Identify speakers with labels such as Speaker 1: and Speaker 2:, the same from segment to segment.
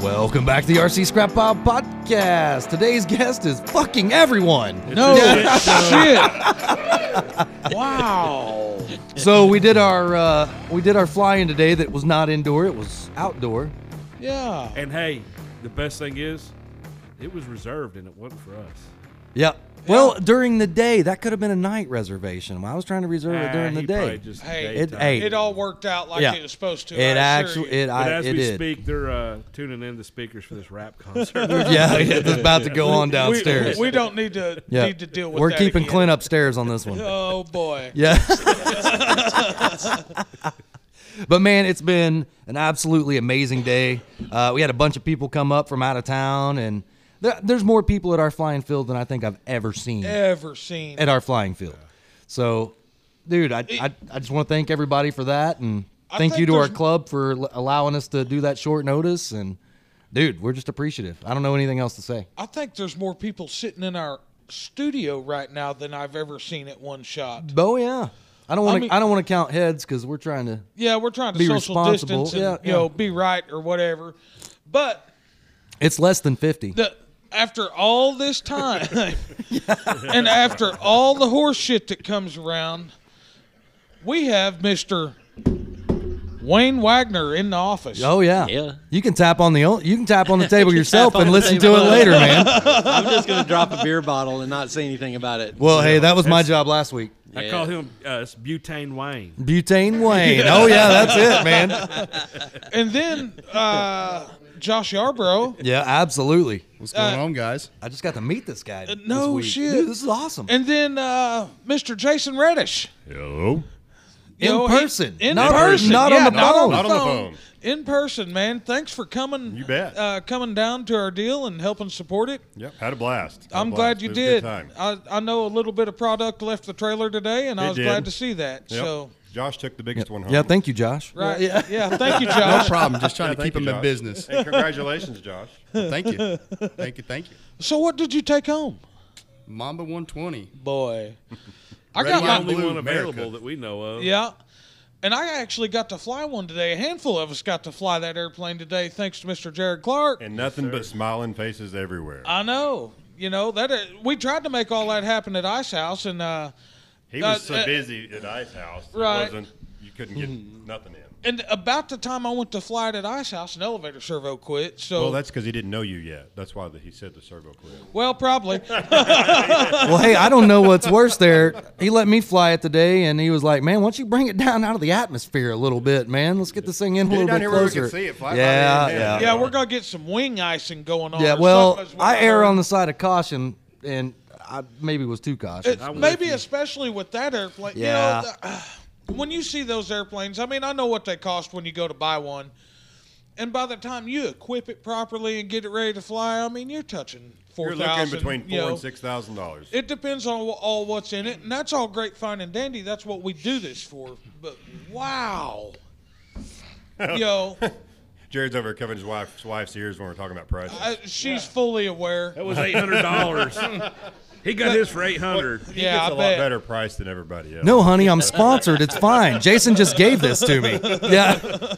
Speaker 1: Welcome back to the RC Scrap Bob Podcast. Today's guest is fucking everyone.
Speaker 2: No
Speaker 3: Yeah.
Speaker 2: shit. wow.
Speaker 1: So we did our uh, we did our flying today. That was not indoor; it was outdoor.
Speaker 2: Yeah.
Speaker 3: And hey, the best thing is, it was reserved and it wasn't for us.
Speaker 1: Yep. Well, during the day, that could have been a night reservation. I was trying to reserve it
Speaker 3: Ah,
Speaker 1: during the
Speaker 3: he probably
Speaker 1: day.
Speaker 3: just
Speaker 2: Hey.
Speaker 1: It-
Speaker 3: daytime.
Speaker 1: hey.
Speaker 2: It all worked out like
Speaker 1: Yeah.
Speaker 2: it was supposed to.
Speaker 1: it
Speaker 2: I assure
Speaker 1: actually,
Speaker 2: you.
Speaker 1: it,
Speaker 3: But
Speaker 1: I,
Speaker 3: as
Speaker 1: it
Speaker 3: we
Speaker 1: did.
Speaker 3: speak, they're uh, tuning in the speakers for this rap concert.
Speaker 1: Yeah, it's about to go on
Speaker 2: We-
Speaker 1: downstairs.
Speaker 2: We, don't need to
Speaker 1: yeah.
Speaker 2: need to deal with
Speaker 1: We're
Speaker 2: that
Speaker 1: keeping
Speaker 2: again.
Speaker 1: Clint upstairs on this one.
Speaker 2: Oh boy.
Speaker 1: Yeah. but man, it's been an absolutely amazing day. Uh, we had a bunch of people come up from out of town, and there, there's more people at our flying field than I think I've ever seen
Speaker 2: Ever seen?
Speaker 1: at our flying field. So, dude, I, I, I just want to thank everybody for that, and
Speaker 2: I
Speaker 1: thank you
Speaker 2: think
Speaker 1: to our
Speaker 2: there's-
Speaker 1: club for l- allowing us to do that short notice. And, dude, we're just appreciative. I don't know anything else to say.
Speaker 2: I think there's more people sitting in our studio right now than I've ever seen at one shot.
Speaker 1: Oh yeah, I don't want to. I,
Speaker 2: mean-
Speaker 1: don't want to count heads because we're trying to.
Speaker 2: Yeah, we're trying to
Speaker 1: Be
Speaker 2: social
Speaker 1: responsible.
Speaker 2: distance and
Speaker 1: Yeah,
Speaker 2: you
Speaker 1: yeah.
Speaker 2: know be right or whatever, but
Speaker 1: It's less than fifty.
Speaker 2: the after all this time and after all the horse shit that comes around, we have Mr. Wayne Wagner in the office.
Speaker 1: Oh yeah,
Speaker 4: Yeah.
Speaker 1: You can tap on the o- you can tap on the table
Speaker 4: You
Speaker 1: yourself
Speaker 4: tap on
Speaker 1: and
Speaker 4: the
Speaker 1: listen to
Speaker 4: table.
Speaker 1: it later, man.
Speaker 5: I'm just gonna drop a beer bottle and not say anything about it.
Speaker 1: Well, hey, that was my job last week.
Speaker 3: I call him uh, it's Butane Wayne.
Speaker 1: Butane Wayne. Oh yeah, that's it, man.
Speaker 2: And then uh, Josh Yarbrough.
Speaker 1: Yeah, absolutely.
Speaker 6: What's going
Speaker 2: Uh,
Speaker 6: on, guys?
Speaker 1: I just got to meet this guy. this
Speaker 2: no
Speaker 1: week.
Speaker 2: shit.
Speaker 1: Dude, this is awesome.
Speaker 2: And then uh, Mr. Jason Reddish.
Speaker 3: Hello.
Speaker 1: In
Speaker 2: You know, he-
Speaker 1: person.
Speaker 2: in
Speaker 1: Not-
Speaker 2: person.
Speaker 1: not on
Speaker 2: yeah,
Speaker 1: the
Speaker 2: not
Speaker 1: phone.
Speaker 6: Not on the phone.
Speaker 2: In person, man. Thanks for coming.
Speaker 6: You bet.
Speaker 2: Uh, coming down to our deal and helping support it.
Speaker 6: Yep, had a blast. Had a
Speaker 2: I'm
Speaker 6: blast.
Speaker 2: glad you
Speaker 6: It was a good
Speaker 2: did.
Speaker 6: time.
Speaker 2: I, I know a little bit of product left the trailer today, and I
Speaker 6: It
Speaker 2: was
Speaker 6: did.
Speaker 2: glad to see that.
Speaker 6: Yep.
Speaker 2: So,
Speaker 6: Josh took the biggest one home.
Speaker 1: yeah, thank you, Josh.
Speaker 2: right. Yeah. thank you, Josh.
Speaker 6: problem. Just trying
Speaker 7: to keep him in business.
Speaker 6: Hey, congratulations, Josh.
Speaker 7: Thank you. Thank you. Thank you.
Speaker 2: so, what did you take home?
Speaker 7: Mamba 120.
Speaker 2: Boy. I
Speaker 7: Ready
Speaker 2: got
Speaker 7: on
Speaker 2: my.
Speaker 3: Only
Speaker 7: Blue
Speaker 3: one available
Speaker 7: America.
Speaker 3: that we know of.
Speaker 2: Yeah. And I actually got to fly one today. A handful of us got to fly that airplane today, thanks to Mr. Jared Clark.
Speaker 6: And nothing but smiling faces everywhere.
Speaker 2: I know. You know that uh, we tried to make all that happen at Ice House, and uh,
Speaker 6: he was
Speaker 2: uh,
Speaker 6: so
Speaker 2: uh,
Speaker 6: busy at Ice House. it
Speaker 2: Right. Mm-hmm.
Speaker 6: Wasn't, you couldn't get nothing in.
Speaker 2: and about the time I went to fly it at Ice House, an elevator servo quit. So
Speaker 6: Well, that's because he didn't know you yet. That's why he said the servo quit.
Speaker 2: well, probably.
Speaker 1: Well, hey, I don't know what's worse there. He let me fly it today, and he was like, "Man, why don't you bring it down out of the atmosphere a little bit, man? Let's get this thing in a
Speaker 6: Get it
Speaker 1: little
Speaker 6: down
Speaker 1: bit
Speaker 6: here where we
Speaker 1: closer."
Speaker 6: can see it, fly by
Speaker 1: yeah,
Speaker 6: the
Speaker 1: yeah,
Speaker 6: antenna.
Speaker 2: yeah, we're gonna get some wing icing going on.
Speaker 1: yeah.
Speaker 2: or
Speaker 1: Well,
Speaker 2: something is what
Speaker 1: I err
Speaker 2: heard.
Speaker 1: on the side of caution, and I maybe was too cautious.
Speaker 2: It's maybe especially with that airplane.
Speaker 1: Yeah.
Speaker 2: You know, the- when you see those airplanes, I mean, I know what they cost when you go to buy one. And by the time you equip it properly and get it ready to fly, I mean, you're touching
Speaker 6: You're
Speaker 2: 4000
Speaker 6: looking between four
Speaker 2: you know.
Speaker 6: and six thousand dollars.
Speaker 2: It depends on wh- all what's in it, and that's all great, fine, and dandy. That's what we do this for. But wow, yo,
Speaker 6: Jared's over here covering his wife's, wife's ears when we're talking about prices.
Speaker 2: I, she's fully aware.
Speaker 3: That was eight hundred dollars. he got his for eight hundred.
Speaker 6: he
Speaker 2: yeah,
Speaker 6: gets
Speaker 2: I
Speaker 6: a
Speaker 2: bet.
Speaker 6: lot better price than everybody else.
Speaker 1: No, honey, I'm sponsored. It's fine. Jason just gave this to me. Yeah.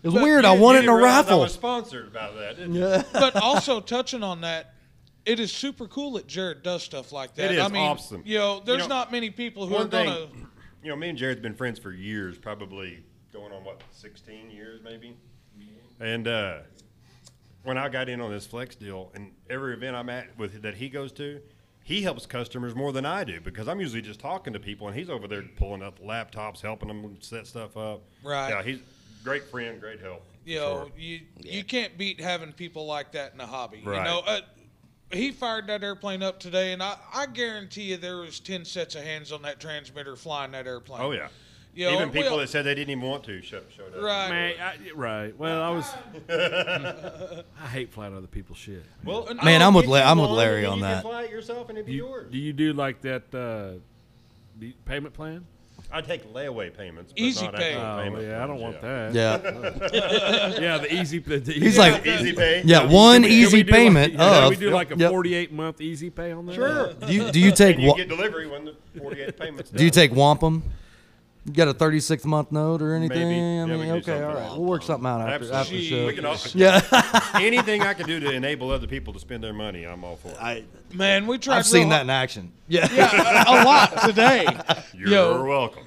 Speaker 1: It was weird. I won it in a
Speaker 6: I
Speaker 1: raffle.
Speaker 6: was sponsored by that. didn't you?
Speaker 2: but also touching on that, it is super cool that Jared does stuff like that.
Speaker 6: It is
Speaker 2: I mean,
Speaker 6: awesome.
Speaker 2: You know, there's
Speaker 6: You know,
Speaker 2: not many people who are
Speaker 6: One
Speaker 2: gonna.
Speaker 6: thing, you know, me and Jared's been friends for years, probably going on what sixteen years, maybe. And uh, when I got in on this flex deal, and every event I'm at with that he goes to, he helps customers more than I do because I'm usually just talking to people, and he's over there pulling out the laptops, helping them set stuff up.
Speaker 2: Right.
Speaker 6: Yeah, he's great friend, great help.
Speaker 2: You know,
Speaker 6: Sure.
Speaker 2: you you can't beat having people like that in a hobby. You
Speaker 6: Right.
Speaker 2: know, uh, he fired that airplane up today, and I, I guarantee you there was ten sets of hands on that transmitter flying that airplane.
Speaker 6: Oh yeah.
Speaker 2: You know,
Speaker 6: even people
Speaker 2: well-
Speaker 6: that said they didn't even want to show, showed up.
Speaker 2: Right.
Speaker 3: Man, I, right. Well, I was. I hate flying other people's shit.
Speaker 6: Well,
Speaker 1: Man, I'm with
Speaker 6: if
Speaker 1: La-
Speaker 6: you
Speaker 1: I'm with
Speaker 6: want,
Speaker 1: Larry
Speaker 6: then
Speaker 1: on
Speaker 6: you
Speaker 1: that.
Speaker 6: Can fly it yourself, and it'd be
Speaker 3: You,
Speaker 6: yours.
Speaker 3: do you do like that uh, the payment plan?
Speaker 6: I take layaway payments. but
Speaker 2: Easy
Speaker 6: not
Speaker 2: pay.
Speaker 6: actual
Speaker 3: Oh,
Speaker 6: payment
Speaker 3: yeah, I don't
Speaker 6: plans,
Speaker 3: want
Speaker 6: yeah.
Speaker 3: that.
Speaker 1: Yeah.
Speaker 3: Yeah, the easy. The, the
Speaker 1: He's
Speaker 3: yeah.
Speaker 1: like,
Speaker 6: Easy pay.
Speaker 1: yeah,
Speaker 6: Yep.
Speaker 1: one
Speaker 3: Can we
Speaker 1: easy
Speaker 3: do like-
Speaker 1: payment
Speaker 3: yeah, can
Speaker 1: of.
Speaker 3: we do like a
Speaker 1: Yep.
Speaker 3: 48 month easy pay on that?
Speaker 6: Sure.
Speaker 1: Do you, do you take
Speaker 6: And you
Speaker 1: wa-
Speaker 6: get delivery when the 48 payments.
Speaker 1: do you take wampum? You got a 36th month note or anything? I
Speaker 6: Yeah, we
Speaker 1: mean,
Speaker 6: can do
Speaker 1: okay,
Speaker 6: something.
Speaker 1: all right. We'll work something out after, after the
Speaker 6: Absolutely.
Speaker 1: show.
Speaker 6: We can all,
Speaker 1: Yeah.
Speaker 6: anything I can do to enable other people to spend their money, I'm all for. it.
Speaker 2: Man, we tried.
Speaker 1: I've seen
Speaker 2: real
Speaker 1: that
Speaker 2: hard-
Speaker 1: in action. Yeah.
Speaker 2: a lot today.
Speaker 6: You're
Speaker 2: Yo.
Speaker 6: welcome.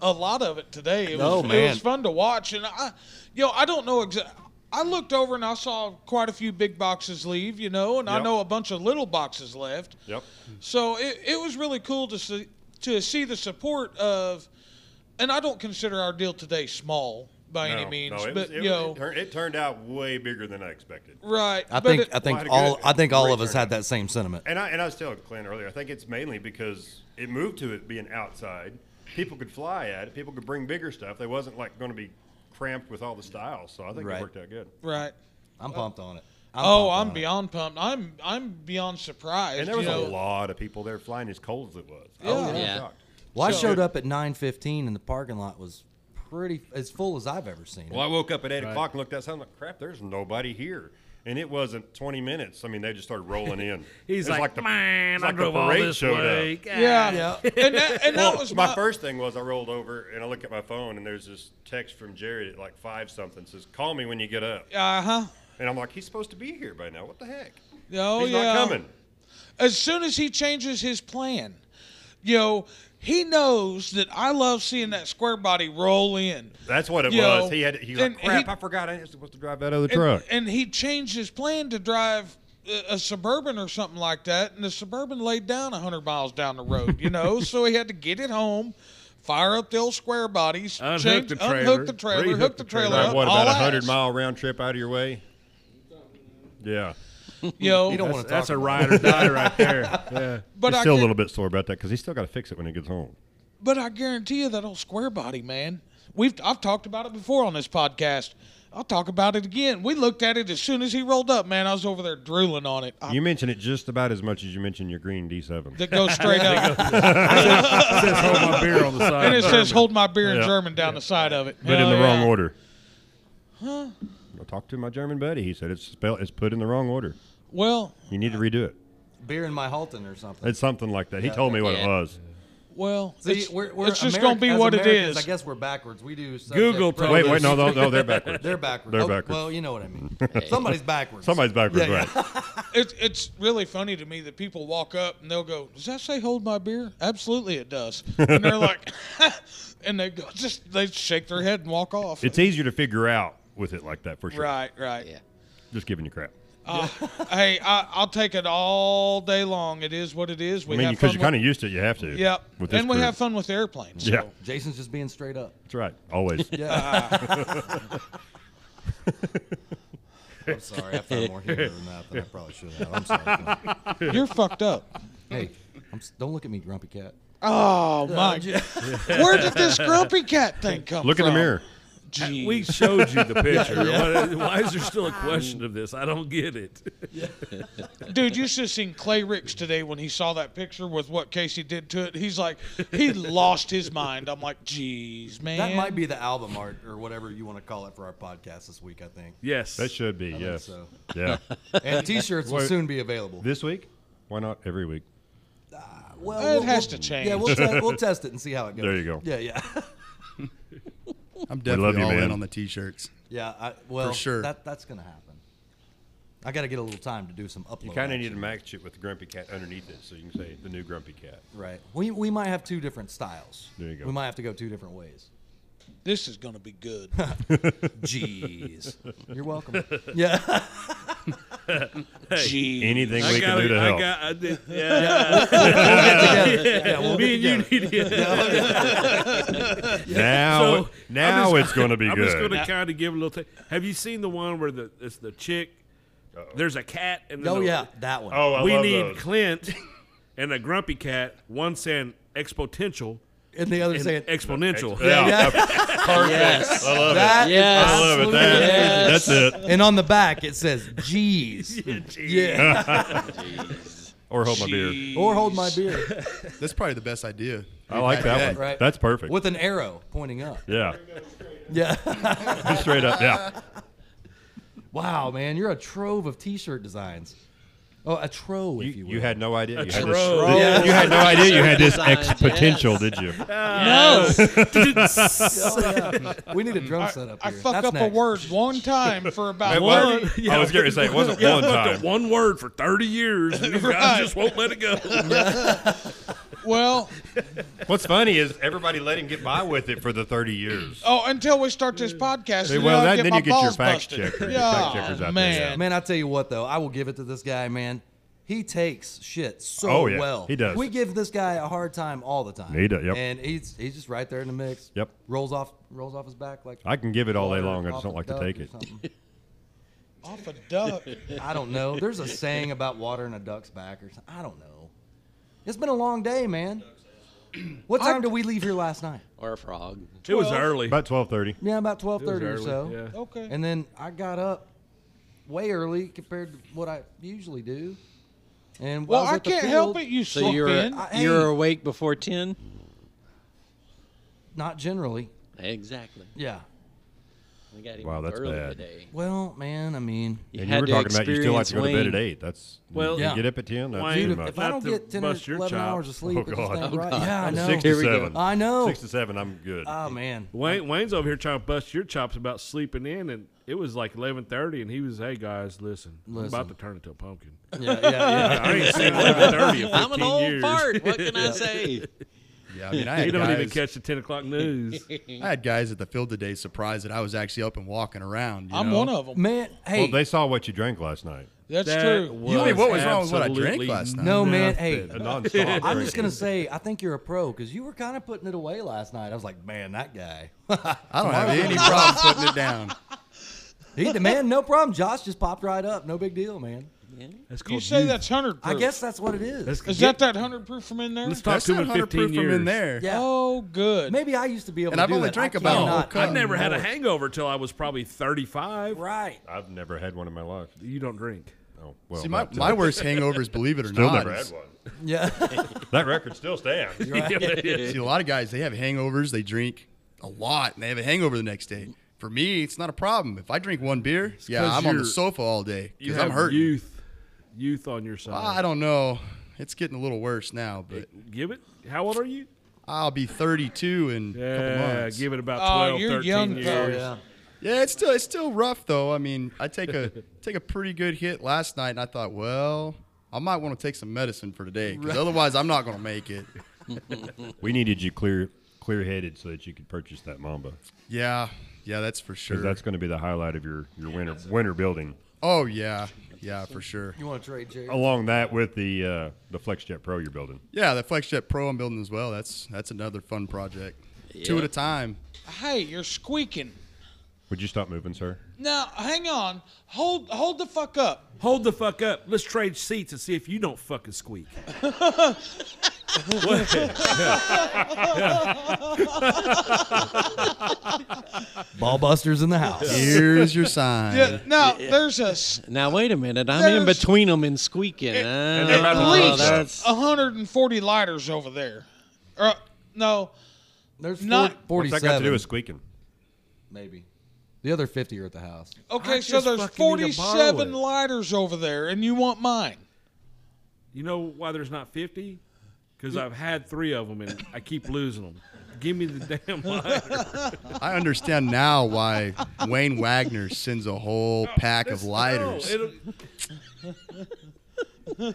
Speaker 2: a lot of it today. It was,
Speaker 1: Oh,
Speaker 2: it
Speaker 1: man.
Speaker 2: was fun to watch, and I, you know, I don't know exactly. I looked over and I saw quite a few big boxes leave, you know, and I
Speaker 6: Yep.
Speaker 2: know a bunch of little boxes left.
Speaker 6: Yep.
Speaker 2: So it, it was really cool to see to see the support of, and I don't consider our deal today small by any
Speaker 6: No,
Speaker 2: means,
Speaker 6: no, it
Speaker 2: but
Speaker 6: was- it,
Speaker 2: you know,
Speaker 6: it, tur- it turned out way bigger than I expected.
Speaker 2: right?
Speaker 1: I
Speaker 2: but
Speaker 1: think
Speaker 2: it-
Speaker 1: I think
Speaker 6: Quite a
Speaker 1: all
Speaker 6: good-
Speaker 1: I think all
Speaker 6: great
Speaker 1: of us had that same sentiment.
Speaker 6: And I and I was telling Clint earlier, I think it's mainly because it moved to it being outside. People could fly at it. People could bring bigger stuff. They wasn't like going to be cramped with all the styles. So I think
Speaker 1: Right.
Speaker 6: it worked out good.
Speaker 2: right.
Speaker 1: I'm pumped on it.
Speaker 2: oh,
Speaker 1: pumped
Speaker 2: I'm
Speaker 1: on it.
Speaker 2: beyond pumped. I'm I'm beyond surprised.
Speaker 6: And there was
Speaker 2: you know?
Speaker 6: a lot of people there flying as cold as it was.
Speaker 2: Yeah.
Speaker 6: I was
Speaker 5: Yeah.
Speaker 6: shocked.
Speaker 1: Well, I
Speaker 2: So-
Speaker 1: showed up at 9:15 and the parking lot was pretty as full as I've ever seen. it.
Speaker 6: Well, I woke up at eight o'clock and looked outside. I'm like, crap, there's nobody here. And it wasn't 20 minutes. I mean, they just started rolling in.
Speaker 3: He's
Speaker 6: It's
Speaker 3: like,
Speaker 6: the,
Speaker 3: man,
Speaker 6: it's
Speaker 3: I
Speaker 6: like the
Speaker 3: drove all
Speaker 6: parade
Speaker 3: this
Speaker 6: showed up."
Speaker 3: way. God."
Speaker 2: Yeah, and that, and that
Speaker 6: Well,
Speaker 2: was
Speaker 6: my,
Speaker 2: my
Speaker 6: first thing was I rolled over and I look at my phone and there's this text from Jared at like five something says, "Call me when you get up."
Speaker 2: Uh huh.
Speaker 6: And I'm like, he's supposed to be here by now. What the heck?
Speaker 2: Oh
Speaker 6: he's
Speaker 2: yeah.
Speaker 6: not coming.
Speaker 2: as soon as he changes his plan, you know, he knows that I love seeing that square body roll in.
Speaker 6: That's what it
Speaker 2: You
Speaker 6: was.
Speaker 2: know,
Speaker 6: he had. He's
Speaker 2: and
Speaker 6: like, crap.
Speaker 2: he-
Speaker 6: I forgot I was supposed to drive that other
Speaker 2: And,
Speaker 6: truck.
Speaker 2: and he changed his plan to drive a- a suburban or something like that, and the suburban laid down 100 miles down the road, you know, so he had to get it home. Fire up the old square bodies,
Speaker 3: Unhook
Speaker 2: change-
Speaker 3: the trailer,
Speaker 2: unhook the trailer,
Speaker 3: rehook
Speaker 2: hook the
Speaker 3: the
Speaker 2: trailer,
Speaker 3: trailer.
Speaker 2: up,
Speaker 6: what about
Speaker 2: all
Speaker 6: a hundred
Speaker 2: ass.
Speaker 6: mile round trip out of your way? Yeah,
Speaker 2: You know,
Speaker 1: You don't want
Speaker 3: That's,
Speaker 1: to talk.
Speaker 3: that's a
Speaker 1: about
Speaker 3: ride or die right there. Yeah.
Speaker 2: but
Speaker 6: he's
Speaker 2: I
Speaker 6: still a
Speaker 2: gu-
Speaker 6: little bit sore about that because he's still got to fix it when he gets home.
Speaker 2: But I guarantee you that old square body, man. We've I've talked about it before on this podcast. I'll talk about it again. We looked at it as soon as he rolled up, man. I was over there drooling on it. I,
Speaker 6: You mention it just about as much as you mention your green D7.
Speaker 2: that goes straight up,
Speaker 3: It says hold my beer on the side.
Speaker 2: and it says "Hold my beer in
Speaker 6: Yeah.
Speaker 2: German" down the side of it,
Speaker 6: but in
Speaker 2: Hell
Speaker 6: the
Speaker 2: yeah.
Speaker 6: wrong order. Huh? I talked to my German buddy. He said it's spelled, it's put in the wrong order.
Speaker 2: Well,
Speaker 6: You need to redo it.
Speaker 1: beer in my Halton or something.
Speaker 6: It's something like that. He told me what it
Speaker 5: Yeah.
Speaker 6: was.
Speaker 2: well,
Speaker 1: See,
Speaker 2: it's,
Speaker 1: we're, we're
Speaker 2: it's just
Speaker 1: Ameri-
Speaker 2: gonna be
Speaker 1: as
Speaker 2: what
Speaker 1: Americans,
Speaker 2: it
Speaker 1: I
Speaker 2: is.
Speaker 1: guess we're backwards. We do subject,
Speaker 3: Google told
Speaker 1: predicate-
Speaker 6: Wait, wait, no, no, no, they're backwards.
Speaker 1: They're backwards.
Speaker 6: They're
Speaker 1: Oh,
Speaker 6: backwards.
Speaker 1: well, you know what I mean. Somebody's backwards.
Speaker 6: Somebody's backwards,
Speaker 1: Yeah,
Speaker 6: right?
Speaker 2: It's it's really funny to me that people walk up and they'll go, "Does that say hold my beer?" Absolutely, it does. And they're like, and they go, just they shake their head and walk off.
Speaker 6: It's easier to figure out with it like that for sure.
Speaker 2: right, right.
Speaker 5: Yeah.
Speaker 6: Just giving you crap.
Speaker 2: Uh, hey, I, I'll take it all day long. It is what it is. We
Speaker 6: I mean,
Speaker 2: have
Speaker 6: because
Speaker 2: fun.
Speaker 6: you're kind of used to it, you have to.
Speaker 2: with, yep.
Speaker 6: With this
Speaker 2: And we
Speaker 6: crew.
Speaker 2: have fun with airplanes.
Speaker 6: Yeah,
Speaker 2: so.
Speaker 1: Jason's just being straight up.
Speaker 6: that's right. Always.
Speaker 1: I'm sorry. I found more humor than that, but I probably should have. I'm sorry.
Speaker 2: you're fucked up.
Speaker 1: hey, I'm, s- don't look at me, grumpy cat.
Speaker 2: Oh my! Where did this grumpy cat thing come
Speaker 6: Look in
Speaker 2: from?
Speaker 6: the mirror.
Speaker 2: Jeez.
Speaker 3: We showed you the picture. Why, why is there still a question of this? I don't get it.
Speaker 2: Dude, you should have seen Clay Ricks today when he saw that picture with what Casey did to it. He's like, he lost his mind. I'm like, jeez, man.
Speaker 1: That might be the album art or whatever you want to call it for our podcast this week. I think.
Speaker 3: Yes.
Speaker 6: That should be, yes.
Speaker 1: so.
Speaker 6: Yeah.
Speaker 1: And T-shirts will
Speaker 6: Wait.
Speaker 1: soon be available.
Speaker 6: this week? Why not every week?
Speaker 1: Well,
Speaker 2: It has to change.
Speaker 1: Yeah, we'll, te- we'll test it and see how it goes.
Speaker 6: There you go.
Speaker 1: Yeah, yeah,
Speaker 7: I'm
Speaker 6: love
Speaker 7: definitely
Speaker 6: you,
Speaker 7: all
Speaker 6: man.
Speaker 7: in on the t-shirts.
Speaker 1: yeah. I, well,
Speaker 7: sure.
Speaker 1: That that's gonna happen. I got to get a little time to do some upload.
Speaker 6: You kind of
Speaker 1: action.
Speaker 6: need to match it with the Grumpy Cat underneath it so you can say the new Grumpy Cat.
Speaker 1: Right. We we might have two different styles.
Speaker 6: There you go.
Speaker 1: We might have to go two different ways.
Speaker 2: This is going to be good.
Speaker 1: Jeez. You're welcome. Yeah.
Speaker 2: Jeez.
Speaker 6: Anything
Speaker 3: I
Speaker 6: we
Speaker 3: got
Speaker 6: can do to
Speaker 3: I
Speaker 6: help.
Speaker 3: got. I did, yeah.
Speaker 1: Yeah, we'll
Speaker 3: Me
Speaker 1: get
Speaker 3: and you
Speaker 1: together.
Speaker 3: need to.
Speaker 6: Now,
Speaker 3: So,
Speaker 6: now
Speaker 3: I'm just-
Speaker 6: it's going to be
Speaker 3: I'm
Speaker 6: good.
Speaker 3: just going to kind of give a little. T- Have you seen the one where the it's the chick? There's a cat and then
Speaker 1: Oh
Speaker 3: the-
Speaker 1: yeah, that one.
Speaker 6: oh, I
Speaker 3: we
Speaker 6: love
Speaker 3: need
Speaker 6: those.
Speaker 3: Clint and a grumpy cat. One saying exponential
Speaker 1: And the other
Speaker 3: and
Speaker 1: saying
Speaker 3: exponential.
Speaker 6: Yeah,
Speaker 1: Yeah.
Speaker 6: perfect.
Speaker 5: Yes.
Speaker 6: I love
Speaker 1: that.
Speaker 6: it.
Speaker 1: is
Speaker 5: Yes.
Speaker 6: I love it.
Speaker 1: absolutely
Speaker 6: That-
Speaker 1: amazing.
Speaker 5: Yes.
Speaker 6: That's it.
Speaker 1: And on the back it says, "Jeez."
Speaker 3: Yeah, gee.
Speaker 1: Yeah.
Speaker 6: Or hold my beer.
Speaker 1: Or hold my beer.
Speaker 7: That's probably the best idea.
Speaker 6: I like that
Speaker 7: had.
Speaker 6: one.
Speaker 1: Right.
Speaker 6: That's perfect.
Speaker 1: With an arrow pointing up.
Speaker 6: yeah.
Speaker 1: Yeah.
Speaker 6: Straight up. Yeah.
Speaker 1: Wow, man, you're a trove of T-shirt designs. Oh, a tro, if you,
Speaker 6: You,
Speaker 1: will.
Speaker 6: you had no idea. You had, this,
Speaker 3: Trove.
Speaker 6: you had no idea you had this
Speaker 5: Exercise,
Speaker 6: X
Speaker 5: yes.
Speaker 6: potential, did you?
Speaker 1: Oh, yeah. We need a drum setup.
Speaker 2: I
Speaker 1: here.
Speaker 2: fuck
Speaker 1: That's
Speaker 2: up a
Speaker 1: next.
Speaker 2: word one time for about
Speaker 6: It was-
Speaker 2: one.
Speaker 6: I was going to say it wasn't
Speaker 3: Yeah,
Speaker 6: one
Speaker 3: I fucked up
Speaker 6: time.
Speaker 3: one word for 30 years, and you
Speaker 2: Right.
Speaker 3: guys just won't let it go.
Speaker 2: Well,
Speaker 6: What's funny is everybody let him get by with it for the 30 years.
Speaker 2: oh, until we start this podcast,
Speaker 6: Hey,
Speaker 2: and
Speaker 6: well,
Speaker 2: then I'll
Speaker 6: that-
Speaker 2: get
Speaker 6: then
Speaker 2: my
Speaker 6: you get your
Speaker 2: balls
Speaker 6: fact
Speaker 2: busted.
Speaker 6: checker, your
Speaker 2: yeah,
Speaker 6: fact checkers out there,
Speaker 2: man.
Speaker 6: yeah.
Speaker 1: Man, I tell you what though, I will give it to this guy, man. He takes shit so
Speaker 6: Oh, yeah.
Speaker 1: well.
Speaker 6: He does.
Speaker 1: We give this guy a hard time all the time.
Speaker 6: He does, yep.
Speaker 1: And he's he's just right there in the mix.
Speaker 6: Yep.
Speaker 1: Rolls off rolls off his back like
Speaker 6: I can give it all day long. I
Speaker 1: off
Speaker 6: just don't
Speaker 1: a
Speaker 6: like to
Speaker 1: duck
Speaker 6: take
Speaker 1: or
Speaker 6: it.
Speaker 1: something.
Speaker 2: Off a duck.
Speaker 1: I don't know. There's a saying about water in a duck's back or something. I don't know. It's been a long day, man. What time did we leave here last night?
Speaker 6: Oh.
Speaker 5: Or a frog.
Speaker 3: It was
Speaker 2: Twelve.
Speaker 3: early.
Speaker 6: About 12:30.
Speaker 1: Yeah, about twelve
Speaker 3: It was
Speaker 1: thirty or
Speaker 3: early,
Speaker 1: so.
Speaker 3: yeah.
Speaker 2: Okay.
Speaker 1: And then I got up way early compared to what I usually do. And
Speaker 2: well,
Speaker 1: was
Speaker 2: I
Speaker 1: at the
Speaker 2: can't help
Speaker 1: field-
Speaker 2: it. You
Speaker 5: So you're
Speaker 2: in.
Speaker 6: Uh,
Speaker 1: I-
Speaker 5: you're
Speaker 1: hey.
Speaker 5: awake before ten.
Speaker 1: Not generally.
Speaker 5: Exactly.
Speaker 1: Yeah.
Speaker 5: We got him
Speaker 6: Wow,
Speaker 5: up
Speaker 6: that's
Speaker 5: early
Speaker 6: bad.
Speaker 5: Today.
Speaker 1: Well, man, I mean,
Speaker 5: You
Speaker 6: and
Speaker 5: had
Speaker 6: you were
Speaker 5: to
Speaker 6: talking about you still like
Speaker 5: experience
Speaker 6: to go to bed at
Speaker 5: Wayne.
Speaker 6: 8. That's
Speaker 3: Well,
Speaker 6: well, you
Speaker 1: Yeah.
Speaker 6: get up at 10. That's
Speaker 3: Dude,
Speaker 6: too
Speaker 1: dude,
Speaker 6: much.
Speaker 1: if I don't
Speaker 3: About to
Speaker 1: get 10 or
Speaker 3: bust your
Speaker 1: 11
Speaker 3: chop.
Speaker 1: hours of sleep,
Speaker 6: Oh,
Speaker 1: it just
Speaker 6: God.
Speaker 1: ain't
Speaker 5: Oh,
Speaker 1: right.
Speaker 5: God.
Speaker 1: Yeah, I
Speaker 5: I'm
Speaker 1: know.
Speaker 6: Six
Speaker 5: Here
Speaker 6: to
Speaker 5: we go.
Speaker 6: seven.
Speaker 1: I know.
Speaker 6: Six to seven. I'm good.
Speaker 1: Oh, man.
Speaker 3: Wayne, Wayne's over here trying to bust your chops about sleeping in, and it was like 11:30, and he was, "Hey guys, listen, I'm about to turn into a pumpkin.
Speaker 1: Yeah, yeah, yeah.
Speaker 3: I ain't seen 11:30 in 15
Speaker 5: I'm an old
Speaker 3: years.
Speaker 5: fart. What can I say?
Speaker 7: Yeah, I mean, I
Speaker 3: He
Speaker 7: had,
Speaker 3: don't
Speaker 7: guys,
Speaker 3: even catch the 10 o'clock news.
Speaker 7: I had guys at the field today surprised that I was actually up and walking around. you
Speaker 2: I'm
Speaker 7: know?
Speaker 2: one of them.
Speaker 1: Man, hey.
Speaker 6: Well, they saw what you drank last night.
Speaker 2: That's
Speaker 3: That
Speaker 2: true.
Speaker 3: was
Speaker 7: You mean, what was wrong with what I drank
Speaker 3: absolutely
Speaker 7: last night?
Speaker 1: no, man.
Speaker 3: nothing.
Speaker 1: Hey,
Speaker 6: A non-stop.
Speaker 1: I'm just going to say, I think you're a pro because you were kind of putting it away last night. I was like, man, that guy.
Speaker 7: I don't have any problem putting it down.
Speaker 1: he, man, no problem. Josh just popped right up. No big deal, man.
Speaker 3: That's called
Speaker 2: You say
Speaker 3: youth.
Speaker 2: that's hundred proof.
Speaker 1: I guess that's what it is.
Speaker 3: That's-
Speaker 2: Is
Speaker 3: get-
Speaker 2: that that hundred proof from in there?
Speaker 3: Let's talk
Speaker 7: That's
Speaker 3: to him in
Speaker 7: 700 proof
Speaker 3: 15 years.
Speaker 7: from in there.
Speaker 1: yeah.
Speaker 2: Oh, good.
Speaker 1: Maybe I used to be able
Speaker 7: And
Speaker 1: to
Speaker 7: I've
Speaker 1: do
Speaker 7: only
Speaker 1: that.
Speaker 7: drank
Speaker 1: I
Speaker 7: about a whole
Speaker 1: cannot
Speaker 7: cup.
Speaker 3: Oh, I never had a
Speaker 1: anymore.
Speaker 3: hangover till I was probably 35.
Speaker 1: Right.
Speaker 6: I've never had one in my life.
Speaker 3: You don't drink.
Speaker 6: Oh, well,
Speaker 7: See, my,
Speaker 6: that's, uh,
Speaker 7: my worst hangovers, believe it or
Speaker 6: still
Speaker 7: not,
Speaker 6: never had
Speaker 7: is-
Speaker 6: one.
Speaker 1: Yeah.
Speaker 6: That record still stands.
Speaker 7: See, a lot of guys, they have hangovers. They drink a lot, and they have a hangover the next day. For me, it's not a problem. If I drink one beer, yeah,
Speaker 3: 'cause
Speaker 7: I'm on the
Speaker 3: you're-
Speaker 7: sofa all day
Speaker 3: You
Speaker 7: because
Speaker 3: have
Speaker 7: I'm hurting.
Speaker 3: youth, youth on your side.
Speaker 7: I don't know. It's getting a little worse now, but
Speaker 3: Give it. How old are you?
Speaker 7: I'll be 32 in a couple
Speaker 3: Yeah,
Speaker 7: months.
Speaker 3: give it about
Speaker 2: Oh,
Speaker 3: 12,
Speaker 2: you're
Speaker 3: 13
Speaker 2: young,
Speaker 3: years.
Speaker 2: though.
Speaker 1: yeah.
Speaker 7: yeah, it's still it's still rough though. I mean, I take a take a pretty good hit last night, and I thought, well, I might want to take some medicine for today because otherwise, I'm not going to make it.
Speaker 6: We needed you clear, clear-headed so that you could purchase that Mamba.
Speaker 7: Yeah, yeah, that's for sure.
Speaker 6: Because that's going to be the highlight of your, your winter winter building.
Speaker 7: oh yeah, yeah, for sure.
Speaker 1: You want to trade, Jerry?
Speaker 6: Along that with the uh, the FlexJet Pro you're building.
Speaker 7: Yeah, the FlexJet Pro I'm building as well. That's that's another fun project. Two
Speaker 5: Yeah.
Speaker 7: at a time.
Speaker 2: Hey, you're squeaking.
Speaker 6: Would you stop moving, sir?
Speaker 2: Now, hang on. Hold, hold the fuck up.
Speaker 3: Hold the fuck up. Let's trade seats and see if you don't fucking squeak.
Speaker 1: Ball busters in the house.
Speaker 7: Here's your sign.
Speaker 2: Yeah, now, there's a s-
Speaker 5: Now wait a minute. I'm in
Speaker 2: There's-
Speaker 5: between them and squeaking. and
Speaker 6: they're about to
Speaker 2: at least
Speaker 5: that's
Speaker 2: 140 lighters over there. Or, no,
Speaker 1: There's
Speaker 2: Not-
Speaker 1: not
Speaker 6: What's
Speaker 1: 47.
Speaker 6: that got to do with squeaking?
Speaker 1: maybe. The other 50 are at the house.
Speaker 2: okay,
Speaker 3: I
Speaker 2: so
Speaker 3: just
Speaker 2: there's
Speaker 3: fucking need to borrow
Speaker 2: 47
Speaker 3: it.
Speaker 2: lighters over there, and you want mine.
Speaker 3: You know why there's not 50? Because I've had three of them and I keep losing them. Give me the damn lighter.
Speaker 7: I understand now why Wayne Wagner sends a whole pack of lighters.
Speaker 3: No, it'll-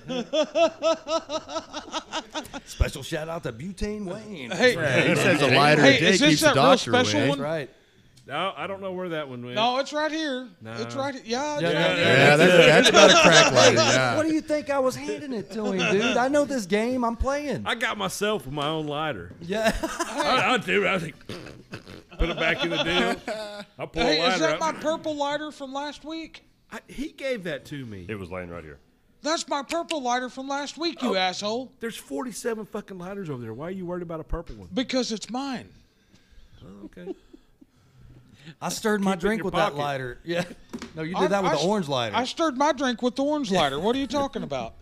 Speaker 1: Special shout out to Butane Wayne.
Speaker 2: Hey,
Speaker 7: he sends a lighter
Speaker 2: Hey,
Speaker 7: a day
Speaker 2: is this
Speaker 7: keeps the
Speaker 2: that real
Speaker 7: doctor
Speaker 2: special
Speaker 7: away.
Speaker 2: one?
Speaker 1: Right.
Speaker 3: no, I don't know where that one went.
Speaker 2: no, it's right here. It's right here. Yeah, yeah,
Speaker 1: yeah,
Speaker 2: yeah.
Speaker 7: Yeah, that's, that's about a crack lighter. Yeah.
Speaker 1: What do you think I was handing it to him, dude? I know this game. I'm playing.
Speaker 3: I got myself with my own lighter.
Speaker 1: yeah.
Speaker 3: I, I do. I was like, put it back in the deal. I pull a
Speaker 2: Hey,
Speaker 3: lighter
Speaker 2: is that
Speaker 3: out.
Speaker 2: my purple lighter from last week?
Speaker 3: I, he gave that to me.
Speaker 6: It was laying right here.
Speaker 2: That's my purple lighter from last week,
Speaker 1: Oh.
Speaker 2: you asshole.
Speaker 3: There's 47 fucking lighters over there. Why are you worried about a purple one?
Speaker 2: Because it's mine.
Speaker 3: Oh, Okay.
Speaker 1: I stirred my
Speaker 3: Keep it in
Speaker 1: drink
Speaker 3: your
Speaker 1: with
Speaker 3: pocket.
Speaker 1: that lighter. Yeah. No, you did
Speaker 2: I-
Speaker 1: that with
Speaker 2: I
Speaker 1: the
Speaker 2: st-
Speaker 1: orange lighter.
Speaker 2: I stirred my drink with the orange lighter. What are you talking about?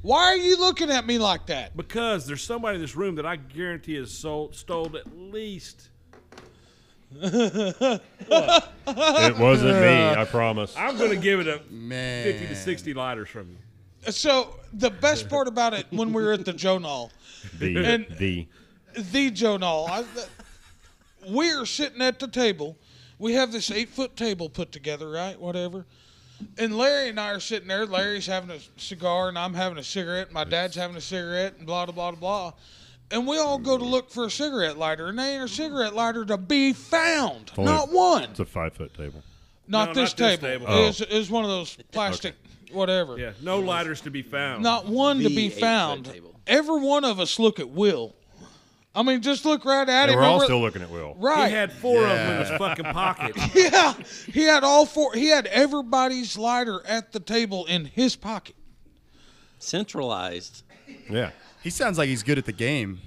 Speaker 2: Why are you looking at me like that?
Speaker 3: Because there's somebody in this room that I guarantee has sold, stole at least.
Speaker 6: It wasn't me, I promise.
Speaker 3: I'm going to give it a 50 to
Speaker 7: Man.
Speaker 3: 60 lighters from you.
Speaker 2: So the best part about it when we were at the Jonal,
Speaker 6: The
Speaker 2: And-
Speaker 6: the
Speaker 2: the Jonal, I, we're sitting at the table. We have this eight foot table put together, right? Whatever. And Larry and I are sitting there. Larry's having a cigar, and I'm having a cigarette. and My dad's having a cigarette, and blah, blah, blah, blah. And we all go to look for a cigarette lighter, and ain't a cigarette lighter to be found. Not one.
Speaker 4: It's a five foot table.
Speaker 3: No,
Speaker 2: Not, this,
Speaker 3: not this table.
Speaker 2: table.
Speaker 4: Oh.
Speaker 2: It's, it's one of those plastic, whatever.
Speaker 3: Yeah, no lighters to be found.
Speaker 2: Not one to
Speaker 5: The
Speaker 2: be
Speaker 5: eight-foot
Speaker 2: found.
Speaker 5: table.
Speaker 2: Every one of us look at Will. I mean, just look right at
Speaker 6: and
Speaker 2: him.
Speaker 6: we're all
Speaker 2: Remember-
Speaker 6: still looking at Will.
Speaker 2: right.
Speaker 3: He had four of them in his fucking pocket.
Speaker 2: yeah, he had all four. He had everybody's lighter at the table in his pocket.
Speaker 5: Centralized.
Speaker 6: Yeah.
Speaker 7: He sounds like he's good at the game.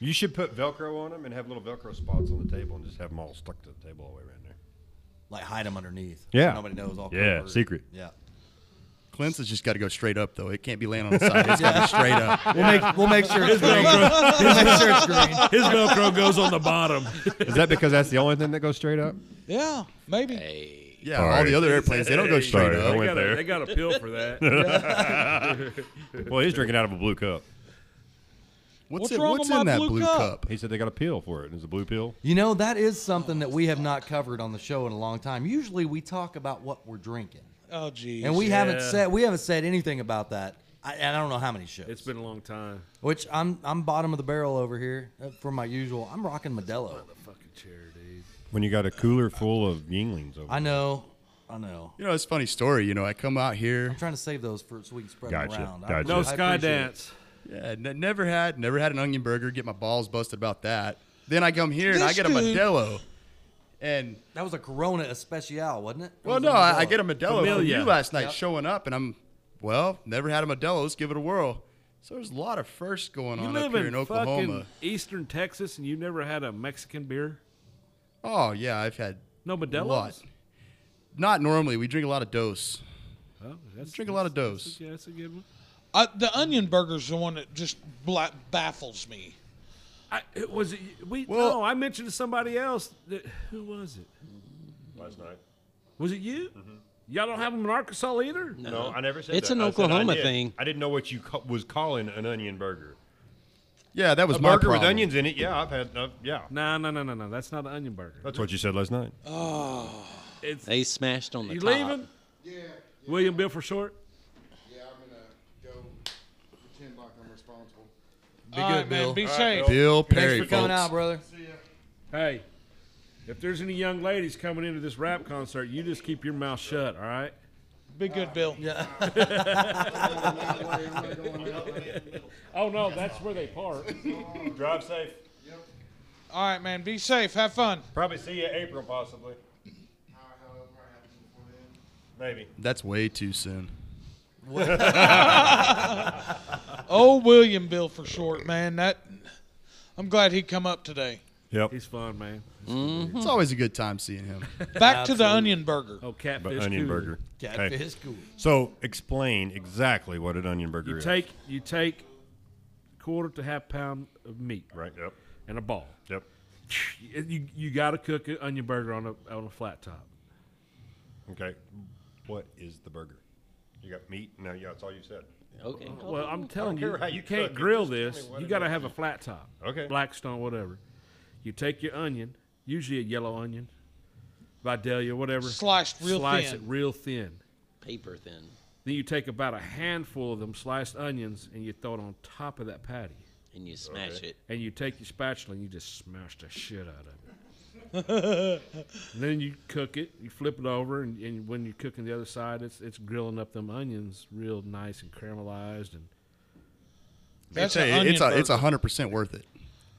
Speaker 6: You should put Velcro on them and have little Velcro spots on the table and just have them all stuck to the table all the way around there.
Speaker 1: Like hide them underneath.
Speaker 6: Yeah.
Speaker 1: So nobody knows. All
Speaker 6: Yeah,
Speaker 1: covered.
Speaker 6: secret.
Speaker 1: Yeah.
Speaker 7: Clint's has just got to go straight up though. It can't be laying on the side. It's got to be straight up.
Speaker 1: We'll make we'll make sure it's green.
Speaker 3: Velcro-
Speaker 1: we'll make sure it's green.
Speaker 3: His Velcro goes on the bottom.
Speaker 6: Is that because that's the only thing that goes straight up?
Speaker 2: Yeah, maybe.
Speaker 5: Hey.
Speaker 7: Yeah,
Speaker 4: All
Speaker 7: all
Speaker 4: right.
Speaker 7: the other airplanes they don't go
Speaker 6: Hey,
Speaker 7: straight
Speaker 6: sorry, I
Speaker 7: up.
Speaker 6: went
Speaker 3: They got, a,
Speaker 6: there.
Speaker 3: they got a pill for that.
Speaker 6: Well, he's drinking out of a blue cup.
Speaker 7: What's,
Speaker 2: What's
Speaker 7: it,
Speaker 2: wrong
Speaker 7: what's
Speaker 2: with my
Speaker 7: in that
Speaker 2: blue
Speaker 7: blue,
Speaker 2: cup?
Speaker 7: cup?
Speaker 6: He said they got a pill for it. Is it blue pill?
Speaker 1: You know, that is something that we have not covered on the show in a long time. Usually we talk about what we're drinking.
Speaker 2: Oh, geez.
Speaker 1: And we haven't
Speaker 3: Yeah.
Speaker 1: said we haven't said anything about that. I, and I don't know how many shows.
Speaker 3: It's been a long time.
Speaker 1: which I'm I'm bottom of the barrel over here uh, for my usual. I'm rocking Modelo.
Speaker 6: When you got a cooler full of Yinglings over.
Speaker 1: I know, I know.
Speaker 7: You know, it's a funny story. You know, I come out here.
Speaker 1: I'm trying to save those for so we can spread
Speaker 6: Gotcha,
Speaker 1: them around. I-
Speaker 6: gotcha.
Speaker 1: I
Speaker 3: No
Speaker 1: appreciate
Speaker 3: sky
Speaker 1: it.
Speaker 3: dance.
Speaker 7: Yeah, Uh, n- never had, never had an onion burger. Get my balls busted about that. Then I come here and I
Speaker 2: This
Speaker 7: get a
Speaker 2: dude-
Speaker 7: Modelo, and
Speaker 1: That was a Corona Especial, wasn't it? Or
Speaker 7: Well,
Speaker 1: was it
Speaker 7: no, I, I
Speaker 1: Modelo?
Speaker 7: get a Modelo from
Speaker 3: Familia.
Speaker 7: you last night showing up, and I'm, well, never had a Modelo. Let's give it a whirl. So there's a lot of firsts going
Speaker 3: You
Speaker 7: on up
Speaker 3: live
Speaker 7: here
Speaker 3: in,
Speaker 7: in
Speaker 3: fucking
Speaker 7: Oklahoma.
Speaker 3: eastern Texas and you never had a Mexican beer?
Speaker 7: Oh yeah, I've had
Speaker 3: No
Speaker 7: a lot.
Speaker 3: Modelo's?
Speaker 7: Not normally. We drink a lot of dose.
Speaker 3: Oh, that's,
Speaker 7: Drink a lot of
Speaker 3: that's-
Speaker 7: Dos.
Speaker 3: That's, a- that's a good one.
Speaker 2: I, the onion burger's the one that just bla- baffles me.
Speaker 3: I, it was it, we
Speaker 7: Well-
Speaker 3: no, I mentioned to somebody else that, who was it?
Speaker 6: Last night.
Speaker 3: Was it you?
Speaker 7: Mm-hmm.
Speaker 3: Y'all don't have them in Arkansas either?
Speaker 6: No, I never said
Speaker 5: Uh-huh. It's
Speaker 6: that.
Speaker 5: an
Speaker 6: I said I
Speaker 5: Oklahoma
Speaker 6: did.
Speaker 5: thing.
Speaker 6: I didn't know what you ca- was calling an onion burger.
Speaker 7: Yeah, that was
Speaker 6: A
Speaker 7: my
Speaker 6: burger
Speaker 7: problem.
Speaker 6: with onions in it. Yeah, I've had. Uh, yeah,
Speaker 3: No, no, no, no, no. That's not an onion burger.
Speaker 6: that's what you said last night.
Speaker 3: It's
Speaker 5: They smashed on the
Speaker 3: you
Speaker 5: top.
Speaker 3: leaving? William Bill for short.
Speaker 8: Yeah, I'm gonna go pretend like I'm responsible.
Speaker 2: Be good,
Speaker 1: Bill.
Speaker 2: man. Be safe.
Speaker 7: Bill
Speaker 1: Thanks
Speaker 7: Perry,
Speaker 1: for coming
Speaker 7: folks.
Speaker 1: out, brother.
Speaker 3: Hey, if there's any young ladies coming into this rap concert, you just keep your mouth shut. All right.
Speaker 2: Be good, Bill.
Speaker 3: Oh no, that's where they park.
Speaker 6: Drive safe.
Speaker 2: All right, man. Be safe. Have fun.
Speaker 6: Probably see you April, possibly. Maybe.
Speaker 7: That's way too soon.
Speaker 2: Oh, William Bill for short, man. That I'm glad he come up today.
Speaker 6: Yep.
Speaker 3: He's fun, man.
Speaker 7: It's always a good time seeing him.
Speaker 2: Back to the onion burger.
Speaker 3: Oh, catfish.
Speaker 6: Onion
Speaker 3: cooler.
Speaker 6: burger.
Speaker 1: Catfish
Speaker 6: Okay.
Speaker 1: cool.
Speaker 6: So explain exactly what an onion burger
Speaker 3: You
Speaker 6: is.
Speaker 3: take you take quarter to half pound of meat
Speaker 6: right. Yep.
Speaker 3: and a ball.
Speaker 6: Yep.
Speaker 3: You you, got to cook an onion burger on a on a flat top.
Speaker 6: Okay. What is the burger? You got meat? No, yeah, that's all you said.
Speaker 5: Okay.
Speaker 3: Well, I'm telling you,
Speaker 6: care how
Speaker 3: you,
Speaker 6: you
Speaker 3: can't
Speaker 6: cook it,
Speaker 3: grill
Speaker 6: just tell
Speaker 3: this.
Speaker 6: me what
Speaker 3: You
Speaker 6: it
Speaker 3: got to
Speaker 6: is.
Speaker 3: have a flat top.
Speaker 6: Okay.
Speaker 3: Blackstone, whatever. You take your onion, usually a yellow onion, Vidalia, whatever.
Speaker 2: Sliced real
Speaker 3: slice
Speaker 2: thin.
Speaker 3: it real thin.
Speaker 5: Paper thin.
Speaker 3: Then you take about a handful of them sliced onions and you throw it on top of that patty.
Speaker 5: And you smash it.
Speaker 3: And you take your spatula and you just smash the shit out of it. And then you cook it. You flip it over, and, and when you're cooking the other side, it's it's grilling up them onions real nice and caramelized and
Speaker 2: That's
Speaker 7: Hey,
Speaker 2: an onion
Speaker 7: it's a, it's
Speaker 2: burger.
Speaker 7: hundred percent worth it.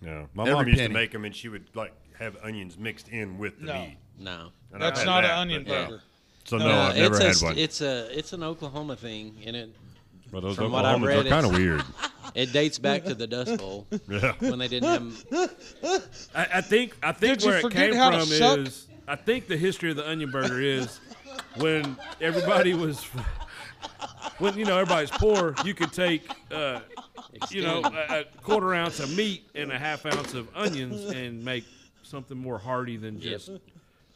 Speaker 6: No. My
Speaker 7: Every
Speaker 6: mom used
Speaker 7: penny.
Speaker 6: to make them, and she would like have onions mixed in with the
Speaker 2: No.
Speaker 6: meat.
Speaker 5: No. Uh,
Speaker 6: And I've
Speaker 2: That's
Speaker 6: had
Speaker 2: not
Speaker 6: that,
Speaker 2: an onion
Speaker 6: but yeah.
Speaker 2: burger.
Speaker 6: So no, I've never
Speaker 5: it's
Speaker 6: had
Speaker 5: a, st-
Speaker 6: one.
Speaker 5: It's a it's an Oklahoma thing, and it
Speaker 6: well, those
Speaker 5: from what I've
Speaker 6: Oklahomans
Speaker 5: read,
Speaker 6: are kind of
Speaker 5: it's-
Speaker 6: weird.
Speaker 5: it dates back to the Dust Bowl
Speaker 6: yeah.
Speaker 5: when they didn't have
Speaker 3: I, I think I think
Speaker 2: Did you
Speaker 3: where it
Speaker 2: forget
Speaker 3: came
Speaker 2: how to
Speaker 3: from
Speaker 2: suck?
Speaker 3: is I think the history of the onion burger is when everybody was when you know everybody's poor, you could take uh, you know a, a quarter ounce of meat and a half ounce of onions and make something more hearty than just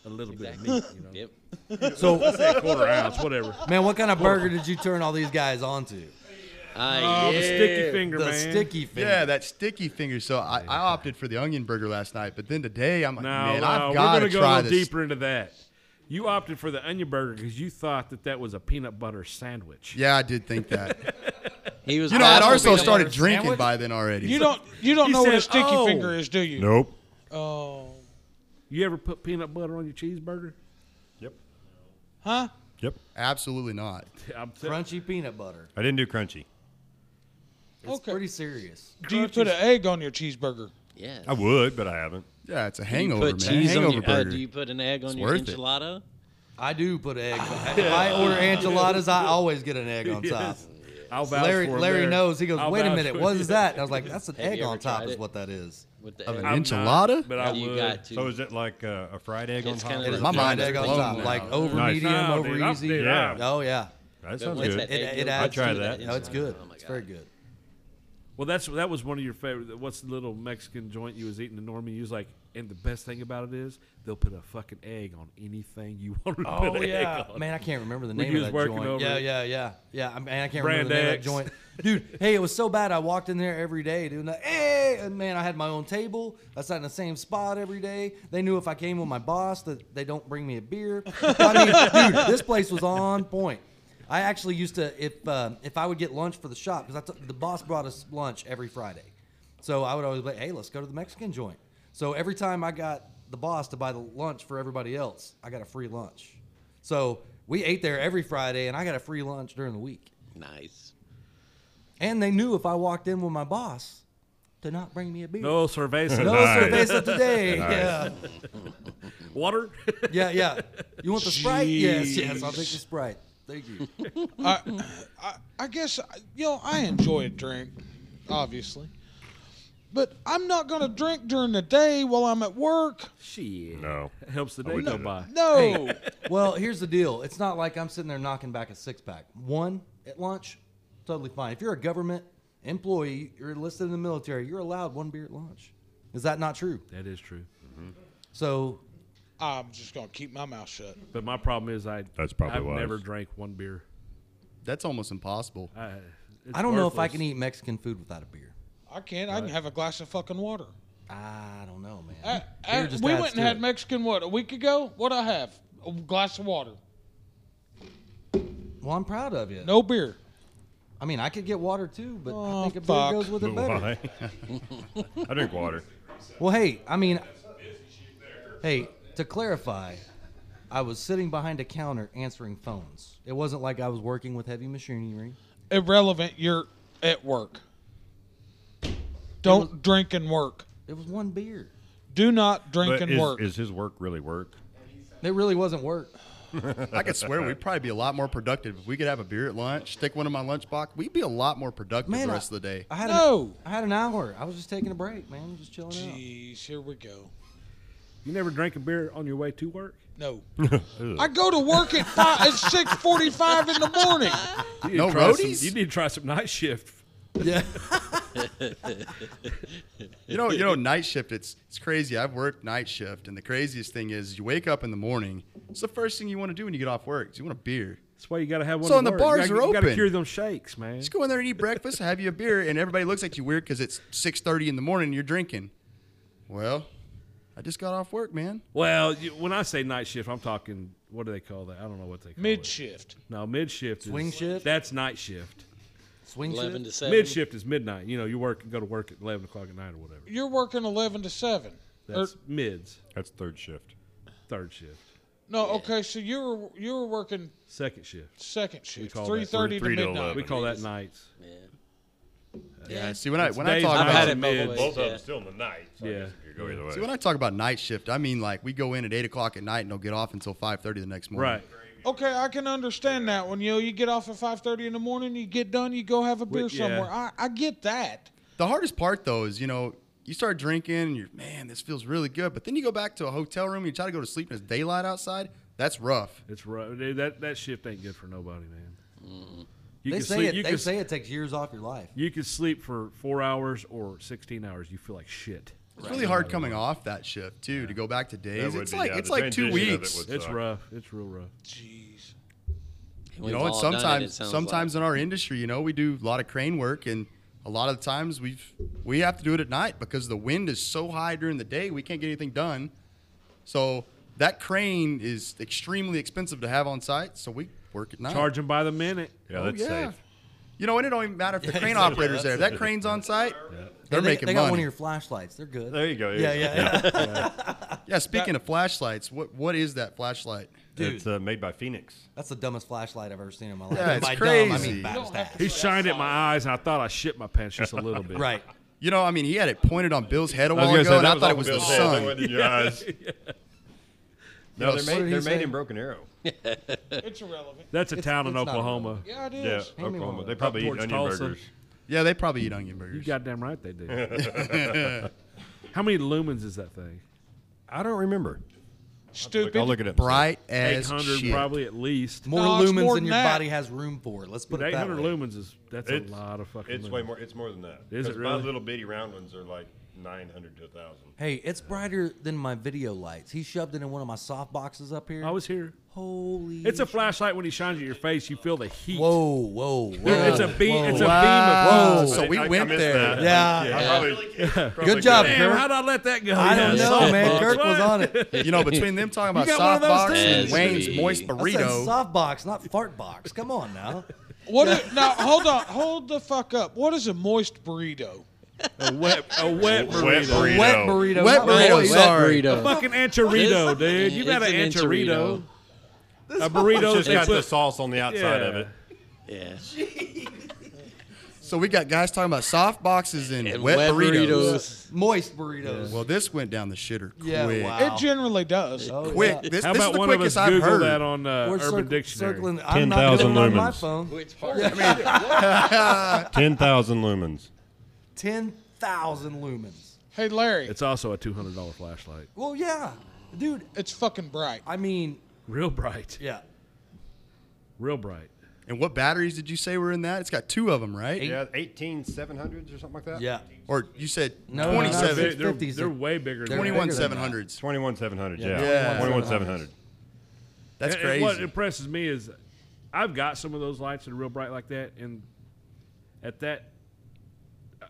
Speaker 3: a little
Speaker 5: Exactly.
Speaker 3: bit of meat. You know,
Speaker 5: Yep.
Speaker 1: So,
Speaker 3: Say a quarter ounce, whatever.
Speaker 1: man, what kind of burger did you turn all these guys onto?
Speaker 5: Ah,
Speaker 3: Oh,
Speaker 5: yeah.
Speaker 3: the sticky finger,
Speaker 1: The
Speaker 3: man.
Speaker 1: sticky finger.
Speaker 7: Yeah, that sticky finger. So I, I opted for the onion burger last night, but then today I'm like,
Speaker 3: No,
Speaker 7: man,
Speaker 3: no,
Speaker 7: I've
Speaker 3: uh, we're
Speaker 7: got
Speaker 3: gonna
Speaker 7: to
Speaker 3: go
Speaker 7: try
Speaker 3: a little
Speaker 7: this.
Speaker 3: deeper into that. You opted for the onion burger because you thought that that was a peanut butter sandwich.
Speaker 7: Yeah, I did think that.
Speaker 5: He was.
Speaker 7: You know, I'd
Speaker 5: also
Speaker 7: also
Speaker 5: being
Speaker 7: started
Speaker 5: over-
Speaker 7: drinking by then already.
Speaker 2: You
Speaker 7: so-
Speaker 2: don't you don't
Speaker 3: He
Speaker 2: know what a
Speaker 3: said,
Speaker 2: sticky
Speaker 3: "Oh."
Speaker 2: finger is, do you?
Speaker 6: Nope.
Speaker 2: Oh.
Speaker 3: You ever put peanut butter on your cheeseburger?
Speaker 6: Yep.
Speaker 2: Huh?
Speaker 6: Yep.
Speaker 7: absolutely not.
Speaker 3: I'm t-
Speaker 1: Crunchy peanut butter.
Speaker 6: I didn't do crunchy.
Speaker 1: It's
Speaker 2: okay.
Speaker 1: pretty serious.
Speaker 2: Do you put an egg on your cheeseburger?
Speaker 5: Yes.
Speaker 6: I would, but I haven't.
Speaker 7: Yeah, it's a
Speaker 5: Do you
Speaker 7: hangover,
Speaker 5: put
Speaker 7: man.
Speaker 5: cheese on
Speaker 7: hangover
Speaker 5: your, uh,
Speaker 7: burger.
Speaker 5: do you put an egg on
Speaker 7: It's
Speaker 5: your
Speaker 7: worth it.
Speaker 5: enchilada?
Speaker 1: I do put eggs. on- If I order enchiladas, I always get an egg on top.
Speaker 3: Yes. I'll vouch
Speaker 1: Larry,
Speaker 3: for him
Speaker 1: Larry
Speaker 3: there.
Speaker 1: knows. He goes,
Speaker 3: I'll
Speaker 1: "Wait a
Speaker 3: vouch
Speaker 1: minute,
Speaker 3: for
Speaker 1: what
Speaker 3: you."
Speaker 1: is that?" And I was like, "That's an
Speaker 5: Have
Speaker 1: egg
Speaker 5: you
Speaker 1: on
Speaker 5: ever
Speaker 1: top,
Speaker 5: tried
Speaker 1: is
Speaker 5: it?
Speaker 1: what that is."
Speaker 5: With the
Speaker 7: Of an
Speaker 5: egg.
Speaker 3: I'm
Speaker 7: Enchilada?
Speaker 3: not, but I
Speaker 5: you
Speaker 3: would.
Speaker 5: got to.
Speaker 6: So is it like uh, a fried egg
Speaker 5: It's
Speaker 6: on top?
Speaker 5: kinda
Speaker 1: It is
Speaker 5: My
Speaker 1: my mind
Speaker 5: mind is
Speaker 1: egg on
Speaker 7: blown
Speaker 1: top,
Speaker 7: now.
Speaker 1: like over
Speaker 6: Nice.
Speaker 1: medium,
Speaker 3: Nah,
Speaker 1: over
Speaker 3: dude, I'm-
Speaker 1: easy.
Speaker 3: dude, I'm-
Speaker 1: Oh yeah,
Speaker 6: That
Speaker 5: But
Speaker 6: sounds
Speaker 5: once
Speaker 6: good.
Speaker 5: that
Speaker 1: it,
Speaker 5: egg
Speaker 1: it
Speaker 5: yolk
Speaker 1: adds.
Speaker 5: gets
Speaker 6: try
Speaker 5: to
Speaker 6: that.
Speaker 1: No, it's
Speaker 5: enchilada,
Speaker 1: good.
Speaker 5: oh my
Speaker 1: It's
Speaker 5: God.
Speaker 1: very good.
Speaker 3: Well, that's that was one of your favorite. What's the little Mexican joint you was eating in Norman? You was like, and the best thing about it is they'll put a fucking egg on anything you want to Oh,
Speaker 7: Oh,
Speaker 6: Oh,
Speaker 3: put an egg on.
Speaker 1: man, I can't remember the
Speaker 3: When
Speaker 1: name
Speaker 3: you
Speaker 1: of
Speaker 3: was
Speaker 1: that
Speaker 3: working
Speaker 1: joint.
Speaker 3: over
Speaker 1: yeah,
Speaker 3: it.
Speaker 1: yeah, yeah, yeah. I, man, I can't
Speaker 3: Brand
Speaker 1: remember the name of
Speaker 3: X.
Speaker 1: that joint, dude. Hey, it was so bad. I walked in there every day doing that. Hey, and man, I had my own table. I sat in the same spot every day. They knew if I came with my boss that they don't bring me a beer. I mean, dude, this place was on point. I actually used to if um, if I would get lunch for the shop because the boss brought us lunch every Friday, so I would always be like, hey, let's go to the Mexican joint. So every time I got the boss to buy the lunch for everybody else, I got a free lunch. So we ate there every Friday, and I got a free lunch during the week.
Speaker 5: Nice.
Speaker 1: And they knew if I walked in with my boss to not bring me a beer.
Speaker 3: No cerveza.
Speaker 1: No
Speaker 6: Nice.
Speaker 1: cerveza today. Yeah,
Speaker 3: Water.
Speaker 1: yeah, yeah. You want the sprite? Yes, yes. I'll take the sprite. Thank you.
Speaker 2: I, I, I guess you know I enjoy a drink, obviously, but I'm not gonna drink during the day while I'm at work.
Speaker 3: Shit.
Speaker 6: No.
Speaker 3: Helps the
Speaker 6: I
Speaker 3: day
Speaker 6: would
Speaker 3: go
Speaker 6: do
Speaker 3: by.
Speaker 2: No,
Speaker 1: Hey, well, here's the deal. It's not like I'm sitting there knocking back a six pack. One at lunch, totally fine. If you're a government employee, you're enlisted in the military, you're allowed one beer at lunch. Is that not true?
Speaker 3: That is true.
Speaker 1: So,
Speaker 2: I'm just gonna keep my mouth shut.
Speaker 3: But my problem is I.
Speaker 6: That's probably
Speaker 3: I've
Speaker 6: wise.
Speaker 3: never drank one beer.
Speaker 7: That's almost impossible.
Speaker 3: I, it's
Speaker 1: I don't know if I
Speaker 3: worthless.
Speaker 1: can eat Mexican food without a beer.
Speaker 2: I can't. I can have a glass of fucking water.
Speaker 1: I don't know, man.
Speaker 2: I,
Speaker 1: Beer
Speaker 2: I-
Speaker 1: just
Speaker 2: we
Speaker 1: adds
Speaker 2: went and
Speaker 1: to
Speaker 2: had
Speaker 1: it.
Speaker 2: Mexican what a week ago. What I have? A glass of water.
Speaker 1: Well, I'm proud of you.
Speaker 2: No beer.
Speaker 1: I mean, I could get water too, but
Speaker 2: Oh,
Speaker 1: I think a beer
Speaker 2: fuck.
Speaker 1: goes with it
Speaker 6: But
Speaker 1: better.
Speaker 6: why? I drink water.
Speaker 1: Well, hey, I mean, hey, to clarify, I was sitting behind a counter answering phones. It wasn't like I was working with heavy machinery.
Speaker 2: Irrelevant. You're at work. Don't drink and work.
Speaker 1: It was one beer.
Speaker 2: Do not drink
Speaker 6: But
Speaker 2: and
Speaker 6: is,
Speaker 2: work.
Speaker 6: is his work really work?
Speaker 1: It really wasn't work.
Speaker 7: I could swear we'd probably be a lot more productive if we could have a beer at lunch, stick one in my lunchbox. We'd be a lot more productive
Speaker 1: Man,
Speaker 7: the
Speaker 1: I-
Speaker 7: rest of the day.
Speaker 1: I had
Speaker 2: No.
Speaker 1: An, I had an hour. I was just taking a break, man. Just chilling out.
Speaker 2: Jeez, here we go.
Speaker 3: You never drank a beer on your way to work?
Speaker 2: No. I go to work at five, at six forty-five in the morning.
Speaker 3: You need
Speaker 7: Uh, No
Speaker 3: to try some-
Speaker 7: roadies?
Speaker 3: you need to try some night shift.
Speaker 1: Yeah.
Speaker 7: You know, you know, night shift. It's it's crazy. I've worked night shift, and the craziest thing is you wake up in the morning. It's the first thing you want to do when you get off work. Is you want a beer.
Speaker 3: That's why you got to have one.
Speaker 7: So
Speaker 3: to
Speaker 7: and the
Speaker 3: work.
Speaker 7: bars
Speaker 3: you gotta,
Speaker 7: are
Speaker 3: you gotta
Speaker 7: open.
Speaker 3: cure them shakes, man.
Speaker 7: Just go in there and eat breakfast, have you a beer, and everybody looks at you weird because it's six thirty in the morning. and You're drinking. Well, I just got off work, man.
Speaker 3: Well, you, when I say night shift, I'm talking. What do they call that? I don't know what they call
Speaker 2: Mid
Speaker 3: it.
Speaker 2: shift.
Speaker 3: No, mid shift.
Speaker 1: Swing
Speaker 3: is,
Speaker 1: shift?
Speaker 3: That's night shift.
Speaker 1: Swing
Speaker 5: Eleven to
Speaker 1: shift.
Speaker 5: seven.
Speaker 3: Mid shift is midnight. You know, you work go to work at eleven o'clock at night or whatever.
Speaker 2: You're working eleven to seven.
Speaker 1: Er,
Speaker 2: Or-
Speaker 3: That's mids.
Speaker 6: That's third shift.
Speaker 3: Third shift.
Speaker 2: no, okay. So you were you were working
Speaker 3: Second shift.
Speaker 2: second shift,
Speaker 3: call that
Speaker 2: three thirty to
Speaker 6: three to
Speaker 2: midnight.
Speaker 3: We
Speaker 6: 11.
Speaker 3: call that nights.
Speaker 5: Yeah.
Speaker 7: Yeah. See when I when I
Speaker 3: Days,
Speaker 7: talk
Speaker 5: I've
Speaker 3: nights,
Speaker 5: had
Speaker 7: about
Speaker 5: it
Speaker 3: and
Speaker 5: both ways.
Speaker 3: mids.
Speaker 5: Both of Yeah. them's
Speaker 6: still in the night.
Speaker 3: I Yeah. guess
Speaker 6: you go either way.
Speaker 7: see when I talk about night shift, I mean like we go in at eight o'clock at night and don't get off until five thirty the next morning.
Speaker 3: Right.
Speaker 2: Okay, I can understand that. When you know, you get off at five thirty in the morning, you get done, you go have a beer
Speaker 3: Wait, yeah.
Speaker 2: somewhere. I, I get that.
Speaker 7: The hardest part though is you know you start drinking and you're man this feels really good, but then you go back to a hotel room and you try to go to sleep and it's daylight outside. That's rough.
Speaker 3: It's rough. Dude, that that shift ain't good for nobody, man. You
Speaker 1: They
Speaker 3: can
Speaker 1: say
Speaker 3: sleep.
Speaker 1: it.
Speaker 3: you
Speaker 1: They
Speaker 3: can,
Speaker 1: say it takes years off your life.
Speaker 3: You can sleep for four hours or sixteen hours. You feel like shit.
Speaker 7: It's really hard coming off that shift too to go back to days.
Speaker 6: would
Speaker 7: It's
Speaker 6: be,
Speaker 7: like
Speaker 6: yeah,
Speaker 7: it's
Speaker 6: the
Speaker 7: like two
Speaker 6: transition of it
Speaker 7: weeks.
Speaker 6: would
Speaker 3: It's
Speaker 6: suck.
Speaker 3: rough. It's real rough.
Speaker 2: Jeez.
Speaker 7: you know, and sometimes sometimes in our industry, you know, we do a lot of crane work, and a lot of the times we've we have to do it at night because the wind is so high during the day we can't get anything done. So that crane is extremely expensive to have on site, so we work at night.
Speaker 3: Charging by the minute.
Speaker 6: Yeah, that's
Speaker 7: yeah.
Speaker 6: safe.
Speaker 7: You know, and it don't even matter if the crane
Speaker 6: exactly.
Speaker 7: operator's there.
Speaker 6: That's
Speaker 7: If that crane's on site, they're
Speaker 1: And they,
Speaker 7: making
Speaker 1: they got
Speaker 7: money.
Speaker 1: one of your flashlights. They're good.
Speaker 6: There you go.
Speaker 1: yeah, yeah, yeah.
Speaker 7: yeah, speaking of flashlights, what what is that flashlight?
Speaker 1: Dude.
Speaker 6: It's uh, made by Phoenix.
Speaker 1: That's the dumbest flashlight I've ever seen in my life.
Speaker 7: Yeah,
Speaker 1: And
Speaker 7: it's
Speaker 1: by dumb, I
Speaker 7: crazy.
Speaker 1: mean
Speaker 7: You
Speaker 1: bad as
Speaker 2: don't have
Speaker 1: heck.
Speaker 3: He shined at my eyes, and I thought I shit my pants just a little bit.
Speaker 1: Right.
Speaker 7: You know, I mean, he had it pointed on Bill's head a
Speaker 3: was
Speaker 7: while
Speaker 3: gonna
Speaker 7: ago,
Speaker 3: say,
Speaker 7: and
Speaker 3: that
Speaker 7: I
Speaker 3: was
Speaker 7: thought
Speaker 3: all
Speaker 7: it was the
Speaker 3: Bill's
Speaker 6: Yeah, that
Speaker 7: sun.
Speaker 6: went in your eyes. No,
Speaker 7: Yes.
Speaker 6: they're
Speaker 1: What did
Speaker 6: made,
Speaker 1: he
Speaker 6: they're made
Speaker 1: say?
Speaker 6: in Broken Arrow.
Speaker 2: It's irrelevant.
Speaker 3: That's a
Speaker 1: It's-
Speaker 3: town
Speaker 1: it's
Speaker 3: in
Speaker 1: not
Speaker 3: Oklahoma.
Speaker 1: relevant.
Speaker 2: Yeah, it
Speaker 6: Yeah,
Speaker 2: is.
Speaker 1: Hand me
Speaker 6: Oklahoma.
Speaker 1: one.
Speaker 6: They probably eat
Speaker 3: towards
Speaker 6: onion
Speaker 3: Tulsa.
Speaker 6: burgers.
Speaker 7: Yeah, they probably eat onion
Speaker 3: You
Speaker 7: burgers.
Speaker 3: goddamn right they do. How many lumens is that thing?
Speaker 6: I don't remember.
Speaker 2: Stupid.
Speaker 6: I'll look it up.
Speaker 7: Bright as
Speaker 3: 800
Speaker 7: shit.
Speaker 3: probably at least.
Speaker 1: More
Speaker 2: No, it's
Speaker 1: lumens
Speaker 2: more
Speaker 1: than
Speaker 2: than
Speaker 1: your
Speaker 2: that.
Speaker 1: body has room for. Let's put
Speaker 3: But
Speaker 1: it that
Speaker 3: 800
Speaker 1: way.
Speaker 3: lumens is that's
Speaker 6: It's-
Speaker 3: a lot of fucking.
Speaker 6: It's
Speaker 3: lumens.
Speaker 6: way more. It's more than that.
Speaker 3: Is it
Speaker 6: 'Cause My
Speaker 3: really?
Speaker 6: little bitty round ones are like 900 to 1,000.
Speaker 1: Hey, it's brighter than my video lights. He shoved it in one of my soft boxes up here.
Speaker 3: I was here.
Speaker 1: Holy.
Speaker 3: It's a flashlight. When he shines at your face, you feel the heat.
Speaker 1: Whoa, whoa, whoa.
Speaker 3: It's a beam.
Speaker 1: Oh,
Speaker 3: It's a beam
Speaker 7: Wow.
Speaker 3: of.
Speaker 7: So
Speaker 6: I-
Speaker 7: we
Speaker 6: I- I
Speaker 7: went
Speaker 6: missed
Speaker 7: there.
Speaker 6: that.
Speaker 1: Yeah.
Speaker 6: I probably- probably
Speaker 1: Good job,
Speaker 3: Damn,
Speaker 1: Kirk.
Speaker 3: how'd I let that go?
Speaker 1: I don't
Speaker 3: Yeah.
Speaker 1: know, man.
Speaker 3: Softbox.
Speaker 1: Kirk was on it.
Speaker 7: You know, between them talking about
Speaker 3: got one of those
Speaker 7: softbox
Speaker 5: things?
Speaker 7: and Wayne's
Speaker 5: Yes,
Speaker 7: moist
Speaker 5: we-
Speaker 1: I said
Speaker 7: burrito,
Speaker 1: soft box, not fart box. Come on now.
Speaker 2: What? i- now hold on. Hold the fuck up. What is a moist burrito?
Speaker 3: A wet, a wet burrito.
Speaker 6: Wet burrito.
Speaker 1: Wet burrito.
Speaker 7: Wet
Speaker 1: not
Speaker 7: burrito,
Speaker 1: moist.
Speaker 7: sorry.
Speaker 3: A fucking enchilada, dude. You got an enchilada. A burrito that's
Speaker 6: It's just got the
Speaker 3: put
Speaker 6: sauce on the outside
Speaker 3: Yeah.
Speaker 6: of it.
Speaker 5: Yeah.
Speaker 7: so we got guys talking about soft boxes and,
Speaker 5: And
Speaker 7: wet, burritos.
Speaker 1: Moist burritos.
Speaker 7: Well, this went down the shitter quick.
Speaker 1: Yeah, wow.
Speaker 2: It generally does.
Speaker 1: Oh,
Speaker 7: Quick.
Speaker 1: yeah.
Speaker 7: This,
Speaker 3: How
Speaker 7: this
Speaker 3: about
Speaker 7: is the
Speaker 3: one of us
Speaker 7: quickest I've
Speaker 3: Google
Speaker 7: heard.
Speaker 3: that on uh,
Speaker 1: We're
Speaker 3: Urban
Speaker 1: circ-
Speaker 3: Dictionary?
Speaker 1: circling. I'm not
Speaker 6: 10,000
Speaker 1: doing it on my
Speaker 6: lumens.
Speaker 1: phone.
Speaker 6: Ten thousand lumens.
Speaker 1: 10,000 lumens.
Speaker 2: Hey Larry, it's,
Speaker 3: It's also a two hundred dollar flashlight.
Speaker 1: Well, yeah. Dude,
Speaker 2: fucking bright.
Speaker 1: I mean,
Speaker 3: Real bright.
Speaker 1: yeah.
Speaker 3: Real bright.
Speaker 7: And what batteries did you say were in that? It's got two of them, right?
Speaker 1: Eight.
Speaker 6: Yeah, eighteen seven hundreds or something like that.
Speaker 1: Yeah.
Speaker 7: Or you said
Speaker 1: No, no, no.
Speaker 3: They're,
Speaker 7: 27,
Speaker 1: Fifty-
Speaker 3: they're,
Speaker 1: fifties
Speaker 3: they're
Speaker 1: are-
Speaker 3: way bigger.
Speaker 1: they're
Speaker 3: than
Speaker 1: bigger
Speaker 7: 21
Speaker 1: than that.
Speaker 7: 700s.
Speaker 6: Twenty one seven hundred. Yeah.
Speaker 7: Yeah.
Speaker 6: Twenty one seven hundred.
Speaker 7: That's
Speaker 3: And- and What
Speaker 7: crazy.
Speaker 3: impresses me is I've got some of those lights that are real bright like that, and at that,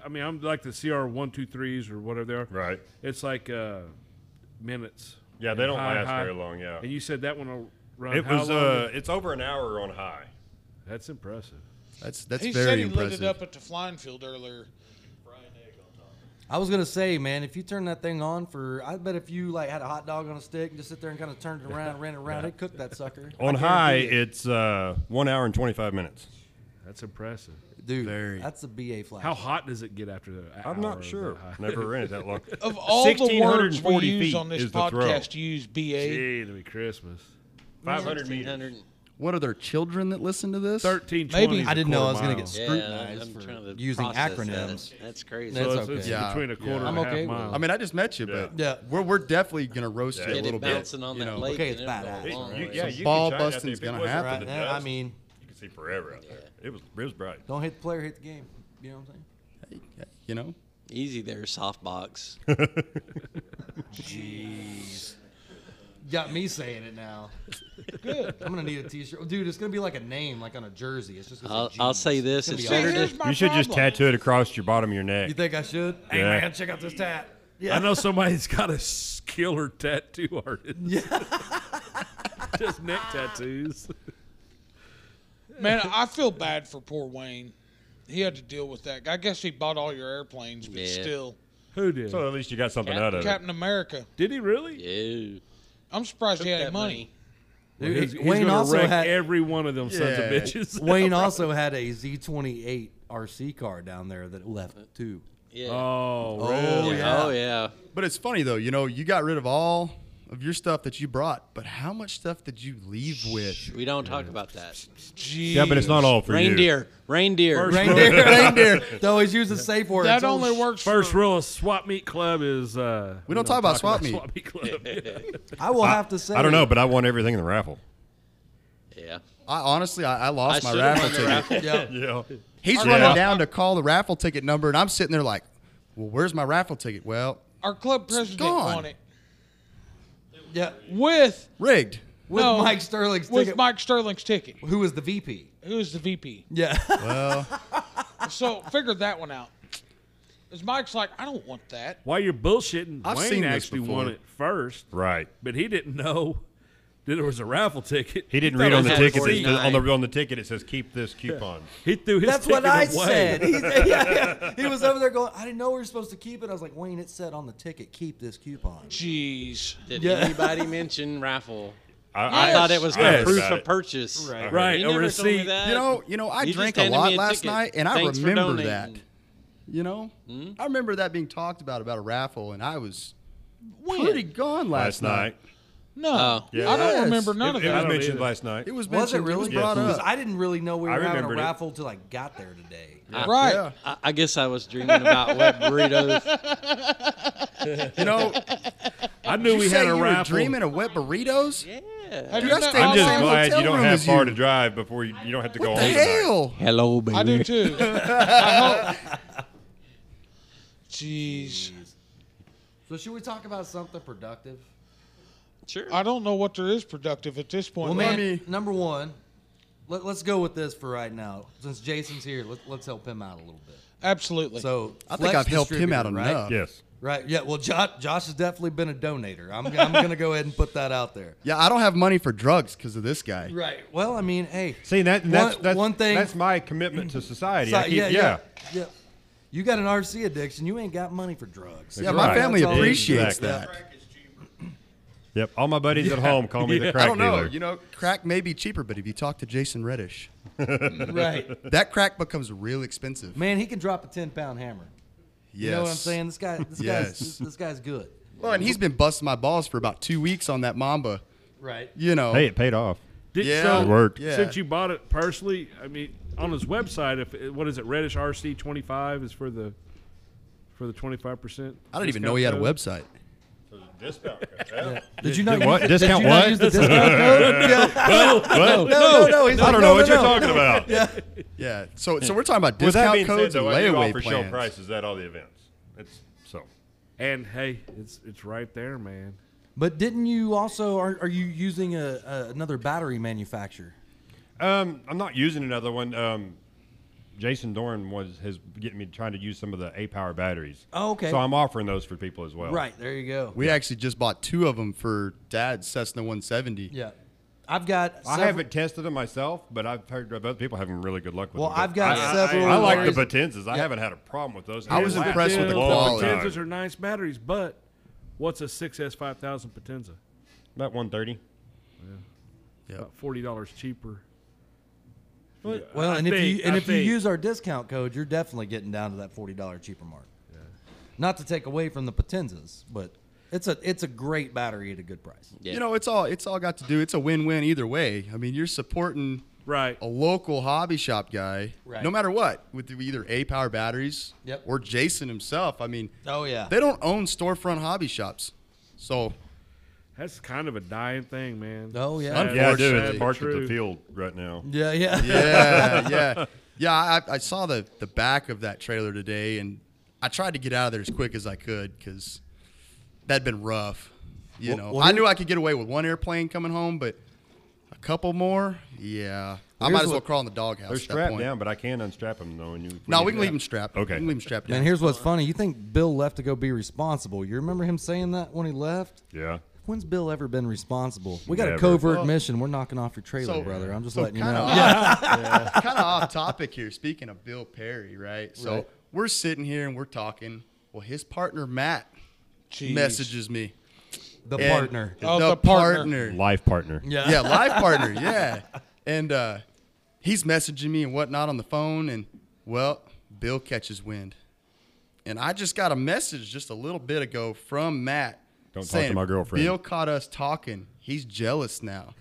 Speaker 3: I mean, I'm like the CR one two threes or whatever they are.
Speaker 6: Right.
Speaker 3: It's like uh, minutes.
Speaker 6: Yeah, they
Speaker 3: And
Speaker 6: don't
Speaker 3: high,
Speaker 6: last
Speaker 3: high.
Speaker 6: very long. Yeah.
Speaker 3: And you said that one will run.
Speaker 6: It
Speaker 3: how
Speaker 6: was.
Speaker 3: long?
Speaker 6: Uh, it's over an hour on high.
Speaker 3: That's impressive.
Speaker 7: That's that's
Speaker 2: he said
Speaker 7: very
Speaker 2: he
Speaker 7: impressive.
Speaker 2: lit it up at the flying field earlier.
Speaker 1: I was gonna say, man, if you turn that thing on for, I bet if you like had a hot dog on a stick and just sit there and kind of turned it around, ran it around, it cooked that sucker.
Speaker 6: On
Speaker 1: I guarantee
Speaker 6: high,
Speaker 1: it.
Speaker 6: it's uh, one hour and twenty five minutes.
Speaker 3: That's impressive.
Speaker 1: dude,
Speaker 7: Very.
Speaker 1: that's a BA flash.
Speaker 3: How hot does it get after that?
Speaker 6: I'm not sure.
Speaker 7: uh,
Speaker 6: Never ran it that long.
Speaker 2: Of all the words we
Speaker 6: 1640
Speaker 2: use
Speaker 6: feet
Speaker 2: on this
Speaker 6: is the throw.
Speaker 2: podcast, you use BA.
Speaker 3: Gee, it'll be Christmas.
Speaker 6: Five hundred meters.
Speaker 7: what are their children that listen to this?
Speaker 3: Thirteen.
Speaker 2: Maybe.
Speaker 1: I didn't know I was gonna get
Speaker 3: So
Speaker 1: scrutinized
Speaker 5: I'm trying
Speaker 1: for
Speaker 5: to
Speaker 1: using
Speaker 5: process
Speaker 1: acronyms.
Speaker 5: That. That's crazy.
Speaker 1: That's
Speaker 3: it's,
Speaker 1: okay.
Speaker 3: it's
Speaker 7: Yeah.
Speaker 3: between a quarter
Speaker 1: I'm
Speaker 3: and a half
Speaker 1: okay with
Speaker 3: mile.
Speaker 1: it.
Speaker 7: I mean, I just met you, but
Speaker 1: Yeah.
Speaker 7: we're, we're definitely gonna roast you
Speaker 5: Get
Speaker 7: a
Speaker 5: it
Speaker 7: little bit.
Speaker 5: bouncing on
Speaker 7: you
Speaker 5: that
Speaker 7: know.
Speaker 5: lake.
Speaker 1: Okay,
Speaker 5: and
Speaker 1: it's badass.
Speaker 5: it'll go a long
Speaker 6: You-
Speaker 5: way.
Speaker 6: yeah,
Speaker 7: Some
Speaker 6: you
Speaker 7: ball
Speaker 6: can shine out there.
Speaker 7: busting's
Speaker 6: If it
Speaker 7: gonna
Speaker 6: wasn't for
Speaker 7: happen.
Speaker 6: the
Speaker 1: Right, I
Speaker 6: dust,
Speaker 1: mean-
Speaker 6: you can see forever out there. It was, it was bright.
Speaker 1: Don't hit the player, hit the game. You know what I'm saying?
Speaker 7: You know,
Speaker 5: Easy there, softbox.
Speaker 1: Jeez. Got me saying it now. Good. I'm gonna need a T-shirt, Oh, dude. It's gonna be like a name, like on a jersey. It's just. Gonna
Speaker 5: I'll,
Speaker 1: say
Speaker 5: I'll
Speaker 1: Jeez.
Speaker 5: say this:
Speaker 1: It's
Speaker 5: if
Speaker 1: gonna be
Speaker 5: Saturday,
Speaker 2: Here's my
Speaker 6: You should just
Speaker 2: problem.
Speaker 6: tattoo it across your bottom of your
Speaker 1: You
Speaker 6: neck.
Speaker 1: think I should? Hey
Speaker 6: Yeah.
Speaker 1: man, check out this tat. Yeah.
Speaker 3: I know somebody's got a s- killer tattoo artist. Just neck tattoos.
Speaker 2: Man, I feel bad for poor Wayne. He had to deal with that. I guess he bought all your airplanes, but
Speaker 5: Yeah.
Speaker 2: still,
Speaker 3: Who did?
Speaker 6: So at least you got something out of it.
Speaker 2: Captain America.
Speaker 3: did he really?
Speaker 5: Yeah.
Speaker 2: I'm surprised he
Speaker 5: Took
Speaker 2: had
Speaker 5: that
Speaker 2: money.
Speaker 1: Dude,
Speaker 3: He's,
Speaker 1: it-
Speaker 3: he's
Speaker 1: Wayne
Speaker 3: gonna
Speaker 1: also
Speaker 3: wreck
Speaker 1: had
Speaker 3: every one of them sons of
Speaker 7: Yeah.
Speaker 3: bitches.
Speaker 1: Wayne also had a Z28 RC car down there that left too.
Speaker 5: Yeah.
Speaker 3: Oh,
Speaker 1: Oh,
Speaker 3: really?
Speaker 1: yeah.
Speaker 5: Oh yeah.
Speaker 7: but it's funny though. You know, you got rid of all of your stuff that you brought, but how much stuff did you leave with?
Speaker 5: We don't talk about that.
Speaker 2: Jeez.
Speaker 6: Yeah, but it's not all Oh, for you.
Speaker 5: Reindeer. Reindeer.
Speaker 3: First-
Speaker 1: Reindeer, reindeer. They always use the safe word.
Speaker 2: That
Speaker 1: It's all
Speaker 2: only
Speaker 1: sh-
Speaker 2: works
Speaker 3: First
Speaker 2: for
Speaker 3: rule of swap meet club is uh,
Speaker 7: We don't talk about swap meet.
Speaker 3: club.
Speaker 1: I will have to say.
Speaker 6: I don't know, but I won everything in the raffle.
Speaker 5: Yeah.
Speaker 7: I honestly, I, I lost
Speaker 5: I
Speaker 7: my
Speaker 5: should've
Speaker 7: raffle
Speaker 5: won the
Speaker 7: ticket.
Speaker 5: raffle.
Speaker 1: Yeah.
Speaker 6: Yeah.
Speaker 7: He's
Speaker 6: Yeah.
Speaker 7: running down to call the raffle ticket number, and I'm sitting there like, "Well, where's my raffle ticket?" Well,
Speaker 2: our club president
Speaker 7: gone.
Speaker 2: on it
Speaker 1: Yeah,
Speaker 2: with
Speaker 7: Rigged.
Speaker 1: with
Speaker 2: No,
Speaker 1: Mike Sterling's
Speaker 2: with
Speaker 1: ticket,
Speaker 2: Mike Sterling's ticket.
Speaker 1: who was the VP.
Speaker 2: Who is the VP?
Speaker 1: Yeah,
Speaker 7: Well,
Speaker 2: So figure that one out. 'Cause Mike's like, I don't want that.
Speaker 3: While you're bullshitting,
Speaker 7: I've
Speaker 3: Wayne
Speaker 7: seen this
Speaker 3: actually won
Speaker 7: before.
Speaker 3: it first,
Speaker 6: Right.
Speaker 3: but he didn't know that there was a raffle ticket.
Speaker 6: He didn't
Speaker 3: thought
Speaker 6: read
Speaker 3: it
Speaker 6: on
Speaker 3: was a
Speaker 6: the ticket.
Speaker 3: receipt.
Speaker 6: It says- on the on the ticket, it says keep this coupon.
Speaker 3: He threw his
Speaker 1: that's what
Speaker 3: ticket
Speaker 1: I
Speaker 3: away.
Speaker 1: said. He, yeah, yeah. he was over there going, I didn't know we were supposed to keep it. I was like, Wayne, it said on the ticket, keep this coupon.
Speaker 2: Jeez.
Speaker 5: Did
Speaker 1: Yeah.
Speaker 5: anybody mention raffle?
Speaker 6: I,
Speaker 5: I
Speaker 2: Yes.
Speaker 5: thought it was
Speaker 6: I
Speaker 5: a
Speaker 6: heard
Speaker 5: proof
Speaker 6: about
Speaker 5: of
Speaker 6: it.
Speaker 5: purchase.
Speaker 1: Right.
Speaker 3: Right,
Speaker 5: You
Speaker 3: a
Speaker 5: never told me
Speaker 3: receipt.
Speaker 5: that.
Speaker 7: you know, you know, I
Speaker 5: You just
Speaker 7: drank a
Speaker 5: handed me
Speaker 7: lot
Speaker 5: a
Speaker 7: last
Speaker 5: ticket.
Speaker 7: night, and I
Speaker 5: Thanks for
Speaker 7: remember that.
Speaker 5: donating. Hmm?
Speaker 7: You know, I remember that being talked about about a raffle, and I was
Speaker 2: When?
Speaker 7: pretty gone
Speaker 6: last night.
Speaker 2: No. I
Speaker 5: Oh.
Speaker 7: Yes.
Speaker 2: don't remember none of
Speaker 6: It, it was
Speaker 3: don't
Speaker 2: that.
Speaker 6: mentioned
Speaker 3: either.
Speaker 6: last night.
Speaker 7: It was
Speaker 1: Was it
Speaker 7: mentioned,
Speaker 1: really?
Speaker 7: was brought
Speaker 1: Because
Speaker 7: up.
Speaker 1: I didn't really know we
Speaker 6: I
Speaker 1: were having a
Speaker 6: remembered it.
Speaker 1: raffle till I got there today.
Speaker 2: Right.
Speaker 7: Yeah.
Speaker 5: I, I guess I was dreaming about web burritos.
Speaker 7: You know,
Speaker 3: I knew
Speaker 7: you
Speaker 3: we
Speaker 7: say
Speaker 3: had
Speaker 7: you
Speaker 3: a
Speaker 7: were
Speaker 3: raffle.
Speaker 7: dreaming of wet burritos.
Speaker 2: Have
Speaker 7: Dude,
Speaker 2: you
Speaker 7: I
Speaker 2: not-
Speaker 7: stayed
Speaker 6: I'm
Speaker 7: in the
Speaker 6: just
Speaker 7: same
Speaker 6: glad
Speaker 7: hotel
Speaker 6: you don't
Speaker 7: room
Speaker 6: have
Speaker 7: as
Speaker 6: far
Speaker 7: you.
Speaker 6: to drive before you, you don't have to go
Speaker 7: What the
Speaker 6: home. tonight.
Speaker 7: hell?
Speaker 5: Hello, baby.
Speaker 2: I do too. I hope. Jeez.
Speaker 1: So should we talk about something productive?
Speaker 5: Sure.
Speaker 2: I don't know what there is productive at this point.
Speaker 1: Well, man,
Speaker 7: me-
Speaker 1: number one, let, us go with this for right now. Since Jason's here, let, let's help him out a little bit.
Speaker 2: Absolutely.
Speaker 1: So
Speaker 7: I think I've helped him out
Speaker 1: Distributor, right?
Speaker 7: enough.
Speaker 6: Yes.
Speaker 1: Right. Yeah. Well, Josh, Josh has definitely been a donator. I'm, I'm going to go ahead and put that out there.
Speaker 7: Yeah, I don't have money for drugs because of this guy.
Speaker 1: Right. Well, I mean, hey.
Speaker 6: See that
Speaker 1: one,
Speaker 6: that's, that's
Speaker 1: one thing.
Speaker 6: That's my commitment to society.
Speaker 1: so-
Speaker 6: I keep, yeah,
Speaker 1: yeah. You got an RC addiction. You ain't got money for drugs.
Speaker 7: Yeah,
Speaker 6: That's
Speaker 7: my
Speaker 6: right.
Speaker 7: family
Speaker 1: That's all.
Speaker 7: appreciates
Speaker 6: Exactly.
Speaker 7: that.
Speaker 6: Yep. All my buddies at home call me the crack
Speaker 7: I don't know.
Speaker 6: dealer.
Speaker 7: You know, crack may be cheaper, but if you talk to Jason Reddish,
Speaker 1: Right.
Speaker 7: that crack becomes real expensive.
Speaker 1: Man, he can drop a 10 pound hammer.
Speaker 7: yes.
Speaker 1: You know what I'm saying? This guy, this
Speaker 7: Yes.
Speaker 1: guy's, this, this guy's good.
Speaker 7: Well, and he's been busting my balls for about two weeks on that Mamba.
Speaker 1: Right.
Speaker 7: You know.
Speaker 6: hey, it paid off.
Speaker 3: Did,
Speaker 7: Yeah.
Speaker 3: so,
Speaker 6: It worked.
Speaker 7: Yeah.
Speaker 3: Since you bought it personally, I mean, on his website, if what is it, Reddish RC twenty five is for the for the twenty five percent.
Speaker 7: I didn't even know he had a website.
Speaker 6: Discount.
Speaker 1: Did you not
Speaker 6: What
Speaker 1: use-
Speaker 6: discount?
Speaker 1: did you not
Speaker 6: What?
Speaker 1: use the discount code? Yeah.
Speaker 6: well,
Speaker 1: No, no, no. He's
Speaker 6: I
Speaker 1: like,
Speaker 6: don't
Speaker 1: no,
Speaker 6: know what
Speaker 1: no,
Speaker 6: you're
Speaker 1: no.
Speaker 6: talking about.
Speaker 7: Yeah. So, so we're talking about
Speaker 6: With
Speaker 7: discount
Speaker 6: that being said,
Speaker 7: codes
Speaker 6: though, I
Speaker 7: and
Speaker 6: do
Speaker 7: layaway
Speaker 6: offer
Speaker 7: plans.
Speaker 6: show prices at all the events. It's so.
Speaker 3: And hey, it's it's right there, man.
Speaker 1: But didn't you also are, are you using a, a another battery manufacturer?
Speaker 6: Um, I'm not using another one. Um, Jason Dorn was has getting me trying to use some of the A power batteries.
Speaker 1: Oh, okay.
Speaker 6: So I'm offering those for people as well.
Speaker 1: Oh. Right there, you go.
Speaker 7: We actually just bought two of them for Dad's Cessna 170.
Speaker 1: Yeah, I've got.
Speaker 6: I
Speaker 1: several-
Speaker 6: haven't tested them myself, but I've heard about other people having really good luck with
Speaker 1: Well,
Speaker 6: them. but
Speaker 1: I've got
Speaker 6: I,
Speaker 1: several.
Speaker 6: I like the
Speaker 1: batteries-
Speaker 6: Batenzas. I haven't had a problem with those.
Speaker 7: I was
Speaker 6: They last
Speaker 7: impressed with
Speaker 6: a
Speaker 7: the
Speaker 6: long
Speaker 7: quality.
Speaker 6: time.
Speaker 3: Potenzas are nice batteries, but what's a 6S 5000 Potenza?
Speaker 6: About 130.
Speaker 3: About forty dollars cheaper.
Speaker 1: Well,
Speaker 3: I
Speaker 1: and if
Speaker 3: think-
Speaker 1: you and
Speaker 3: I
Speaker 1: if
Speaker 3: think-
Speaker 1: you use our discount code, you're definitely getting down to that forty dollar cheaper mark. Not to take away from the Potenzas, but it's a it's a great battery at a good price.
Speaker 5: Yeah.
Speaker 7: You know, it's all it's all got to do. It's a win-win either way. I mean, you're supporting
Speaker 3: right,
Speaker 7: a local hobby shop guy,
Speaker 1: Right.
Speaker 7: no matter what, with either A Power batteries
Speaker 1: Yep.
Speaker 7: or Jason himself. I mean,
Speaker 1: Oh yeah,
Speaker 7: they don't own storefront hobby shops, so
Speaker 3: that's kind of a dying thing, man.
Speaker 1: Oh, yeah.
Speaker 3: Sad,
Speaker 6: Yeah, I do.
Speaker 3: sad,
Speaker 6: It's parked at
Speaker 3: true.
Speaker 6: the field right now.
Speaker 1: yeah, yeah,
Speaker 7: yeah, yeah, yeah. I, I saw the the back of that trailer today, and I tried to get out of there as quick as I could because that'd been rough. You
Speaker 1: Well-
Speaker 7: know,
Speaker 1: well,
Speaker 7: I
Speaker 1: here-
Speaker 7: knew I could get away with one airplane coming home, but a couple more, yeah, I might
Speaker 1: Here's
Speaker 7: as well
Speaker 1: what-
Speaker 7: crawl in the doghouse.
Speaker 6: They're
Speaker 7: at that
Speaker 6: strapped
Speaker 7: point.
Speaker 6: down, but I can unstrap them though. And you,
Speaker 7: No, we can
Speaker 6: need that.
Speaker 7: leave them strapped.
Speaker 6: Okay.
Speaker 7: we can leave them strapped
Speaker 1: Man,
Speaker 7: down.
Speaker 1: here's what's funny. You think Bill left to go be responsible? You remember him saying that when he left?
Speaker 6: Yeah.
Speaker 1: When's Bill ever been responsible? We got a
Speaker 6: Never.
Speaker 1: covert
Speaker 7: Well-
Speaker 1: mission. We're knocking off your trailer,
Speaker 7: So-
Speaker 1: brother. I'm just
Speaker 7: So
Speaker 1: letting you
Speaker 7: kinda
Speaker 1: know.
Speaker 7: Off, kind of off topic here. Speaking of Bill Perry, right? So
Speaker 1: Right.
Speaker 7: we're sitting here and we're talking. Well, his partner Matt
Speaker 2: Jeez.
Speaker 7: messages me.
Speaker 1: The
Speaker 7: And-
Speaker 1: partner.
Speaker 2: Oh,
Speaker 7: the,
Speaker 2: the partner.
Speaker 7: partner.
Speaker 6: Life partner.
Speaker 1: Yeah.
Speaker 7: Yeah, live partner. Yeah, and uh, he's messaging me and whatnot on the phone, and well, Bill catches wind, and I just got a message just a little bit ago from Matt.
Speaker 6: Don't talk to
Speaker 7: saying,
Speaker 6: my girlfriend.
Speaker 7: Bill caught us talking. He's jealous now.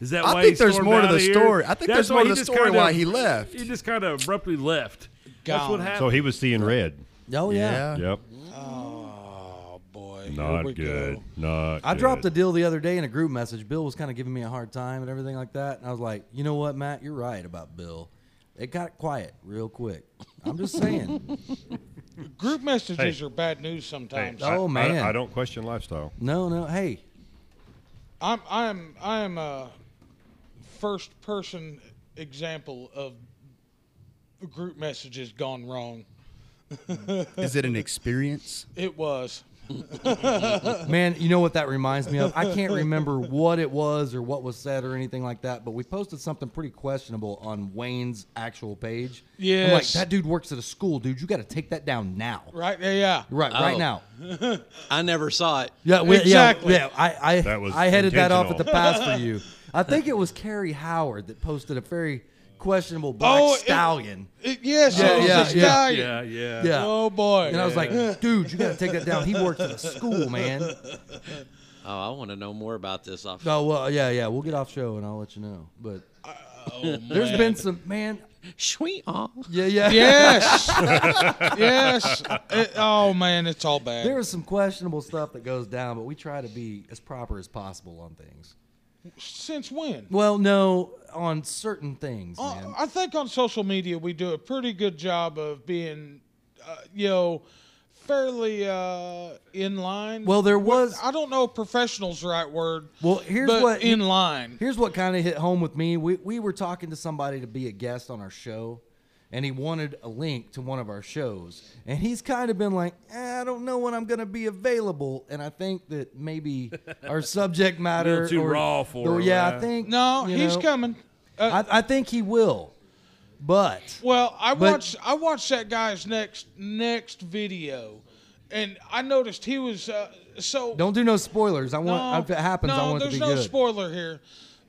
Speaker 3: Is that
Speaker 7: I
Speaker 3: why
Speaker 7: think
Speaker 3: he
Speaker 7: there's
Speaker 3: stormed
Speaker 7: more to
Speaker 3: out of
Speaker 7: the
Speaker 3: here?
Speaker 7: story. I think
Speaker 3: That's
Speaker 7: there's
Speaker 3: why
Speaker 7: more to
Speaker 3: he
Speaker 7: the
Speaker 3: just
Speaker 7: story
Speaker 3: kinda-
Speaker 7: why he left.
Speaker 3: He just kind of abruptly left. That's what
Speaker 2: Gone.
Speaker 3: happened.
Speaker 6: So he was seeing red.
Speaker 1: Oh yeah.
Speaker 6: Yep.
Speaker 2: Oh, boy. Here we
Speaker 6: Not
Speaker 2: go.
Speaker 6: good. Not.
Speaker 1: I
Speaker 6: good.
Speaker 1: dropped a deal the other day in a group message. Bill was kind of giving me a hard time and everything like that, and I was like, you know what, Matt, you're right about Bill. It got quiet real quick. I'm just saying.
Speaker 2: Group messages are bad news sometimes.
Speaker 6: I-
Speaker 1: Oh,
Speaker 6: I-
Speaker 1: man.
Speaker 6: I, don't question lifestyle.
Speaker 1: No, no. Hey,
Speaker 2: I'm I'm I'm a first person example of group messages gone wrong.
Speaker 7: Is it an experience?
Speaker 2: It was.
Speaker 1: man, you know what that reminds me of? I can't remember what it was or what was said or anything like that, but we posted something pretty questionable on Wayne's actual page. I'm like,
Speaker 2: Yes.
Speaker 1: that dude works at a school, dude. You got to take that down now.
Speaker 2: Right? Yeah.
Speaker 1: Right, right
Speaker 5: Oh.
Speaker 1: now.
Speaker 5: I never saw it.
Speaker 1: Yeah, we,
Speaker 2: Exactly.
Speaker 1: Yeah, yeah. I, I,
Speaker 6: That was
Speaker 1: I headed that off at the
Speaker 6: intentional.
Speaker 1: pass for you. I think it was Carrie Howard that posted a very questionable black
Speaker 2: Oh, it-
Speaker 1: stallion.
Speaker 2: It- yes.
Speaker 1: Yeah,
Speaker 2: it was
Speaker 1: yeah,
Speaker 2: this
Speaker 1: yeah.
Speaker 2: guy.
Speaker 3: Yeah, yeah.
Speaker 1: yeah.
Speaker 2: Oh boy.
Speaker 1: and I was like, dude, you got to take that down. He works at a school, man.
Speaker 5: Oh, I want to know more about this. Off.
Speaker 1: No, well, yeah, yeah. We'll get off show and I'll let you know. But there's been some, man.
Speaker 5: Sweet. aw.
Speaker 1: Yeah, yeah.
Speaker 2: yes. yes. It- oh man, it's all bad.
Speaker 1: There is some questionable stuff that goes down, but we try to be as proper as possible on things.
Speaker 2: Since when?
Speaker 1: Well, no, on certain things, man.
Speaker 2: I I think on social media we do a pretty good job of being, uh, you know, fairly uh, in line.
Speaker 1: Well, there
Speaker 2: What-
Speaker 1: was-
Speaker 2: I don't know if professional's the right word.
Speaker 1: Well, here's
Speaker 2: but
Speaker 1: what-
Speaker 2: in line.
Speaker 1: Here's what kind of hit home with me. We, we were talking to somebody to be a guest on our show, and he wanted a link to one of our shows. And he's kind of been like, eh, I don't know when I'm going to be available. And I think that maybe our subject matter.
Speaker 3: little too
Speaker 1: or-
Speaker 3: raw for
Speaker 1: or-
Speaker 3: him,
Speaker 1: Yeah, I
Speaker 3: yeah.
Speaker 1: think.
Speaker 2: no,
Speaker 1: you
Speaker 2: he's
Speaker 1: know,
Speaker 2: coming. Uh,
Speaker 1: I, I think he will. But.
Speaker 2: well, I
Speaker 1: but-
Speaker 2: watched I watched that guy's next next video, and I noticed he was uh, so.
Speaker 1: Don't do no spoilers. I want
Speaker 2: no,
Speaker 1: if it happens, I
Speaker 2: no,
Speaker 1: want it to
Speaker 2: there's
Speaker 1: be
Speaker 2: no
Speaker 1: good.
Speaker 2: spoiler here,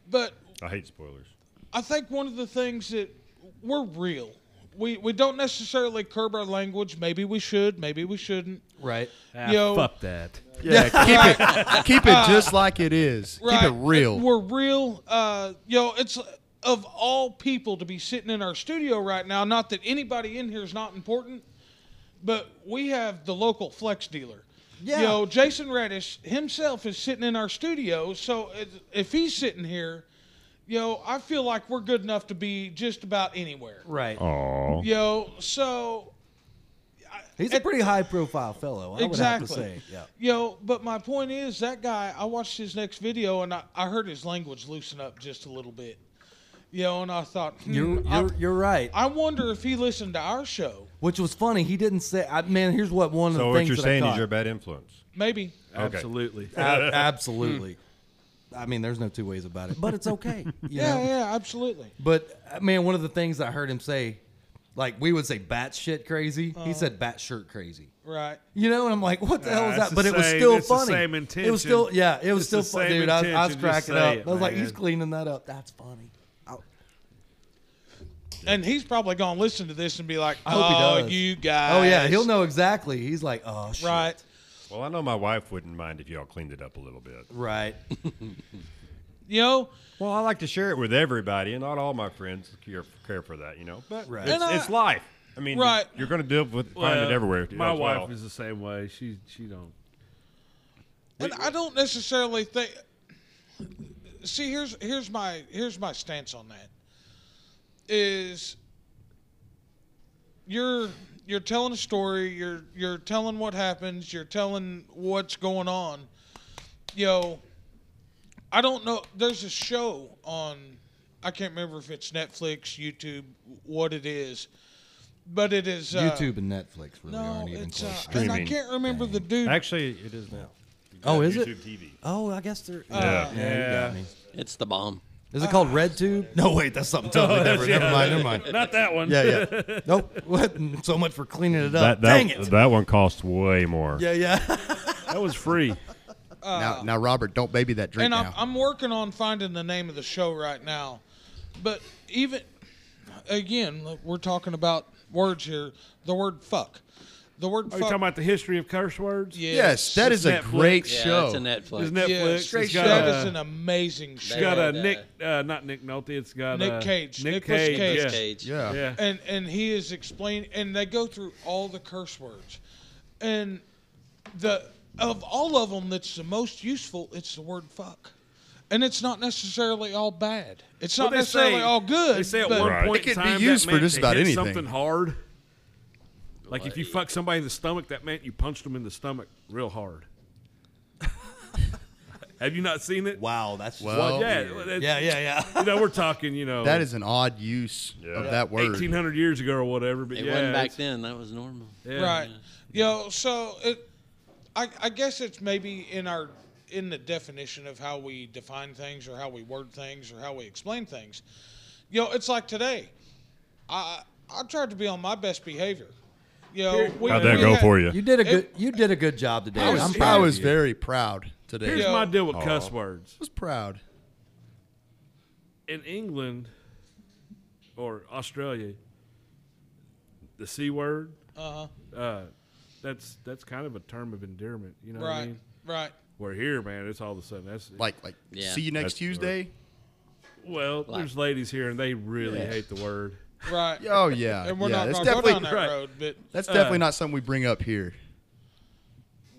Speaker 2: but
Speaker 6: I hate spoilers.
Speaker 2: I think one of the things that we're real. We we don't necessarily curb our language. Maybe we should. Maybe we shouldn't.
Speaker 1: right.
Speaker 3: Ah,
Speaker 2: Yo.
Speaker 3: fuck that.
Speaker 7: Yeah, keep it keep it just like it is. Keep it real.
Speaker 2: We're real. Uh, yo, it's of all people to be sitting in our studio right now. Not that anybody in here is not important, but we have the local flex dealer.
Speaker 1: Yeah.
Speaker 2: Yo, Jason Reddish himself is sitting in our studio. So if- if he's sitting here, yo, I feel like we're good enough to be just about anywhere.
Speaker 1: Right.
Speaker 6: Oh,
Speaker 2: Yo, so
Speaker 1: He's a pretty high profile fellow, I would have to
Speaker 2: Exactly.
Speaker 1: say. Yeah.
Speaker 2: Yo, but my point is that guy. I watched his next video and I, I heard his language loosen up just a little bit. You know, and I thought, hmm,
Speaker 1: You're,
Speaker 2: I,
Speaker 1: you're, you're right.
Speaker 2: I wonder if he listened to our show. Maybe.
Speaker 1: Which was funny. He didn't say. I, man, here's what one of
Speaker 6: so
Speaker 1: the
Speaker 6: what
Speaker 1: things
Speaker 6: you're
Speaker 1: that
Speaker 6: saying
Speaker 1: I
Speaker 6: is
Speaker 1: caught.
Speaker 6: you're a bad influence.
Speaker 2: Maybe.
Speaker 6: Okay.
Speaker 3: Absolutely.
Speaker 1: Ab- absolutely. I mean, there's no two ways about it. But it's okay. you
Speaker 2: Yeah,
Speaker 1: know?
Speaker 2: yeah, absolutely.
Speaker 1: But uh, man, one of the things I heard him say, like we would say bat shit crazy.
Speaker 3: Uh-huh.
Speaker 1: He said bat shirt crazy.
Speaker 2: Right.
Speaker 1: You know, and I'm like, what the hell
Speaker 3: Ah,
Speaker 1: is that?
Speaker 3: it's the
Speaker 1: But it was
Speaker 3: same-
Speaker 1: still
Speaker 3: it's the
Speaker 1: funny.
Speaker 3: same
Speaker 1: It
Speaker 3: intention.
Speaker 1: was still, yeah, it was
Speaker 3: It's the
Speaker 1: still funny,
Speaker 3: same
Speaker 1: dude. I, was- I was
Speaker 3: intention, just
Speaker 1: cracking up.
Speaker 3: say it,
Speaker 1: I was like,
Speaker 3: man.
Speaker 1: he's cleaning that up. That's funny. Ow.
Speaker 2: And he's probably going to listen to this and be like,
Speaker 1: I hope he
Speaker 2: oh,
Speaker 1: does.
Speaker 2: you
Speaker 3: Ah,
Speaker 2: guys.
Speaker 1: Oh yeah, he'll know exactly. He's like, oh shit.
Speaker 2: Right.
Speaker 6: Well, I know my wife wouldn't mind if y'all cleaned it up a little bit.
Speaker 1: Right.
Speaker 2: You know,
Speaker 6: Well, I like to share it with everybody, and not all my friends care, care for that, you know. But
Speaker 1: Right.
Speaker 6: it's,
Speaker 2: And I-
Speaker 6: it's life. I mean,
Speaker 2: Right.
Speaker 6: you're going to deal with find
Speaker 3: Well,
Speaker 6: it everywhere. you know,
Speaker 3: My
Speaker 6: as
Speaker 3: wife
Speaker 6: well.
Speaker 3: is the same way. She she don't.
Speaker 2: and I don't necessarily think. See, here's here's my here's my stance on that. Is you're you're telling a story, you're you're telling what happens, you're telling what's going on. Yo, I don't know. There's a show on. I can't remember if it's Netflix, YouTube, what it is, but it is uh,
Speaker 1: YouTube and Netflix really
Speaker 2: No,
Speaker 1: aren't even
Speaker 2: it's uh,
Speaker 1: close.
Speaker 2: and I
Speaker 6: Streaming.
Speaker 2: can't remember the dude.
Speaker 6: Actually, it is now.
Speaker 1: Oh, is it?
Speaker 6: YouTube TV.
Speaker 1: oh, I guess they're.
Speaker 6: Yeah.
Speaker 1: yeah, you got me.
Speaker 5: It's the bomb.
Speaker 1: Is it called Red Tube? No, wait, that's something totally different. Never mind, never mind.
Speaker 3: Not that one.
Speaker 7: Yeah, yeah.
Speaker 1: Nope. What? So much for cleaning it up.
Speaker 6: That, that,
Speaker 1: Dang it.
Speaker 6: that one costs way more.
Speaker 1: yeah, yeah.
Speaker 3: That was free.
Speaker 7: Now, now, Robert, don't baby that drink
Speaker 2: and I'm,
Speaker 7: now.
Speaker 2: I'm working on finding the name of the show right now. But even again, look, we're talking about words here. The word fuck. The word
Speaker 3: Are Oh, you
Speaker 2: fuck.
Speaker 3: talking about the history of curse words?
Speaker 2: yeah,
Speaker 7: yes, that is a
Speaker 3: Netflix.
Speaker 7: great
Speaker 5: Yeah,
Speaker 7: show.
Speaker 5: it's a Netflix.
Speaker 3: It's Netflix.
Speaker 2: yeah,
Speaker 3: It's
Speaker 2: that is
Speaker 3: got a-
Speaker 2: an amazing show.
Speaker 3: It's got a
Speaker 5: And, uh,
Speaker 3: Nick, uh, not Nick Nolte. It's got
Speaker 2: Nick
Speaker 3: uh,
Speaker 2: Cage.
Speaker 3: Nick
Speaker 2: Nicolas
Speaker 3: Cage.
Speaker 2: Cage.
Speaker 3: Yeah.
Speaker 5: Cage.
Speaker 7: yeah.
Speaker 3: Yeah.
Speaker 2: and and he is explaining and they go through all the curse words and the of all of them that's the most useful it's the word fuck and it's not necessarily all bad it's
Speaker 3: Well,
Speaker 2: not
Speaker 3: they
Speaker 2: necessarily
Speaker 3: say-
Speaker 2: all good
Speaker 3: They say at
Speaker 2: but-
Speaker 3: one
Speaker 6: Right.
Speaker 3: point
Speaker 7: It could
Speaker 3: in
Speaker 7: be
Speaker 3: time
Speaker 7: used
Speaker 3: that
Speaker 7: for
Speaker 3: meant
Speaker 7: just
Speaker 3: to
Speaker 7: about
Speaker 3: hit
Speaker 7: anything.
Speaker 3: Something hard. Like if you fuck somebody in the stomach, that meant you punched them in the stomach real hard. Have you not seen it?
Speaker 1: Wow, that's just-
Speaker 7: Well,
Speaker 3: yeah, well, that's-
Speaker 1: yeah, yeah, yeah.
Speaker 3: You know, we're talking. You know,
Speaker 7: that is an odd use of that word.
Speaker 3: eighteen hundred years ago or whatever. But
Speaker 5: It
Speaker 3: yeah,
Speaker 5: wasn't back
Speaker 3: it's-
Speaker 5: then. That was normal.
Speaker 3: yeah.
Speaker 2: Right. Yo, so it, I, I guess it's maybe in our in the definition of how we define things or how we word things or how we explain things. Yo, it's like today. I I tried to be on my best behavior. Yo, we,
Speaker 6: How'd that
Speaker 2: we
Speaker 6: go
Speaker 2: had-
Speaker 6: for you?
Speaker 1: You did a good. You did a good job today.
Speaker 7: I was,
Speaker 1: I'm
Speaker 7: I
Speaker 1: proud.
Speaker 7: was
Speaker 1: of you.
Speaker 7: very proud today.
Speaker 3: Here's
Speaker 2: Yeah.
Speaker 7: I
Speaker 3: my deal with cuss words.
Speaker 7: was proud.
Speaker 3: in England or Australia, the c word,
Speaker 2: Uh-huh.
Speaker 3: uh, that's that's kind of a term of endearment. You know what I
Speaker 2: Right.
Speaker 3: mean?
Speaker 7: Mm-hmm.
Speaker 2: Right.
Speaker 3: We're here, man. It's all of a sudden. That's
Speaker 7: Like, like,
Speaker 5: Yeah.
Speaker 7: see you next
Speaker 6: That's-
Speaker 7: Tuesday.
Speaker 3: well, there's ladies here and they really hate the word.
Speaker 2: Right.
Speaker 7: Oh yeah,
Speaker 2: And we're
Speaker 7: yeah.
Speaker 2: not
Speaker 7: That's
Speaker 2: going to go down
Speaker 7: definitely
Speaker 2: that
Speaker 3: right.
Speaker 2: road, but
Speaker 7: that's definitely not something we bring up here.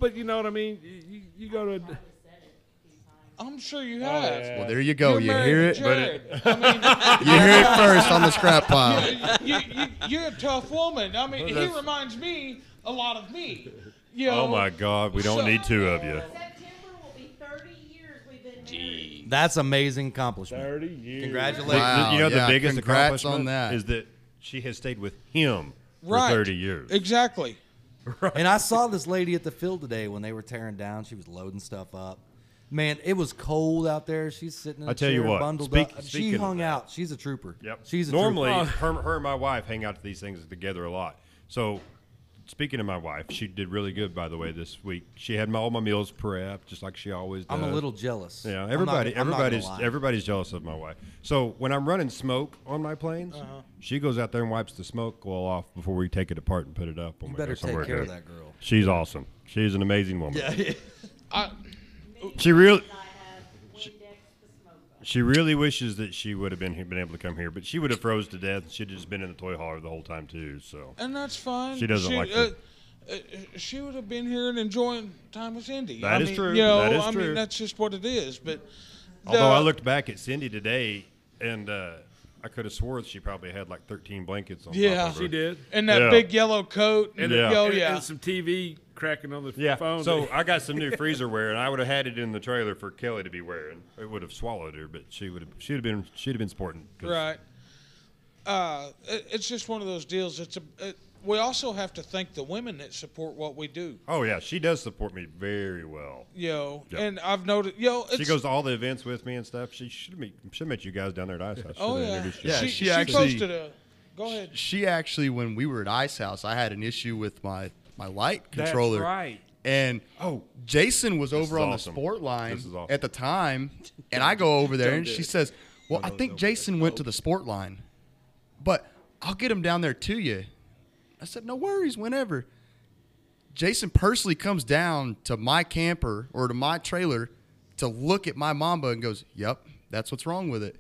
Speaker 3: But you know what I mean? You, you- you go to
Speaker 2: I'm sure you have.
Speaker 7: Well, there you go.
Speaker 6: Oh,
Speaker 2: You're
Speaker 7: You
Speaker 2: married
Speaker 7: hear
Speaker 2: to Jared.
Speaker 7: it.
Speaker 2: I
Speaker 7: You hear it first on the scrap pile.
Speaker 2: mean, you, you, you're a tough woman. I mean, he reminds me a lot of me. You know,
Speaker 6: Oh my God, we don't need two of you.
Speaker 4: September will be 30 years we've been married.
Speaker 1: That's amazing accomplishment.
Speaker 3: thirty years.
Speaker 1: Congratulations.
Speaker 7: Wow,
Speaker 6: you know
Speaker 7: yeah,
Speaker 6: the biggest
Speaker 7: congrats
Speaker 6: accomplishment
Speaker 7: on that.
Speaker 6: is that she has stayed with him for
Speaker 2: Right.
Speaker 6: 30 years.
Speaker 2: Exactly.
Speaker 1: And I saw this lady at the field today when they were tearing down. She was loading stuff up. Man, it was cold out there. She's sitting in a
Speaker 6: I tell you
Speaker 1: chair,
Speaker 6: what,
Speaker 1: bundled
Speaker 6: speak-
Speaker 1: up. She
Speaker 6: speaking of
Speaker 1: hung
Speaker 6: that-
Speaker 1: out. She's a trooper.
Speaker 6: Yep.
Speaker 1: She's a
Speaker 6: normally
Speaker 1: trooper.
Speaker 6: her, her and my wife hang out at these things together a lot. So, speaking of my wife, she did really good by the way this week. She had my, all my meals prepped, just like she always does.
Speaker 1: I'm a little jealous.
Speaker 6: Yeah,
Speaker 1: I'm not-
Speaker 6: everybody,
Speaker 1: I'm not gonna
Speaker 6: everybody's,
Speaker 1: lie.
Speaker 6: everybody's jealous of my wife. So when I'm running smoke on my planes, she goes out there and wipes the smoke well off before we take it apart and put it up. When
Speaker 1: You
Speaker 6: we
Speaker 1: better
Speaker 6: go somewhere
Speaker 1: take care of
Speaker 6: new.
Speaker 1: that girl.
Speaker 6: She's awesome. She's an amazing woman.
Speaker 2: I,
Speaker 6: She really,
Speaker 4: I have Windex the smoke bomb.
Speaker 6: she really wishes that she would have been here, been able to come here, but she would have froze to death. She'd just been in the toy hauler the whole time too. So
Speaker 2: and that's fine.
Speaker 6: She doesn't like
Speaker 2: uh,
Speaker 6: to-
Speaker 2: uh, she would have been here and enjoying time with Cindy.
Speaker 6: That
Speaker 2: I
Speaker 6: is
Speaker 2: mean,
Speaker 6: true.
Speaker 2: You know,
Speaker 6: That is
Speaker 2: I
Speaker 6: true.
Speaker 2: mean, that's just what it is. But
Speaker 6: Although
Speaker 2: the-
Speaker 6: I looked back at Cindy today, and uh, I could have swore that she probably had like 13 blankets on. top
Speaker 2: Yeah.
Speaker 6: of her.
Speaker 3: She did.
Speaker 2: in that
Speaker 6: Yeah.
Speaker 2: big yellow coat, and
Speaker 6: Yeah.
Speaker 2: yo,
Speaker 3: And-
Speaker 2: yeah,
Speaker 3: And some TV cracking on the
Speaker 6: Yeah.
Speaker 3: phone.
Speaker 6: So I got some new freezer wear, and I would have had it in the trailer for Kelly to be wearing. It would have swallowed her, but she would have. She'd have been. She'd have been sporting. 'cause
Speaker 2: right. Uh, it, it's just one of those deals. It's a. It, we also have to thank the women that support what we do.
Speaker 6: Oh yeah, she does support me very well.
Speaker 2: Yo,
Speaker 6: Yeah.
Speaker 2: and I've noticed. Yo, it's,
Speaker 6: She goes to all the events with me and stuff. She should meet. Should met you guys down there at Ice House.
Speaker 2: Oh
Speaker 6: Should have
Speaker 2: yeah,
Speaker 6: introduced you.
Speaker 7: Yeah,
Speaker 2: she,
Speaker 7: she
Speaker 2: she
Speaker 7: actually-
Speaker 2: posted a. Go ahead.
Speaker 7: She actually, when we were at Ice House, I had an issue with my my light controller.
Speaker 3: That's right.
Speaker 7: And oh, Jason was over
Speaker 6: is
Speaker 7: on
Speaker 6: awesome.
Speaker 7: the sport line
Speaker 6: This is awesome.
Speaker 7: at the time, and I go over there, and she says, "Well, I think Jason went to the sport line, but I'll get him down there to you." I said, "No worries, whenever." Jason personally comes down to my camper or to my trailer to look at my Mamba and goes, "Yep, that's what's wrong with it."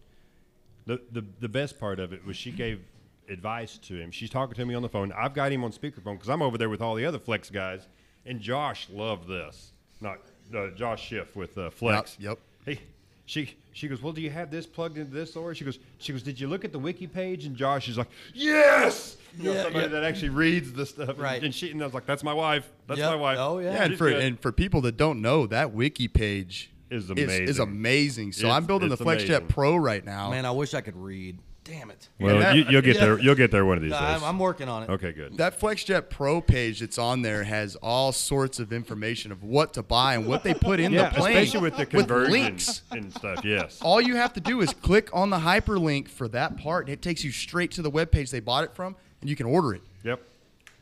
Speaker 6: The, the the best part of it was she gave advice to him. She's talking to me on the phone. I've got him on speakerphone because I'm over there with all the other Flex guys, and Josh loved this. Not uh, Josh Schiff with uh, Flex.
Speaker 7: Yep,
Speaker 6: Hey, she she goes. Well, do you have this plugged into this or? She goes. She goes. Did you look at the wiki page? And Josh is like, yes. You know,
Speaker 1: Yeah,
Speaker 6: somebody
Speaker 1: yeah.
Speaker 6: that actually reads the stuff. And-
Speaker 1: Right.
Speaker 6: And she and I was like, that's my wife. That's
Speaker 1: Yep.
Speaker 6: my wife.
Speaker 1: Oh, yeah.
Speaker 7: Yeah, and
Speaker 6: She's
Speaker 7: for
Speaker 6: good.
Speaker 7: and for people that don't know, that wiki page
Speaker 6: Is
Speaker 7: Is,
Speaker 6: amazing.
Speaker 7: amazing. So
Speaker 6: It's-
Speaker 7: I'm building the
Speaker 6: it's amazing.
Speaker 7: FlexJet Pro right now.
Speaker 1: Man, I wish I could read. Damn it.
Speaker 6: well,
Speaker 7: that-
Speaker 6: you, will get
Speaker 1: yeah.
Speaker 6: there. You'll get there one of these days.
Speaker 1: I'm, I'm working on it.
Speaker 6: okay, good.
Speaker 7: that FlexJet Pro page that's on there has all sorts of information of what to buy and what they put in the plane,
Speaker 6: especially with the conversion
Speaker 7: links.
Speaker 6: and stuff. Yes.
Speaker 7: All you have to do is click on the hyperlink for that part, and it takes you straight to the webpage they bought it from, and you can order it
Speaker 6: Yep.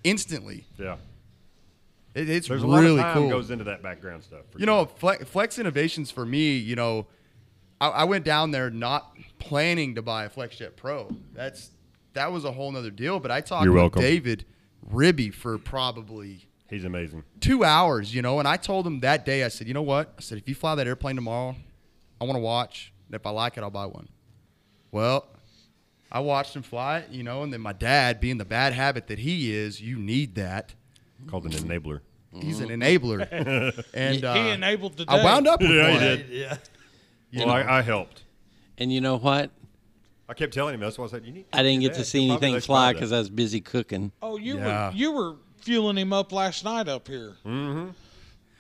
Speaker 7: instantly.
Speaker 6: Yeah.
Speaker 7: It, it's
Speaker 6: There's
Speaker 7: really
Speaker 6: a lot of time
Speaker 7: cool.
Speaker 6: goes into that background stuff. for
Speaker 7: you know, Flex, Flex Innovations for me, you know, I, I went down there not planning to buy a FlexJet Pro. That's that was a whole nother deal. But I talked
Speaker 6: You're
Speaker 7: with
Speaker 6: welcome.
Speaker 7: David Ribby for probably
Speaker 6: he's amazing.
Speaker 7: two hours, you know. And I told him that day, I said, you know what? I said, if you fly that airplane tomorrow, I want to watch. And if I like it, I'll buy one. Well, I watched him fly it, you know. And then my dad, being the bad habit that he is, you need that.
Speaker 6: Called an enabler.
Speaker 7: He's an enabler. and uh,
Speaker 2: Mm-hmm. he enabled the.
Speaker 7: I wound up with
Speaker 6: Yeah, he
Speaker 7: one.
Speaker 6: did.
Speaker 1: Yeah.
Speaker 6: Well, I, I helped.
Speaker 5: And you know what?
Speaker 6: I kept telling him that's why I said you need.
Speaker 5: I didn't get to
Speaker 6: that.
Speaker 5: see
Speaker 6: You'll probably
Speaker 5: anything
Speaker 6: let you
Speaker 5: fly
Speaker 6: buy that.
Speaker 5: because I was busy cooking.
Speaker 2: Oh, you
Speaker 7: Yeah.
Speaker 2: were you were fueling him up last night up here. Mm-hmm.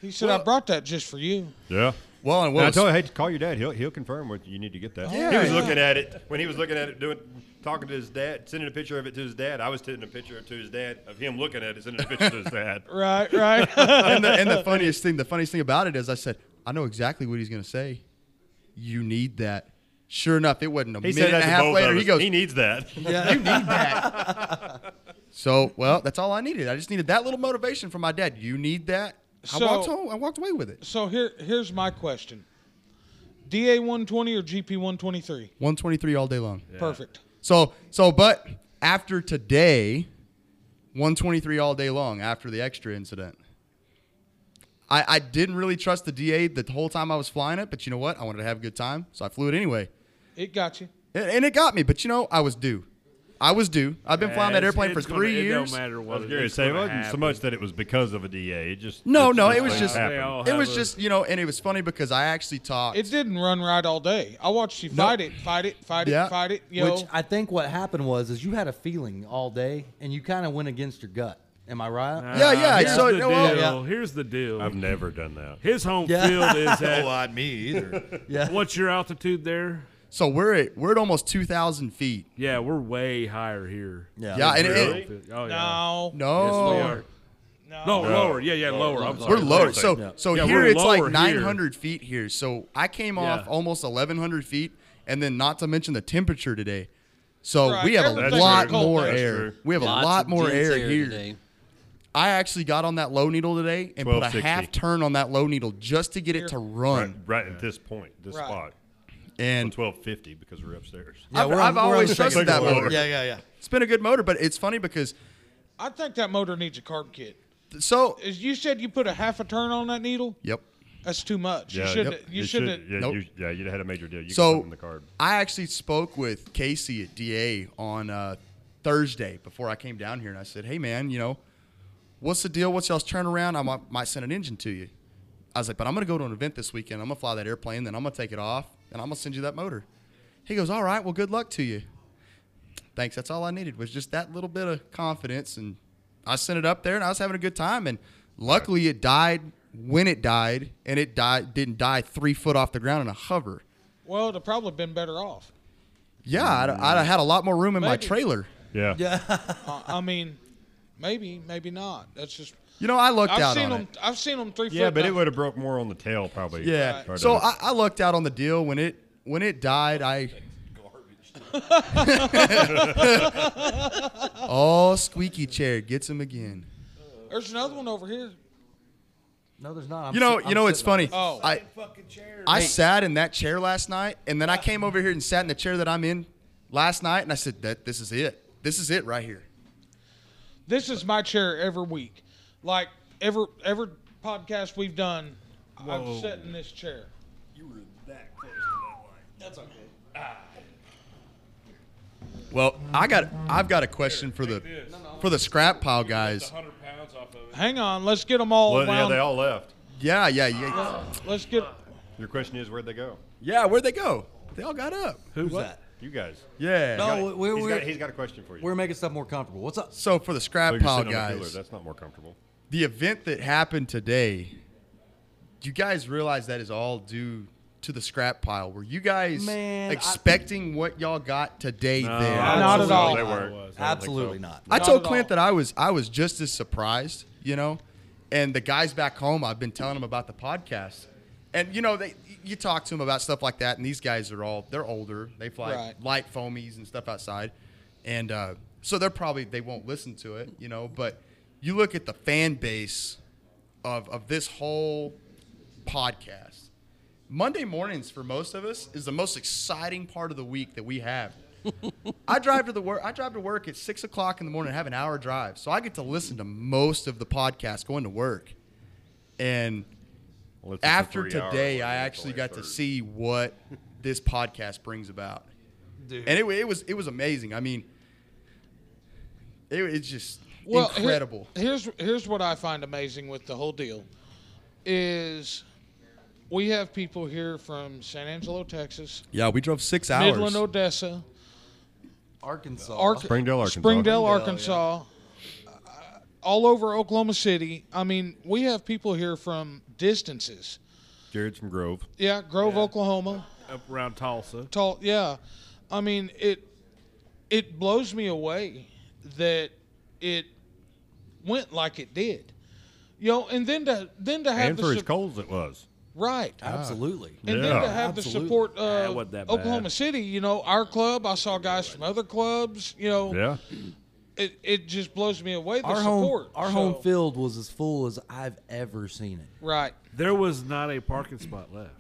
Speaker 2: He said, "I
Speaker 7: Well-
Speaker 2: brought that just for you."
Speaker 6: Yeah.
Speaker 7: Well, and what
Speaker 6: Well, I
Speaker 7: was-
Speaker 6: told you, hey, call your dad. He'll he'll confirm what you need to get that.
Speaker 2: Yeah,
Speaker 6: he was
Speaker 2: yeah.
Speaker 6: looking at it when he was looking at it, doing talking to his dad, sending a picture of it to his dad. I was sending a picture to his dad of him looking at it, sending a picture to his dad.
Speaker 2: Right, right.
Speaker 7: and, the, and the funniest thing, the funniest thing about it is, I said, I know exactly what he's going to say. You need that. Sure enough, it wasn't a
Speaker 6: He
Speaker 7: minute
Speaker 6: said
Speaker 7: and
Speaker 6: that
Speaker 7: a
Speaker 6: to
Speaker 7: half
Speaker 6: both
Speaker 7: later.
Speaker 6: of
Speaker 7: He
Speaker 6: us.
Speaker 7: goes,
Speaker 6: he needs that.
Speaker 7: So, well, that's all I needed. I just needed that little motivation from my dad. You need that. I
Speaker 2: So-
Speaker 7: walked home. I walked away with it.
Speaker 2: so here here's my question: DA one twenty or GP one twenty three?
Speaker 7: 123 all day long.
Speaker 2: Perfect.
Speaker 7: So, so, but after today, 123 all day long after the extra incident. I, I didn't really trust the DA the whole time I was flying it, but you know what? I wanted to have a good time, so I flew it anyway.
Speaker 2: It got you.
Speaker 7: And, and it got me, but you know, I was due. I was due. I've been flying that
Speaker 3: It's-
Speaker 7: airplane for
Speaker 3: it's gonna-
Speaker 7: three
Speaker 3: it
Speaker 7: years.
Speaker 3: don't matter
Speaker 6: I
Speaker 3: what
Speaker 6: was
Speaker 3: it
Speaker 6: curious.
Speaker 3: is.
Speaker 6: Say, it wasn't so much that it was because of a DA. It just
Speaker 7: No, no, it was
Speaker 6: things
Speaker 7: just-
Speaker 6: happened.
Speaker 3: They all
Speaker 7: It was
Speaker 3: have a-
Speaker 7: just, you know, and it was funny because I actually talked.
Speaker 2: It didn't run right all day. I watched you fight it, fight it, fight it,
Speaker 7: Yeah.
Speaker 2: fight it. Yo,
Speaker 1: Which I think what happened was is you had a feeling all day and you kind of went against your gut. Am I right?
Speaker 7: Yeah, yeah,
Speaker 3: Here's
Speaker 7: so-
Speaker 3: the
Speaker 7: no, well-
Speaker 3: deal.
Speaker 1: Yeah.
Speaker 3: Here's the deal.
Speaker 6: I've never done that.
Speaker 3: His home
Speaker 1: Yeah.
Speaker 3: field
Speaker 7: Oh,
Speaker 3: is
Speaker 9: Don't
Speaker 3: at.
Speaker 9: lie to me either.
Speaker 3: What's your altitude there?
Speaker 7: So we're at we're at almost two thousand feet.
Speaker 3: Yeah, we're way higher here.
Speaker 1: Yeah.
Speaker 7: Yeah, and it,
Speaker 3: Home
Speaker 7: it,
Speaker 3: field. oh yeah.
Speaker 2: no,
Speaker 3: Yes,
Speaker 7: no,
Speaker 3: we are.
Speaker 2: no,
Speaker 3: No, lower. Yeah, yeah, lower. I'm
Speaker 7: we're
Speaker 3: sorry.
Speaker 7: lower. So so
Speaker 3: Yeah,
Speaker 7: here
Speaker 3: we're
Speaker 7: it's like
Speaker 3: lower here.
Speaker 7: nine hundred feet here. So I came off
Speaker 3: Yeah.
Speaker 7: almost eleven hundred feet, and then not to mention the temperature today. So
Speaker 2: Right,
Speaker 7: we have a
Speaker 2: everything's
Speaker 7: lot
Speaker 2: cold
Speaker 7: more
Speaker 2: there.
Speaker 7: air.
Speaker 6: That's true.
Speaker 7: We have
Speaker 5: Lots
Speaker 7: a lot
Speaker 5: of
Speaker 7: more
Speaker 5: dense
Speaker 7: air, here.
Speaker 5: today.
Speaker 7: I actually got on that low needle today and put a
Speaker 6: 1260.
Speaker 7: half turn on that low needle just to get it to
Speaker 6: Right,
Speaker 7: run.
Speaker 6: right at this point, this
Speaker 2: Right.
Speaker 6: spot,
Speaker 7: And
Speaker 6: twelve fifty because we're upstairs.
Speaker 1: Yeah,
Speaker 7: I've,
Speaker 1: we're on-
Speaker 7: I've
Speaker 1: we're on
Speaker 7: always
Speaker 1: the
Speaker 7: trusted
Speaker 1: second
Speaker 7: that
Speaker 6: floor.
Speaker 7: motor.
Speaker 9: yeah, yeah, yeah.
Speaker 7: It's been a good motor, but it's funny because
Speaker 2: I think that motor needs a carb kit.
Speaker 7: so
Speaker 2: As you said, you put a half a turn on that needle.
Speaker 7: yep.
Speaker 2: That's too much.
Speaker 6: Yeah,
Speaker 2: you shouldn't.
Speaker 6: yep.
Speaker 2: You
Speaker 6: It should-
Speaker 2: shouldn't.
Speaker 6: Yeah,
Speaker 7: Nope.
Speaker 6: you, yeah, you'd had a major deal. You
Speaker 7: So-
Speaker 6: so, in the card.
Speaker 7: I actually spoke with Casey at DA on uh, Thursday before I came down here, and I said, "Hey, man, you know, what's the deal? What's y'all's turnaround? I might, might send an engine to you." I was like, "But I'm gonna go to an event this weekend. I'm gonna fly that airplane, then I'm gonna take it off, and I'm gonna send you that motor." He goes, "All right, well, good luck to you." Thanks. That's all I needed was just that little bit of confidence, and I sent it up there, and I was having a good time, and luckily it died when it died, and it died didn't die three foot off the ground in a hover.
Speaker 2: Well, it'd probably been better off.
Speaker 7: Yeah, I'd, I'd had a lot more room in my
Speaker 2: Maybe.
Speaker 7: trailer.
Speaker 6: Yeah.
Speaker 2: Uh, I mean, maybe, maybe not. That's just.
Speaker 7: You know, I lucked
Speaker 2: I've
Speaker 7: out
Speaker 2: seen
Speaker 7: on
Speaker 2: them.
Speaker 7: it.
Speaker 2: I've seen them three.
Speaker 6: Yeah,
Speaker 2: foot
Speaker 6: but it
Speaker 2: down.
Speaker 6: would have broke more on the tail probably.
Speaker 7: Yeah.
Speaker 6: Right.
Speaker 7: So I, I lucked out on the deal when it when it died. I. oh, squeaky chair gets him again.
Speaker 2: There's another one over here.
Speaker 1: No, there's not. I'm
Speaker 7: You know,
Speaker 1: sit-
Speaker 7: you
Speaker 1: I'm
Speaker 7: know, it's
Speaker 1: sitting on
Speaker 7: funny.
Speaker 2: Oh.
Speaker 7: I, I sat in that chair last night, and then I came over here and sat in the chair that I'm in last night, and I said, "That this is it. This is it right here."
Speaker 2: This is my chair every week. Like every every podcast we've done, I've sat in this chair.
Speaker 7: Well, I got, I've got a question for the, for the scrap pile guys.
Speaker 2: Hang on, let's get them all.
Speaker 6: Well, yeah,
Speaker 2: wound-
Speaker 6: they all left.
Speaker 7: Yeah, yeah, yeah.
Speaker 2: Let's get.
Speaker 6: Your question is where'd they go?
Speaker 7: Yeah, where'd they go? They all got up.
Speaker 1: Who's that?
Speaker 6: You guys.
Speaker 7: Yeah.
Speaker 1: No,
Speaker 6: Got it.
Speaker 1: we're-
Speaker 6: He's
Speaker 1: we're-
Speaker 6: got, he's got a question for you.
Speaker 1: We're making stuff more comfortable. What's up?
Speaker 7: So for the
Speaker 6: So
Speaker 7: scrap
Speaker 6: you're
Speaker 7: pile
Speaker 6: sitting on a cooler.
Speaker 7: guys,
Speaker 6: That's not more comfortable.
Speaker 7: the event that happened today, do you guys realize that is all due to the scrap pile? Were you guys
Speaker 1: Man, I-
Speaker 7: expecting what y'all got today there?
Speaker 2: Not at all.
Speaker 6: They weren't.
Speaker 1: Absolutely not.
Speaker 7: I
Speaker 2: Not
Speaker 7: told
Speaker 2: at all.
Speaker 7: Clint that I was I was just as surprised, you know. And the guys back home, I've been telling them about the podcast, and you know they you talk to them about stuff like that, and these guys are all they're older, they fly
Speaker 2: Right.
Speaker 7: light foamies and stuff outside, and uh, so they're probably they won't listen to it, you know. But you look at the fan base of of this whole podcast. Monday mornings for most of us is the most exciting part of the week that we have. I drive to the work. I drive to work at six o'clock in the morning. I have an hour drive, so I get to listen to most of the podcast going to work. And
Speaker 6: Well, it's just a
Speaker 7: after
Speaker 6: three-hour
Speaker 7: today,
Speaker 6: one
Speaker 7: I
Speaker 6: until
Speaker 7: actually
Speaker 6: eight
Speaker 7: got to
Speaker 6: thirty.
Speaker 7: see what this podcast brings about, and it, wa- it was it was amazing. I mean, it, it's just
Speaker 2: Well, here-
Speaker 7: incredible.
Speaker 2: here's here's what I find amazing with the whole deal is we have people here from San Angelo, Texas,
Speaker 7: yeah, we drove six
Speaker 2: Midland, Odessa,
Speaker 1: Arkansas.
Speaker 2: Ark-
Speaker 6: Springdale, Arkansas.
Speaker 2: Springdale,
Speaker 1: Springdale,
Speaker 2: Arkansas. uh, all over Oklahoma City. I mean, we have people here from distances.
Speaker 6: Jared's from Grove.
Speaker 2: Yeah, Grove, Oklahoma.
Speaker 3: Up around Tulsa.
Speaker 2: Tall. Yeah, I mean it. It blows me away that it went like it did. You know, and then to then to have
Speaker 6: And
Speaker 2: the
Speaker 6: for his
Speaker 2: sup-
Speaker 6: Coles, it was.
Speaker 2: right.
Speaker 1: Absolutely.
Speaker 7: Ah.
Speaker 2: And then
Speaker 6: Yeah.
Speaker 2: to have the
Speaker 1: Absolutely.
Speaker 2: support
Speaker 3: it
Speaker 2: of
Speaker 3: wasn't that bad.
Speaker 2: Oklahoma City, you know, our club, I saw guys from other clubs, you know,
Speaker 6: Yeah.
Speaker 2: it, it just blows me away the
Speaker 1: Our
Speaker 2: support.
Speaker 1: home, our
Speaker 2: So-
Speaker 1: home field was as full as I've ever seen it.
Speaker 2: Right.
Speaker 3: There was not a parking spot left.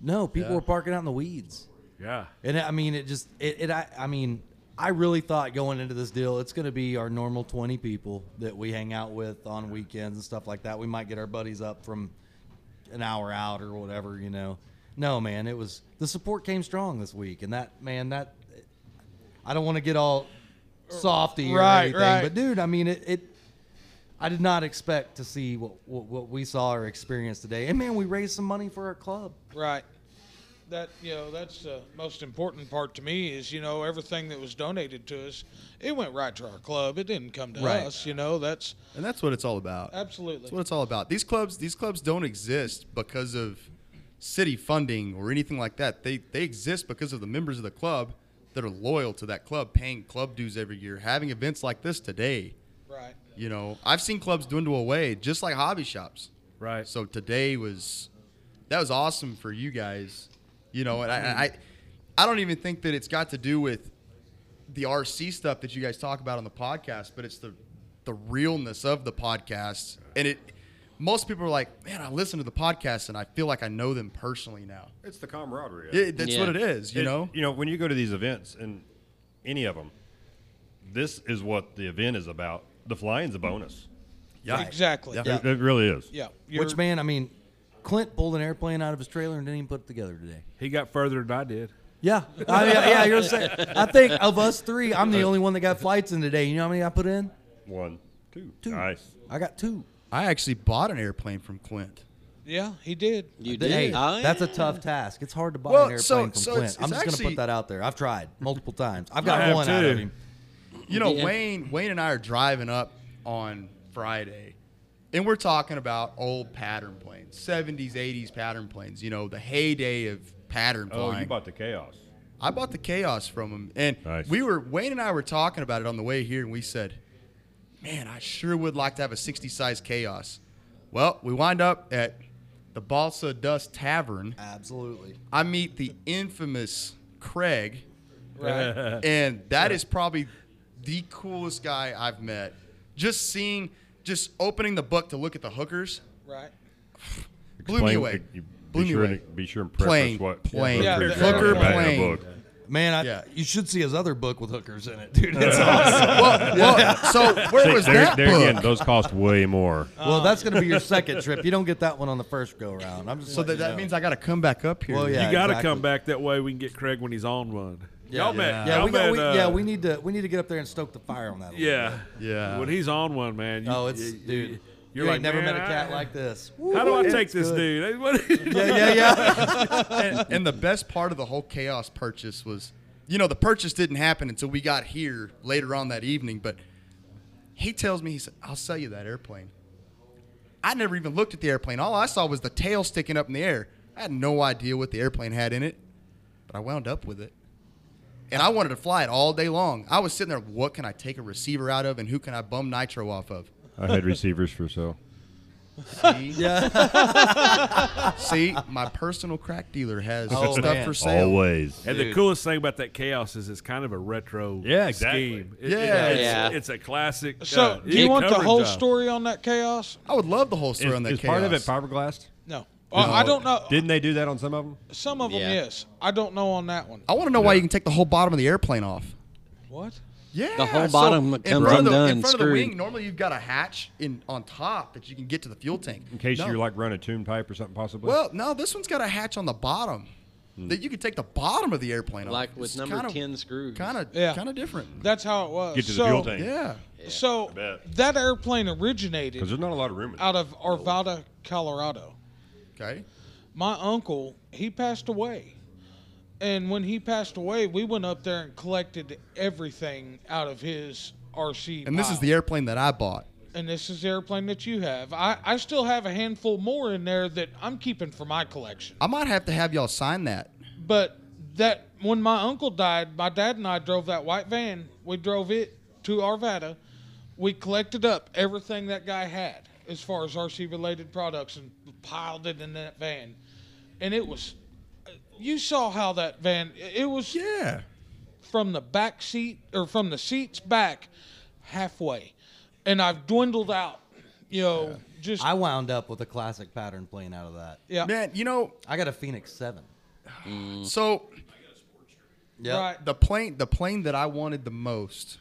Speaker 1: No, people were parking out in the weeds.
Speaker 3: Yeah.
Speaker 1: And I mean, it just it, it I, I mean, I really thought going into this deal, it's going to be our normal twenty people that we hang out with on weekends and stuff like that. We might get our buddies up from an hour out or whatever, you know. No, man, it was the support came strong this week, and that man, that I don't want to get all softy or
Speaker 2: Right,
Speaker 1: anything,
Speaker 2: right.
Speaker 1: but dude, I mean, it, it. I did not expect to see what, what what we saw or experienced today, and man, we raised some money for our club.
Speaker 2: Right. That you know, that's the most important part to me is you know everything that was donated to us, it went right to our club. It didn't come to
Speaker 1: Right.
Speaker 2: us. You know, that's
Speaker 7: And that's what it's all about.
Speaker 2: absolutely
Speaker 7: That's what it's all about. These clubs, these clubs don't exist because of city funding or anything like that. They they exist because of the members of the club that are loyal to that club, paying club dues every year, having events like this today.
Speaker 2: right.
Speaker 7: You know, I've seen clubs dwindle away just like hobby shops.
Speaker 3: Right.
Speaker 7: So today was that was awesome for you guys. You know, and I I, I don't even think that it's got to do with the RC stuff that you guys talk about on the podcast, but it's the the realness of the podcast. And it most people are like, man, I listen to the podcast and I feel like I know them personally now.
Speaker 6: It's the camaraderie. of it.
Speaker 7: It, that's
Speaker 5: Yeah.
Speaker 7: what it is, you
Speaker 6: It-
Speaker 7: know.
Speaker 6: You know, when you go to these events and any of them, this is what the event is about. The flying's a bonus.
Speaker 7: Yeah,
Speaker 2: Exactly. Yeah.
Speaker 7: Yeah.
Speaker 6: It, it really is.
Speaker 1: Which man, I mean, Clint pulled an airplane out of his trailer and didn't even put it together today.
Speaker 3: He got further than I did.
Speaker 1: Yeah, I mean, yeah, you're saying. I think of us three, I'm the only one that got flights in today. You know how many I put in?
Speaker 6: One, two,
Speaker 1: Two.
Speaker 6: Nice.
Speaker 1: I got two.
Speaker 7: I actually bought an airplane from Clint.
Speaker 2: Yeah, he did.
Speaker 5: You did.
Speaker 1: Hey,
Speaker 5: Oh,
Speaker 1: that's a
Speaker 5: yeah.
Speaker 1: tough task. It's hard to buy
Speaker 7: Well,
Speaker 1: an airplane
Speaker 7: so-
Speaker 1: from
Speaker 7: so
Speaker 1: Clint.
Speaker 7: it's-
Speaker 1: I'm
Speaker 7: it's
Speaker 1: just gonna
Speaker 7: actually-
Speaker 1: put that out there. I've tried multiple times. I've
Speaker 3: I
Speaker 1: got
Speaker 3: have
Speaker 1: one out of
Speaker 3: too.
Speaker 1: him.
Speaker 7: You know,
Speaker 5: Yeah.
Speaker 7: Wayne Wayne and I are driving up on Friday, and we're talking about old pattern planes, 70s, 80s pattern planes. You know, the heyday of pattern
Speaker 6: Oh,
Speaker 7: flying.
Speaker 6: you bought the chaos.
Speaker 7: I bought the chaos from him, and
Speaker 6: Nice.
Speaker 7: we were Wayne and I were talking about it on the way here, and we said, "Man, I sure would like to have a 60 size chaos." Well, we wind up at the Balsa Dust Tavern.
Speaker 1: Absolutely.
Speaker 7: I meet the infamous Craig
Speaker 2: Right.
Speaker 7: and that is probably the coolest guy I've met. Just seeing, just opening the book to look at the hookers
Speaker 2: right.
Speaker 7: blew me
Speaker 6: Explain-
Speaker 7: away.
Speaker 6: you-
Speaker 7: Blew
Speaker 6: be
Speaker 7: me
Speaker 6: sure
Speaker 7: away.
Speaker 6: to- be sure and preface
Speaker 7: Plane,
Speaker 6: what
Speaker 7: plane,
Speaker 2: Yeah,
Speaker 6: what-
Speaker 2: hooker,
Speaker 6: what-
Speaker 7: plane.
Speaker 6: what- what-
Speaker 1: Man, I,
Speaker 7: Yeah.
Speaker 1: you should see his other book with hookers in it, dude. It's awesome.
Speaker 7: well, well, so where was
Speaker 6: There,
Speaker 7: that
Speaker 6: there again,
Speaker 7: book?
Speaker 6: those cost way more.
Speaker 1: well, that's gonna be your second trip. You don't get that one on the first go round. I'm just
Speaker 7: so that, that means I got to come back up here.
Speaker 1: Well, yeah.
Speaker 3: you got to
Speaker 1: exactly.
Speaker 3: come back that way. We can get Craig when he's on one.
Speaker 1: Yeah,
Speaker 3: y'all met.
Speaker 1: yeah,
Speaker 3: y'all
Speaker 1: we, got,
Speaker 3: met,
Speaker 1: we,
Speaker 3: uh,
Speaker 1: yeah, we need to we need to get up there and stoke the fire on that. a little
Speaker 3: Yeah,
Speaker 7: Yeah.
Speaker 3: When he's on one, man. You,
Speaker 1: Oh, it's
Speaker 3: you-
Speaker 1: dude.
Speaker 3: you-
Speaker 1: You
Speaker 3: You're
Speaker 1: ain't
Speaker 3: like
Speaker 1: never
Speaker 3: "Man,
Speaker 1: met a cat
Speaker 3: I-
Speaker 1: like this.
Speaker 3: How do I
Speaker 1: Woo,
Speaker 3: take
Speaker 1: it's
Speaker 3: this
Speaker 1: good.
Speaker 3: dude? What-
Speaker 1: Yeah, yeah, yeah.
Speaker 7: and, and the best part of the whole chaos purchase was, you know, the purchase didn't happen until we got here later on that evening. But he tells me, he said, "I'll sell you that airplane." I never even looked at the airplane. All I saw was the tail sticking up in the air. I had no idea what the airplane had in it, but I wound up with it. And I wanted to fly it all day long. I was sitting there, what can I take a receiver out of and who can I bum nitro off of?
Speaker 6: I had receivers for sale.
Speaker 7: See? See, my personal crack dealer has
Speaker 1: Oh,
Speaker 7: stuff
Speaker 1: man.
Speaker 7: for sale.
Speaker 6: Always.
Speaker 3: and the coolest thing about that chaos is it's kind of a retro
Speaker 6: Yeah, exactly.
Speaker 3: scheme. It- it-
Speaker 7: Yeah.
Speaker 3: it's,
Speaker 5: Yeah.
Speaker 3: it's a classic.
Speaker 2: So,
Speaker 3: uh,
Speaker 2: do you want the
Speaker 3: coverage
Speaker 2: whole
Speaker 3: of.
Speaker 2: story on that chaos?
Speaker 7: I would love the whole story
Speaker 6: Is,
Speaker 7: on that
Speaker 6: is
Speaker 7: chaos.
Speaker 6: part of it fiberglass?
Speaker 2: No. Well, I don't know.
Speaker 6: Didn't they do that on some of them?
Speaker 2: Some of them,
Speaker 5: Yeah.
Speaker 2: yes. I don't know on that one.
Speaker 7: I want to know why you can take the whole bottom of the airplane off.
Speaker 2: What?
Speaker 7: Yeah,
Speaker 5: The whole bottom
Speaker 7: in
Speaker 5: comes
Speaker 7: front of the-
Speaker 5: undone,
Speaker 7: In front of the
Speaker 5: screwed.
Speaker 7: wing, normally you've got a hatch in on top that you can get to the fuel tank.
Speaker 6: In case
Speaker 7: No.
Speaker 6: you're like running a tune pipe or something, possibly.
Speaker 7: well, no, this one's got a hatch on the bottom
Speaker 6: Hmm.
Speaker 7: that you can take the bottom of the airplane off.
Speaker 5: Like with number 10 screws.
Speaker 7: Kind of,
Speaker 2: Yeah.
Speaker 7: kind of different.
Speaker 2: That's how it was.
Speaker 6: get to the
Speaker 2: so,
Speaker 6: fuel tank
Speaker 7: Yeah,
Speaker 2: So
Speaker 6: I bet.
Speaker 2: that airplane
Speaker 6: because
Speaker 2: originated
Speaker 6: there's not a lot of room. In
Speaker 2: out of Arvada, Colorado.
Speaker 7: okay.
Speaker 2: my uncle he passed away And when he passed away, we went up there and collected everything out of his RC.
Speaker 7: And this is
Speaker 2: pile.
Speaker 7: the airplane that I bought.
Speaker 2: and this is the airplane that you have. I, I still have a handful more in there that I'm keeping for my collection.
Speaker 7: I might have to have y'all sign that.
Speaker 2: But that when my uncle died, my dad and I drove that white van. We drove it to Arvada. We collected up everything that guy had as far as RC related products and piled it in that van. And it was you saw how that van it was
Speaker 7: Yeah.
Speaker 2: from the back seat or from the seats back halfway. And I've dwindled out, you know, just
Speaker 1: I wound up with a classic pattern playing out of that.
Speaker 2: yeah.
Speaker 7: Man, you know,
Speaker 1: I got a Phoenix Seven.
Speaker 5: Mm.
Speaker 7: so
Speaker 1: Yeah.
Speaker 2: Right.
Speaker 7: the plane the plane that I wanted the most.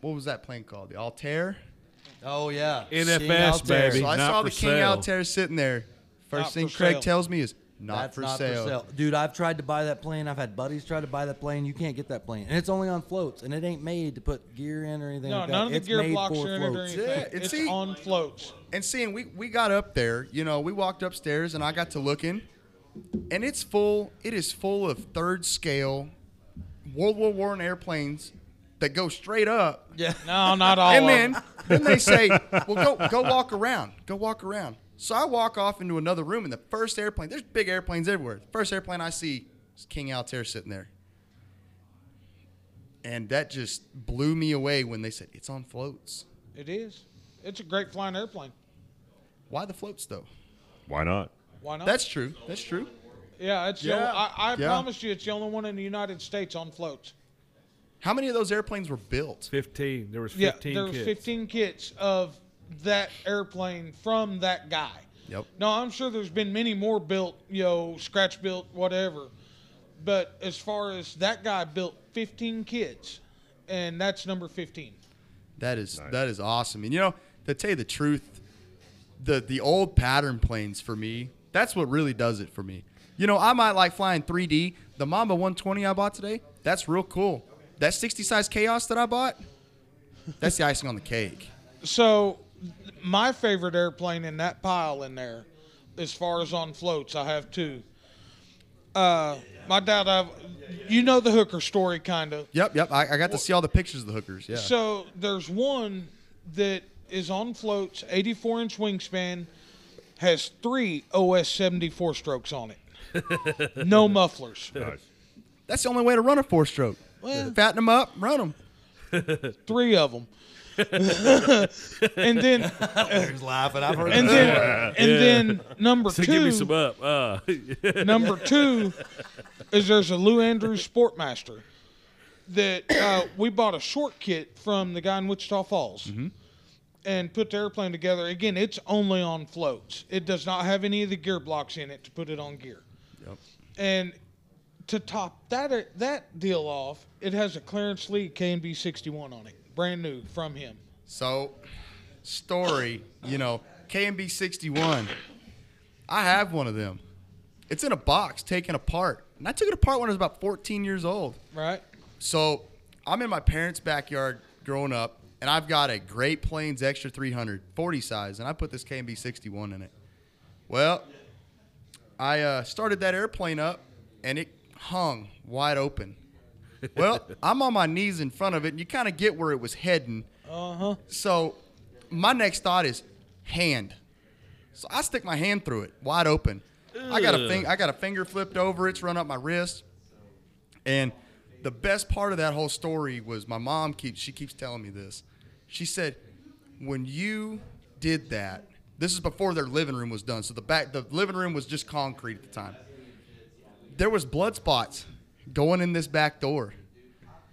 Speaker 7: What was that plane called? The Altair?
Speaker 1: Oh yeah.
Speaker 3: NFS,
Speaker 1: King Altair.
Speaker 3: baby.
Speaker 7: So I
Speaker 3: Not
Speaker 7: saw
Speaker 3: for
Speaker 7: the King
Speaker 3: sale.
Speaker 7: Altair sitting there. First
Speaker 2: Not
Speaker 7: thing
Speaker 2: for
Speaker 7: Craig
Speaker 2: sale.
Speaker 7: tells me is not,
Speaker 1: That's
Speaker 7: for,
Speaker 1: not
Speaker 7: sale.
Speaker 1: for sale, dude. I've tried to buy that plane. I've had buddies try to buy that plane. You can't get that plane, and it's only on floats, and it ain't made to put gear in or anything.
Speaker 2: No,
Speaker 1: like
Speaker 2: none
Speaker 1: that.
Speaker 2: of the
Speaker 1: It's
Speaker 2: gear
Speaker 1: made
Speaker 2: blocks
Speaker 1: for
Speaker 2: are in it or
Speaker 1: floats.
Speaker 2: anything.
Speaker 7: Yeah, it's
Speaker 2: it's
Speaker 7: easy.
Speaker 2: on floats.
Speaker 7: And seeing we we got up there, you know, we walked upstairs and I got to looking, and it's full. It is full of third scale World War One airplanes that go straight up,
Speaker 1: Yeah.
Speaker 2: No, not all.
Speaker 7: and
Speaker 2: of
Speaker 7: then
Speaker 2: them.
Speaker 7: then they say, "Well, go go walk around, go walk around." So I walk off into another room, and the first airplane. There's big airplanes everywhere. The first airplane I see is King Altair sitting there, and that just blew me away when they said it's on floats.
Speaker 2: it is. It's a great flying airplane.
Speaker 7: Why the floats though?
Speaker 6: Why not?
Speaker 2: Why not?
Speaker 7: That's true. That's true.
Speaker 2: yeah. It's The,
Speaker 7: Yeah,
Speaker 2: only- I, I
Speaker 7: yeah.
Speaker 2: promise you, it's the only one in the United States on floats.
Speaker 7: How many of those airplanes were built?
Speaker 3: Fifteen. There was
Speaker 2: Yeah,
Speaker 3: fifteen.
Speaker 2: there was
Speaker 3: kids.
Speaker 2: 15 kits of that airplane from that guy.
Speaker 7: Yep.
Speaker 2: No, I'm sure there's been many more built, you know, scratch built, whatever. But as far as that guy built 15 kits, and that's number 15.
Speaker 7: That is that is awesome. And you know, to tell you the truth, the the old pattern planes for me, that's what really does it for me. You know, I might like flying 3D. The Mamba 120 I bought today, that's real cool. That 60 size chaos that I bought, that's the icing on the cake.
Speaker 2: So, th- my favorite airplane in that pile in there, as far as on floats, I have two. Uh, my dad, I've, you know the hooker story, kind of.
Speaker 7: Yep, yep. I, I got to see all the pictures of the hookers. Yeah.
Speaker 2: So there's one that is on floats, 84 inch wingspan, has three OS 74 strokes on it. no mufflers.
Speaker 7: that's the only way to run a four stroke. Fatten them up, run them.
Speaker 2: Three of them. and then,
Speaker 1: He's laughing. I've heard.
Speaker 2: and
Speaker 1: that.
Speaker 2: then, and then number
Speaker 3: So
Speaker 2: two.
Speaker 3: give me some up. Uh,
Speaker 2: Number two is there's a Lou Andrews Sportmaster that uh, we bought a short kit from the guy in Wichita Falls and put the airplane together. Again, it's only on floats. It does not have any of the gear blocks in it to put it on gear.
Speaker 7: Yep.
Speaker 2: And to top that that deal off, it has a Clarence Lee KNB 61 on it, brand new from him.
Speaker 7: So, story, you know, KMB 61. I have one of them. It's in a box, taken apart. And I took it apart when I was about 14 years old.
Speaker 2: Right?
Speaker 7: So, I'm in my parents' backyard growing up, and I've got a Great Plains Extra 300, 40 size, and I put this KMB 61 in it. Well, I uh, started that airplane up, and it hung wide open. Well, I'm on my knees in front of it, and you kind of get where it was heading.
Speaker 2: Uh huh.
Speaker 7: So my next thought is hand. So I stick my hand through it, wide open. I got a thing. I got a finger flipped over. It's run up my wrist. And the best part of that whole story was my mom keeps she keeps telling me this. She said, "When you did that, this is before their living room was done. So the back the living room was just concrete at the time. There was blood spots going in this back door,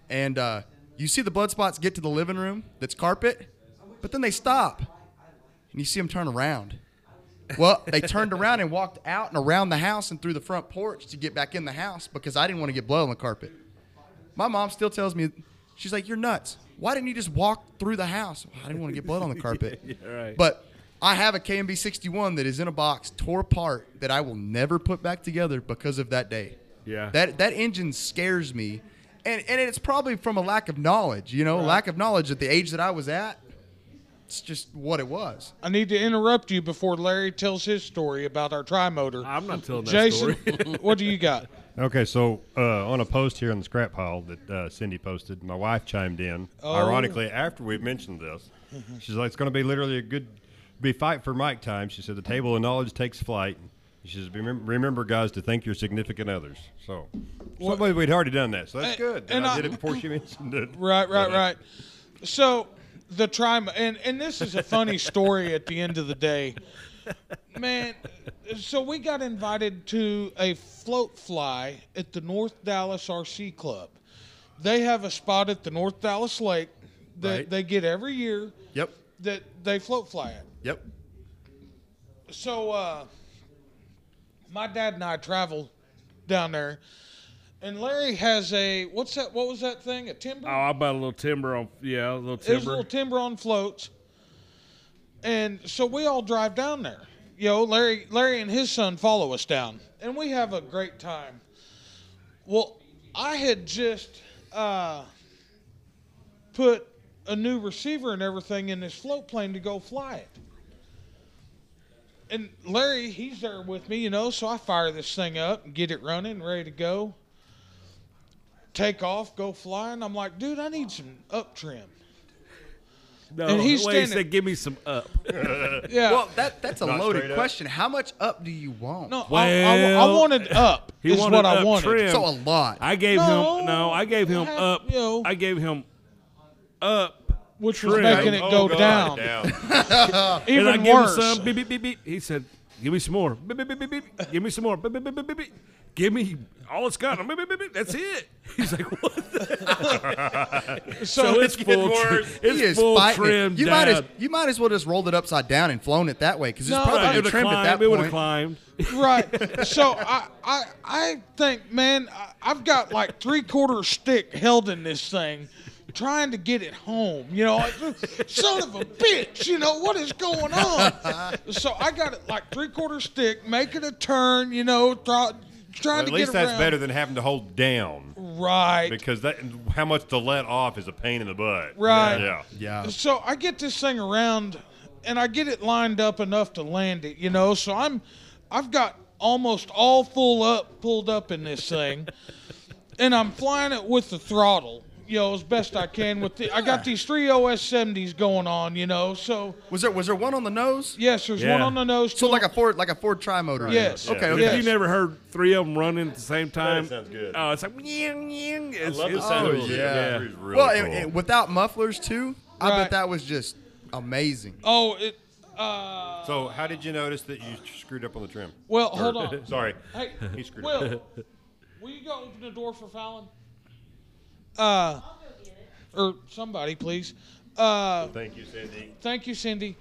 Speaker 7: and uh, you see the blood spots get to the living room that's carpet, but then they stop, and you see them turn around." Well, they turned around and walked out and around the house and through the front porch to get back in the house because I didn't want to get blood on the carpet. My mom still tells me, she's like, "You're nuts. Why didn't you just walk through the house? I didn't want to get blood on the carpet."
Speaker 3: right.
Speaker 7: But I have a KMB 61 that is in a box, tore apart, that I will never put back together because of that day.
Speaker 3: Yeah.
Speaker 7: That that engine scares me, and and it's probably from a lack of knowledge. You know, lack of knowledge at the age that I was at. It's just what it was.
Speaker 2: I need to interrupt you before Larry tells his story about our tri motor.
Speaker 3: I'm not telling that
Speaker 2: Jason,
Speaker 3: story.
Speaker 2: what do you got?
Speaker 6: Okay, so uh, on a post here on the scrap pile that uh, Cindy posted, my wife chimed in.
Speaker 2: Oh.
Speaker 6: Ironically, after we mentioned this, she's like, "It's going to be literally a good, be fight for Mike time." She said, "The table of knowledge takes flight." She says, "Remember, remember guys, to thank your significant others." So, somebody we'd already done that, so that's
Speaker 2: Uh,
Speaker 6: good.
Speaker 2: and
Speaker 6: And I,
Speaker 2: I-
Speaker 6: did it before she mentioned it.
Speaker 2: Right, right,
Speaker 6: Yeah.
Speaker 2: right. So the tri and and this is a funny story at the end of the day. Man, so we got invited to a float fly at the North Dallas RC Club. They have a spot at the North Dallas Lake that
Speaker 7: Right.
Speaker 2: they get every year
Speaker 7: Yep.
Speaker 2: that they float fly at.
Speaker 7: Yep.
Speaker 2: so uh, my dad and I travel down there, and Larry has a what's that? What was that thing? A timber?
Speaker 3: oh, I bought a little timber on. Yeah, a little
Speaker 2: There's a
Speaker 3: timber.
Speaker 2: little timber on floats, and so we all drive down there. You know, Larry, Larry and his son follow us down, and we have a great time. Well, I had just uh, put a new receiver and everything in this float plane to go fly it. And Larry, he's there with me, you know, so I fire this thing up and get it running, ready to go. Take off, go flying. I'm like, dude, I need some up trim.
Speaker 3: no,
Speaker 2: and he's
Speaker 3: wait, he
Speaker 2: standing-
Speaker 3: said, "Give me some up."
Speaker 2: Yeah.
Speaker 7: Well, that that's a
Speaker 6: Not
Speaker 7: loaded
Speaker 6: straight up.
Speaker 7: question. How much up do you want?
Speaker 2: no, I, I, I
Speaker 3: Well,
Speaker 2: wanted up.
Speaker 3: He
Speaker 2: is
Speaker 3: wanted
Speaker 2: what I
Speaker 3: up
Speaker 2: wanted.
Speaker 3: trim.
Speaker 7: So a lot.
Speaker 3: I gave
Speaker 2: No,
Speaker 3: him no. I gave him
Speaker 2: I-
Speaker 3: up.
Speaker 2: you know.
Speaker 3: I gave him up.
Speaker 2: Which was
Speaker 3: Trim.
Speaker 2: making it go
Speaker 6: Oh, God,
Speaker 2: down.
Speaker 3: and I
Speaker 2: Even
Speaker 3: gave
Speaker 2: worse.
Speaker 3: him some. Beep beep beep beep. He said, "Give me some more. Beep beep beep beep. beep. Give me some more. Beep beep beep beep beep. beep. Give me all it's got. Beep, beep, beep, beep. That's it." He's like, "What?" The?
Speaker 2: so,
Speaker 3: it's full. Trim.
Speaker 7: He
Speaker 3: It's
Speaker 7: is
Speaker 3: full
Speaker 7: fighting it.
Speaker 3: trim.
Speaker 7: You might as
Speaker 3: down.
Speaker 7: you might as well just rolled it upside down and flown it that way because it's
Speaker 2: No,
Speaker 7: probably
Speaker 2: I-
Speaker 3: It
Speaker 7: been
Speaker 3: would've
Speaker 7: trimmed at that
Speaker 3: climbed. It would have
Speaker 7: point.
Speaker 3: climbed.
Speaker 2: right. So I, I I think, man, I, I've got like three quarter stick held in this thing, trying to get it home. You know, like, son of a bitch. You know what is going on? So I got it like three quarter stick, making a turn. You know, thro- trying
Speaker 6: At
Speaker 2: to
Speaker 6: least
Speaker 2: get
Speaker 6: that's
Speaker 2: around.
Speaker 6: better than having to hold down
Speaker 2: Right.
Speaker 6: because that how much to let off is a pain in the butt.
Speaker 2: Right.
Speaker 6: Yeah.
Speaker 7: Yeah.
Speaker 2: So I get this thing around, and I get it lined up enough to land it, you know. So I'm, I've got almost all full up, pulled up in this thing, and I'm flying it with the throttle, you know, as best I can. With the, I got these three OS seventies going on, you know. So
Speaker 7: Was there was there one on the nose?
Speaker 2: yes, there's one
Speaker 3: Yeah.
Speaker 2: on the nose.
Speaker 7: So
Speaker 2: two
Speaker 7: like
Speaker 2: on-
Speaker 7: a Ford like a Ford tri motor.
Speaker 2: Yes.
Speaker 7: Okay.
Speaker 6: Yeah.
Speaker 7: okay.
Speaker 3: If you never heard three of them running at the same time,
Speaker 6: sounds good.
Speaker 3: Oh, it's like, "Meow, meow."
Speaker 6: I
Speaker 3: It's-
Speaker 6: love the
Speaker 3: it's-
Speaker 6: sound of
Speaker 3: oh,
Speaker 6: those.
Speaker 7: yeah.
Speaker 6: It was really
Speaker 7: well, and,
Speaker 6: cool.
Speaker 7: and without mufflers too, I
Speaker 2: Right.
Speaker 7: bet that was just amazing.
Speaker 2: oh, it. Uh,
Speaker 6: so how did you notice that you screwed up on the trim?
Speaker 2: well, hold on.
Speaker 6: Sorry.
Speaker 2: Hey,
Speaker 6: He screwed up.
Speaker 2: Will, will you go open the door for Fallon? Uh, or somebody, please. Uh,
Speaker 6: Thank you, Cindy.
Speaker 2: thank you, Cindy.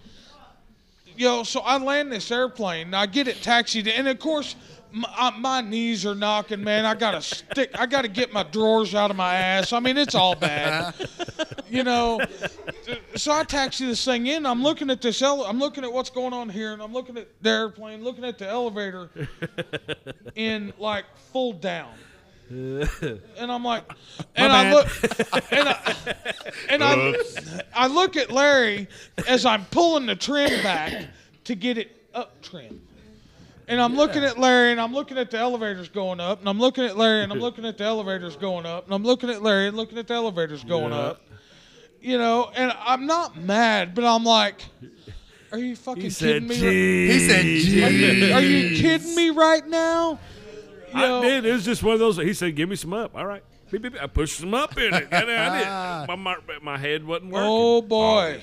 Speaker 2: Yo, so I land this airplane. and I get it taxied, and of course, my, I- my knees are knocking, man. I gotta stick. I gotta get my drawers out of my ass. I mean, it's all bad, you know. So I taxi this thing in. I'm looking at this. Ele- I'm looking at what's going on here, and I'm looking at the airplane, looking at the elevator, in like full down. And I'm like, and I
Speaker 3: bad.
Speaker 2: look, and I, and I,
Speaker 6: Oops.
Speaker 2: I look at Larry as I'm pulling the trim back to get it up trim. And I'm looking at Larry and I'm looking at the elevators going up and I'm looking at Larry and I'm looking at the elevators going up and I'm looking at Larry and looking at the elevators going
Speaker 3: Yeah.
Speaker 2: up. You know, and I'm not mad, but I'm like, are you fucking
Speaker 3: He
Speaker 2: kidding
Speaker 3: said,
Speaker 2: me?
Speaker 7: He said,
Speaker 2: Are
Speaker 7: "Gee."
Speaker 2: you, are you kidding me right now? You
Speaker 3: I
Speaker 2: know,
Speaker 3: did. It was just one of those. He said, "Give me some up." All right. Beep, beep, beep. I pushed some up in it. And I did. My, my, my head wasn't working.
Speaker 2: Oh boy,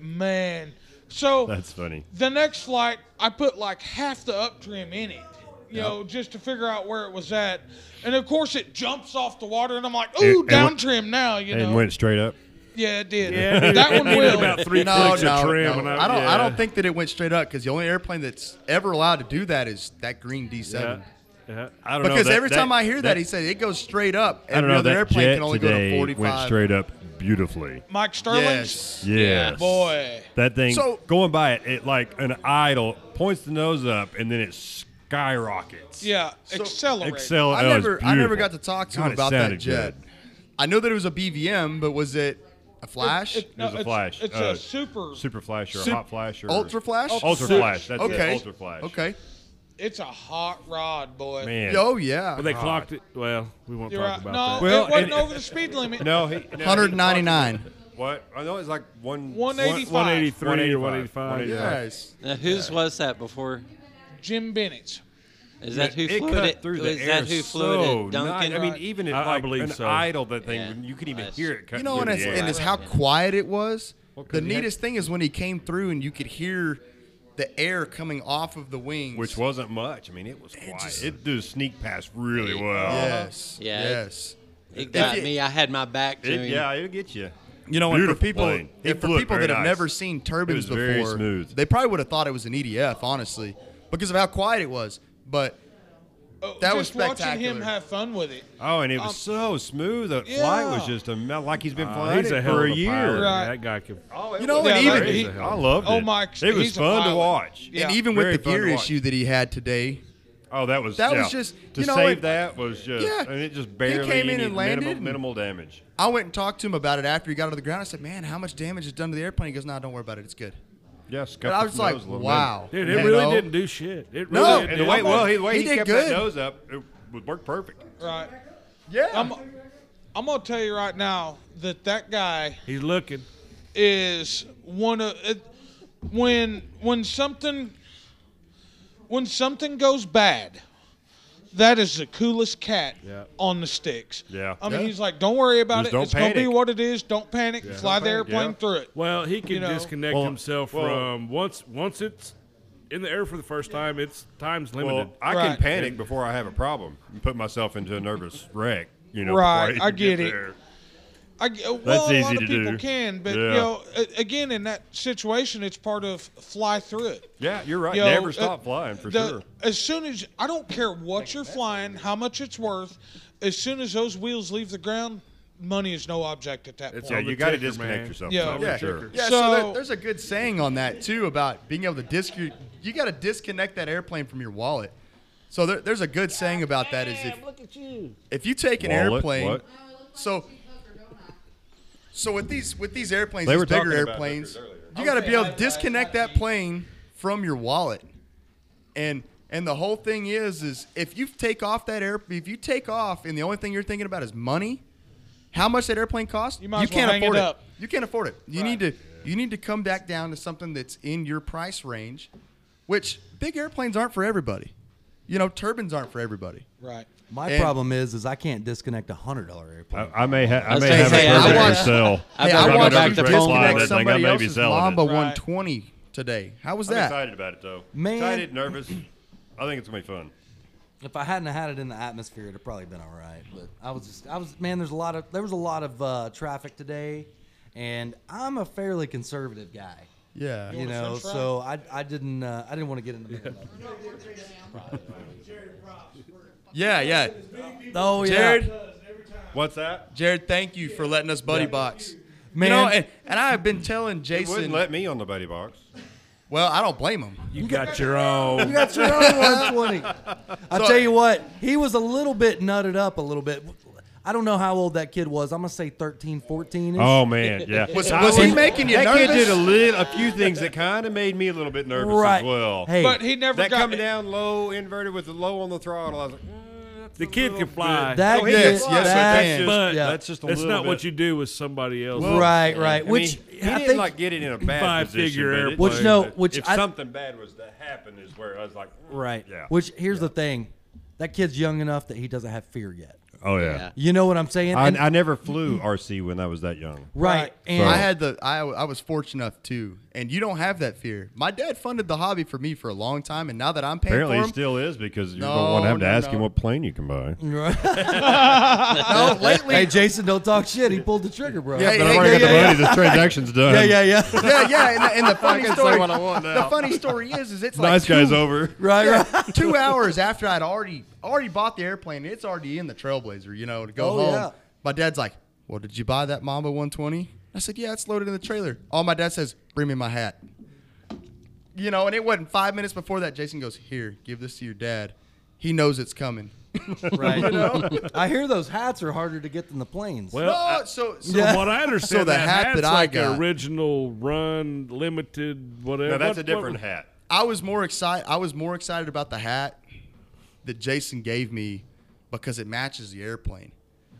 Speaker 2: man. So
Speaker 6: That's funny.
Speaker 2: the next flight, I put like half the up trim in it, you know, just to figure out where it was at. And of course, it jumps off the water, and I'm like,
Speaker 6: And-
Speaker 2: ooh,
Speaker 6: and
Speaker 2: down
Speaker 6: went-
Speaker 2: trim now, you know.
Speaker 6: And went straight up.
Speaker 2: yeah, it did.
Speaker 3: Yeah, it
Speaker 2: that
Speaker 3: needed-
Speaker 2: one
Speaker 3: it needed
Speaker 2: will.
Speaker 3: about three
Speaker 7: No,
Speaker 3: clicks
Speaker 7: no,
Speaker 3: of trim.
Speaker 7: no.
Speaker 3: and
Speaker 7: I don't.
Speaker 3: yeah.
Speaker 7: I don't think that it went straight up because the only airplane that's ever allowed to do that is that green D seven.
Speaker 3: Yeah. Yeah.
Speaker 6: I don't know.
Speaker 7: Because
Speaker 6: that-
Speaker 7: every time I hear that,
Speaker 6: that-
Speaker 7: he said it goes straight up.
Speaker 6: I don't
Speaker 7: Every
Speaker 6: know.
Speaker 7: other
Speaker 6: That
Speaker 7: airplane
Speaker 6: jet
Speaker 7: can only
Speaker 6: today
Speaker 7: go to
Speaker 6: went
Speaker 7: 45.
Speaker 6: straight up beautifully.
Speaker 2: Mike Sterling.
Speaker 7: Yes.
Speaker 6: Yes.
Speaker 2: Yeah, boy.
Speaker 6: That thing
Speaker 7: So-
Speaker 6: going by it, it like an idol points the nose up and then it skyrockets.
Speaker 2: Yeah, accelerate.
Speaker 6: Excel.
Speaker 7: I
Speaker 6: oh, it's
Speaker 7: never, I never
Speaker 6: beautiful.
Speaker 7: got to talk to
Speaker 6: God,
Speaker 7: him
Speaker 6: it
Speaker 7: about that
Speaker 6: sounded
Speaker 7: jet.
Speaker 6: good.
Speaker 7: I know that it was a BVM, but was it A flash?
Speaker 2: It- no,
Speaker 6: There's a
Speaker 2: it's-
Speaker 6: flash.
Speaker 2: It's
Speaker 6: Uh,
Speaker 2: a super.
Speaker 6: Super flash or
Speaker 7: Sup-
Speaker 6: hot flash or
Speaker 7: Ultra flash?
Speaker 6: Ultra
Speaker 7: Sup-
Speaker 6: flash. That's
Speaker 7: okay.
Speaker 6: it. Ultra flash.
Speaker 7: Okay.
Speaker 2: It's a hot rod, boy.
Speaker 6: Man.
Speaker 7: Oh, yeah.
Speaker 3: But they clocked it. Well, we won't
Speaker 2: You're
Speaker 3: talk
Speaker 2: right.
Speaker 3: about
Speaker 2: No,
Speaker 3: that.
Speaker 6: Well,
Speaker 2: it wasn't
Speaker 6: and-
Speaker 2: over the speed limit.
Speaker 6: No, he, no, he-
Speaker 7: 199.
Speaker 6: What? I know it's like one.
Speaker 2: 185.
Speaker 3: 183 or
Speaker 6: 185.
Speaker 3: 185.
Speaker 7: Yes.
Speaker 5: Now, whose was that before?
Speaker 2: Jim Bennett's.
Speaker 5: Is that who
Speaker 6: it
Speaker 5: flew
Speaker 6: cut
Speaker 5: it?
Speaker 6: through the
Speaker 5: Is
Speaker 6: air
Speaker 5: that who flew
Speaker 6: so
Speaker 5: it at Duncan?
Speaker 6: nice. I mean,
Speaker 7: e-
Speaker 6: even at
Speaker 3: I- I
Speaker 6: like
Speaker 3: believe
Speaker 6: an
Speaker 3: so.
Speaker 6: idle that thing,
Speaker 5: Yeah.
Speaker 6: you could even
Speaker 5: That's-
Speaker 6: hear it. Cut
Speaker 7: You know,
Speaker 6: through
Speaker 7: and
Speaker 6: the
Speaker 7: it's,
Speaker 6: air.
Speaker 7: and it's how quiet it was.
Speaker 6: Well, 'cause
Speaker 7: the
Speaker 6: you had-
Speaker 7: neatest thing is when he came through and you could hear the air coming off of the wings.
Speaker 6: which wasn't much. I mean, it was quiet. It,
Speaker 7: just-
Speaker 6: did a sneak pass really well.
Speaker 7: Yes.
Speaker 5: Yeah.
Speaker 7: Yes.
Speaker 5: it got
Speaker 7: If you-
Speaker 5: me. I had my back to
Speaker 6: It,
Speaker 5: him.
Speaker 6: yeah, it'll get you.
Speaker 7: You know, and for
Speaker 6: Beautiful
Speaker 7: people,
Speaker 6: plane. He
Speaker 7: and for
Speaker 6: flew it
Speaker 7: people
Speaker 6: very
Speaker 7: that have
Speaker 6: nice.
Speaker 7: never seen turbines
Speaker 6: It was very
Speaker 7: before,
Speaker 6: smooth.
Speaker 7: they probably would have thought it was an EDF, honestly, because of how quiet it was. But
Speaker 2: Oh,
Speaker 7: That was
Speaker 2: just watching him
Speaker 7: spectacular.
Speaker 2: have fun with it.
Speaker 6: Oh, and it was
Speaker 2: Um,
Speaker 6: so smooth. The flight was
Speaker 2: yeah.
Speaker 6: just a mel- like he's been
Speaker 3: Uh,
Speaker 6: flying
Speaker 3: he's
Speaker 6: it
Speaker 3: a hell
Speaker 6: for
Speaker 3: of
Speaker 6: a year.
Speaker 2: Right.
Speaker 3: That guy can.
Speaker 7: you know,
Speaker 2: Yeah,
Speaker 7: and
Speaker 2: that-
Speaker 7: even
Speaker 2: he-
Speaker 6: I loved it.
Speaker 2: Oh, Mike,
Speaker 6: It was
Speaker 2: he's a
Speaker 6: fun to
Speaker 2: pilot.
Speaker 6: watch.
Speaker 2: Yeah.
Speaker 7: and even
Speaker 6: Very
Speaker 7: with the
Speaker 6: fun to
Speaker 7: gear
Speaker 6: watch.
Speaker 7: issue that he had today,
Speaker 6: Oh, that was
Speaker 7: That was
Speaker 6: yeah.
Speaker 7: just-
Speaker 6: to
Speaker 7: you know,
Speaker 6: save
Speaker 7: it-
Speaker 6: that was just
Speaker 7: Yeah.
Speaker 6: and it just
Speaker 7: He
Speaker 6: barely
Speaker 7: came in
Speaker 6: any
Speaker 7: and landed
Speaker 6: minimal,
Speaker 7: and-
Speaker 6: minimal damage.
Speaker 7: I went and talked to him about it after he got out of the ground. I said, "Man, how much damage is done to the airplane?" He goes, "No, don't worry about it. It's good."
Speaker 6: Yes,
Speaker 7: But I was like, "Wow,
Speaker 3: Dude,
Speaker 7: You
Speaker 3: it really
Speaker 7: know?
Speaker 3: didn't do shit. It
Speaker 7: No.
Speaker 3: really
Speaker 6: And
Speaker 3: didn't.
Speaker 6: the way well, he, the way
Speaker 7: He
Speaker 6: he,
Speaker 7: did
Speaker 6: kept
Speaker 7: good.
Speaker 6: that nose up, it would work perfect.
Speaker 2: Right.
Speaker 7: Yeah,
Speaker 2: I'm, I'm going to tell you right now that that guy
Speaker 3: He's looking.
Speaker 2: is one of it, when when something when something goes bad that is the coolest cat
Speaker 3: Yeah.
Speaker 2: on the sticks
Speaker 6: Yeah.
Speaker 2: i mean
Speaker 7: Yeah.
Speaker 2: he's like don't worry about
Speaker 6: Just
Speaker 2: it
Speaker 6: don't
Speaker 2: it's gonna be
Speaker 6: panic.
Speaker 2: what it is don't panic fly the
Speaker 6: Don't panic,
Speaker 2: airplane
Speaker 6: yeah.
Speaker 2: through it
Speaker 3: Well, he can
Speaker 2: You know?
Speaker 3: disconnect
Speaker 6: Well,
Speaker 3: himself
Speaker 6: well-
Speaker 3: from once once it's in the air for the first time. It's time's limited.
Speaker 6: Well, I
Speaker 2: Right.
Speaker 6: can panic before I have a problem and put myself into a nervous wreck. You know,
Speaker 2: Right,
Speaker 6: before
Speaker 2: I
Speaker 6: even
Speaker 2: get it.
Speaker 6: there.
Speaker 2: I, well, That's a
Speaker 6: easy
Speaker 2: lot of
Speaker 6: to
Speaker 2: people
Speaker 6: do.
Speaker 2: can but you
Speaker 6: Yeah.
Speaker 2: know a- again in that situation it's part of fly through it
Speaker 6: Yeah, you're right.
Speaker 2: You know,
Speaker 6: Never stop
Speaker 2: uh,
Speaker 6: flying for
Speaker 2: the-
Speaker 6: sure.
Speaker 2: As soon as I don't care what you're flying, how much it's worth, as soon as those wheels leave the ground, money is no object at that
Speaker 3: It's
Speaker 6: Yeah,
Speaker 2: point.
Speaker 3: on the
Speaker 6: you got to
Speaker 3: ticker,
Speaker 6: disconnect
Speaker 3: man.
Speaker 6: yourself.
Speaker 2: Yeah.
Speaker 6: from it,
Speaker 7: Yeah.
Speaker 6: sure.
Speaker 7: Yeah, so,
Speaker 2: So-
Speaker 7: there- there's a good saying on that too about being able to disc. You got to disconnect that airplane from your wallet. So there, there's a good saying about that is if if you take an
Speaker 6: Wallet?
Speaker 7: airplane,
Speaker 6: What?
Speaker 7: so so with these with these airplanes,
Speaker 6: They
Speaker 7: these
Speaker 6: were
Speaker 7: bigger
Speaker 6: talking about
Speaker 7: airplanes,
Speaker 6: hookers earlier.
Speaker 2: Oh,
Speaker 7: you got to be able to disconnect that plane from your wallet, and and the whole thing is is if you take off that air if you take off and the only thing you're thinking about is money, how much that airplane costs,
Speaker 2: You might as well
Speaker 7: can't
Speaker 2: hang it
Speaker 7: afford
Speaker 2: up.
Speaker 7: You can't afford it. You need to you need to come back down to something that's in your price range, which big airplanes aren't for everybody. You know, turbines aren't for everybody.
Speaker 2: Right.
Speaker 1: My
Speaker 7: And-
Speaker 1: problem is, is I can't disconnect a hundred dollar airplane.
Speaker 6: I, I may, ha- I
Speaker 5: was
Speaker 6: may
Speaker 5: gonna
Speaker 6: have
Speaker 5: say,
Speaker 6: a
Speaker 5: I
Speaker 6: project
Speaker 7: watched-
Speaker 6: to sell.
Speaker 5: I
Speaker 7: hey,
Speaker 5: better
Speaker 7: I
Speaker 5: go
Speaker 7: watched
Speaker 5: back
Speaker 7: you
Speaker 5: to
Speaker 7: disconnect
Speaker 5: phone calls.
Speaker 6: I
Speaker 7: somebody
Speaker 6: may be
Speaker 7: else's
Speaker 6: selling it.
Speaker 7: Mamba
Speaker 2: Right.
Speaker 7: 120 today. How was
Speaker 6: I'm
Speaker 7: that?
Speaker 6: excited about it though.
Speaker 1: Man.
Speaker 6: Excited, nervous. I think it's gonna be fun.
Speaker 1: If I hadn't had it in the atmosphere, it'd have probably been all right. But I was just, I was, man. There's a lot of, there was a lot of uh, traffic today, and I'm a fairly conservative guy.
Speaker 7: Yeah.
Speaker 1: You
Speaker 2: want a
Speaker 1: know,
Speaker 2: french fry?
Speaker 1: so I, I didn't, uh, I didn't want to get in the middle.
Speaker 7: Yeah, yeah.
Speaker 1: Oh yeah,
Speaker 7: Jared,
Speaker 6: What's that?
Speaker 7: Jared, thank you for letting us buddy box.
Speaker 1: man.
Speaker 7: You know, and, and I have been telling
Speaker 6: They wouldn't
Speaker 7: Jason.
Speaker 6: let me on the buddy box.
Speaker 7: well, I don't blame him.
Speaker 3: you got your own.
Speaker 1: You got your own 120. I
Speaker 7: So-
Speaker 1: tell you what, he was a little bit nutted up a little bit. I don't know how old that kid was. I'm gonna say 13, 14. -ish.
Speaker 6: Oh man, yeah.
Speaker 7: Was-
Speaker 6: I
Speaker 7: was he making you
Speaker 6: that kid
Speaker 7: nervous?
Speaker 6: did a little, a few things that kind of made me a little bit nervous
Speaker 1: right.
Speaker 6: as well.
Speaker 1: Hey,
Speaker 2: But he never
Speaker 6: that
Speaker 2: got
Speaker 6: coming down low, inverted with the low on the throttle. I was like, mm, that's
Speaker 3: The
Speaker 6: a
Speaker 3: kid
Speaker 6: little
Speaker 3: can
Speaker 6: bit-
Speaker 3: fly.
Speaker 1: that
Speaker 6: Oh,
Speaker 1: kid,
Speaker 6: he
Speaker 7: Yes,
Speaker 6: can fly,
Speaker 7: yes,
Speaker 6: but
Speaker 7: I
Speaker 1: that-
Speaker 6: that's
Speaker 7: can.
Speaker 3: But
Speaker 6: just- that's just a
Speaker 3: That's
Speaker 6: little
Speaker 3: not what
Speaker 6: bit.
Speaker 3: you do with somebody else.
Speaker 1: right, right.
Speaker 6: I
Speaker 1: Which
Speaker 6: mean, he
Speaker 1: I
Speaker 6: didn't
Speaker 1: think
Speaker 6: like get it in a bad
Speaker 3: Five
Speaker 6: position,
Speaker 3: figure
Speaker 6: but it-
Speaker 3: airplane.
Speaker 1: Which no, which
Speaker 6: if
Speaker 1: I-
Speaker 6: something bad was to happen is where I was like, "Mm."
Speaker 1: right.
Speaker 6: yeah,
Speaker 1: Which here's the thing, that kid's young enough that he doesn't have fear yet.
Speaker 6: oh yeah.
Speaker 5: Yeah.
Speaker 1: You know what I'm saying?
Speaker 6: I,
Speaker 1: And-
Speaker 6: I never flew RC when I was that young.
Speaker 1: right. And
Speaker 7: I had the I, I was fortunate enough too, and you don't have that fear. My dad funded the hobby for me for a long time, and now that I'm paying
Speaker 6: Apparently,
Speaker 7: for
Speaker 6: he
Speaker 7: him,
Speaker 6: still is because you
Speaker 7: No,
Speaker 6: don't want to have to
Speaker 7: no,
Speaker 6: ask
Speaker 7: no.
Speaker 6: him what plane you can buy.
Speaker 7: no, lately,
Speaker 1: hey, Jason, don't talk shit. He pulled the trigger, bro.
Speaker 7: Yeah,
Speaker 6: But
Speaker 7: Hey,
Speaker 6: I've already
Speaker 7: yeah,
Speaker 6: got the
Speaker 7: yeah,
Speaker 6: money. This transaction's done.
Speaker 1: yeah, yeah, yeah.
Speaker 7: yeah, yeah. And the, and the funny
Speaker 6: can say
Speaker 7: story,
Speaker 6: what I want
Speaker 7: the
Speaker 6: now.
Speaker 7: funny story is, is it's
Speaker 6: Nice
Speaker 7: like
Speaker 6: guy's
Speaker 7: two-
Speaker 6: over.
Speaker 1: right, right.
Speaker 7: two hours after I'd already already bought the airplane, it's already in the Trailblazer, you know, to go
Speaker 1: Oh,
Speaker 7: home.
Speaker 1: yeah.
Speaker 7: My dad's like, "Well, did you buy that Mamba 120?" I said, "Yeah, it's loaded in the trailer." All my dad says, "Bring me my hat." You know, and it wasn't five minutes before that. Jason goes, "Here, give this to your dad." he knows it's coming.
Speaker 1: Right. I hear those hats are harder to get than the planes.
Speaker 3: Well,
Speaker 7: No,
Speaker 3: I-
Speaker 7: so, so
Speaker 3: from what I understand,
Speaker 7: So the
Speaker 3: that
Speaker 7: hat
Speaker 3: hat's
Speaker 7: that I
Speaker 3: like
Speaker 7: got-
Speaker 3: the original run, limited, whatever.
Speaker 6: No, that's
Speaker 3: What-
Speaker 6: a different
Speaker 3: what-
Speaker 6: hat.
Speaker 7: I was more excited. I was more excited about the hat that Jason gave me because it matches the airplane.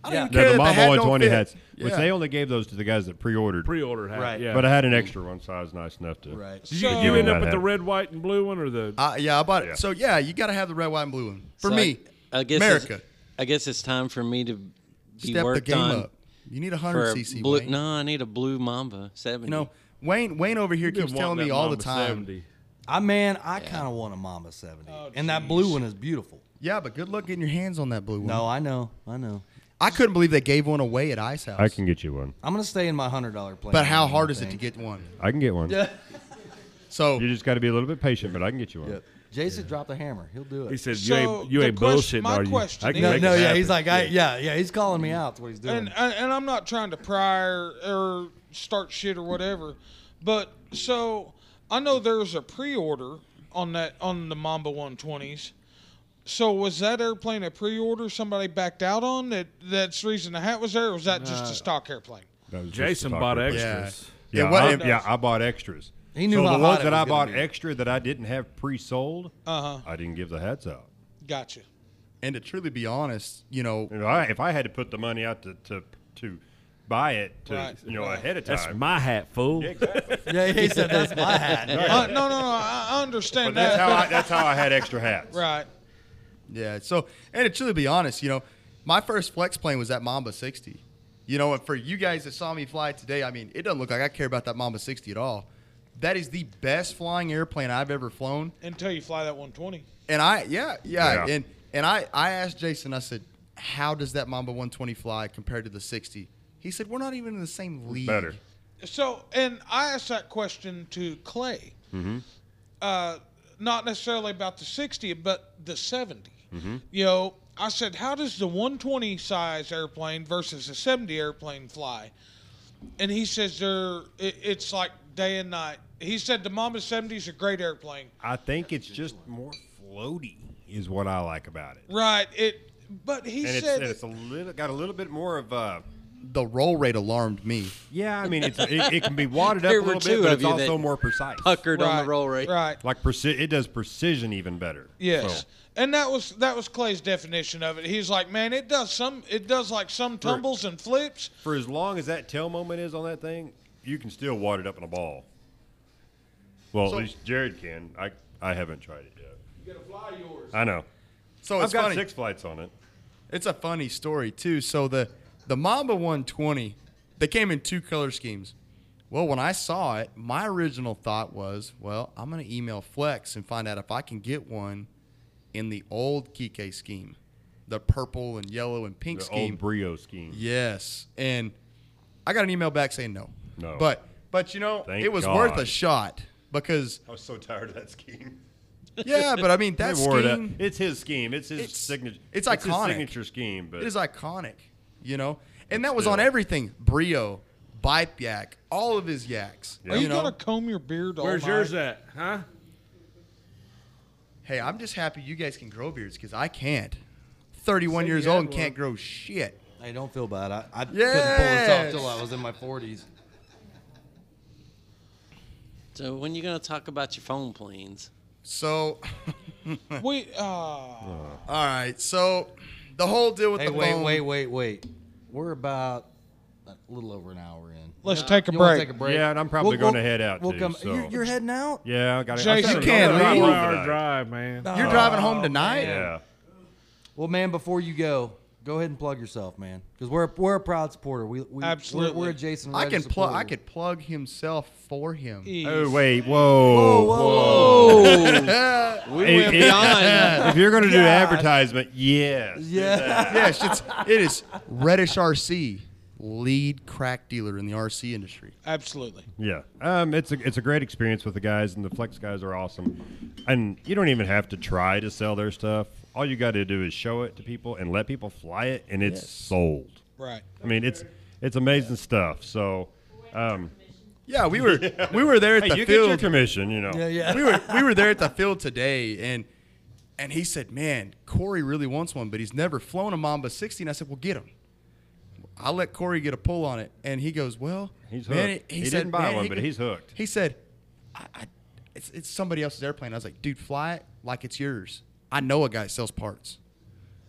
Speaker 7: I
Speaker 1: Yeah.
Speaker 7: don't even
Speaker 6: No,
Speaker 7: care
Speaker 6: the
Speaker 7: that the
Speaker 6: Mama
Speaker 7: hat
Speaker 6: wanted
Speaker 7: don't
Speaker 6: 20
Speaker 7: fit.
Speaker 6: hats, which
Speaker 7: Yeah.
Speaker 6: they only gave those to the guys that pre-ordered.
Speaker 3: pre-order hat.
Speaker 1: Right.
Speaker 3: Yeah.
Speaker 6: But I had an extra one, so I was nice enough to.
Speaker 1: right.
Speaker 3: Did you,
Speaker 2: So-
Speaker 3: you end
Speaker 6: Yeah,
Speaker 3: up
Speaker 6: I
Speaker 3: with the
Speaker 6: had-
Speaker 3: red, white, and blue one, or the?
Speaker 7: I, yeah, I bought it.
Speaker 6: Yeah.
Speaker 7: So yeah, you got to have the red, white, and blue one for
Speaker 5: So I-
Speaker 7: me.
Speaker 5: I, guess it's-
Speaker 7: America,
Speaker 5: I guess it's time for me to be
Speaker 7: step the
Speaker 5: worked
Speaker 7: game
Speaker 5: on
Speaker 7: up. You need a
Speaker 5: for
Speaker 7: hundred
Speaker 5: a
Speaker 7: cc.
Speaker 5: blue.
Speaker 7: Wayne.
Speaker 5: No, I need a blue Mamba seventy.
Speaker 7: You know, Wayne Wayne over here
Speaker 3: Didn't
Speaker 7: keeps
Speaker 3: want
Speaker 7: telling
Speaker 3: that
Speaker 7: me all the
Speaker 3: Mamba
Speaker 7: time.
Speaker 3: 70.
Speaker 1: I man, I kind of want a Mama 70. and that blue one is beautiful.
Speaker 7: Yeah, but good luck getting your hands on that blue one.
Speaker 1: No, I know. I know.
Speaker 7: I couldn't believe they gave one away at Ice House.
Speaker 6: I can get you one.
Speaker 1: I'm going to stay in my $100 plane.
Speaker 7: but how hard is it to get one?
Speaker 6: I can get one.
Speaker 1: Yeah.
Speaker 7: So
Speaker 6: You just got to be a little bit patient, but I can get you one.
Speaker 1: Yep. Jason dropped the hammer. He'll do
Speaker 3: He
Speaker 1: it.
Speaker 3: said, "You
Speaker 2: So,
Speaker 3: ain't, you
Speaker 2: the
Speaker 3: ain't
Speaker 2: question-
Speaker 3: bullshitting,
Speaker 2: my
Speaker 3: are you?"
Speaker 2: question
Speaker 3: I can
Speaker 2: is-
Speaker 1: No,
Speaker 3: make
Speaker 1: no,
Speaker 3: it
Speaker 1: yeah, he's
Speaker 3: happen.
Speaker 1: like, I, yeah, yeah, he's calling me out. That's what he's doing.
Speaker 2: and and and I'm not trying to pry or, or start shit or whatever, but so I know there's a pre-order on that on the Mamba 120s. So was that airplane a pre-order somebody backed out on that? That's the reason the hat was there. Or was that just a stock airplane?
Speaker 6: That was just
Speaker 3: Jason
Speaker 6: the
Speaker 3: bought
Speaker 6: talker.
Speaker 3: extras.
Speaker 6: Yeah,
Speaker 7: It wa-
Speaker 6: I,
Speaker 7: it-
Speaker 6: yeah, I bought extras.
Speaker 1: He knew
Speaker 6: so
Speaker 1: how
Speaker 6: the
Speaker 1: hot
Speaker 6: ones
Speaker 1: it
Speaker 6: that
Speaker 1: was
Speaker 6: I
Speaker 1: gonna
Speaker 6: bought
Speaker 1: be. Uh-huh.
Speaker 6: extra that I didn't have pre-sold,
Speaker 2: Uh huh.
Speaker 6: I didn't give the hats out.
Speaker 2: Gotcha.
Speaker 7: and to truly be honest, you know,
Speaker 6: You know, I, if I had to put the money out to to, to buy it, to,
Speaker 2: Right,
Speaker 6: you know,
Speaker 2: right.
Speaker 6: ahead of time.
Speaker 3: That's my hat, fool.
Speaker 1: yeah, he said, that's my hat.
Speaker 2: Uh, no, no, no. I I understand
Speaker 6: but that's
Speaker 2: that.
Speaker 6: how I, that's how I had extra hats.
Speaker 2: but- right.
Speaker 7: Yeah. So, and to truly be honest, you know, my first flex plane was that Mamba 60. You know, and for you guys that saw me fly today, I mean, it doesn't look like I care about that Mamba 60 at all. That is the best flying airplane I've ever flown.
Speaker 2: Until you fly that 120.
Speaker 7: And I, yeah, yeah,
Speaker 6: Yeah.
Speaker 7: and and I, I asked Jason. I said, "How does that Mamba 120 fly compared to the 60?" He said, "We're not even in the same league."
Speaker 6: Better.
Speaker 2: So, and I asked that question to Clay,
Speaker 6: Mm-hmm.
Speaker 2: uh, not necessarily about the 60, but the 70.
Speaker 6: Mm-hmm.
Speaker 2: You know, I said, how does the 120 size airplane versus a 70 airplane fly? And he says, they're, it, it's like day and night. He said, the Mamba 70 is a great airplane.
Speaker 6: I think it's just more floaty is what I like about it.
Speaker 2: Right. It, but he
Speaker 6: And it's,
Speaker 2: said,
Speaker 6: and it's a little got a little bit more of a
Speaker 7: The roll rate alarmed me.
Speaker 6: yeah. I mean, it's, it, it can be wadded up a
Speaker 5: There were
Speaker 6: little
Speaker 5: two
Speaker 6: bit, but
Speaker 5: of
Speaker 6: it's
Speaker 5: you that
Speaker 6: also more precise.
Speaker 5: puckered on
Speaker 2: Right,
Speaker 5: the roll rate.
Speaker 2: Right.
Speaker 6: Like preci- it does precision even better.
Speaker 2: Yes.
Speaker 6: So,
Speaker 2: And that was that was Clay's definition of it. He's like, man, it does some, it does like some tumbles and flips,
Speaker 6: for as long as that tail moment is on that thing, you can still wad it up in a ball. Well,
Speaker 7: So-
Speaker 6: at least Jared can. I I haven't tried it yet. You gotta fly yours. I know.
Speaker 7: So
Speaker 6: I've
Speaker 7: Oh, it's
Speaker 6: got
Speaker 7: funny.
Speaker 6: six flights on it.
Speaker 7: It's a funny story too. So the the Mamba 120, they came in two color schemes. Well, when I saw it, my original thought was, well, I'm gonna email Flex and find out if I can get one in the old Kike scheme, the purple and yellow and pink
Speaker 6: The
Speaker 7: scheme.
Speaker 6: old Brio scheme.
Speaker 7: yes, and I got an email back saying no.
Speaker 6: No.
Speaker 7: But but you know,
Speaker 6: Thank
Speaker 7: it was
Speaker 6: God.
Speaker 7: worth a shot because
Speaker 6: I was so tired of that scheme.
Speaker 7: yeah, but I mean that
Speaker 6: They wore that-
Speaker 7: scheme.
Speaker 6: It's his scheme. It's his
Speaker 7: It's-
Speaker 6: signature.
Speaker 7: it's
Speaker 6: his
Speaker 7: iconic.
Speaker 6: signature scheme, but
Speaker 7: It is iconic, you know. And that was
Speaker 6: still-
Speaker 7: on everything: brio, bipe yak, all of his yaks.
Speaker 6: Yeah.
Speaker 2: Are you,
Speaker 7: You know?
Speaker 2: gonna comb your beard all
Speaker 3: Where's
Speaker 2: night?
Speaker 3: yours at? Huh?
Speaker 7: Hey, I'm just happy you guys can grow beards because I can't. 31 years old and can't grow shit.
Speaker 1: Hey, don't feel bad. I, I couldn't
Speaker 7: Yes.
Speaker 1: pull this off till I was in my 40s.
Speaker 5: So when you gonna talk about your phone planes?
Speaker 7: So,
Speaker 2: We uh,
Speaker 7: all right. So, the whole deal with
Speaker 1: Hey,
Speaker 7: the
Speaker 1: wait,
Speaker 7: phone-
Speaker 1: wait, wait, wait. We're about a little over an hour in.
Speaker 2: let's take a
Speaker 1: You wanna
Speaker 2: break.
Speaker 1: Take a break.
Speaker 6: Yeah, and I'm probably
Speaker 1: We'll-
Speaker 6: gonna head out
Speaker 1: We'll
Speaker 6: too,
Speaker 1: come.
Speaker 6: so-
Speaker 1: You're, you're heading out.
Speaker 6: yeah, I got
Speaker 2: Jay, you
Speaker 7: can't leave.
Speaker 3: Four-hour drive, man.
Speaker 7: You're driving home tonight.
Speaker 6: Yeah.
Speaker 1: Uh, Well, man, before you go, go ahead and plug yourself, man, because we're we're a proud supporter. We, we
Speaker 2: Absolutely.
Speaker 1: We're, we're a Jason.
Speaker 7: I
Speaker 1: Reddick
Speaker 7: can plug. I
Speaker 1: supporter.
Speaker 7: could plug himself for him.
Speaker 2: Ease.
Speaker 6: Oh wait, whoa.
Speaker 5: Oh, we went
Speaker 6: If- if-
Speaker 5: beyond. that.
Speaker 6: If you're gonna do advertisement, yes.
Speaker 1: Yeah.
Speaker 7: yes, it's it is Reddish RC, lead crack dealer in the RC industry.
Speaker 2: Absolutely.
Speaker 6: Yeah, um, it's a it's a great experience with the guys, and the Flex guys are awesome. And you don't even have to try to sell their stuff. All you got to do is show it to people and let people fly it, and it's sold.
Speaker 2: Right.
Speaker 6: I mean, it's it's amazing stuff. So, um,
Speaker 7: Yeah, we were we were there at
Speaker 6: hey,
Speaker 7: the
Speaker 6: you get your
Speaker 7: field.
Speaker 6: commission, you know.
Speaker 1: Yeah, yeah.
Speaker 7: we were we were there at the field today, and And he said, "Man, Corey really wants one, but he's never flown a Mamba 60." And I said, "Well, get him." I let Corey get a pull on it, and he goes, "Well,
Speaker 6: He's
Speaker 7: man,
Speaker 6: hooked. He didn't buy
Speaker 7: man,
Speaker 6: one, but
Speaker 7: could-
Speaker 6: he's hooked.
Speaker 7: He said, I, I, it's, "It's somebody else's airplane." I was like, "Dude, fly it like it's yours. I know a guy that sells parts."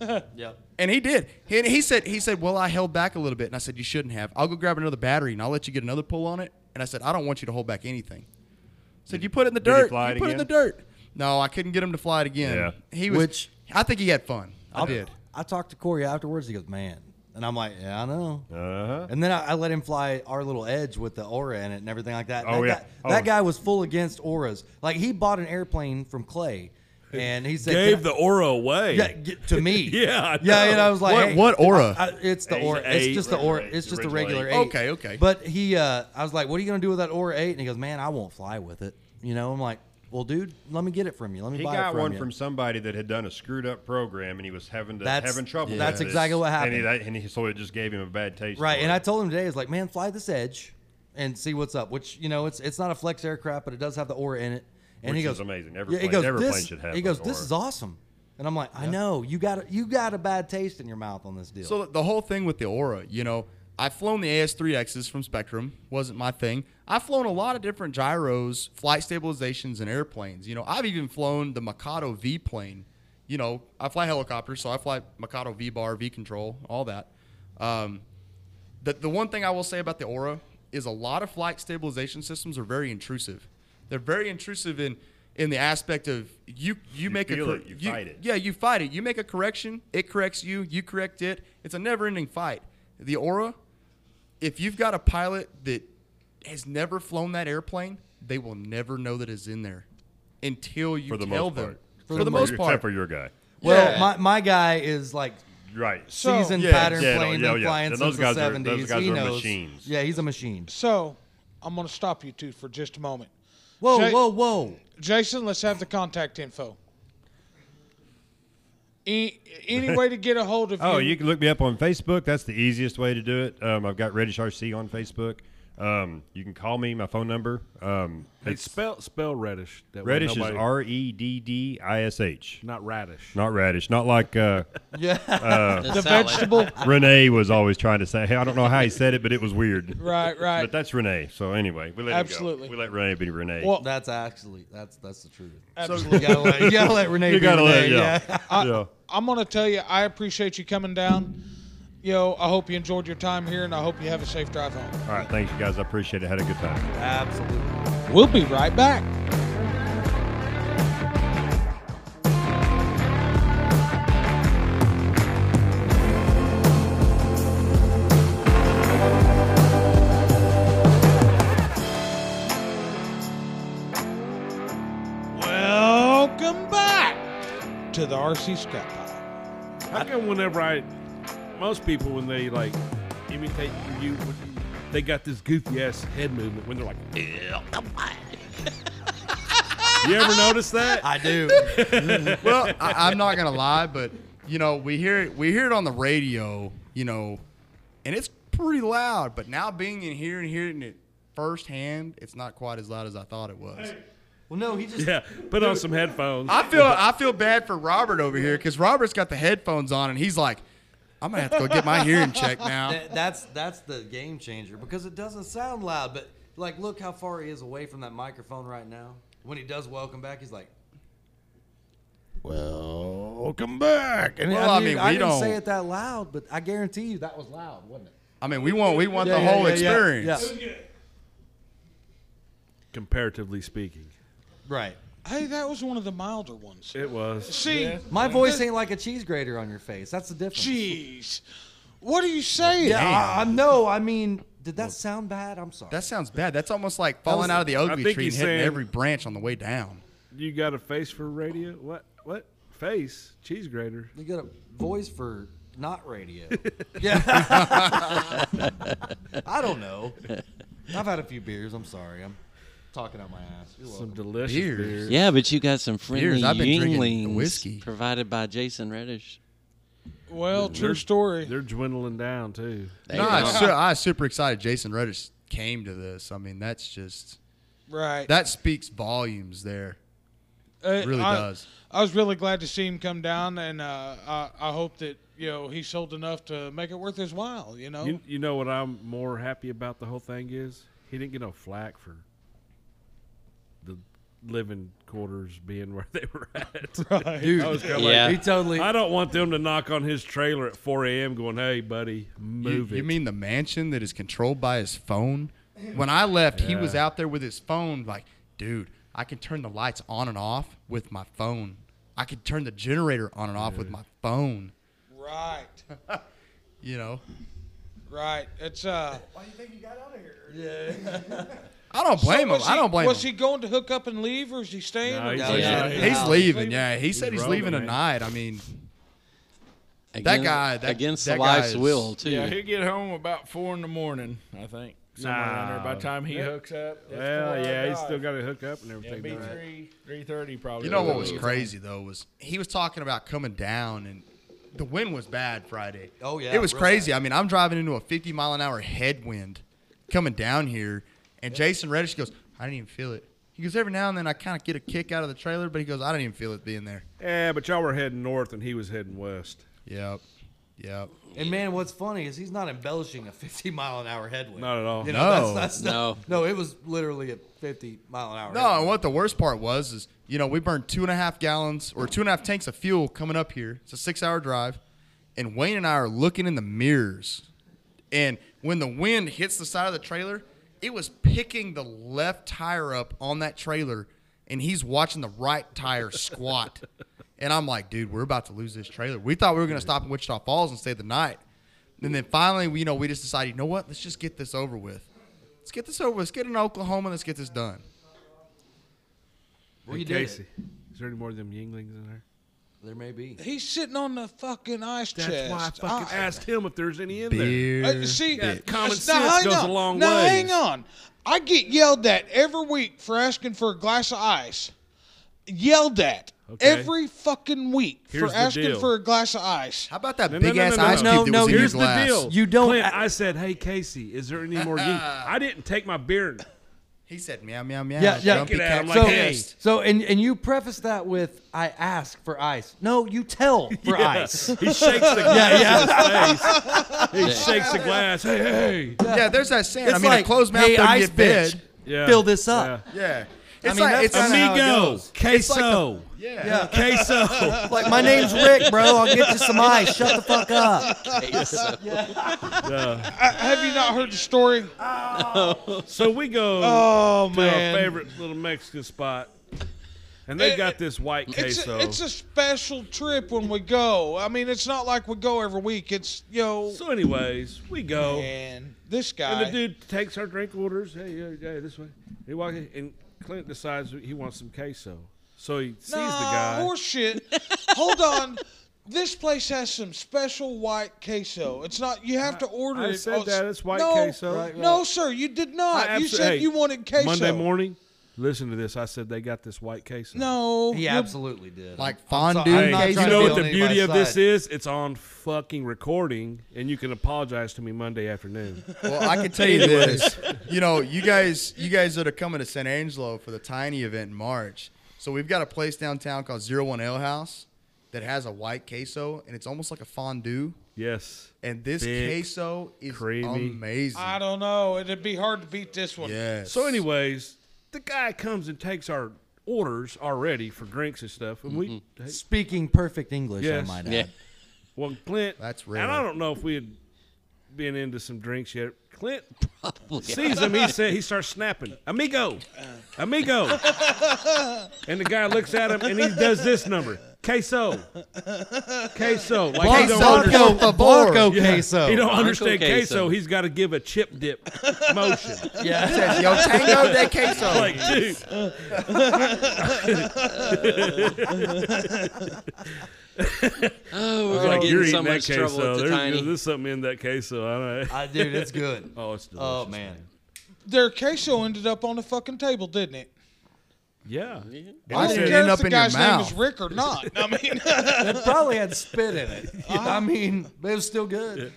Speaker 5: Yep.
Speaker 7: And he did. He, and he said, he said, well, I held back a little bit, and I said, you shouldn't have. I'll go grab another battery, and I'll let you get another pull on it. And I said, I don't want you to hold back anything. I said, you put it in the
Speaker 6: Did he
Speaker 7: dirt.
Speaker 6: fly
Speaker 7: you
Speaker 6: it
Speaker 7: put it in the
Speaker 6: again?
Speaker 7: dirt. No, I couldn't get him to fly it again.
Speaker 6: Yeah.
Speaker 7: He was.
Speaker 1: Which-
Speaker 7: I think he had fun. I did.
Speaker 1: I talked to Corey afterwards. He goes, "Man," and I'm like, "Yeah, I know."
Speaker 6: Uh
Speaker 7: Uh-huh.
Speaker 6: huh.
Speaker 1: And then I, I let him fly our little edge with the aura in it and everything like that.
Speaker 6: Oh,
Speaker 1: that
Speaker 6: yeah.
Speaker 1: guy, that
Speaker 6: Oh.
Speaker 1: guy was full against auras. Like he bought an airplane from Clay, and he said,
Speaker 9: Gave
Speaker 1: "Can
Speaker 9: the aura
Speaker 1: I-
Speaker 9: away.
Speaker 1: yeah, g- to me,
Speaker 9: Yeah, I
Speaker 1: yeah."
Speaker 9: know.
Speaker 1: And I was like,
Speaker 7: What-
Speaker 1: hey,
Speaker 7: what aura?
Speaker 1: I- it's the
Speaker 9: Eight.
Speaker 1: aura. It's
Speaker 9: Eight.
Speaker 1: just the aura.
Speaker 6: Regular eight.
Speaker 1: It's just the
Speaker 6: Regular
Speaker 1: regular
Speaker 6: eight.
Speaker 1: eight.
Speaker 7: Okay, okay.
Speaker 1: But he, uh, I was like, "What are you gonna do with that aura 8? And he goes, "Man, I won't fly with it." You know, I'm like, "Well, dude, let me get it from you. Let me
Speaker 6: He
Speaker 1: buy
Speaker 6: got
Speaker 1: it from
Speaker 6: one
Speaker 1: you."
Speaker 6: from somebody that had done a screwed up program, and he was having to
Speaker 1: That's-
Speaker 6: having trouble.
Speaker 1: that's
Speaker 6: with it.
Speaker 1: exactly what
Speaker 6: And he-
Speaker 1: happened.
Speaker 6: that- And, he, so it just gave him a bad taste.
Speaker 1: Right,
Speaker 6: for
Speaker 1: and
Speaker 6: it.
Speaker 1: I told him today, I was like, man, fly this edge and see what's up. Which you know, it's it's not a flex aircraft, but it does have the aura in it. And he
Speaker 6: Which
Speaker 1: goes,
Speaker 6: is amazing. Every
Speaker 1: yeah, he
Speaker 6: plane-
Speaker 1: goes,
Speaker 6: every
Speaker 1: this,
Speaker 6: plane should have
Speaker 1: He goes,
Speaker 6: an
Speaker 1: this
Speaker 6: aura."
Speaker 1: is awesome. And I'm like, I know you got a, you got a bad taste in your mouth on this deal.
Speaker 7: So the whole thing with the Aura, you know, I've flown the AS3Xs from Spectrum, wasn't my thing. I've flown a lot of different gyros, flight stabilizations, and airplanes. You know, I've even flown the Mikado V plane. You know, I fly helicopters, so I fly Mikado V bar, V control, all that. Um, the, the one thing I will say about the Aura is a lot of flight stabilization systems are very intrusive. They're very intrusive in in the aspect of you you, make a
Speaker 6: feel
Speaker 7: cor-
Speaker 6: it, you fight it.
Speaker 7: Yeah, you fight it. You make a correction, it corrects you, you correct it. It's a never-ending fight. The Aura, if you've got a pilot that has never flown that airplane, they will never know that it's in there until you
Speaker 6: for the
Speaker 7: tell
Speaker 6: most
Speaker 7: them.
Speaker 6: part.
Speaker 7: For, the most part.
Speaker 6: except for your guy.
Speaker 1: well,
Speaker 7: yeah.
Speaker 1: my, my guy is like
Speaker 6: Right.
Speaker 2: So-
Speaker 1: seasoned
Speaker 7: Yeah.
Speaker 1: pattern
Speaker 6: Yeah, no,
Speaker 1: plane,
Speaker 6: yeah,
Speaker 1: been
Speaker 6: yeah.
Speaker 1: flying
Speaker 6: Those
Speaker 1: since
Speaker 6: guys are-
Speaker 1: the
Speaker 6: those
Speaker 1: 70s.
Speaker 6: guys
Speaker 1: he
Speaker 6: are
Speaker 1: knows.
Speaker 6: machines.
Speaker 1: Yeah, he's a machine.
Speaker 2: So I'm going to stop you two for just a moment.
Speaker 1: Whoa,
Speaker 2: Jay-
Speaker 1: whoa, whoa!
Speaker 2: Jason, let's have the contact info. E- any way to get a hold of
Speaker 6: Oh,
Speaker 2: you?
Speaker 6: you can look me up on Facebook. That's the easiest way to do it. Um, I've got Reddish RC on Facebook. Um, you can call me. My phone number. Um,
Speaker 3: Hey,
Speaker 6: it's
Speaker 3: spell spell reddish. That way
Speaker 6: Reddish is
Speaker 3: nobody-
Speaker 6: R E D D I S H.
Speaker 3: not radish.
Speaker 6: Not radish. Not like uh,
Speaker 2: the vegetable.
Speaker 6: Renee was always trying to say. Hey, I don't know how he said it, but it was weird.
Speaker 2: right, right.
Speaker 6: But that's Renee. So anyway, we let him go.
Speaker 2: Absolutely.
Speaker 6: We let Renee be Renee.
Speaker 2: Well,
Speaker 1: That's actually that's that's the truth.
Speaker 2: Absolutely.
Speaker 1: You gotta let, you gotta let Renee.
Speaker 6: you
Speaker 1: be
Speaker 6: gotta let
Speaker 1: Renee,
Speaker 6: yeah.
Speaker 2: I,
Speaker 6: yeah.
Speaker 2: I'm going to tell you, I appreciate you coming down. You know, I hope you enjoyed your time here, and I hope you have a safe drive home.
Speaker 6: All right. Thanks, you guys. I appreciate it. Had a good time.
Speaker 1: Absolutely.
Speaker 2: We'll be right back. Welcome back to the RC Scrap Pile.
Speaker 3: How come whenever I, most people when they like imitate you, they got this goofy ass head movement when they're like, "Ew, come on." you ever notice that?
Speaker 1: I do.
Speaker 7: well, I, I'm not gonna lie, but you know, we hear it, we hear it on the radio, you know, and it's pretty loud. But now being in here and hearing it firsthand, it's not quite as loud as I thought it was.
Speaker 1: Well, no, he just
Speaker 3: yeah, put on some headphones.
Speaker 7: I feel I feel bad for Robert over here because Robert's got the headphones on and he's like, I'm gonna have to go get my hearing checked now.
Speaker 1: That- that's that's the game changer because it doesn't sound loud, but like look how far he is away from that microphone right now. When he does welcome back, he's like,
Speaker 9: Welcome back. And
Speaker 7: Well, I mean,
Speaker 1: I
Speaker 7: we
Speaker 1: didn't
Speaker 7: don't.
Speaker 1: say it that loud, but I guarantee you that was loud, wasn't it?
Speaker 7: I mean, we want we want the
Speaker 1: Yeah, yeah,
Speaker 7: whole
Speaker 1: yeah, yeah,
Speaker 7: experience.
Speaker 1: yeah.
Speaker 3: Comparatively speaking,
Speaker 1: Right.
Speaker 2: Hey, that was one of the milder ones.
Speaker 3: it was.
Speaker 2: See,
Speaker 1: My voice ain't like a cheese grater on your face. That's the difference.
Speaker 2: jeez, what are you saying?
Speaker 1: Yeah, I, I no, I mean, did that sound bad? I'm sorry.
Speaker 7: That sounds bad. That's almost like falling
Speaker 1: was-
Speaker 7: out of the
Speaker 3: I
Speaker 7: ugly
Speaker 3: think
Speaker 7: tree and
Speaker 3: he's
Speaker 7: hitting
Speaker 3: saying-
Speaker 7: every branch on the way down.
Speaker 3: You got a face for radio? What? What face? Cheese grater?
Speaker 1: you got a voice for not radio. yeah. I don't know. I've had a few beers. I'm sorry. I'm talking out my ass. You're
Speaker 3: Some
Speaker 1: welcome.
Speaker 3: delicious beer.
Speaker 7: Beers.
Speaker 5: Yeah, but you got some friendly
Speaker 7: Beers, I've been drinking
Speaker 5: Yinglings
Speaker 7: whiskey.
Speaker 5: provided by Jason Reddish.
Speaker 2: Well, true story.
Speaker 3: They're dwindling down too.
Speaker 5: They
Speaker 7: No, I,
Speaker 5: are.
Speaker 7: su- I was super excited. Jason Reddish came to this. I mean, that's just
Speaker 2: Right.
Speaker 7: that speaks volumes. There
Speaker 2: It
Speaker 7: really does.
Speaker 2: I was really glad to see him come down, and uh, I, I hope that you know he sold enough to make it worth his while. You know,
Speaker 3: You, you know what I'm more happy about the whole thing is he didn't get no flack for the living quarters being where they were at.
Speaker 7: Dude,
Speaker 3: I was kinda
Speaker 5: Yeah.
Speaker 1: He totally.
Speaker 3: like, I don't want them to knock on his trailer at 4 a.m. going, "Hey, buddy,
Speaker 7: you,
Speaker 3: move it."
Speaker 7: you mean the mansion that is controlled by his phone? When I left, he was out there with his phone, like, dude, I can turn the lights on and off with my phone. I can turn the generator on and off with my phone.
Speaker 2: right,
Speaker 7: You know,
Speaker 2: right. It's uh.
Speaker 7: I don't blame
Speaker 2: So
Speaker 7: him.
Speaker 2: was
Speaker 7: I
Speaker 2: he-
Speaker 7: don't blame
Speaker 2: Was
Speaker 7: him.
Speaker 2: he going to hook up and leave, or is he staying?
Speaker 3: No,
Speaker 2: or
Speaker 3: he's-
Speaker 2: was he-
Speaker 5: Yeah.
Speaker 7: he's
Speaker 5: Yeah.
Speaker 7: leaving. Yeah, he said
Speaker 3: He's
Speaker 7: he's leaving
Speaker 3: rolling, man.
Speaker 7: tonight. I mean,
Speaker 5: Against-
Speaker 7: guy- that-
Speaker 5: against
Speaker 7: that
Speaker 5: the
Speaker 7: guy
Speaker 5: wife's
Speaker 7: is-
Speaker 5: will too.
Speaker 9: Yeah, he'll get home about four in the morning, I think. Somewhere around there. By the time he hooks up, it's
Speaker 3: Well,
Speaker 9: four-hour
Speaker 3: yeah, he's
Speaker 9: drive.
Speaker 3: still got to hook up and
Speaker 9: It'll
Speaker 3: everything.
Speaker 9: be
Speaker 3: don't it?
Speaker 9: three, three thirty probably.
Speaker 7: You know what was crazy though was he was talking about coming down and the wind was bad Friday.
Speaker 1: Oh, yeah,
Speaker 7: It was
Speaker 1: real
Speaker 7: crazy. I mean, I'm driving into a 50 mile an hour headwind coming down here and Jason Reddish goes, "I didn't even feel it." He goes, "Every now and then I kind of get a kick out of the trailer, but he goes, I didn't even feel it being there."
Speaker 3: Yeah, but y'all were heading north and he was heading west.
Speaker 7: Yep. Yep.
Speaker 1: And man, what's funny is he's not embellishing a 50 mile an hour headwind.
Speaker 3: Not at all.
Speaker 1: You
Speaker 7: No.
Speaker 1: not- no, it was literally a 50 mile an hour.
Speaker 7: No, and what the worst part was is, you know, we burned two and a half gallons or two and a half tanks of fuel coming up here. It's a six hour drive. And Wayne and I are looking in the mirrors. And when the wind hits the side of the trailer, it was picking the left tire up on that trailer. And he's watching the right tire squat. and I'm like, dude, we're about to lose this trailer. We thought we were going to stop in Wichita Falls and stay the night. And then finally, we- you know, we just decided, you know what? Let's just get this over with. Let's get this over. with. Let's get in Oklahoma. Let's get this done.
Speaker 1: We
Speaker 3: Hey,
Speaker 1: did it.
Speaker 3: Casey, is there any more of them Yinglings in there?
Speaker 1: There may be.
Speaker 2: He's sitting on the fucking ice
Speaker 3: That's
Speaker 2: chest.
Speaker 3: why I fucking
Speaker 2: I-
Speaker 3: asked him if there's any in
Speaker 7: Beer.
Speaker 2: Uh, see,
Speaker 3: Yeah,
Speaker 2: it's-
Speaker 3: common
Speaker 2: now,
Speaker 3: sense
Speaker 2: hang
Speaker 3: goes
Speaker 2: on.
Speaker 3: a long
Speaker 2: now,
Speaker 3: ways.
Speaker 2: hang on. I get yelled at every week for asking for a glass of ice. Yelled at
Speaker 3: Okay.
Speaker 2: every fucking week
Speaker 3: Here's
Speaker 2: for
Speaker 3: the
Speaker 2: asking
Speaker 3: deal.
Speaker 2: for a glass of ice.
Speaker 7: How about that
Speaker 3: No, no,
Speaker 7: big
Speaker 3: no,
Speaker 7: ass
Speaker 3: no, no,
Speaker 7: ice
Speaker 3: no.
Speaker 7: cube that
Speaker 1: No,
Speaker 7: was
Speaker 1: no,
Speaker 7: in
Speaker 3: Here's
Speaker 7: your glass?
Speaker 3: the deal.
Speaker 1: You don't- Ah.
Speaker 3: Clint, I said, "Hey Casey, is there any more Yingling?" I didn't take my beer. and-
Speaker 7: He said meow meow meow.
Speaker 1: Yeah, yeah.
Speaker 7: Grumpy
Speaker 3: Get
Speaker 7: cat
Speaker 3: out, I'm
Speaker 1: so,
Speaker 3: like, hey.
Speaker 1: so and and you preface that with I ask for ice. No, you tell for
Speaker 3: Yeah.
Speaker 1: ice.
Speaker 3: He shakes the glass in his face. He shakes the glass. Hey, hey.
Speaker 7: yeah, there's that saying.
Speaker 1: It's
Speaker 7: I mean,
Speaker 1: like,
Speaker 7: a closed mouth
Speaker 1: hey,
Speaker 7: doesn't
Speaker 1: ice
Speaker 7: get fed.
Speaker 1: bitch,
Speaker 3: Yeah.
Speaker 1: fill this up.
Speaker 7: Yeah, it's
Speaker 1: mean,
Speaker 7: like
Speaker 1: that's
Speaker 7: it's
Speaker 1: kinda how it
Speaker 3: Amigo,
Speaker 1: goes.
Speaker 3: queso,
Speaker 7: yeah.
Speaker 1: Yeah.
Speaker 3: queso.
Speaker 1: Like my name's Rick, bro. I'll get you some ice. Shut the fuck up.
Speaker 3: Yeah.
Speaker 2: I, have you not heard the story?
Speaker 3: So we go
Speaker 2: Oh
Speaker 3: to
Speaker 2: man,
Speaker 3: our favorite little Mexican spot, and they
Speaker 2: It-
Speaker 3: got this white
Speaker 2: It's
Speaker 3: queso.
Speaker 2: a, it's a special trip when we go. I mean, it's not like we go every week. It's you know,
Speaker 3: so, anyways, we go.
Speaker 2: man, this guy.
Speaker 3: And the dude takes our drink orders. Hey, yeah, yeah, this way. He walks in, and Clint decides he wants some queso. So he sees the guy.
Speaker 2: Horseshit. Hold on. This place has some special white queso. It's not. You have to order
Speaker 3: I
Speaker 2: it.
Speaker 3: said that, it's white
Speaker 2: no,
Speaker 3: queso. Right,
Speaker 2: No, sir, you did not.
Speaker 3: I
Speaker 2: you
Speaker 3: abso-
Speaker 2: said
Speaker 3: hey,
Speaker 2: you wanted queso.
Speaker 3: Monday morning, listen to this. I said they got this white queso.
Speaker 2: No.
Speaker 1: He
Speaker 2: you-
Speaker 1: absolutely did.
Speaker 7: Like
Speaker 1: I'm sorry.
Speaker 7: fondue
Speaker 1: I'm not
Speaker 7: queso.
Speaker 1: trying
Speaker 3: you
Speaker 1: to
Speaker 3: know
Speaker 1: be
Speaker 3: what
Speaker 1: on
Speaker 3: the
Speaker 1: anybody's
Speaker 3: beauty of this
Speaker 1: side.
Speaker 3: is? It's on fucking recording, and you can apologize to me Monday afternoon.
Speaker 7: Well, I can tell you this. You know, you guys, you guys that are coming to San Angelo for the tiny event in March. So we've got a place downtown called Zero One Ale House that has a white queso, and it's almost like a fondue.
Speaker 3: yes.
Speaker 7: And this
Speaker 3: Thick,
Speaker 7: queso is
Speaker 3: creamy.
Speaker 7: amazing.
Speaker 2: I don't know. It'd be hard to beat this one.
Speaker 7: Yes.
Speaker 3: So, anyways, the guy comes and takes our orders already for drinks and stuff, and we.
Speaker 1: Mm-hmm.
Speaker 3: Hey,
Speaker 1: Speaking perfect English,
Speaker 3: Yes.
Speaker 1: I might add.
Speaker 5: Yeah.
Speaker 3: Well, Clint.
Speaker 7: That's
Speaker 3: And I
Speaker 7: rare.
Speaker 3: don't know if we had been into some drinks yet. Clint sees him. He said he starts snapping, "Amigo, amigo," and the guy looks at him and he does this number, queso, queso, like he
Speaker 7: Queso
Speaker 3: don't
Speaker 7: understand.
Speaker 1: Blanco,
Speaker 7: Por
Speaker 1: the
Speaker 7: favor.
Speaker 1: Blanco
Speaker 3: Yeah.
Speaker 1: queso.
Speaker 3: He don't
Speaker 5: Blanco
Speaker 3: understand queso.
Speaker 5: queso.
Speaker 3: He's got to give a chip dip motion.
Speaker 7: It says, Yo tango de queso.
Speaker 3: Like, dude.
Speaker 5: Oh, we're gonna
Speaker 3: Like,
Speaker 5: get
Speaker 3: you're
Speaker 5: in so
Speaker 3: eating
Speaker 5: much
Speaker 3: that
Speaker 5: trouble
Speaker 3: queso.
Speaker 5: with the
Speaker 3: There's,
Speaker 5: tiny.
Speaker 3: there's something in that queso. I don't know.
Speaker 1: I, dude, it's good.
Speaker 3: Oh, it's delicious.
Speaker 1: Oh man,
Speaker 2: Their queso ended up on the fucking table, didn't it?
Speaker 3: Yeah.
Speaker 7: Why
Speaker 2: I
Speaker 7: did
Speaker 2: don't
Speaker 7: it
Speaker 2: care
Speaker 7: end
Speaker 2: if
Speaker 7: up
Speaker 2: the
Speaker 7: in your
Speaker 2: guy's name is
Speaker 7: mouth?
Speaker 2: Rick or not. I mean,
Speaker 1: it probably had spit in it. I mean, but it was still good.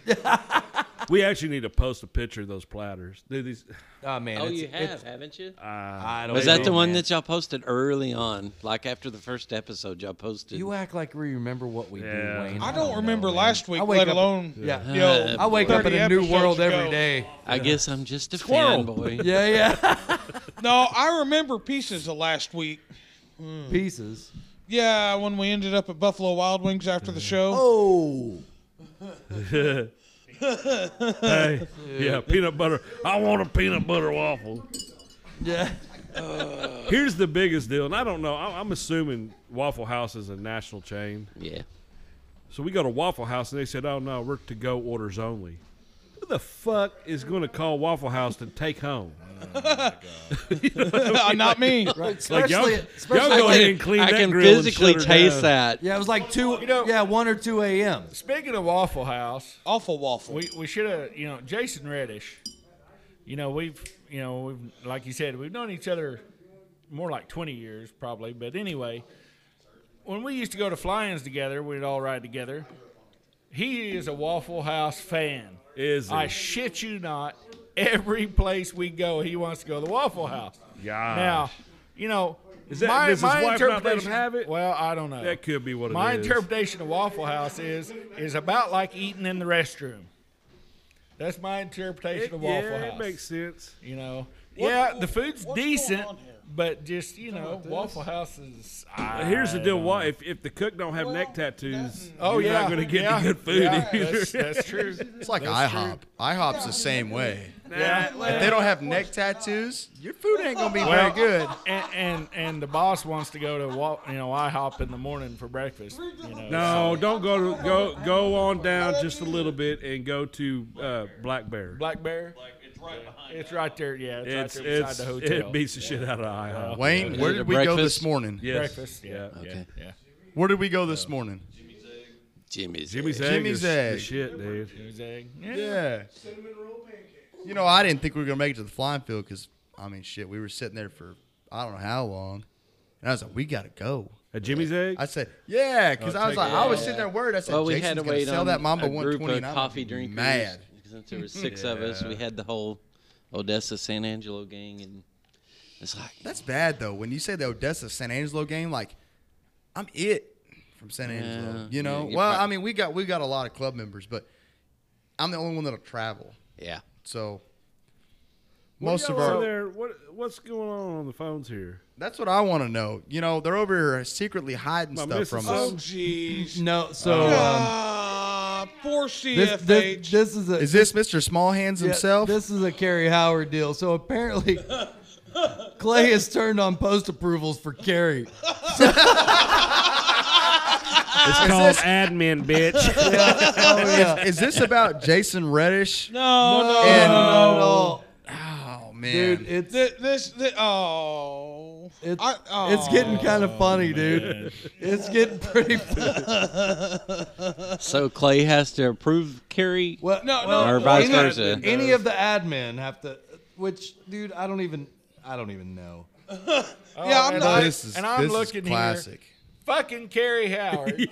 Speaker 3: we actually need to post a picture of those platters. Dude, these
Speaker 1: Oh man,
Speaker 5: oh,
Speaker 1: it's-
Speaker 5: you
Speaker 1: it's-
Speaker 5: have, haven't you?
Speaker 1: I don't
Speaker 5: Was that
Speaker 1: know,
Speaker 5: the one
Speaker 1: man.
Speaker 5: that y'all posted early on? Like after the first episode, y'all posted.
Speaker 1: You act like we remember what we
Speaker 3: Yeah.
Speaker 1: do, Wayne.
Speaker 2: I don't
Speaker 1: know,
Speaker 2: remember
Speaker 1: Oh, man.
Speaker 2: last week,
Speaker 1: I wake
Speaker 2: let
Speaker 1: up-
Speaker 2: alone.
Speaker 1: Yeah.
Speaker 2: you know,
Speaker 1: I wake up in
Speaker 2: 30
Speaker 1: a new
Speaker 2: episodes
Speaker 1: world every
Speaker 2: ago.
Speaker 1: day.
Speaker 5: I guess I'm just a fanboy.
Speaker 1: Yeah, yeah.
Speaker 2: No, I remember pieces of last week.
Speaker 1: Pieces.
Speaker 2: Yeah, when we ended up at Buffalo Wild Wings after the show.
Speaker 1: Oh.
Speaker 3: hey, yeah, peanut butter. I want a peanut butter waffle.
Speaker 1: Yeah.
Speaker 3: Here's the biggest deal, and I don't know. I- I'm assuming Waffle House is a national chain.
Speaker 5: Yeah.
Speaker 3: So we go to Waffle House, and they said, "Oh no, we're to go orders only." Who the fuck is going to call Waffle House to take home?
Speaker 2: Not me.
Speaker 3: Like y'all,
Speaker 1: Especially,
Speaker 3: y'all
Speaker 1: especially
Speaker 3: go
Speaker 1: like,
Speaker 3: ahead and clean
Speaker 5: I
Speaker 3: that
Speaker 5: can
Speaker 3: grill and
Speaker 5: physically
Speaker 3: shut her
Speaker 5: taste
Speaker 3: down.
Speaker 5: that.
Speaker 1: yeah, it was like two,
Speaker 9: You know-
Speaker 1: yeah, one or two a.m.
Speaker 9: Speaking of Waffle House,
Speaker 2: Awful waffle.
Speaker 9: we we should have you know Jason Reddish. You know we've you know we've like you said we've known each other more like twenty years probably, but anyway, when we used to go to fly-ins together, we'd all ride together. He is a Waffle House fan.
Speaker 3: Is
Speaker 9: I
Speaker 3: it?
Speaker 9: shit you not. Every place we go, he wants to go to the Waffle House.
Speaker 3: Gosh.
Speaker 9: Now, you know,
Speaker 3: Is that-
Speaker 9: my,
Speaker 3: does his wife not
Speaker 9: my
Speaker 3: let him
Speaker 9: interpretation-
Speaker 3: have it?
Speaker 9: Well, I don't know.
Speaker 3: That could be what it is.
Speaker 9: My interpretation of Waffle House is is about like eating in the restroom. That's my interpretation
Speaker 3: It-
Speaker 9: of
Speaker 3: yeah,
Speaker 9: Waffle House.
Speaker 3: it makes sense.
Speaker 9: you know,
Speaker 2: What-
Speaker 9: yeah, the food's
Speaker 2: what's going
Speaker 9: decent,
Speaker 2: on here?
Speaker 9: but just you know, Waffle House is. I
Speaker 3: Here's the deal:
Speaker 9: don't
Speaker 3: why
Speaker 9: know.
Speaker 3: if, if the cook don't have neck
Speaker 2: Well,
Speaker 3: tattoos,
Speaker 9: Oh
Speaker 3: you're
Speaker 9: yeah,
Speaker 3: not going to get
Speaker 9: yeah,
Speaker 3: the good food
Speaker 9: yeah,
Speaker 3: either.
Speaker 9: That's, that's true.
Speaker 7: It's like IHOP. IHOP's the same way.
Speaker 9: yeah.
Speaker 7: If they don't have neck tattoos, your food ain't gonna be very
Speaker 9: Well-
Speaker 7: good.
Speaker 9: and, and and the boss wants to go to Wa- you know IHOP in the morning for breakfast. You know,
Speaker 3: No, don't go to go go on down just a little bit and go to uh, Black Bear.
Speaker 9: Black Bear. Like it's right behind. It's right there. Yeah,
Speaker 3: It's
Speaker 9: it's, right there beside
Speaker 3: it's
Speaker 9: the hotel.
Speaker 3: it beats the shit out of IHOP.
Speaker 7: Wayne, where
Speaker 5: it
Speaker 7: did
Speaker 5: a
Speaker 7: we go
Speaker 5: breakfast?
Speaker 7: this morning?
Speaker 3: Yes.
Speaker 9: breakfast. Yeah.
Speaker 5: Okay.
Speaker 9: Yeah.
Speaker 7: Where did we go this morning?
Speaker 5: Jimmy's.
Speaker 3: Jimmy's
Speaker 5: Egg.
Speaker 3: egg
Speaker 7: Jimmy's
Speaker 3: is the
Speaker 7: Egg.
Speaker 3: shit, dude.
Speaker 9: Yeah.
Speaker 7: Yeah. You know, I didn't think we were gonna make it to the flying field because I mean, shit, we were sitting there for I don't know how long, and I was like, we gotta go.
Speaker 3: A Jimmy's egg.
Speaker 7: I said, yeah, because
Speaker 3: Oh,
Speaker 7: I was
Speaker 3: take
Speaker 7: like,
Speaker 3: it.
Speaker 7: I was sitting there worried. I said,
Speaker 5: Well, we
Speaker 7: Jason's
Speaker 5: had to
Speaker 7: gonna
Speaker 5: wait
Speaker 7: sell
Speaker 5: on
Speaker 7: that Mamba
Speaker 5: a group
Speaker 7: 129.
Speaker 5: of
Speaker 7: I'm
Speaker 5: coffee drinkers.
Speaker 7: Mad.
Speaker 5: Since there were six of us, we had the whole Odessa San Angelo gang, and it's like
Speaker 7: That's bad though. When you say the Odessa San Angelo game, like I'm it from San Angelo.
Speaker 5: Yeah,
Speaker 7: you know.
Speaker 5: yeah, you
Speaker 7: well,
Speaker 5: prob-
Speaker 7: I mean, we got we got a lot of club members, but I'm the only one that'll travel.
Speaker 5: yeah.
Speaker 7: So
Speaker 3: What
Speaker 7: most of
Speaker 3: y'all over
Speaker 7: our
Speaker 3: there. What what's going on on the phones here?
Speaker 7: that's what I want to know. You know, they're over here secretly hiding
Speaker 3: Am I
Speaker 7: stuff
Speaker 3: missing
Speaker 7: from
Speaker 2: Oh,
Speaker 7: us.
Speaker 3: something?
Speaker 2: jeez.
Speaker 1: No, so
Speaker 3: Oh.
Speaker 1: um,
Speaker 2: Ah, poor
Speaker 1: this, this
Speaker 2: CFH.
Speaker 1: this is a
Speaker 7: Is this Mr. Small Hands
Speaker 1: Yeah,
Speaker 7: himself?
Speaker 1: This is a Kerry Howard deal. So apparently, Clay has turned on post approvals for Kerry.
Speaker 3: It's called admin, bitch.
Speaker 7: Oh, yeah. is this about Jason Reddish?
Speaker 2: No, no.
Speaker 7: And-
Speaker 1: Not at all.
Speaker 7: Oh man,
Speaker 1: dude. It's
Speaker 2: Th- This, this, oh.
Speaker 1: it's,
Speaker 2: I- oh.
Speaker 1: it's getting kind of funny, dude. It's getting pretty. Funny.
Speaker 5: So Clay has to approve Carrie.
Speaker 1: Well,
Speaker 2: No,
Speaker 1: well,
Speaker 2: no,
Speaker 5: Or vice
Speaker 1: any-
Speaker 5: versa.
Speaker 1: Any of the admin have to. Which, dude, I don't even. I don't even know.
Speaker 9: yeah,
Speaker 2: I'm
Speaker 9: I'm
Speaker 2: not-
Speaker 9: not.
Speaker 7: this is
Speaker 9: and I'm
Speaker 7: this
Speaker 9: looking
Speaker 7: is classic.
Speaker 9: here. Fucking Carrie Howard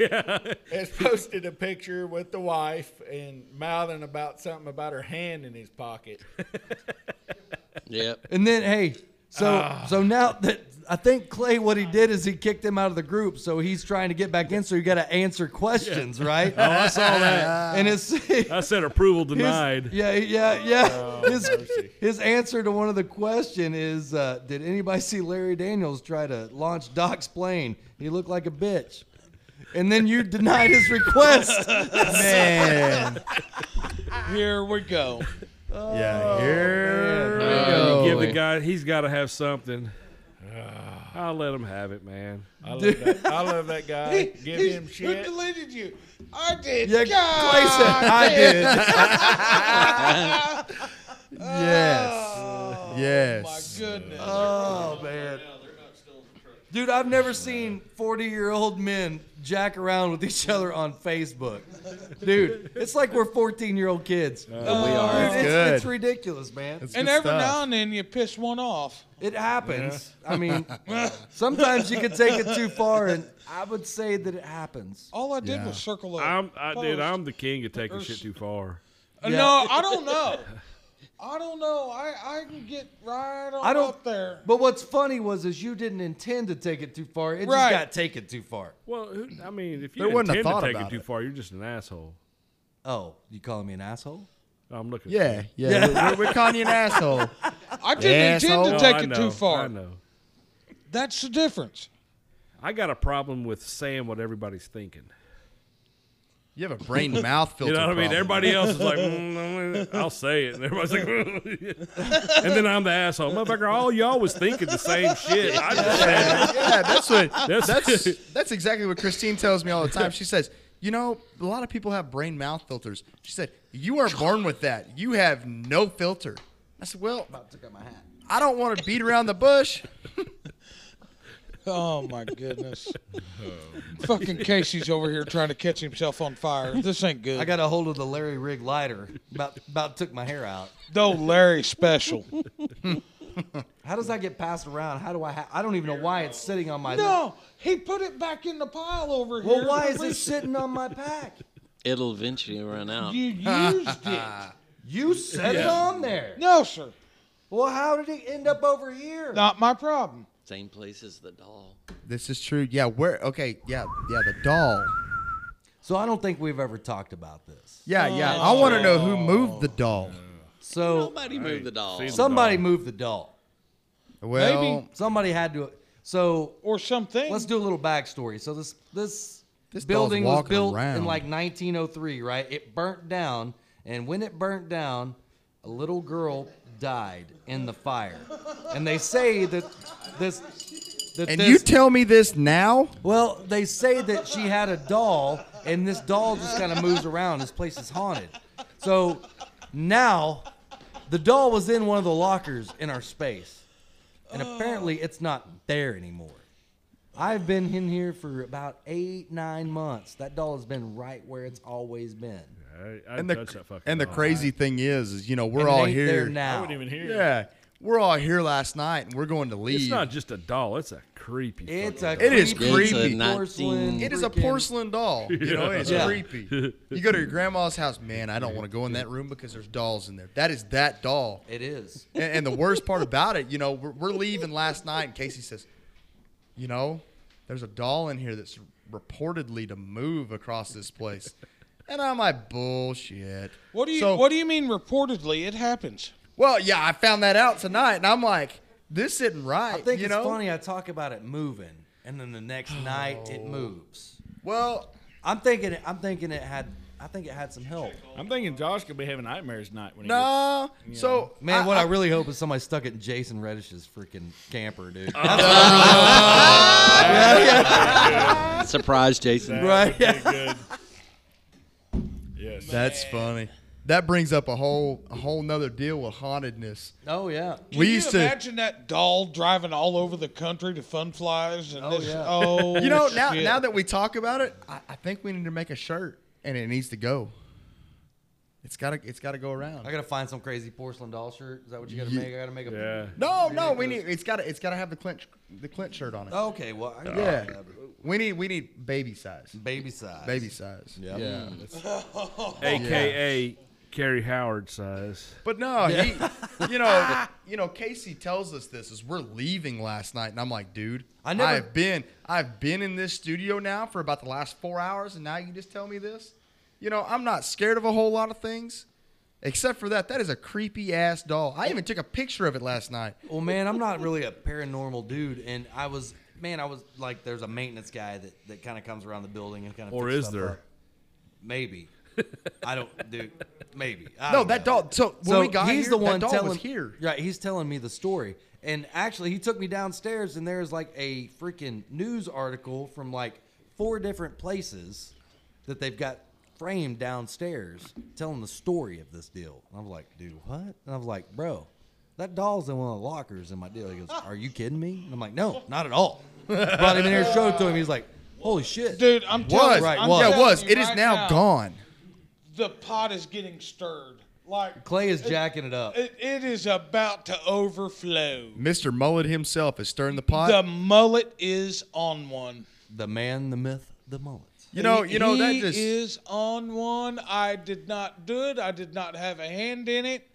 Speaker 9: has posted a picture with the wife and mouthing about something about her hand in his pocket.
Speaker 5: Yep.
Speaker 1: And then, hey, so
Speaker 3: Ah.
Speaker 1: so now that I think Clay, what he did is he kicked him out of the group, so he's trying to get back in. So you got to answer questions, right?
Speaker 3: Oh, I saw that.
Speaker 1: and it's
Speaker 3: I said approval
Speaker 1: His-
Speaker 3: denied.
Speaker 1: yeah, yeah, yeah. his, his answer to one of the question is, uh, did anybody see Larry Daniels try to launch Doc's plane? He looked like a bitch. And then you denied his request.
Speaker 7: Man,
Speaker 2: Here we go.
Speaker 7: yeah, here we
Speaker 3: You
Speaker 7: go.
Speaker 3: Uh, give the guy. He's got to have something.
Speaker 7: Ah.
Speaker 3: I'll let him have it, man.
Speaker 9: I love that. I love that guy. Give
Speaker 2: He's-
Speaker 9: him
Speaker 2: Who
Speaker 9: shit.
Speaker 2: deleted you? I did.
Speaker 1: Yeah, Clay said, I did.
Speaker 7: Yes.
Speaker 2: My
Speaker 7: yes.
Speaker 2: goodness.
Speaker 1: Oh, man. Dude, I've never seen 40 year old men jack around with each other on Facebook. Dude, it's like we're 14 year old kids.
Speaker 5: we are.
Speaker 1: Dude, it's,
Speaker 7: good.
Speaker 1: it's ridiculous, man.
Speaker 7: That's
Speaker 2: and
Speaker 7: good
Speaker 2: every
Speaker 7: stuff.
Speaker 2: now and then you piss one off.
Speaker 1: It happens. I mean, sometimes you can take it too far, and I would say that it happens.
Speaker 2: All I did
Speaker 7: Yeah.
Speaker 2: was circle up.
Speaker 3: I'm, I, dude,
Speaker 2: post.
Speaker 3: I'm the king of taking
Speaker 2: Post.
Speaker 3: shit too far.
Speaker 1: Yeah.
Speaker 2: Uh, No, I don't know. I don't know. I, I can get right on
Speaker 1: I don't-
Speaker 2: up there.
Speaker 1: But what's funny was is you didn't intend to take it too far. It just
Speaker 2: Right.
Speaker 1: got taken too far.
Speaker 3: Well, who- I mean, if you
Speaker 7: There wouldn't
Speaker 3: intend
Speaker 7: have
Speaker 3: to
Speaker 7: thought
Speaker 3: take it
Speaker 7: about
Speaker 3: too
Speaker 7: it.
Speaker 3: far, you're just an asshole.
Speaker 1: Oh, you calling me an asshole?
Speaker 3: I'm looking.
Speaker 7: Yeah, yeah. We're, we're calling you an asshole.
Speaker 2: I didn't intend
Speaker 7: Asshole.
Speaker 3: No,
Speaker 2: to take
Speaker 3: I
Speaker 2: it
Speaker 3: know,
Speaker 2: too
Speaker 3: I
Speaker 2: far.
Speaker 3: know.
Speaker 2: That's the difference.
Speaker 3: I got a problem with saying what everybody's thinking.
Speaker 7: You have a brain mouth filter.
Speaker 3: you know what I mean?
Speaker 7: problem.
Speaker 3: Everybody else is like, "Mm, I'll say it. And everybody's like, "Mm." and then I'm the asshole. Motherfucker, all y'all was thinking the same shit. I just said it.
Speaker 7: yeah, that's what.
Speaker 3: That's-
Speaker 7: That's, that's exactly what Christine tells me all the time. She says, "You know, a lot of people have brain mouth filters." She said, "You are born with that. You have no filter." I said, "Well, I don't want to beat around the bush."
Speaker 2: Oh my goodness. Fucking Casey's over here trying to catch himself on fire. This ain't good.
Speaker 1: I got a hold of the Larry Rig lighter. About about took my hair out.
Speaker 2: no Larry special.
Speaker 1: How does that get passed around? How do I? Ha- I don't even know why it's sitting on my.
Speaker 2: No, he put it back in the pile over here.
Speaker 1: Well, why is it sitting on my pack?
Speaker 5: It'll eventually run out.
Speaker 2: You used it.
Speaker 1: You set it on there.
Speaker 2: No, sir.
Speaker 1: Well, how did it end up over here?
Speaker 2: Not my problem.
Speaker 5: Same place as the doll.
Speaker 7: This is true. Yeah, where? Okay, yeah, yeah. The doll.
Speaker 1: So I don't think we've ever talked about this.
Speaker 7: Yeah, yeah. I want to know who moved the doll.
Speaker 1: So
Speaker 5: Nobody moved the doll.
Speaker 3: See-
Speaker 1: somebody moved the doll.
Speaker 7: Well,
Speaker 2: Maybe.
Speaker 1: Somebody had to. So
Speaker 2: Or something.
Speaker 1: let's do a little backstory. So this this,
Speaker 7: This doll's
Speaker 1: building was
Speaker 7: walking
Speaker 1: built in
Speaker 7: around.
Speaker 1: like 1903, right? It burnt down, and when it burnt down, a little girl died in the fire. And they say that this that
Speaker 7: and
Speaker 1: this,
Speaker 7: you tell me this now?
Speaker 1: well, they say that she had a doll, and this doll just kind of moves around. This place is haunted. So now, the doll was in one of the lockers in our space, and apparently it's not there anymore. I've been in here for about eight, nine months. That doll has been right where it's always been.
Speaker 3: I, I
Speaker 7: And the
Speaker 3: touch that fucking
Speaker 7: and the
Speaker 3: doll.
Speaker 7: crazy thing is, is you know we're
Speaker 1: And it
Speaker 7: all
Speaker 1: ain't
Speaker 7: here.
Speaker 1: there
Speaker 9: I
Speaker 1: now.
Speaker 9: wouldn't even hear. it.
Speaker 7: Yeah, we're all here last night, and we're going to leave.
Speaker 3: It's not just a doll. It's a creepy.
Speaker 1: It's a
Speaker 3: fucking
Speaker 7: It is
Speaker 1: creepy
Speaker 7: creepy. It's a
Speaker 1: porcelain.
Speaker 5: 19
Speaker 7: It is a
Speaker 1: freaking-
Speaker 7: porcelain doll. You know, it's
Speaker 1: Yeah.
Speaker 7: creepy. You go to your grandma's house, man, I don't want to go in that room because there's dolls in there. That is that doll.
Speaker 1: It is.
Speaker 7: And, and the worst part about it, you know, we're, we're leaving last night, and Casey says, you know, there's a doll in here that's reportedly to move across this place. And I'm like, bullshit.
Speaker 2: what do you
Speaker 7: So-
Speaker 2: what do you mean reportedly it happens?
Speaker 7: Well, yeah, I found that out tonight, and I'm like, this isn't right.
Speaker 1: I think
Speaker 7: you
Speaker 1: it's
Speaker 7: know?
Speaker 1: funny. I talk about it moving, and then the next night
Speaker 7: Oh.
Speaker 1: it moves.
Speaker 7: Well,
Speaker 1: I'm thinking. I'm thinking it had. I think it had some help.
Speaker 9: I'm thinking Josh could be having nightmares tonight when he gets-
Speaker 7: no. So
Speaker 1: Man, what I, really hope is somebody stuck it in Jason Reddish's freaking camper, dude.
Speaker 5: Surprise, Jason.
Speaker 1: right?
Speaker 9: good. Yes.
Speaker 7: That's funny. That brings up a whole a whole nother deal with hauntedness.
Speaker 1: Oh yeah.
Speaker 2: Can
Speaker 7: we
Speaker 2: you
Speaker 7: used to
Speaker 2: imagine that doll driving all over the country to fun flies and
Speaker 1: Oh,
Speaker 2: this
Speaker 1: yeah.
Speaker 2: oh
Speaker 7: You know, now
Speaker 2: shit.
Speaker 7: now that we talk about it, I, I think we need to make a shirt and it needs to go. It's gotta it's gotta go around.
Speaker 1: I gotta find some crazy porcelain doll shirt. Is that what you gotta
Speaker 7: Ye-
Speaker 1: make? I gotta make a.
Speaker 3: Yeah.
Speaker 7: No, no, we need it's gotta it's gotta have the Clint the Clint shirt on it.
Speaker 1: Okay. Well. I
Speaker 7: yeah. We need we need baby size.
Speaker 1: Baby size.
Speaker 7: Baby size.
Speaker 1: Yep.
Speaker 7: Yeah. that's-
Speaker 3: AKA Carrie Howard size.
Speaker 7: But no, he you know you know, Casey tells us this is we're leaving last night and I'm like, dude,
Speaker 1: I never-
Speaker 7: I've been I've been in this studio now for about the last four hours and now you just tell me this? You know, I'm not scared of a whole lot of things. Except for that, that is a creepy ass doll. I even took a picture of it last night.
Speaker 1: Well, man, I'm not really a paranormal dude, and I was, man, I was like, there's a maintenance guy that that kind of comes around the building and kind of.
Speaker 3: Or is there?
Speaker 1: Maybe. I don't, dude. Maybe. I
Speaker 7: No,
Speaker 1: don't
Speaker 7: that
Speaker 1: know.
Speaker 7: doll. Oh, So when
Speaker 1: so
Speaker 7: we got
Speaker 1: he's
Speaker 7: here,
Speaker 1: the one
Speaker 7: that doll
Speaker 1: telling
Speaker 7: was here.
Speaker 1: Right, he's telling me the story, and actually, he took me downstairs, and there's like a freaking news article from like four different places that they've got framed downstairs telling the story of this deal. And I'm like, dude, what? And I was like, bro, that doll's in one of the lockers in my deal. He goes, are you kidding me? And I'm like, no, not at all. Brought him in here, showed it to him. He's like, holy shit,
Speaker 2: dude, I'm
Speaker 7: Was
Speaker 2: telling
Speaker 1: Right,
Speaker 2: I'm
Speaker 1: was.
Speaker 7: yeah,
Speaker 2: telling
Speaker 7: it was.
Speaker 2: you
Speaker 7: It is
Speaker 2: right
Speaker 7: now, gone.
Speaker 2: The pot is getting stirred. Like
Speaker 1: Clay is jacking it up.
Speaker 2: it, it is about to overflow.
Speaker 7: Mr. Mullet himself is stirring the pot.
Speaker 2: The mullet is on one.
Speaker 1: The man, the myth, the mullet.
Speaker 7: You know, you know that
Speaker 2: He
Speaker 7: just
Speaker 2: is on one. I did not do it. I did not have a hand in it.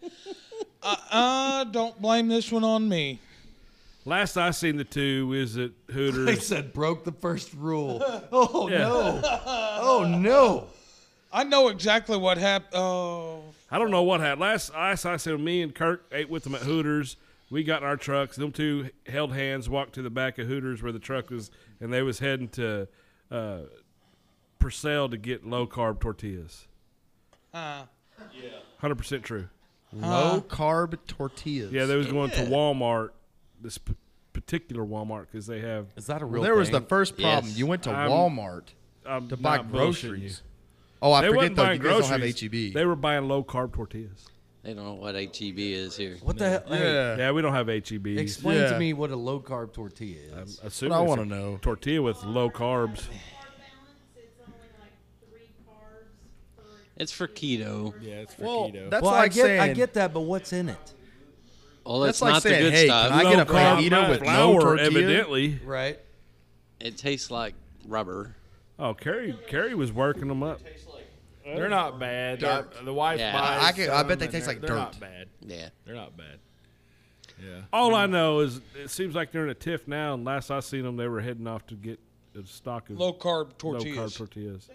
Speaker 2: uh, uh, don't blame this one on me.
Speaker 3: Last I seen the two is at
Speaker 1: They
Speaker 3: Hooters.
Speaker 1: said broke the first rule. Oh
Speaker 3: Yeah.
Speaker 1: no! Oh no!
Speaker 2: I know exactly what happened. Oh,
Speaker 3: I don't know what happened. Last last I said, me and Kirk ate with them at Hooters. We got in our trucks. Them two held hands, walked to the back of Hooters where the truck was, and they was heading to uh, Purcell to get low carb tortillas.
Speaker 2: uh,
Speaker 3: Hundred percent true.
Speaker 7: low carb tortillas.
Speaker 3: Yeah, they was going to Walmart. This p- particular Walmart because they have.
Speaker 1: Is that a real?
Speaker 7: Well, there was
Speaker 1: thing?
Speaker 7: the first problem.
Speaker 5: Yes.
Speaker 7: You went to
Speaker 3: I'm-
Speaker 7: Walmart
Speaker 3: I'm
Speaker 7: to buy
Speaker 3: not bullshitting you.
Speaker 7: groceries. Oh, I
Speaker 3: They
Speaker 7: forget
Speaker 3: wasn't
Speaker 7: though. You
Speaker 3: buying
Speaker 7: guys don't
Speaker 3: groceries.
Speaker 7: have E HEB.
Speaker 3: They were buying low carb tortillas.
Speaker 5: They don't know what HEB is here.
Speaker 1: What the hell? Hey,
Speaker 7: yeah.
Speaker 3: Yeah, we don't have HEB.
Speaker 1: explain
Speaker 7: Yeah.
Speaker 1: to me what a low carb tortilla is.
Speaker 3: Assuming
Speaker 7: What I
Speaker 3: it's a
Speaker 7: wanna know.
Speaker 3: tortilla with low carbs.
Speaker 4: Carb balance, it's only like three carbs per
Speaker 5: It's for keto.
Speaker 9: Yeah, it's for
Speaker 7: Well,
Speaker 9: keto.
Speaker 7: that's
Speaker 1: well,
Speaker 7: like
Speaker 1: I get
Speaker 7: saying
Speaker 1: I get that, but what's in it?
Speaker 5: Well,
Speaker 7: that's
Speaker 5: it's
Speaker 7: like
Speaker 5: not
Speaker 7: saying,
Speaker 5: the good
Speaker 7: "Hey,
Speaker 5: stuff.
Speaker 7: can I get a
Speaker 3: Low-carb
Speaker 7: fajita with
Speaker 3: flour,
Speaker 7: no tortilla?"
Speaker 3: Evidently,
Speaker 1: Right?
Speaker 5: It tastes like rubber.
Speaker 3: oh, Carrie, Carrie was working them up.
Speaker 9: They're not bad. I- the wife
Speaker 5: Yeah.
Speaker 9: buys.
Speaker 7: I can- I
Speaker 9: some
Speaker 7: bet they
Speaker 9: and
Speaker 7: taste
Speaker 9: they're-
Speaker 7: like
Speaker 9: they're Not
Speaker 7: dirt.
Speaker 9: bad.
Speaker 5: Yeah.
Speaker 9: They're not bad. Yeah.
Speaker 3: All I know is it seems like they're in a tiff now. And last I seen them, they were heading off to get a stock of
Speaker 2: low carb tortillas.
Speaker 3: low-carb tortillas.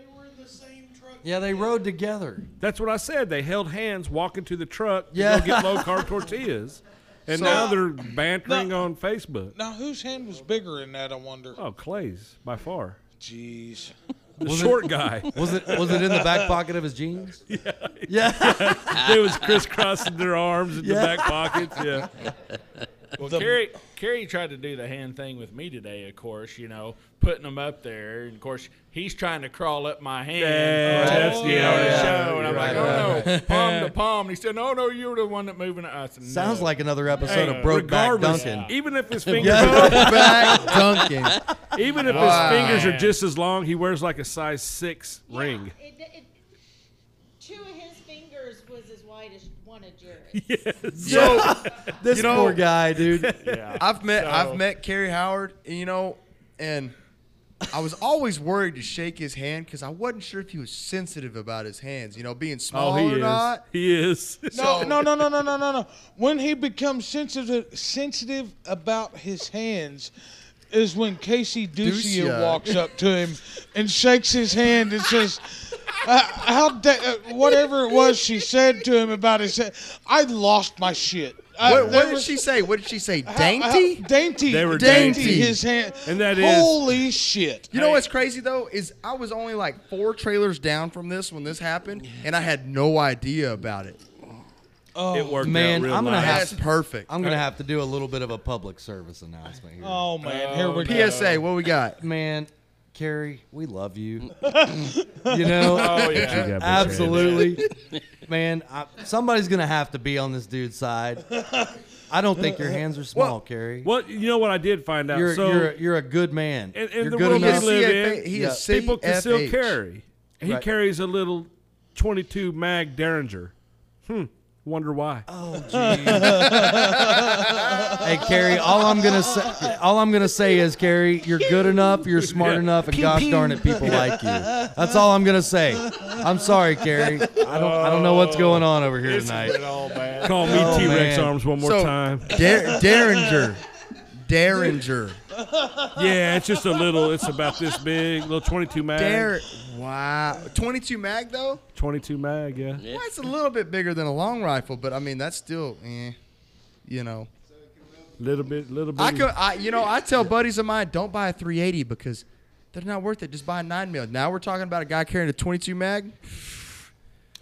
Speaker 1: Yeah, they rode together.
Speaker 3: That's what I said. They held hands walking to the truck to
Speaker 1: Yeah.
Speaker 3: go get low carb tortillas, and now they're bantering on Facebook.
Speaker 2: Now, whose hand was bigger in that? I wonder.
Speaker 3: Oh, Clay's by far
Speaker 2: Jeez.
Speaker 3: the short guy.
Speaker 1: Was it was it in the back pocket of his jeans? Yeah. Yeah.
Speaker 3: they was crisscrossing their arms in
Speaker 1: Yeah.
Speaker 3: the back pockets. Yeah,
Speaker 9: Well, Carrie, Carrie tried to do the hand thing with me today. Of course, you know, putting them up there, and of course, he's trying to crawl up my hand.
Speaker 3: Yeah,
Speaker 9: to,
Speaker 3: that's-
Speaker 9: you
Speaker 2: Oh,
Speaker 9: know, to
Speaker 3: yeah,
Speaker 9: show, and I'm
Speaker 1: right,
Speaker 9: like, oh
Speaker 1: right,
Speaker 9: no, palm to palm. And he said, no, no, you were the one that moving. I said,
Speaker 1: Sounds
Speaker 9: no.
Speaker 1: like another episode of Brokeback
Speaker 3: regardless,
Speaker 1: Duncan.
Speaker 3: even if his fingers,
Speaker 1: Yeah.
Speaker 7: back Duncan.
Speaker 3: even if
Speaker 7: Wow.
Speaker 3: his fingers are just as long, he wears like a size six ring.
Speaker 4: Yeah, it, it, two of his fingers was as wide as one of Jared's.
Speaker 7: So
Speaker 1: This
Speaker 7: You know-
Speaker 1: poor guy, dude.
Speaker 7: I've met
Speaker 9: So-
Speaker 7: I've met Kerry Howard, and, you know, and I was always worried to shake his hand because I wasn't sure if he was sensitive about his hands. You know, being small
Speaker 3: Oh, he
Speaker 7: or
Speaker 3: is.
Speaker 7: not.
Speaker 3: He is.
Speaker 7: So-
Speaker 2: No, no, no, no, no, no, no. When he becomes sensitive, sensitive about his hands, is when Casey Ducia
Speaker 7: Ducia.
Speaker 2: walks up to him and shakes his hand and says, uh, "How da- uh, whatever it was she said to him about his, hand, I lost my shit." I-
Speaker 7: What,
Speaker 2: there
Speaker 7: what did
Speaker 2: was-
Speaker 7: she say? What did she say?
Speaker 2: how- how-
Speaker 7: Dainty.
Speaker 2: dainty.
Speaker 3: They were
Speaker 2: dainty.
Speaker 7: dainty.
Speaker 2: His hand.
Speaker 3: And that is-
Speaker 2: holy shit.
Speaker 7: You know what's crazy though is I was only like four trailers down from this when this happened, and I had no idea about it.
Speaker 3: it worked
Speaker 1: Man,
Speaker 3: out real
Speaker 1: I'm
Speaker 7: Oh,
Speaker 1: gonna
Speaker 3: nice.
Speaker 1: have-
Speaker 7: That's perfect.
Speaker 1: I'm gonna have to do a little bit of a public service announcement here.
Speaker 2: Oh man, here we go.
Speaker 7: PSA. What we got?
Speaker 1: Man, Carrie, we love you. you know,
Speaker 9: oh yeah.
Speaker 3: Yeah, bitch,
Speaker 1: Absolutely. Man, I, somebody's going to have to be on this dude's side. I don't think your hands are small, Kerry.
Speaker 3: Well, you know what I did find out.
Speaker 1: You're,
Speaker 3: so
Speaker 1: you're, a, you're a good man.
Speaker 3: And- and
Speaker 1: you're
Speaker 3: the
Speaker 1: good
Speaker 3: world
Speaker 7: He is
Speaker 1: enough.
Speaker 3: is- live
Speaker 7: CFA.
Speaker 3: in.
Speaker 7: He
Speaker 1: Yeah.
Speaker 7: is CFH.
Speaker 3: people can still carry. He
Speaker 1: Right.
Speaker 3: carries a little 22 mag Derringer. Hmm. Wonder why?
Speaker 1: Oh. hey, Kerry, all I'm going to say all I'm going to say is Kerry, you're good enough, you're smart enough and gosh darn it people like you. That's all I'm going to say. I'm sorry, Kerry. I don't I don't know
Speaker 3: Oh.
Speaker 1: what's going on over here tonight.
Speaker 9: all bad.
Speaker 3: Call me
Speaker 1: Oh,
Speaker 3: T Rex
Speaker 1: man.
Speaker 3: arms one more
Speaker 7: So-
Speaker 3: time.
Speaker 7: Dar- Derringer. Derringer.
Speaker 3: Yeah, it's just a little. It's about this big, little 22 mag.
Speaker 7: Dar- wow. 22 mag though.
Speaker 3: 22 mag. Yeah.
Speaker 5: Yeah.
Speaker 7: That's a little bit bigger than a long rifle, but I mean that's still, eh, you know.
Speaker 3: Little bit. Little bit.
Speaker 7: I could, I, you know, I tell buddies of mine, don't buy a 380 because they're not worth it. Just buy a nine mil. Now we're talking about a guy carrying a 22 mag.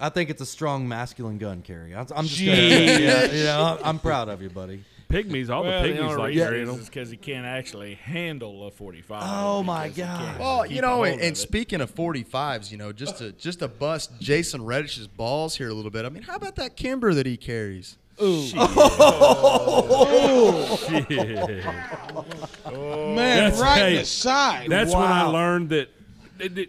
Speaker 1: I think it's a strong masculine gun, Kerry. I'm I'm just gonna
Speaker 2: Jeez.
Speaker 1: say, yeah, you know, I'm proud of you, buddy.
Speaker 3: pygmies. All
Speaker 9: Well,
Speaker 3: the
Speaker 9: the
Speaker 3: pygmies
Speaker 9: only
Speaker 3: like
Speaker 9: reason
Speaker 3: carrying
Speaker 9: is
Speaker 3: them.
Speaker 9: because he can't actually handle a 45.
Speaker 1: Oh, my
Speaker 9: because he
Speaker 1: God.
Speaker 9: can't
Speaker 7: Well,
Speaker 9: keep
Speaker 7: you
Speaker 9: a
Speaker 7: know,
Speaker 9: hold
Speaker 7: and,
Speaker 9: of
Speaker 7: and
Speaker 9: it.
Speaker 7: speaking of 45s, you know, just to just to bust Jason Reddish's balls here a little bit. I mean, how about that Kimber that he carries?
Speaker 3: Yeah.
Speaker 2: Man,
Speaker 3: That's
Speaker 2: right in
Speaker 3: hey,
Speaker 2: the side.
Speaker 3: That's when I
Speaker 1: Wow.
Speaker 3: learned that. It, it,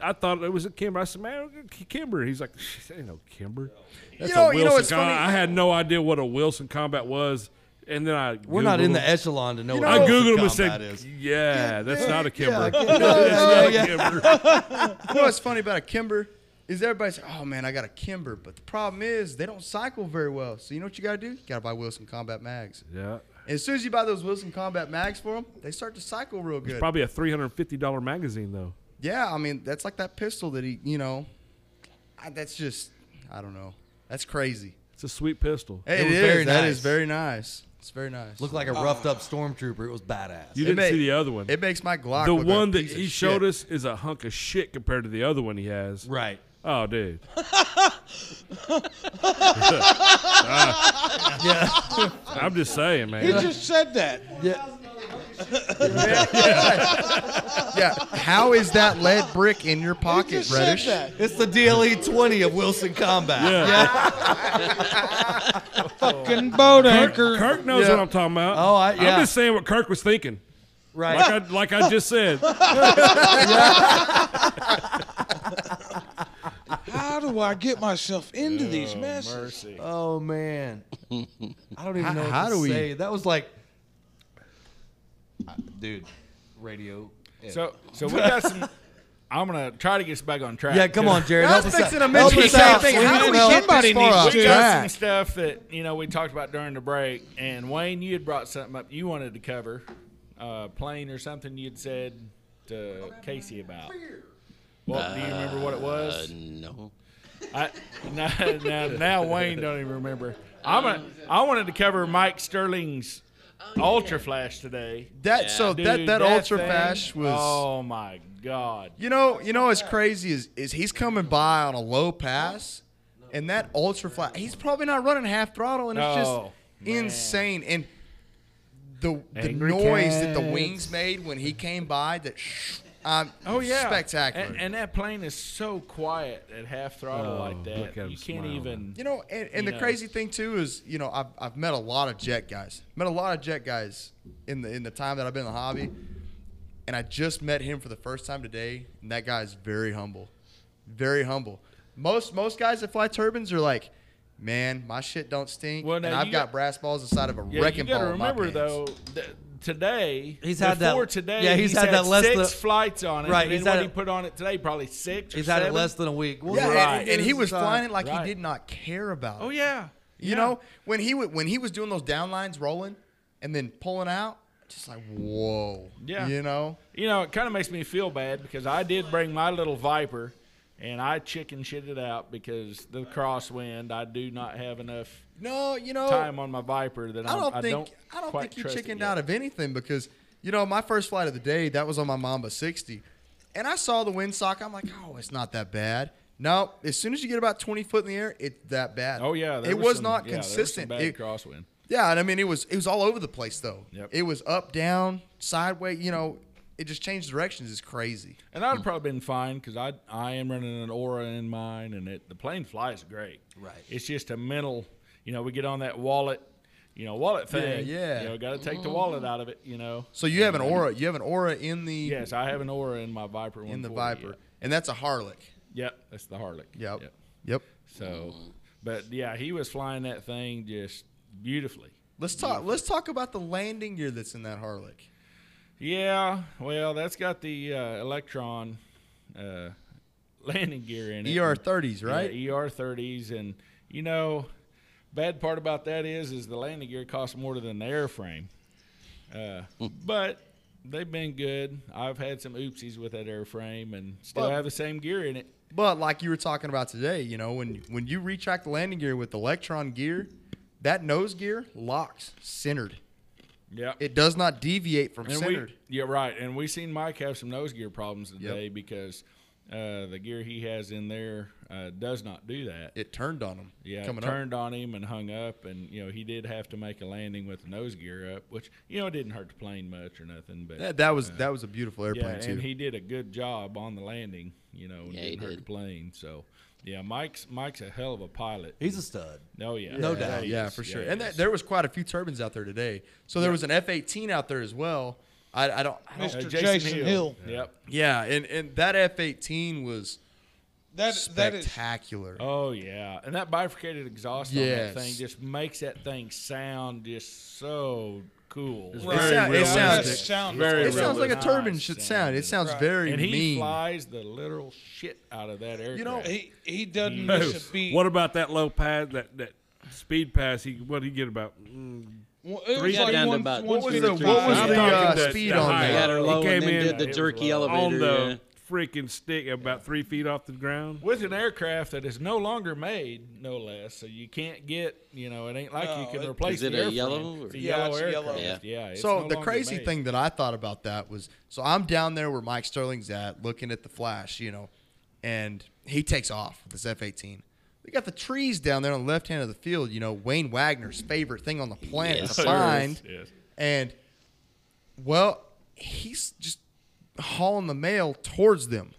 Speaker 3: I thought it was a Kimber. I said, "Man, Kimber." He's like, "Shh, "Ain't no Kimber." That's
Speaker 7: You know-
Speaker 3: a Wilson
Speaker 7: you know, it's
Speaker 3: Com-
Speaker 7: funny-
Speaker 3: I had no idea what a Wilson combat was And then I
Speaker 1: We're not in
Speaker 3: Googled
Speaker 1: the
Speaker 3: them.
Speaker 1: echelon to know what
Speaker 3: I
Speaker 1: Mortal
Speaker 3: googled him and
Speaker 1: Kombat
Speaker 3: said,
Speaker 1: is.
Speaker 3: "Yeah, that's not a
Speaker 1: Yeah,
Speaker 3: Kimber.
Speaker 1: Kim-
Speaker 3: That's not a Kimber."
Speaker 7: You know what's funny about a Kimber is everybody's, oh man, I got a Kimber, but the problem is they don't cycle very well. So you know what you got to do? You got to buy Wilson Combat Mags.
Speaker 3: Yeah,
Speaker 7: And as soon as you buy those Wilson Combat Mags for them, they start to cycle real good.
Speaker 3: probably a three hundred fifty dollar magazine though.
Speaker 7: yeah, I mean that's like that pistol that he, you know, I, that's just, I don't know, that's crazy.
Speaker 3: It's a sweet pistol.
Speaker 7: It,
Speaker 1: It was
Speaker 7: is.
Speaker 1: very
Speaker 7: That
Speaker 1: nice.
Speaker 7: is very nice. It's very nice.
Speaker 1: Looked like a roughed up stormtrooper. It was badass.
Speaker 3: You
Speaker 7: It
Speaker 3: didn't
Speaker 7: may-
Speaker 3: see the other one.
Speaker 7: it makes my Glock.
Speaker 3: the
Speaker 7: look
Speaker 3: one that
Speaker 7: like a piece of
Speaker 3: he showed
Speaker 7: shit.
Speaker 3: us is a hunk of shit compared to the other one he has.
Speaker 1: right.
Speaker 3: Oh, dude. I'm just saying, man.
Speaker 2: He just said that.
Speaker 7: Yeah. How is that lead brick in your
Speaker 2: He
Speaker 7: pocket,
Speaker 2: just
Speaker 7: Reddish?
Speaker 2: said
Speaker 1: It's the DLE 20 of Wilson Combat.
Speaker 3: yeah.
Speaker 2: that. Fucking boat
Speaker 3: Kirk,
Speaker 2: anchor.
Speaker 3: Kirk knows
Speaker 1: Yeah.
Speaker 3: what I'm talking about.
Speaker 1: Oh, I- yeah.
Speaker 3: I'm just saying what Kirk was thinking.
Speaker 1: Right.
Speaker 3: Like I, like I just said.
Speaker 2: How do I get myself into these messes?
Speaker 1: oh man. I don't even
Speaker 7: How-
Speaker 1: know what
Speaker 7: how
Speaker 1: to
Speaker 7: do we-
Speaker 1: say. That was like dude, radio.
Speaker 9: So, so we got some. I'm gonna try to get us back on track.
Speaker 1: Yeah, come on, Jared. Help us out. Help
Speaker 2: the
Speaker 1: us
Speaker 2: same
Speaker 1: out.
Speaker 2: thing. How
Speaker 1: Sweet
Speaker 2: do we
Speaker 1: smell.
Speaker 2: get Somebody needs
Speaker 7: off
Speaker 2: to-
Speaker 9: We got some
Speaker 7: track.
Speaker 9: stuff that you know we talked about during the break, and Wayne, you had brought something up you wanted to cover, uh, plane or something you'd said to Casey about. Well, do you remember what it
Speaker 5: Uh,
Speaker 9: was?
Speaker 5: no.
Speaker 9: I, now, now, now Wayne don't even remember. I'm a, I wanted to cover Mike Sterling's
Speaker 5: Oh,
Speaker 9: Ultra Flash today.
Speaker 7: That so
Speaker 9: Dude,
Speaker 7: that that, ultra
Speaker 9: thing-
Speaker 7: flash was.
Speaker 9: Oh my god!
Speaker 7: You know, you know what's crazy is is he's coming by on a low pass, and that ultra flash. He's probably not running half throttle, and it's
Speaker 9: No,
Speaker 7: just insane. And the the
Speaker 9: Angry
Speaker 7: noise that the
Speaker 9: cats.
Speaker 7: wings made when he came by that. Sh- um,
Speaker 9: Oh yeah,
Speaker 7: spectacular.
Speaker 9: And, and that plane is so quiet at half throttle
Speaker 3: Oh,
Speaker 9: like that.
Speaker 3: look at him
Speaker 9: you can't
Speaker 3: smile.
Speaker 9: even.
Speaker 7: You know, and, and the
Speaker 9: You know.
Speaker 7: crazy thing too is, you know, I've, I've met a lot of jet guys. Met a lot of jet guys in the in the time that I've been in the hobby, and I just met him for the first time today. And that guy is very humble, very humble. Most most guys that fly turbines are like, man, my shit don't stink,
Speaker 9: Well, now
Speaker 7: and I've
Speaker 9: you
Speaker 7: got,
Speaker 9: got-
Speaker 7: brass balls inside of a
Speaker 9: Yeah,
Speaker 7: wrecking
Speaker 9: you gotta
Speaker 7: ball. in my
Speaker 9: remember
Speaker 7: pants."
Speaker 9: though, th- today
Speaker 1: He's had that-
Speaker 9: before today.
Speaker 1: yeah, he's had that less
Speaker 9: six
Speaker 1: than-
Speaker 9: flights on it.
Speaker 1: Right,
Speaker 9: and
Speaker 1: he's
Speaker 9: then what
Speaker 1: had
Speaker 9: he
Speaker 1: it-
Speaker 9: put on it today, probably six. Or
Speaker 1: He's had it
Speaker 9: seven.
Speaker 1: less than a week. We'll
Speaker 7: Yeah,
Speaker 1: get
Speaker 7: and-
Speaker 1: it
Speaker 7: and,
Speaker 1: done.
Speaker 7: he was
Speaker 1: It's, uh,
Speaker 7: flying it like
Speaker 9: Right.
Speaker 7: he did not care about. it.
Speaker 9: Oh yeah,
Speaker 7: You
Speaker 9: Yeah.
Speaker 7: know, when he would when he was doing those downlines rolling and then pulling out, just like whoa.
Speaker 9: Yeah.
Speaker 7: You know.
Speaker 9: You know, it kind of makes me feel bad because I did bring my little Viper, and I chicken shit it out because the crosswind. I do not have enough
Speaker 7: No, you know.
Speaker 9: time on my Viper that
Speaker 7: I
Speaker 9: I'm-
Speaker 7: don't think
Speaker 9: I
Speaker 7: I
Speaker 9: don't
Speaker 7: don't,
Speaker 9: quite
Speaker 7: think you
Speaker 9: trust it
Speaker 7: chickened
Speaker 9: yet.
Speaker 7: out of anything because you know my first flight of the day that was on my Mamba 60, and I saw the windsock. I'm like, oh, it's not that bad. No, as soon as you get about 20 foot in the air, it's that bad.
Speaker 9: Oh yeah, there
Speaker 7: it
Speaker 9: were
Speaker 7: was
Speaker 9: some-
Speaker 7: not
Speaker 9: yeah, there was some
Speaker 7: consistent.
Speaker 9: bad
Speaker 7: It-
Speaker 9: crosswind.
Speaker 7: yeah, and I mean it was it was all over the place though.
Speaker 9: Yep.
Speaker 7: It was up, down, sideways. You know, it just changed directions. It's crazy.
Speaker 9: And I'd have probably been fine because I I am running an aura in mine, and it, the plane flies great.
Speaker 1: Right.
Speaker 9: It's just a mental, you know. We get on that wallet, you know, wallet thing.
Speaker 7: yeah.
Speaker 9: You know, got to take the wallet out of it. You know.
Speaker 7: So you have an aura. You have an aura in the
Speaker 9: Yes, I have an aura in my Viper.
Speaker 7: in the
Speaker 9: 140,
Speaker 7: Viper, and that's a Harlech.
Speaker 9: Yeah. Yep, that's the Harlech.
Speaker 7: Yep.
Speaker 9: Yep.
Speaker 7: Yep.
Speaker 9: So, but yeah, he was flying that thing just beautifully.
Speaker 7: Let's talk. Let's talk about the landing gear that's in that Harlech.
Speaker 9: Yeah. Well, that's got the uh, Electron uh, landing gear in it.
Speaker 7: ER thirties, right?
Speaker 9: Yeah, ER thirties, and you know, bad part about that is, is the landing gear costs more than the airframe. Uh,
Speaker 7: Hmm.
Speaker 9: but they've been good. I've had some oopsies with that airframe, and still
Speaker 7: But-
Speaker 9: have the same gear in it.
Speaker 7: But like you were talking about today, you know, when when you retract the landing gear with electron gear, that nose gear locks centered.
Speaker 9: Yeah.
Speaker 7: It does not deviate from
Speaker 9: and
Speaker 7: centered.
Speaker 9: we, yeah, right. And we seen Mike have some nose gear problems today because uh, the gear he has in there uh, does not do that.
Speaker 7: it turned on them.
Speaker 9: Yeah,
Speaker 7: coming
Speaker 9: it
Speaker 7: up.
Speaker 9: turned on him and hung up, and you know he did have to make a landing with the nose gear up, which you know it didn't hurt the plane much or nothing. But
Speaker 7: That, that was that was a beautiful
Speaker 9: Yeah,
Speaker 7: airplane too.
Speaker 9: and he did a good job on the landing. You know, and
Speaker 5: Yeah, he
Speaker 9: didn't hurt
Speaker 5: did.
Speaker 9: the plane. So, yeah, Mike's Mike's a hell of a pilot.
Speaker 1: He's a stud.
Speaker 9: Oh yeah,
Speaker 1: No
Speaker 9: Yeah,
Speaker 1: doubt.
Speaker 9: he
Speaker 7: yeah,
Speaker 9: is.
Speaker 7: for sure.
Speaker 9: he
Speaker 7: and that,
Speaker 9: is.
Speaker 7: there was quite a few turbines out there today. So there was an F eighteen out there as well. I, Oh, I don't. I don't
Speaker 9: Uh,
Speaker 2: Mr. Jason Hill.
Speaker 9: Yep.
Speaker 7: yeah, and and that F eighteen was
Speaker 2: That that is
Speaker 7: spectacular.
Speaker 9: Oh yeah, and that bifurcated exhaust on that
Speaker 7: Yes.
Speaker 9: thing just makes that thing sound just so cool.
Speaker 3: It's
Speaker 2: Right.
Speaker 3: very
Speaker 7: sound- it
Speaker 3: realistic.
Speaker 7: sounds-
Speaker 2: sounds-
Speaker 3: very
Speaker 7: it sounds like a
Speaker 9: Nice
Speaker 7: turbine should sound. It
Speaker 9: sounding.
Speaker 7: sounds very
Speaker 9: and he
Speaker 7: mean.
Speaker 9: flies the literal shit out of that aircraft.
Speaker 7: You know,
Speaker 2: he he doesn't miss a
Speaker 3: realistic.
Speaker 2: beat.
Speaker 3: What about that low pass? That that speed pass? He what did he get about? Mm,
Speaker 2: Well, it was
Speaker 3: Three-
Speaker 2: like
Speaker 5: down to
Speaker 2: one,
Speaker 5: about
Speaker 2: one
Speaker 7: What was the, what
Speaker 2: 53.
Speaker 7: was
Speaker 3: I'm
Speaker 7: the
Speaker 3: talking
Speaker 7: uh,
Speaker 3: the-
Speaker 7: speed
Speaker 3: the
Speaker 7: on
Speaker 3: high-
Speaker 5: They had
Speaker 7: that?
Speaker 5: her
Speaker 3: He
Speaker 5: low and
Speaker 3: came
Speaker 5: then
Speaker 3: in
Speaker 5: did the
Speaker 9: was
Speaker 5: jerky
Speaker 9: low.
Speaker 3: on
Speaker 5: elevator.
Speaker 3: the
Speaker 5: yeah.
Speaker 3: freaking stick, about three feet off the ground.
Speaker 9: with an aircraft that is no longer made, no less. So you can't get, you know, it ain't like
Speaker 2: No,
Speaker 9: you can
Speaker 2: it-
Speaker 9: replace
Speaker 5: Is Oh, it
Speaker 9: the
Speaker 5: a
Speaker 9: airframe.
Speaker 5: yellow or-
Speaker 9: It's a
Speaker 2: Yeah,
Speaker 9: yellow
Speaker 2: it's yellow.
Speaker 9: aircraft.
Speaker 5: Yeah.
Speaker 9: Yeah. it's
Speaker 7: So
Speaker 9: no
Speaker 7: the
Speaker 9: longer
Speaker 7: crazy
Speaker 9: made.
Speaker 7: thing that I thought about that was, so I'm down there where Mike Sterling's at, looking at the flash, you know, and he takes off with his F-18. They got the trees down there on the left hand of the field. You know, Wayne Wagner's favorite thing on the planet
Speaker 5: Yes,
Speaker 7: to
Speaker 5: sir.
Speaker 7: find,
Speaker 9: Yes.
Speaker 7: and well, he's just hauling the mail towards them.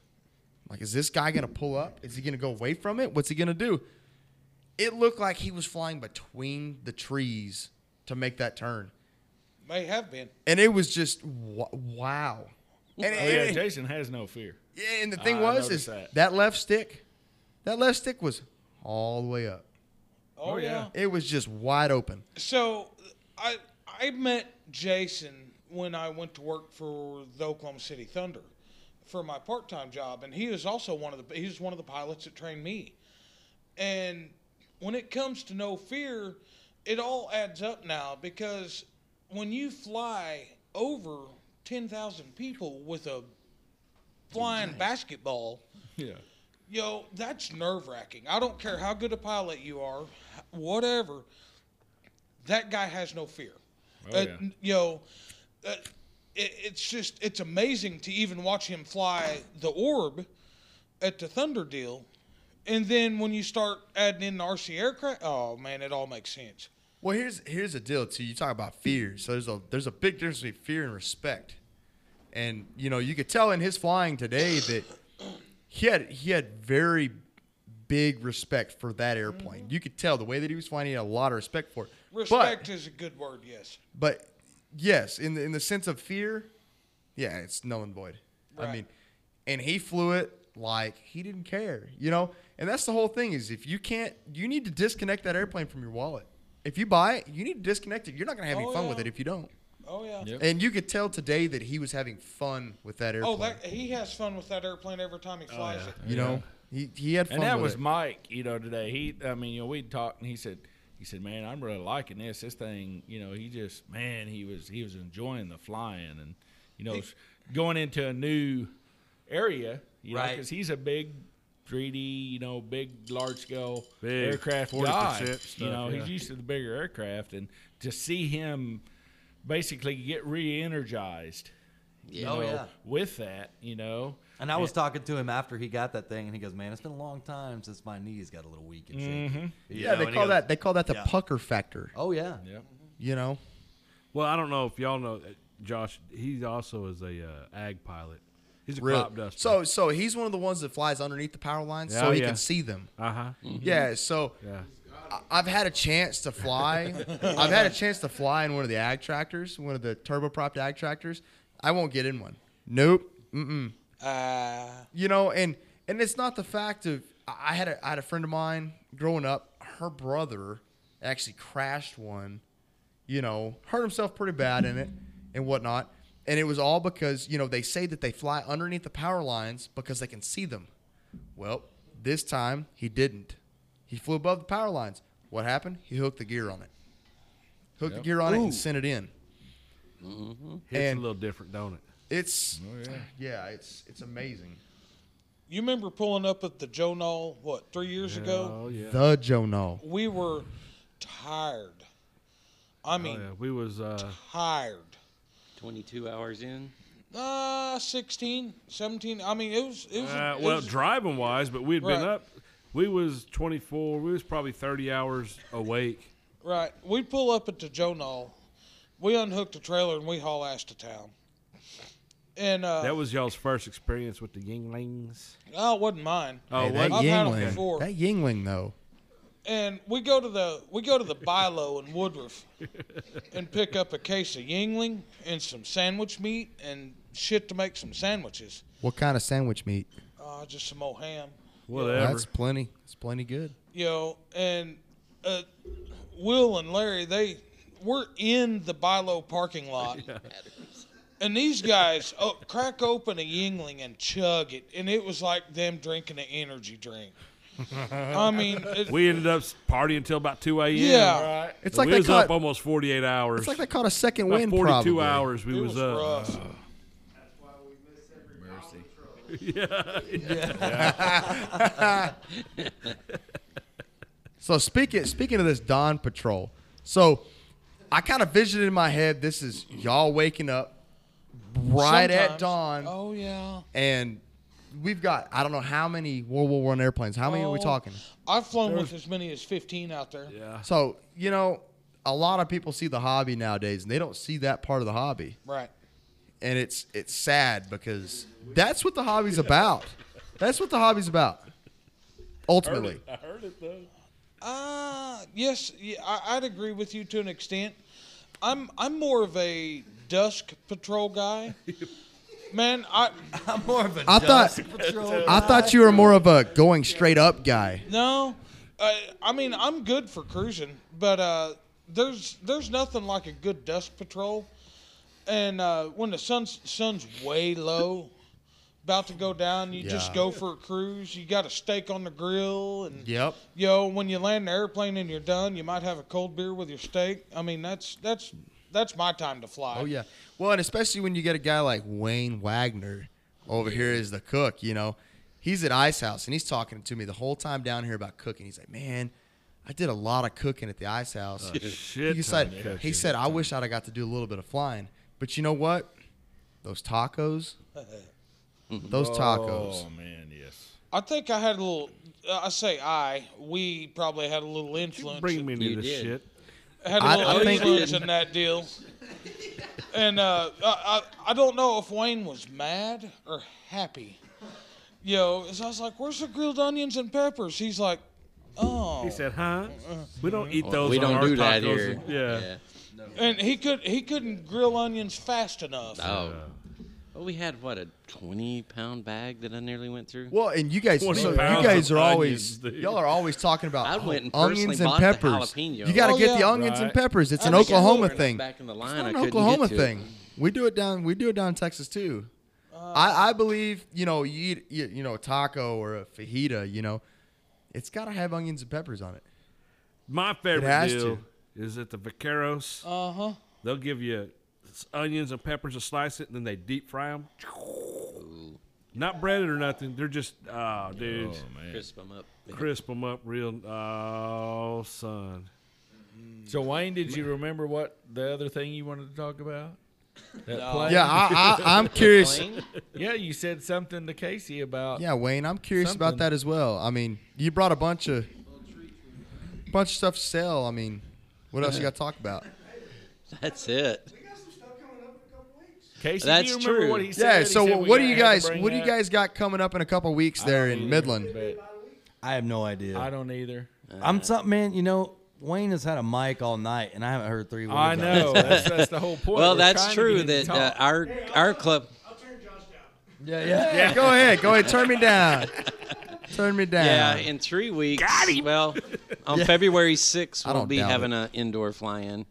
Speaker 7: Like, is this guy gonna pull up? Is he gonna go away from it? What's he gonna do? It looked like he was flying between the trees to make that turn
Speaker 2: May have been.
Speaker 7: and it was just w- wow. And,
Speaker 9: Oh yeah,
Speaker 7: and,
Speaker 9: Jason has no fear.
Speaker 7: and the thing
Speaker 9: I
Speaker 7: was
Speaker 9: noticed
Speaker 7: is
Speaker 9: that.
Speaker 7: that. left stick, that left stick was all the way up.
Speaker 2: Oh, yeah.
Speaker 7: It was just wide open.
Speaker 2: So I I met Jason when I went to work for the Oklahoma City Thunder for my part time job, and he was also one of the he was one of the pilots that trained me. And when it comes to no fear, it all adds up now because when you fly over ten thousand people with a flying basketball,
Speaker 9: Yeah.
Speaker 2: Yo, that's nerve wracking. I don't care how good a pilot you are, whatever. That guy has no fear.
Speaker 9: Oh,
Speaker 2: uh,
Speaker 9: yeah.
Speaker 2: n- Yo, uh, it, it's just it's amazing to even watch him fly the orb at the Thunder deal, and then when you start adding in the RC aircraft, oh man, it all makes sense.
Speaker 7: Well, here's here's the deal too. You talk about fear. So there's a there's a big difference between fear and respect. And you know you could tell in his flying today that he had he had very big respect for that airplane. You could tell the way that he was flying. He had a lot of respect for it. But-
Speaker 2: Respect is a good word, yes.
Speaker 7: But yes, in the, in the sense of fear, yeah, it's null and void. I
Speaker 2: Right.
Speaker 7: mean, and he flew it like he didn't care, you know. And that's the whole thing is if you can't, you need to disconnect that airplane from your wallet. If you buy it, you need to disconnect it. You're not gonna have
Speaker 2: Oh,
Speaker 7: any fun with
Speaker 2: yeah.
Speaker 7: it if you don't.
Speaker 2: Oh yeah.
Speaker 9: Yep.
Speaker 7: And you could tell today that he was having fun with that airplane.
Speaker 2: Oh, that he has fun with that airplane every time he flies it.
Speaker 7: you know, he he had fun.
Speaker 9: And that
Speaker 7: with
Speaker 9: was
Speaker 7: it.
Speaker 9: Mike, you know, today. He, I mean, you know, we talked, and he said, he said, man, I'm really liking this. This thing, you know, he just, man, he was, he was enjoying the flying, and you know, s- going into a new area, you know, 'cause
Speaker 5: Right.
Speaker 9: because he's a big 3D, you know, big large scale
Speaker 3: Big
Speaker 9: aircraft
Speaker 3: 40%
Speaker 9: guy.
Speaker 3: stuff,
Speaker 9: you know,
Speaker 3: yeah.
Speaker 9: he's used to the bigger aircraft, and to see him basically get re-energized, you
Speaker 5: Yeah.
Speaker 1: Oh,
Speaker 9: know,
Speaker 1: yeah.
Speaker 9: with that, you know,
Speaker 1: And I was talking to him after he got that thing, and he goes, "Man, it's been a long time since my knees got a little weak and shaky." You
Speaker 7: yeah,
Speaker 1: know,
Speaker 7: they
Speaker 1: and he
Speaker 7: call
Speaker 1: goes,
Speaker 7: that they call that the
Speaker 1: yeah.
Speaker 7: pucker factor.
Speaker 1: Oh yeah.
Speaker 9: yeah.
Speaker 7: You know,
Speaker 3: Well, I don't know if y'all know uh, Josh. He also is a uh, ag pilot. He's a crop duster.
Speaker 7: So so he's one of the ones that flies underneath the power lines,
Speaker 3: Oh,
Speaker 7: so he
Speaker 3: yeah.
Speaker 7: can see them.
Speaker 3: uh huh.
Speaker 7: Yeah, so
Speaker 3: Yeah.
Speaker 7: I- I've had a chance to fly. I've had a chance to fly in one of the ag tractors, one of the turbopropped ag tractors. I won't get in one. Nope. Mm-mm.
Speaker 2: Uh,
Speaker 7: You know, and and it's not the fact of I I had a I had a friend of mine growing up. Her brother actually crashed one. You know, hurt himself pretty bad in it and whatnot. And it was all because you know they say that they fly underneath the power lines because they can see them. Well, this time he didn't. He flew above the power lines. What happened? He hooked the gear on it. Hooked the gear on it and sent it in.
Speaker 3: Hits
Speaker 7: And-
Speaker 3: a little different, don't it?
Speaker 7: It's yeah. it's it's amazing.
Speaker 2: you remember pulling up at the Joe Knoll, what, three years ago?
Speaker 3: Oh yeah.
Speaker 7: The Joe Knoll.
Speaker 2: we were tired. I
Speaker 3: Oh,
Speaker 2: mean,
Speaker 3: yeah. We was uh,
Speaker 2: tired.
Speaker 5: 22 hours in.
Speaker 2: Uh, 16, 17. I mean, it was. It was,
Speaker 3: uh
Speaker 2: it
Speaker 3: well
Speaker 2: was-
Speaker 3: driving wise, but we'd
Speaker 2: Right.
Speaker 3: been up. We was twenty four. We was probably thirty hours awake.
Speaker 2: right. We pull up at the Joe Knoll. We unhook the trailer and we haul ass to town. And uh,
Speaker 3: That was y'all's first experience with the Yinglings.
Speaker 2: oh, it wasn't mine.
Speaker 3: Oh,
Speaker 7: Hey,
Speaker 3: what?
Speaker 7: that
Speaker 2: I've had 'em
Speaker 7: Yingling.
Speaker 2: before.
Speaker 7: That Yingling though.
Speaker 2: and we go to the we go to the Bilo in Woodruff and pick up a case of Yingling and some sandwich meat and shit to make some sandwiches.
Speaker 7: What kind of sandwich meat?
Speaker 2: Uh, just some old ham.
Speaker 3: Whatever.
Speaker 7: That's plenty. That's plenty good.
Speaker 2: you know, and uh, Will and Larry, they we're in the Bilo parking lot, and these guys oh, crack open a Yingling and chug it, and it was like them drinking an energy drink. I mean, it,
Speaker 3: we ended up partying until about 2 a.m.
Speaker 2: yeah,
Speaker 7: It's like
Speaker 3: we
Speaker 7: they
Speaker 3: was
Speaker 7: caught.
Speaker 3: up almost 48 hours.
Speaker 7: it's like they caught a second
Speaker 3: about
Speaker 7: wind.
Speaker 3: 42
Speaker 7: probably.
Speaker 3: hours we
Speaker 2: it
Speaker 3: was,
Speaker 2: was
Speaker 3: up.
Speaker 2: rough.
Speaker 7: So speaking speaking of this dawn patrol, so I kind of visioned in my head this is y'all waking up right at
Speaker 2: Sometimes.
Speaker 7: dawn,
Speaker 2: Oh yeah.
Speaker 7: and we've got I don't know how many World War One airplanes. How many are we
Speaker 2: Oh.
Speaker 7: talking?
Speaker 2: I've flown with as many as fifteen out there.
Speaker 3: Yeah.
Speaker 7: So you know, a lot of people see the hobby nowadays, and they don't see that part of the hobby,
Speaker 2: Right.
Speaker 7: and it's it's sad because that's what the hobby's about. That's what the hobby's about. Ultimately,
Speaker 3: I heard it though.
Speaker 2: Uh yes, yeah, I, I'd agree with you to an extent. I'm I'm more of a dusk patrol guy. Man, I
Speaker 1: I'm more of a
Speaker 7: I thought-
Speaker 1: dusk patrol.
Speaker 7: I thought you were more of a going straight up guy.
Speaker 2: no, I, I mean I'm good for cruising, but uh, there's there's nothing like a good dusk patrol. And uh, when the sun's sun's way low, about to go down, you just
Speaker 7: Yeah.
Speaker 2: go for a cruise. You got a steak on the grill, and
Speaker 7: Yep.
Speaker 2: Yo, when you land the airplane and you're done, you might have a cold beer with your steak. I mean, that's that's that's my time to fly.
Speaker 7: Oh yeah. Well, and especially when you get a guy like Wayne Wagner over here as the cook, you know, he's at Ice House and he's talking to me the whole time down here about cooking. He's like, "Man, I did a lot of cooking at the Ice House."
Speaker 3: shit
Speaker 7: he
Speaker 3: ton of
Speaker 7: said,
Speaker 3: cooking.
Speaker 7: "He said I wish I'd have got to do a little bit of flying, but you know what? Those tacos, those tacos.
Speaker 9: Oh man, yes.
Speaker 2: I think I had a little. Uh, I say I. We probably had a little influence.
Speaker 3: Bring me any
Speaker 5: You
Speaker 3: of this
Speaker 5: did.
Speaker 3: shit.
Speaker 2: had a
Speaker 7: I-
Speaker 2: little
Speaker 7: I think-
Speaker 2: influence in that deal. And uh, I, I I don't know if Wayne was mad or happy. Yo, so I was like, "Where's the grilled onions and peppers?" He's like, "Oh."
Speaker 3: He said, "Huh? We don't eat those.
Speaker 5: we
Speaker 3: on
Speaker 5: don't
Speaker 3: our
Speaker 5: do that
Speaker 3: tacos
Speaker 5: here.
Speaker 3: and- Yeah.
Speaker 2: And he could he couldn't grill onions fast enough.
Speaker 5: Oh. Well, we had what a twenty-pound bag that I nearly went through.
Speaker 7: Well, and you guys, so
Speaker 3: 20
Speaker 7: you
Speaker 3: pounds
Speaker 7: guys
Speaker 3: of
Speaker 7: are
Speaker 3: onions,
Speaker 7: always,
Speaker 3: dude.
Speaker 7: y'all are always talking about
Speaker 5: I went and
Speaker 7: oh, onions
Speaker 5: personally
Speaker 7: and
Speaker 5: bought the
Speaker 7: peppers.
Speaker 5: jalapeno.
Speaker 7: You got to
Speaker 2: Oh,
Speaker 7: get the
Speaker 2: yeah.
Speaker 7: onions and
Speaker 9: Right.
Speaker 7: peppers. It's
Speaker 5: I
Speaker 7: an
Speaker 5: wish I
Speaker 7: Oklahoma
Speaker 5: ordered it
Speaker 7: thing.
Speaker 5: Back in the line,
Speaker 7: It's not
Speaker 5: I
Speaker 7: an
Speaker 5: couldn't get
Speaker 7: Oklahoma
Speaker 5: to it.
Speaker 7: thing. We do it down. We do it down in Texas too. I, I believe you know you eat you, you know a taco or a fajita. You know, it's got to have onions and peppers on it.
Speaker 3: My favorite
Speaker 7: has
Speaker 3: deal
Speaker 7: to. Uh-huh.
Speaker 3: is at the Vaqueros.
Speaker 2: Uh huh.
Speaker 3: They'll give you s- onions and peppers to slice it, and then they deep fry them. Not breaded or nothing. They're just, oh, dude,
Speaker 5: Crisp 'em up.
Speaker 3: crisp them up real. Oh, son.
Speaker 9: So Wayne, did you remember what the other thing you wanted to talk about? That
Speaker 2: No.
Speaker 9: play?
Speaker 7: Yeah, I, I, I'm curious.
Speaker 5: Plain?
Speaker 9: Yeah, you said something to Casey about
Speaker 7: Yeah, Wayne, I'm curious about
Speaker 9: Something.
Speaker 7: that as well. I mean, you brought a bunch of bunch of stuff to sell. I mean, what else you got to talk about?
Speaker 5: That's it.
Speaker 9: Casey.
Speaker 5: That's
Speaker 9: do you remember
Speaker 5: true.
Speaker 9: What he said?
Speaker 7: Yeah.
Speaker 9: He
Speaker 7: So
Speaker 9: said we
Speaker 7: what do
Speaker 9: had
Speaker 7: you
Speaker 9: to
Speaker 7: guys?
Speaker 9: bring
Speaker 7: What do you
Speaker 9: up-
Speaker 7: guys got coming up in a couple weeks there in Midland?
Speaker 9: But
Speaker 1: I have no idea.
Speaker 9: I don't either.
Speaker 1: I'm something, man. You know, Wayne has had a mic all night, and I haven't heard three. words
Speaker 9: I
Speaker 1: out of
Speaker 9: know.
Speaker 1: him.
Speaker 9: that's, that's the whole point.
Speaker 5: Well,
Speaker 9: We're
Speaker 5: that's
Speaker 9: trying to
Speaker 5: true.
Speaker 9: get
Speaker 5: That
Speaker 9: him to
Speaker 5: uh,
Speaker 9: talk.
Speaker 5: our our club.
Speaker 1: Yeah, yeah.
Speaker 7: Yeah. Go ahead. Go ahead. Turn me down. Turn me down.
Speaker 5: Yeah, in three weeks. Well, on February 6th,
Speaker 7: I
Speaker 5: we'll
Speaker 7: don't
Speaker 5: be
Speaker 7: doubt
Speaker 5: having an indoor fly in,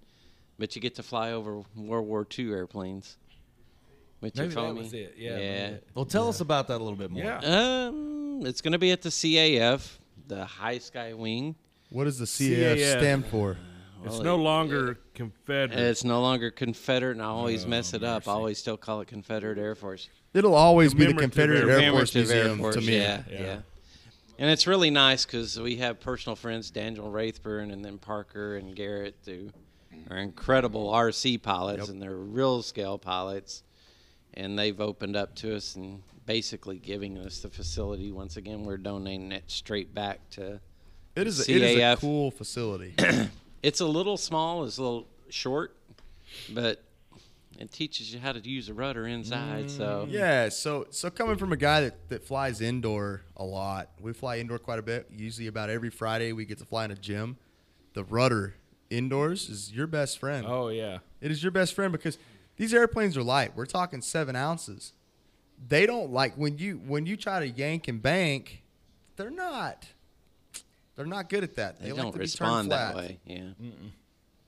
Speaker 5: but you get to fly over World War II airplanes. Which
Speaker 9: Maybe
Speaker 5: you told
Speaker 9: that
Speaker 5: me.
Speaker 9: was it. Yeah,
Speaker 5: Yeah.
Speaker 9: maybe
Speaker 1: Well, tell us about that a little bit more.
Speaker 9: yeah.
Speaker 5: Um, it's going to be at the CAF, the High Sky Wing.
Speaker 7: What does the CAF,
Speaker 3: CAF.
Speaker 7: stand for?
Speaker 3: It's
Speaker 5: Well,
Speaker 3: no
Speaker 5: it-
Speaker 3: longer Confederate.
Speaker 5: It's no longer Confederate, and I
Speaker 9: Oh,
Speaker 5: always mess it up. I always still call it Confederate Air Force.
Speaker 7: It'll always be the
Speaker 3: Commemorative
Speaker 7: Confederate
Speaker 3: Air
Speaker 7: Air Force
Speaker 5: Commemorative Air
Speaker 7: Museum
Speaker 5: Force,
Speaker 7: to me.
Speaker 5: Yeah, yeah. And it's really nice because we have personal friends, Daniel Wraithburn and then Parker and Garrett, who are incredible RC pilots and they're real scale pilots. And they've opened up to us and basically giving us the facility. Once again, we're donating it straight back to.
Speaker 7: It is. A, it is a
Speaker 5: CAF.
Speaker 7: cool facility.
Speaker 5: It's a little small, it's a little short, but it teaches you how to use a rudder inside. So
Speaker 7: Mm, yeah. So so coming from a guy that, that flies indoor a lot, we fly indoor quite a bit. Usually about every Friday we get to fly in a gym. The rudder indoors is your best friend.
Speaker 9: Oh yeah.
Speaker 7: It is your best friend because these airplanes are light. We're talking seven ounces. They don't like when you when you try to yank and bank. they're not. They're not good at that.
Speaker 5: They,
Speaker 7: They,
Speaker 5: don't
Speaker 7: like to
Speaker 5: respond
Speaker 7: be turned
Speaker 5: that
Speaker 7: flat.
Speaker 5: way. Yeah.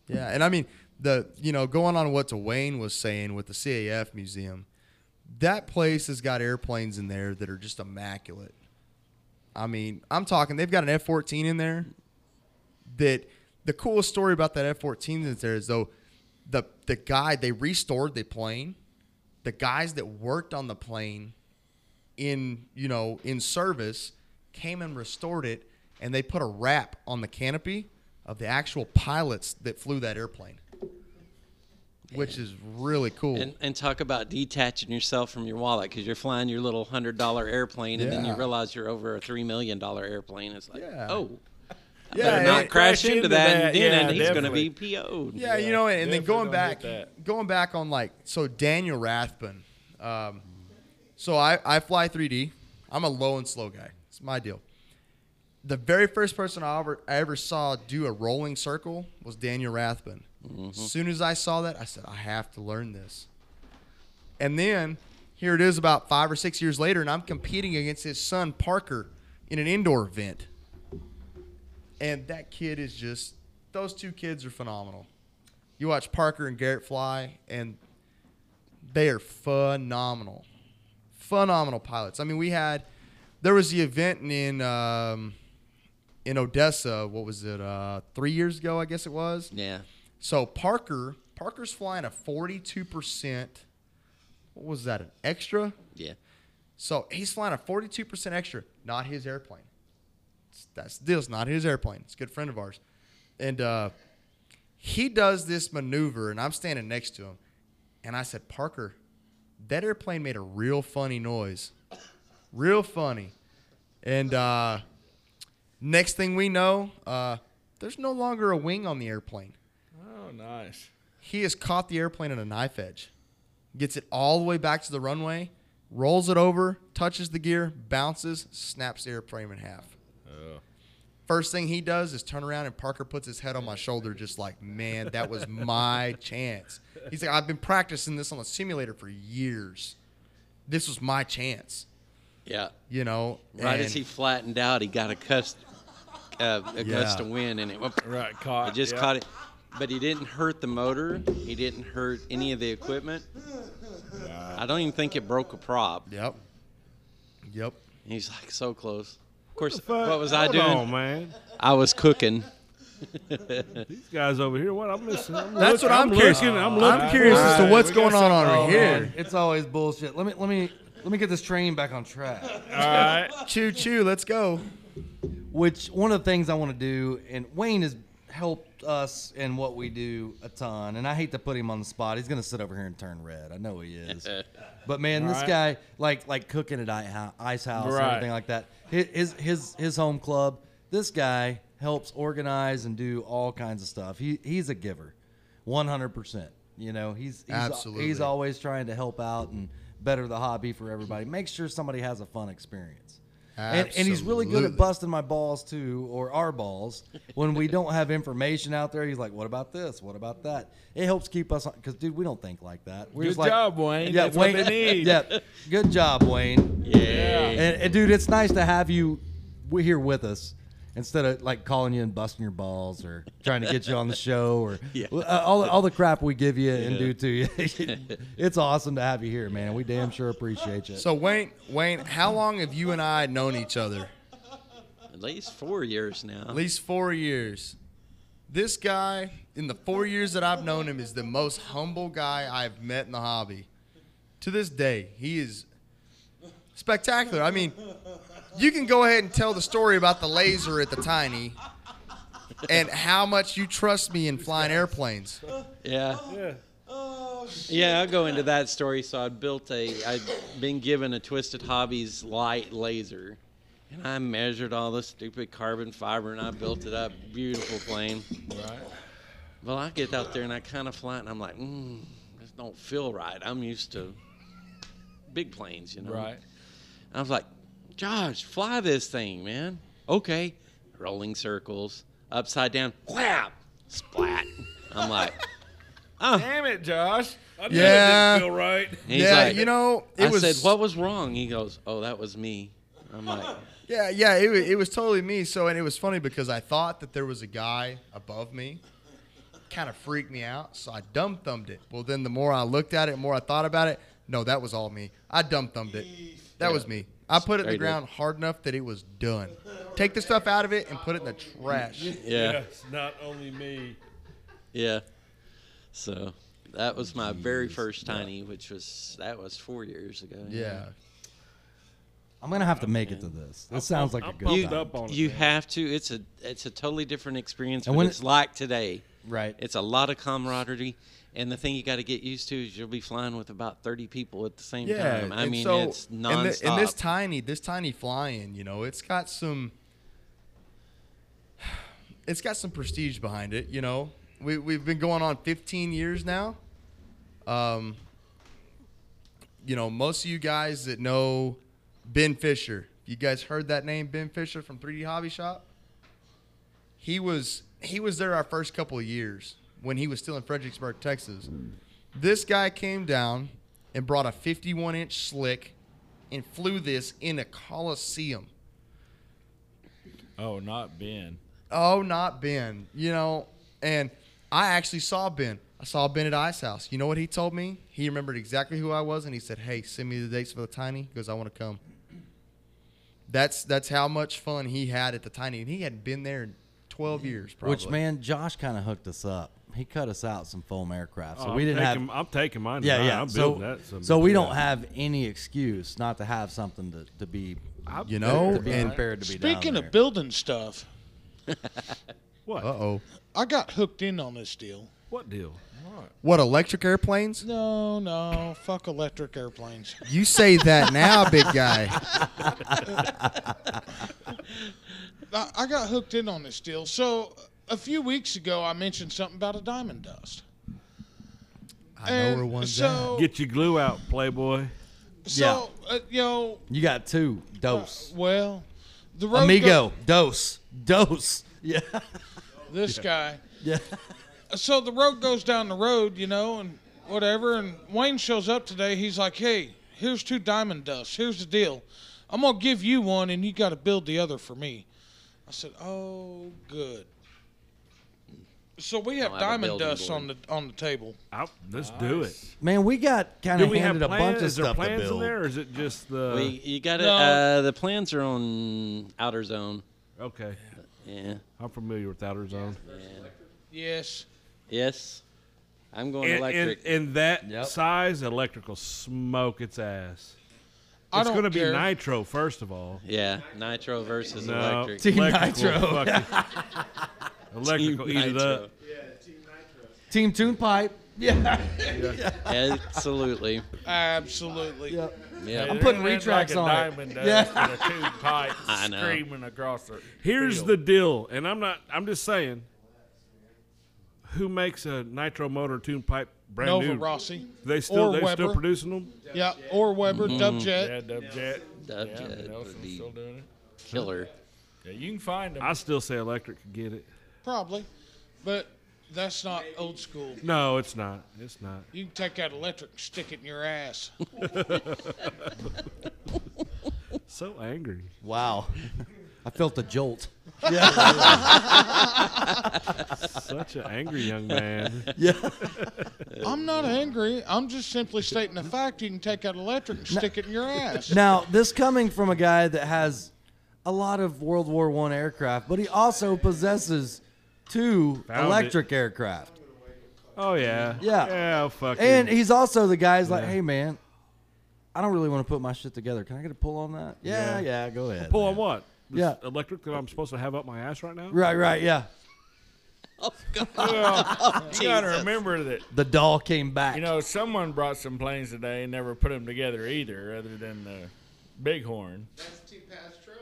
Speaker 7: Yeah, and I mean the you know going on what Wayne was saying with the CAF museum, that place has got airplanes in there that are just immaculate. I mean, I'm talking they've got an F-14 in there. That the coolest story about that F-14 that's there is though, the the guy they restored the plane, the guys that worked on the plane, in you know in service, came and restored it, and they put a wrap on the canopy of the actual pilots that flew that airplane, which is really cool.
Speaker 5: And, and talk about detaching yourself from your wallet because you're flying your little hundred dollar airplane and then you
Speaker 7: Yeah.
Speaker 5: realize you're over a three million dollar airplane. It's like,
Speaker 7: Yeah.
Speaker 5: oh, I
Speaker 7: Yeah,
Speaker 5: better
Speaker 7: and-
Speaker 5: not crash, into, that, and
Speaker 9: that.
Speaker 5: then
Speaker 9: Yeah,
Speaker 5: he's going to
Speaker 9: definitely.
Speaker 5: be PO'd.
Speaker 7: yeah, you know, and, and then
Speaker 9: definitely
Speaker 7: going
Speaker 9: don't
Speaker 7: back,
Speaker 9: get that.
Speaker 7: going back on like so Daniel Rathbun. Um, so I I fly 3D. I'm a low and slow guy. It's my deal. The very first person I ever I ever saw do a rolling circle was Daniel Rathbun.
Speaker 5: Mm-hmm.
Speaker 7: As soon as I saw that, I said I have to learn this. And then here it is about five or six years later, and I'm competing against his son Parker in an indoor event. And that kid is just those two kids are phenomenal. You watch Parker and Garrett fly, and they are phenomenal. Phenomenal pilots. I mean, we had there was the event in um, in Odessa, what was it, uh, three years ago, I guess it was.
Speaker 5: Yeah.
Speaker 7: So Parker, Parker's flying a 42%. What was that? An extra?
Speaker 5: Yeah.
Speaker 7: So he's flying a 42% extra, not his airplane. It's- That's the deal. It's not his airplane. It's a good friend of ours. And uh, he does this maneuver, and I'm standing next to him. And I said, Parker, that airplane made a real funny noise. Real funny. And uh, next thing we know, uh, there's no longer a wing on the airplane
Speaker 9: Oh, nice.
Speaker 7: he has caught the airplane in a knife edge, gets it all the way back to the runway, rolls it over, touches the gear, bounces, snaps the airplane in half. First thing he does is turn around and Parker puts his head on my shoulder, just like, man, that was my chance. He's like, I've been practicing this on the simulator for years. This was my chance,
Speaker 5: Yeah.
Speaker 7: you know.
Speaker 5: Right
Speaker 7: and-
Speaker 5: as he flattened out, he got a gust, uh, a gust of wind, and it went.
Speaker 9: Right, caught.
Speaker 5: He just
Speaker 9: yeah.
Speaker 5: caught it, but he didn't hurt the motor. He didn't hurt any of the equipment. I don't even think it broke a prop.
Speaker 7: Yep. Yep.
Speaker 5: He's like so close. Of course, what was I doing?
Speaker 3: Oh man,
Speaker 5: I was cooking.
Speaker 3: these guys over here. What I'm missing? I'm
Speaker 7: That's what I'm
Speaker 3: I'm
Speaker 7: curious.
Speaker 3: looking. I'm looking.
Speaker 7: I'm curious as to
Speaker 9: Alright,
Speaker 7: what's
Speaker 9: we got
Speaker 7: going on
Speaker 9: something
Speaker 7: over
Speaker 9: going
Speaker 7: here.
Speaker 1: It's always bullshit. Let me let me let me get this train back on track.
Speaker 9: All right.
Speaker 7: Choo choo, let's go.
Speaker 1: Which one of the things I want to do, and Wayne has helped us in what we do a ton. And I hate to put him on the spot. He's gonna sit over here and turn red. I know he is. but man, this
Speaker 9: Alright.
Speaker 1: guy like like cooking at I- Ho- Ice House and
Speaker 9: Right.
Speaker 1: everything like that. Hi- His his his home club. This guy helps organize and do all kinds of stuff. He he's a giver, one hundred percent. You know he's he's,
Speaker 7: Absolutely.
Speaker 1: he's always trying to help out and better the hobby for everybody. Make sure somebody has a fun experience. And, and he's really good at
Speaker 7: Absolutely.
Speaker 1: busting my balls too, or our balls, when we don't have information out there. He's like, "What about this? What about that?" It helps keep us because, dude, we don't think like that. We're
Speaker 9: Good
Speaker 1: just like,
Speaker 9: job, Wayne.
Speaker 1: Yeah,
Speaker 9: That's
Speaker 1: Wayne.
Speaker 9: what they need.
Speaker 1: Yeah, good job, Wayne.
Speaker 5: Yeah.
Speaker 1: And, and dude, it's nice to have you w- here with us instead of like calling you and busting your balls or trying to get you on the show or
Speaker 5: Yeah.
Speaker 1: uh, all all the crap we give you and do to you. it's awesome to have you here, man. We damn sure appreciate you.
Speaker 7: So Wayne, Wayne, how long have you and I known each other?
Speaker 5: At least four years now.
Speaker 7: At least four years. This guy, in the four years that I've known him, is the most humble guy I've met in the hobby. To this day, he is spectacular. I mean, you can go ahead and tell the story about the laser at the tiny and how much you trust me in flying airplanes.
Speaker 5: Yeah. Yeah. Yeah, I'll go into that story. So I built a, I'd been given a Twisted Hobbies light laser, and I measured all the stupid carbon fiber, and I built it up, beautiful plane. Right. Well, I get out there and I kind of fly, it, and I'm like, mm, this don't feel right. I'm used to big planes, you know.
Speaker 9: Right.
Speaker 5: I was like, Josh, fly this thing, man. Okay. Rolling circles, upside down, whap, splat. I'm like,
Speaker 9: Damn it, Josh.
Speaker 3: I knew
Speaker 7: Yeah.
Speaker 3: It didn't feel right.
Speaker 5: and he's
Speaker 7: yeah,
Speaker 5: like,
Speaker 7: you know, it
Speaker 5: I
Speaker 7: was.
Speaker 5: said, what was wrong? He goes, oh, that was me. I'm like,
Speaker 7: Yeah, yeah, it, wa- it was totally me. So, and it was funny because I thought that there was a guy above me. Kind of freaked me out, so I dumb thumbed it. Well, then the more I looked at it, the more I thought about it, no, that was all me. I dumb thumbed it. That was me. I put it in
Speaker 5: Straight
Speaker 7: the
Speaker 5: up.
Speaker 7: ground hard enough that it was done. Take the stuff out of it and put it in the trash.
Speaker 5: yeah,
Speaker 3: It's not only me.
Speaker 5: yeah. So that was my very first tiny, which was that was four years ago.
Speaker 7: Yeah.
Speaker 1: I'm gonna have to make it to this. This sounds like a
Speaker 3: I'm
Speaker 1: good
Speaker 5: You,
Speaker 3: pumped
Speaker 1: time.
Speaker 3: up on it.
Speaker 5: you
Speaker 3: man.
Speaker 5: have to. It's a it's a totally different experience.
Speaker 1: And
Speaker 5: What
Speaker 1: when
Speaker 5: it's
Speaker 1: it-
Speaker 5: like today.
Speaker 1: Right.
Speaker 5: It's a lot of camaraderie, and the thing you got to get used to is you'll be flying with about thirty people at the same time. I
Speaker 7: and
Speaker 5: mean,
Speaker 7: so-
Speaker 5: it's
Speaker 7: and thi-
Speaker 5: nonstop.
Speaker 7: And, this tiny, this tiny flying, you know, it's got some, it's got some prestige behind it. You know, we we've been going on 15 years now. Um, you know, most of you guys that know Ben Fisher, you guys heard that name, Ben Fisher from 3D Hobby Shop. He was he was there our first couple of years when he was still in Fredericksburg, Texas. This guy came down and brought a 51 inch slick and flew this in a coliseum.
Speaker 9: Oh, not Ben.
Speaker 7: Oh, not Ben. You know, and I actually saw Ben. I saw Ben at Ice House. You know what he told me? He remembered exactly who I was, and he said, "Hey, send me the dates for the tiny." He goes, "I want to come." That's that's how much fun he had at the tiny, and he hadn't been there in 12 years, probably.
Speaker 1: Which man, Josh kind of hooked us up. He cut us out some foam aircraft, so
Speaker 3: Oh,
Speaker 1: we
Speaker 3: I'm
Speaker 1: didn't have.
Speaker 3: taking, I'm taking mine.
Speaker 1: yeah,
Speaker 3: tonight.
Speaker 1: yeah.
Speaker 3: I'm
Speaker 1: so,
Speaker 3: building that. some-
Speaker 1: so we don't
Speaker 3: yeah.
Speaker 1: have any excuse not to have something to, to be
Speaker 3: I-
Speaker 7: you know,
Speaker 1: to be
Speaker 7: and
Speaker 1: prepared to be. down
Speaker 2: Speaking
Speaker 1: there.
Speaker 2: of building stuff,
Speaker 3: What?
Speaker 7: uh oh,
Speaker 2: I got hooked in on this deal.
Speaker 3: What deal?
Speaker 7: what electric airplanes?
Speaker 2: No, no, fuck electric airplanes.
Speaker 7: You say that now, big guy.
Speaker 2: I, I got hooked in on this deal. So a few weeks ago, I mentioned something about a diamond dust.
Speaker 7: I know where
Speaker 2: And
Speaker 7: one's
Speaker 2: so,
Speaker 3: Get your glue out, Playboy.
Speaker 2: so uh, you know,
Speaker 1: you got two dose,
Speaker 2: well, the road
Speaker 1: amigo,
Speaker 2: go-
Speaker 1: dose, dose. Yeah,
Speaker 2: this guy.
Speaker 1: yeah.
Speaker 2: so the road goes down the road, you know, and whatever. And Wayne shows up today. He's like, "Hey, here's two diamond dusts. Here's the deal. I'm gonna give you one, and you got to build the other for me." I said, "Oh, good." So we have
Speaker 5: I'll have a
Speaker 2: diamond
Speaker 5: building
Speaker 2: dust
Speaker 5: board.
Speaker 2: on the on the table.
Speaker 3: I, let's do it.
Speaker 1: Man, we got kind
Speaker 3: Do
Speaker 1: of
Speaker 3: we have
Speaker 1: handed a
Speaker 3: plans?
Speaker 1: bunch of
Speaker 3: is there
Speaker 1: stuff to
Speaker 3: plans in
Speaker 1: build.
Speaker 3: there, or is it just the?
Speaker 5: we, you got to
Speaker 2: No.
Speaker 5: Uh, the plans are on outer zone.
Speaker 3: okay,
Speaker 5: Yeah.
Speaker 3: I'm familiar with outer zone.
Speaker 2: Yes.
Speaker 5: Yes. I'm going
Speaker 3: And, and,
Speaker 5: electric.
Speaker 3: and that
Speaker 1: Yep.
Speaker 3: size, electrical smoke its ass.
Speaker 2: I
Speaker 3: it's
Speaker 2: don't
Speaker 3: gonna
Speaker 2: care.
Speaker 3: be nitro first of all.
Speaker 5: yeah. Nitro versus
Speaker 3: No,
Speaker 5: electric.
Speaker 1: Team
Speaker 3: electrical
Speaker 1: Nitro.
Speaker 3: fucking- electrical eat it
Speaker 5: Nitro.
Speaker 3: up.
Speaker 1: Team Tune Pipe. Yeah,
Speaker 5: Absolutely.
Speaker 2: Absolutely.
Speaker 1: yeah.
Speaker 5: Yeah.
Speaker 1: I'm putting retracts on it. Yeah.
Speaker 9: Yeah, a tube pipe
Speaker 5: I know.
Speaker 9: screaming across the
Speaker 3: Here's
Speaker 9: field.
Speaker 3: the deal, and I'm not. I'm just saying. Who makes a nitro motor tune pipe brand
Speaker 2: Nova
Speaker 3: new?
Speaker 2: Rossi.
Speaker 3: They still
Speaker 2: or
Speaker 3: they
Speaker 2: Weber.
Speaker 3: still producing them.
Speaker 2: Yeah. Or Weber
Speaker 5: Mm-hmm.
Speaker 2: Dubjet.
Speaker 9: Yeah, Dub Jet.
Speaker 5: Dub
Speaker 9: yeah,
Speaker 5: Jet
Speaker 9: Nelson's
Speaker 5: would be
Speaker 9: still doing it.
Speaker 5: killer.
Speaker 9: Yeah, you can find them.
Speaker 3: I still say electric could get it.
Speaker 2: Probably. But that's not old school.
Speaker 3: No, it's not. It's not.
Speaker 2: You can take that electric, and stick it in your ass.
Speaker 3: So angry.
Speaker 1: Wow, I felt a jolt.
Speaker 3: Such an angry young man.
Speaker 2: I'm not angry. I'm just simply stating the fact you can take that electric and stick it in your ass.
Speaker 1: Now, this coming from a guy that has a lot of World War One aircraft, but he also possesses two
Speaker 3: Found
Speaker 1: electric aircraft,
Speaker 3: Oh yeah.
Speaker 1: Yeah.
Speaker 3: Yeah. Fuck.
Speaker 1: and
Speaker 3: it.
Speaker 1: he's also the guy's like, "Hey, man, I don't really want to put my shit together. Can I get a pull on that? Yeah, yeah, go ahead.
Speaker 3: pull on
Speaker 1: man.
Speaker 3: what? This
Speaker 1: Yeah.
Speaker 3: Electric that I'm supposed to have up my ass right now.
Speaker 1: Right, right, yeah.
Speaker 5: Oh,
Speaker 9: you gotta remember that
Speaker 1: The doll came back.
Speaker 9: you know someone brought some planes today and never put them together either, other than the Bighorn.
Speaker 8: That's two past true.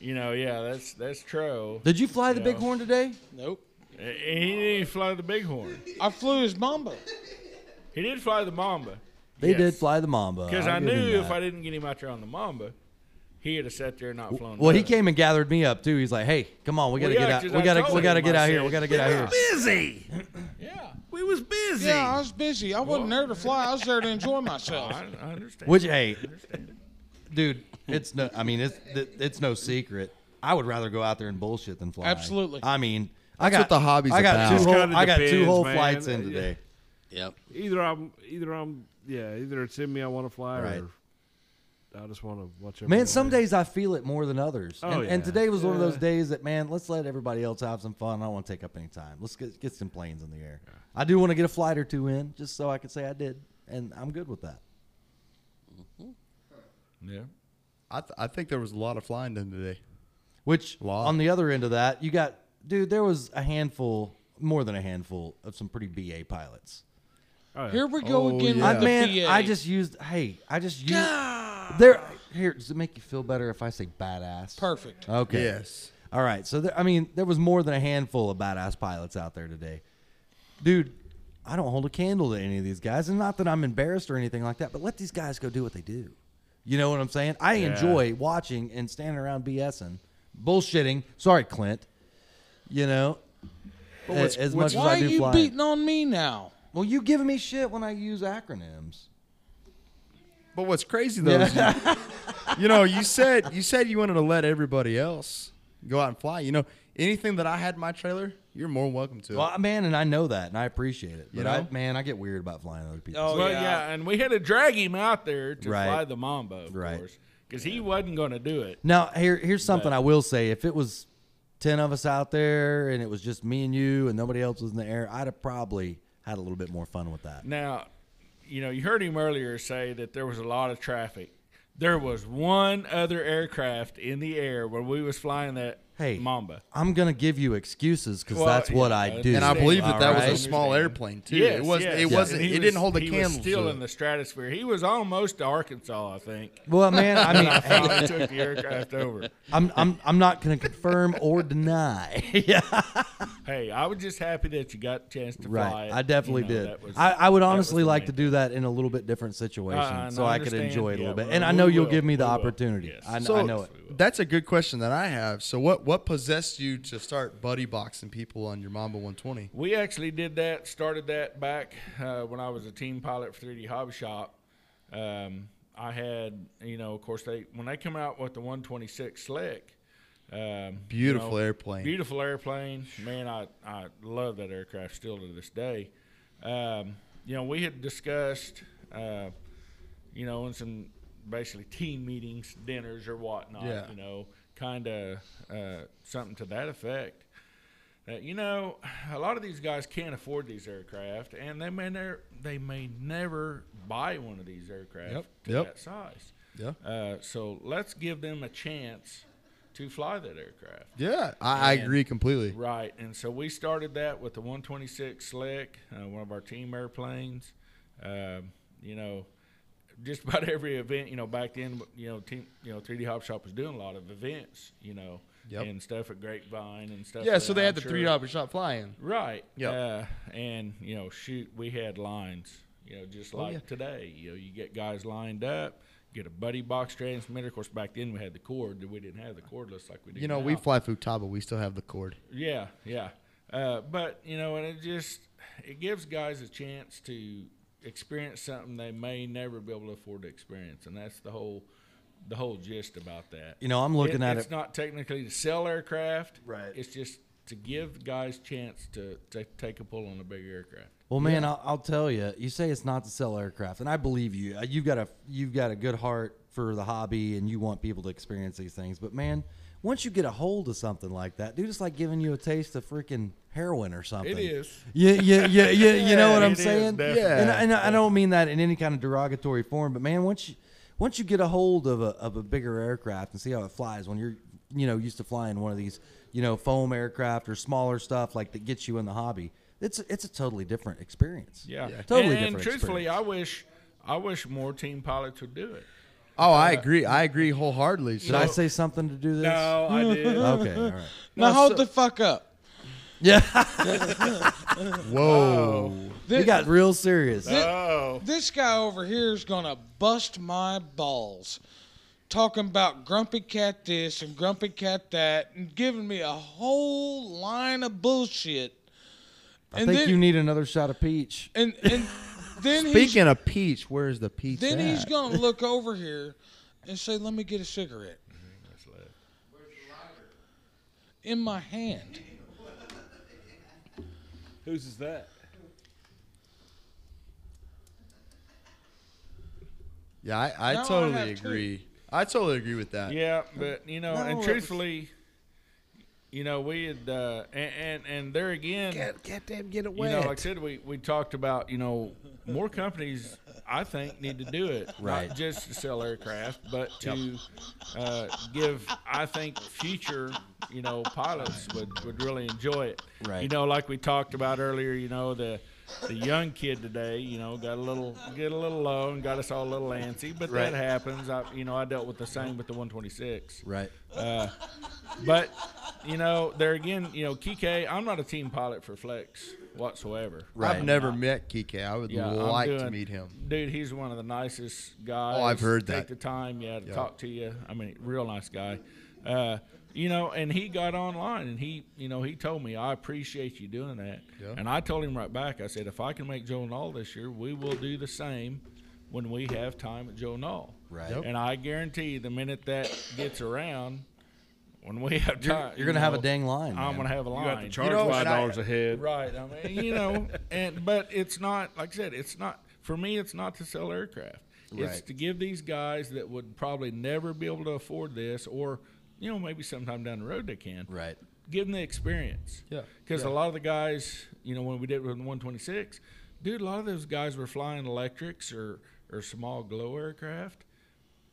Speaker 9: You know, yeah, that's that's true.
Speaker 1: Did you fly the
Speaker 9: Yeah.
Speaker 1: Bighorn today?
Speaker 2: Nope.
Speaker 9: He didn't even fly the Bighorn.
Speaker 2: I flew his Mamba.
Speaker 9: He did fly the Mamba.
Speaker 1: They
Speaker 9: Yes.
Speaker 1: did fly the Mamba.
Speaker 9: Because
Speaker 1: I'll
Speaker 9: I
Speaker 1: give him
Speaker 9: knew if
Speaker 1: that.
Speaker 9: I didn't get him out there on the Mamba, he'd have sat there and not flown.
Speaker 1: Well, he
Speaker 9: none.
Speaker 1: came and gathered me up too. He's like, "Hey, come on, we gotta
Speaker 9: yeah,
Speaker 1: get out.
Speaker 9: 'cause
Speaker 1: We
Speaker 9: I
Speaker 1: gotta,
Speaker 9: told
Speaker 1: we gotta
Speaker 9: him,
Speaker 1: get
Speaker 9: I
Speaker 1: out here.
Speaker 9: said,
Speaker 1: We gotta get out here."
Speaker 3: Busy.
Speaker 9: Yeah,
Speaker 3: We was busy.
Speaker 2: Yeah, I was busy. I wasn't there to fly. I was there to enjoy myself.
Speaker 9: I, I understand.
Speaker 1: Which hey, dude, It's no. I mean, it's th- it's no secret. I would rather go out there and bullshit than fly.
Speaker 2: Absolutely.
Speaker 1: I mean, I
Speaker 7: That's
Speaker 1: got
Speaker 7: what the hobby's
Speaker 1: I got
Speaker 7: about.
Speaker 1: two
Speaker 7: Just
Speaker 1: whole.
Speaker 3: kinda
Speaker 1: I got two
Speaker 3: depends,
Speaker 1: whole
Speaker 3: man.
Speaker 1: flights in
Speaker 3: Yeah.
Speaker 1: today.
Speaker 5: Yep.
Speaker 3: Either I'm, either I'm, yeah, either it's in me I want to fly,
Speaker 7: Right.
Speaker 3: or I just want to watch.
Speaker 1: Man,
Speaker 3: everyone
Speaker 1: some
Speaker 3: there.
Speaker 1: days I feel it more than others.
Speaker 3: Oh,
Speaker 1: and, and
Speaker 3: yeah.
Speaker 1: today was one of those days that, man, let's let everybody else have some fun. I don't want to take up any time. Let's get, get some planes in the air. I do want to get a flight or two in just so I can say I did. And I'm good with that.
Speaker 9: Yeah.
Speaker 7: I, th- I think there was a lot of flying done today.
Speaker 1: Which,
Speaker 7: Lot.
Speaker 1: on the other end of that, you got, dude, there was a handful, more than a handful, of some pretty BA pilots.
Speaker 3: Oh, yeah.
Speaker 2: Here we go
Speaker 7: Oh,
Speaker 2: again
Speaker 7: yeah.
Speaker 1: I,
Speaker 2: with the
Speaker 1: man,
Speaker 2: PA.
Speaker 1: I just used, hey, I just used. There, here, does it make you feel better if I say badass?
Speaker 2: perfect.
Speaker 1: Okay.
Speaker 7: Yes.
Speaker 1: All right. So, there, I mean, there was more than a handful of badass pilots out there today. Dude, I don't hold a candle to any of these guys. And not that I'm embarrassed or anything like that, but let these guys go do what they do. You know what I'm saying? I enjoy watching and standing around BSing, bullshitting. Sorry, Clint. You know, a- as, much as
Speaker 2: Why
Speaker 1: I
Speaker 2: are
Speaker 1: do
Speaker 2: you
Speaker 1: flying.
Speaker 2: beating on me now?
Speaker 1: well, you giving me shit when I use acronyms.
Speaker 7: But what's crazy though, is you, you know, you said you said you wanted to let everybody else go out and fly. You know, anything that I had in my trailer, you're more than welcome to. it.
Speaker 1: Well, man, and I know that, and I appreciate it. But
Speaker 7: You
Speaker 1: I,
Speaker 7: know?
Speaker 1: man, I get weird about flying other people.
Speaker 2: Oh,
Speaker 9: well,
Speaker 2: yeah.
Speaker 9: yeah. and we had to drag him out there to
Speaker 1: Right.
Speaker 9: fly the Mambo, of
Speaker 1: Right.
Speaker 9: because he wasn't going to do it.
Speaker 1: Now here here's something I will say. If it was ten of us out there and it was just me and you and nobody else was in the air, I'd have probably had a little bit more fun with that.
Speaker 9: Now, you know, you heard him earlier say that there was a lot of traffic. There was one other aircraft in the air when we was flying that
Speaker 1: Hey,
Speaker 9: Mamba.
Speaker 1: I'm gonna give you excuses because
Speaker 9: Well,
Speaker 1: that's what
Speaker 9: yeah,
Speaker 1: I
Speaker 9: I
Speaker 1: do.
Speaker 7: and I believe that that
Speaker 1: Alright?
Speaker 7: was a small airplane too.
Speaker 9: Yes,
Speaker 7: it was.
Speaker 9: yes.
Speaker 7: It wasn't.
Speaker 9: And he
Speaker 7: It
Speaker 9: was-
Speaker 7: didn't hold a
Speaker 9: he was
Speaker 7: candle.
Speaker 9: still
Speaker 7: to
Speaker 9: in
Speaker 7: it.
Speaker 9: the stratosphere. He was almost to Arkansas, I think.
Speaker 1: Well, man, I mean, hey,
Speaker 9: Finally took the aircraft over.
Speaker 1: I'm I'm I'm not gonna confirm or deny. yeah,
Speaker 9: Hey, I was just happy that you got the chance to fly.
Speaker 1: right.
Speaker 9: it.
Speaker 1: I definitely
Speaker 9: You know,
Speaker 1: did.
Speaker 9: that was-
Speaker 1: I, I would
Speaker 9: that was
Speaker 1: honestly
Speaker 9: the
Speaker 1: like to
Speaker 9: main-
Speaker 1: do that in a little bit different situation,
Speaker 9: Uh, and
Speaker 1: so
Speaker 9: I
Speaker 1: I could
Speaker 9: understand.
Speaker 1: enjoy it a
Speaker 9: Yeah,
Speaker 1: little bit.
Speaker 9: well,
Speaker 1: And I
Speaker 9: we
Speaker 1: know you'll
Speaker 9: will.
Speaker 1: give me the
Speaker 9: We will.
Speaker 1: opportunity.
Speaker 9: Yes.
Speaker 1: I, kn-
Speaker 7: So
Speaker 1: I know it.
Speaker 7: that's a good question that I have. So what what possessed you to start buddy boxing people on your Mamba 120?
Speaker 9: We actually did that, started that back uh, when I was a team pilot for 3D Hobby Shop. Um, I had, you know, of course, they when they come out with the 126 Slick. Um,
Speaker 7: Beautiful airplane.
Speaker 9: Beautiful airplane. Man, I, I love that aircraft still to this day. Um, you know, we had discussed, uh, you know, in some basically team meetings, dinners, or whatnot,
Speaker 7: Yeah.
Speaker 9: you know, kind of uh, something to that effect that Uh, you know a lot of these guys can't afford these aircraft and they may never they may never buy one of these aircraft
Speaker 7: Yep.
Speaker 9: to
Speaker 7: Yep.
Speaker 9: that size
Speaker 7: Yeah.
Speaker 9: uh, so let's give them a chance to fly that aircraft
Speaker 7: Yeah, I, I agree completely.
Speaker 9: right and so we started that with the 126 slick uh, one of our team airplanes um, you know just about every event you know back then you know team you know 3d hop shop was doing a lot of events you know
Speaker 7: Yep.
Speaker 9: and stuff at grapevine and stuff
Speaker 7: Yeah, so they had the
Speaker 9: I'm
Speaker 7: three
Speaker 9: sure-
Speaker 7: dollar shot flying.
Speaker 9: Right.
Speaker 7: Yep.
Speaker 9: Uh, and you know, shoot, we had lines. You know, just like
Speaker 7: Oh, yeah.
Speaker 9: today. You know, you get guys lined up, get a buddy box transmitter. Of course, back then we had the cord. We didn't have the cordless like we do.
Speaker 7: You know,
Speaker 9: now.
Speaker 7: we fly Futaba, we still have the cord.
Speaker 9: Yeah, yeah. Uh, but you know, and it just it gives guys a chance to experience something they may never be able to afford to experience, and that's the whole the whole gist about that.
Speaker 1: You know, I'm looking at
Speaker 9: it's
Speaker 1: it-
Speaker 9: not technically to sell aircraft,
Speaker 1: Right.
Speaker 9: It's just to give guys chance to, to take a pull on a big aircraft.
Speaker 1: Well, man, I'll, I'll tell you. You say it's not to sell aircraft, and I believe you. Uh, You've got a you've got a good heart for the hobby, and you want people to experience these things. But man, once you get a hold of something like that, dude, it's like giving you a taste of freaking heroin or something.
Speaker 9: It is.
Speaker 1: Yeah, yeah, yeah, yeah. You know what
Speaker 9: Yeah,
Speaker 1: I'm
Speaker 9: it is,
Speaker 1: saying?
Speaker 9: definitely.
Speaker 1: yeah. And, I- and I I don't mean that in any kind of derogatory form, but man, once you once you get a hold of a of a bigger aircraft and see how it flies, when you're you know used to flying one of these you know foam aircraft or smaller stuff like that gets you in the hobby, it's it's a totally different experience.
Speaker 9: Yeah,
Speaker 1: totally
Speaker 9: And, and
Speaker 1: different.
Speaker 9: truthfully,
Speaker 1: experience.
Speaker 9: I wish I wish more team pilots would do it.
Speaker 7: Oh, I
Speaker 9: Uh,
Speaker 7: agree. I agree wholeheartedly.
Speaker 1: did I say something to do this?
Speaker 9: No, I did.
Speaker 1: Okay, all right.
Speaker 2: Now hold the fuck up.
Speaker 1: Yeah,
Speaker 7: Whoa.
Speaker 1: we
Speaker 2: This,
Speaker 1: got real serious.
Speaker 9: oh,
Speaker 2: this guy over here is gonna bust my balls, talking about grumpy cat this and grumpy cat that, and giving me a whole line of bullshit.
Speaker 1: I think you need another shot of peach.
Speaker 2: And and then he's
Speaker 7: Speaking of peach, where's the peach?
Speaker 2: Then
Speaker 7: at?
Speaker 2: he's gonna look over here and say, "Let me get a cigarette." In my hand.
Speaker 3: Whose is that?
Speaker 7: Yeah, I, I
Speaker 2: No, I have
Speaker 7: totally
Speaker 2: two.
Speaker 7: agree. I totally agree with that.
Speaker 9: Yeah, but you know,
Speaker 2: No,
Speaker 9: and
Speaker 2: it
Speaker 9: truthfully, you know, we had uh, and, and and there again,
Speaker 3: damn, get it
Speaker 9: you know, like I said, we we talked about you know more companies. I think need to do it,
Speaker 1: Right.
Speaker 9: Not just to sell aircraft, but to uh, give. I think future, you know, pilots would, would really enjoy it.
Speaker 1: Right.
Speaker 9: You know, like we talked about earlier. You know, the the young kid today, you know, got a little get a little low and got us all a little antsy, but
Speaker 1: Right.
Speaker 9: that happens. I you know I dealt with the same with the 126.
Speaker 1: Right.
Speaker 9: But you know, there again, you know, Kike, I'm not a team pilot for Flex whatsoever.
Speaker 1: Right.
Speaker 7: I've never met Kike. I would
Speaker 9: Yeah, I'm
Speaker 7: like to
Speaker 9: doing-
Speaker 7: meet him.
Speaker 9: Dude, he's one of the nicest guys.
Speaker 7: Oh, I've heard
Speaker 9: Take
Speaker 7: that.
Speaker 9: the time, yeah, to
Speaker 7: Yeah.
Speaker 9: talk to you. I mean, real nice guy. Uh, you know, and he got online and he, you know, he told me, I appreciate you doing that.
Speaker 7: Yeah.
Speaker 9: And I told him right back, I said, if I can make Joe Knoll this year, we will do the same when we have time at Joe Knoll.
Speaker 1: Right.
Speaker 7: Yep.
Speaker 9: And I guarantee the minute that gets around, when we have
Speaker 1: You're,
Speaker 9: time,
Speaker 1: you're gonna have a
Speaker 9: know,
Speaker 1: dang line. man.
Speaker 9: I'm gonna have a
Speaker 3: You
Speaker 9: line.
Speaker 3: got to charge
Speaker 7: You know,
Speaker 3: five
Speaker 7: and I-
Speaker 3: dollars a head.
Speaker 9: Right. I mean, you know, and but it's not like I said. It's not for me. It's not to sell aircraft. It's
Speaker 1: Right.
Speaker 9: to give these guys that would probably never be able to afford this, or you know, maybe sometime down the road they can.
Speaker 1: Right.
Speaker 9: Give them the experience.
Speaker 7: Yeah,
Speaker 9: Because a lot of the guys, you know, when we did with 126, dude, a lot of those guys were flying electrics or or small glow aircraft.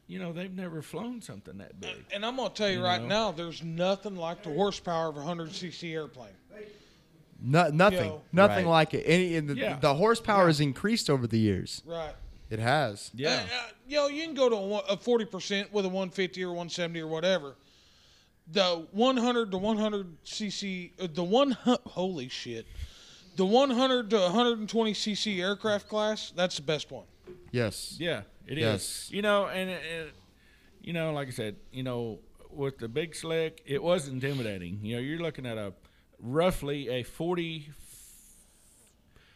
Speaker 9: You know, they've never flown something that big.
Speaker 2: And I'm gonna tell you right
Speaker 9: know?
Speaker 2: now, there's nothing like the horsepower of a 100cc airplane.
Speaker 7: No, nothing,
Speaker 2: Yo.
Speaker 7: nothing
Speaker 1: Right.
Speaker 7: like it. Any and the,
Speaker 9: Yeah.
Speaker 7: the horsepower has increased over the years.
Speaker 2: Right.
Speaker 7: It has.
Speaker 9: Yeah.
Speaker 2: Uh, uh, yo, you can go to a one- a 40% with a 150 or 170 or whatever. The 100 to 100 cc, uh, the one, hu- holy shit. The 100 to 120 cc aircraft class, that's the best one.
Speaker 7: Yes.
Speaker 9: Yeah, it is.
Speaker 7: Yes.
Speaker 9: You know, and it, it, you know, like I said, you know, with the big slick, it was intimidating. You know, you're looking at a roughly a forty.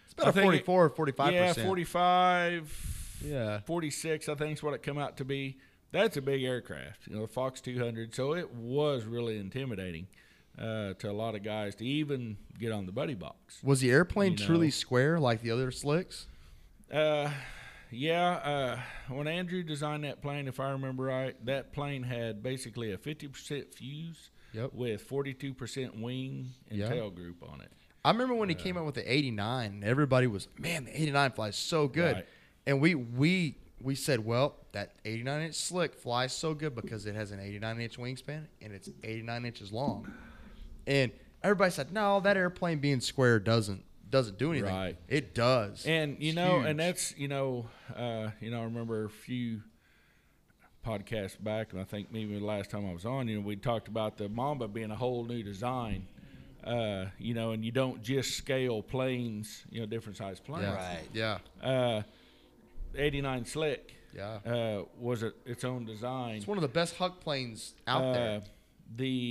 Speaker 7: It's about
Speaker 9: I
Speaker 7: a
Speaker 9: think it-
Speaker 7: 44 or 45
Speaker 9: Yeah,
Speaker 7: percent.
Speaker 9: 45.
Speaker 7: Yeah.
Speaker 9: 46, I think is what it come out to be. That's a big aircraft, you know, the Fox 200. So it was really intimidating uh, to a lot of guys to even get on the buddy box.
Speaker 7: Was the airplane
Speaker 9: You know.
Speaker 7: truly square like the other slicks?
Speaker 9: Uh, yeah. Uh, when Andrew designed that plane, if I remember right, that plane had basically a fifty percent fuse
Speaker 7: Yep.
Speaker 9: with forty-two percent wing and
Speaker 7: Yeah.
Speaker 9: tail group on it.
Speaker 7: I remember when he came out with the 89, everybody was, man, the 89 flies so good.
Speaker 9: Right.
Speaker 7: And we we we said, well, that 89 inch slick flies so good because it has an 89 inch wingspan and it's 89 inches long. And everybody said, no, that airplane being square doesn't doesn't do anything.
Speaker 9: Right.
Speaker 7: It does.
Speaker 9: And you
Speaker 7: It's
Speaker 9: know,
Speaker 7: huge.
Speaker 9: and that's you know, uh, you know, I remember a few podcasts back, and I think maybe the last time I was on, you know, we talked about the Mamba being a whole new design. Uh, you know, and you don't just scale planes, you know, different size planes.
Speaker 7: yeah.
Speaker 1: Right.
Speaker 7: Yeah.
Speaker 9: Uh, 89 Slick.
Speaker 7: Yeah.
Speaker 9: uh, was it its own design.
Speaker 7: It's one of the best Huck planes out
Speaker 9: Uh,
Speaker 7: there.
Speaker 9: The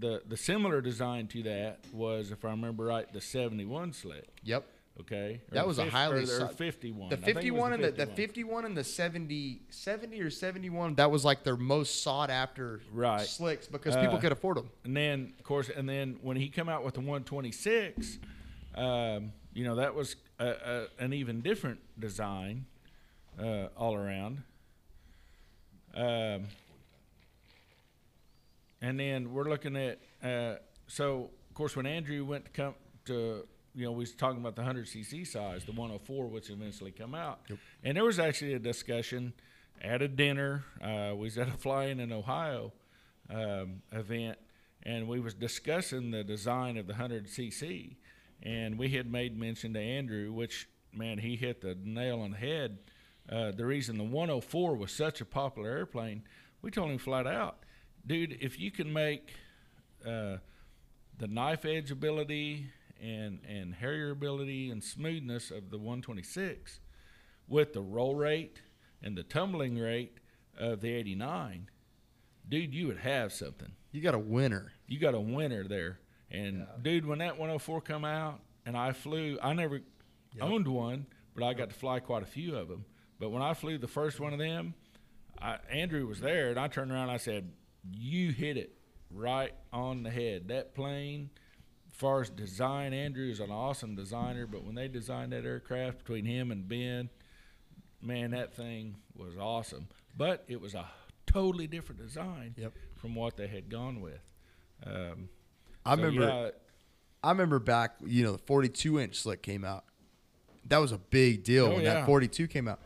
Speaker 9: the the similar design to that was, if I remember right, the seventy one slick.
Speaker 7: Yep.
Speaker 9: Okay, Or
Speaker 7: That
Speaker 9: the
Speaker 7: was a
Speaker 9: fif-
Speaker 7: highly
Speaker 9: or the
Speaker 7: sought-
Speaker 9: fifty one.
Speaker 7: The 51 and the, the 51 and the 70, 70 or 71, that was like their most sought after
Speaker 9: Right.
Speaker 7: slicks because
Speaker 9: Uh,
Speaker 7: people could afford them.
Speaker 9: And then, of course, and then when he come out with the one twenty six, um, you know that was a, a, an even different design uh, all around. Um, and then we're looking at uh, so of course when Andrew went to come to you know we was talking about the 100 cc size the 104 which eventually come out and there was actually a discussion at a dinner uh, we was at a fly-in in Ohio um, event and we was discussing the design of the 100 cc and we had made mention to Andrew which man he hit the nail on the head uh, the reason the 104 was such a popular airplane we told him flat out dude, if you can make uh, the knife edge ability and and Harrier ability and smoothness of the 126 with the roll rate and the tumbling rate of the 89, dude, you would have something.
Speaker 7: You got a winner.
Speaker 9: You got a winner there. And dude, when that 104 come out, and I flew, I never owned one, but I got to fly quite a few of them. But when I flew the first one of them, I, Andrew was there, and I turned around. and I said, "You hit it right on the head. That plane, as far as design, Andrew is an awesome designer. But when they designed that aircraft between him and Ben, man, that thing was awesome. But it was a totally different design
Speaker 7: Yep.
Speaker 9: from what they had gone with. Um,
Speaker 7: I
Speaker 9: so,
Speaker 7: remember.
Speaker 9: yeah,
Speaker 7: I remember back, you know, the 42 inch slick came out. That was a big deal
Speaker 9: Oh,
Speaker 7: when
Speaker 9: yeah.
Speaker 7: that 42 came out.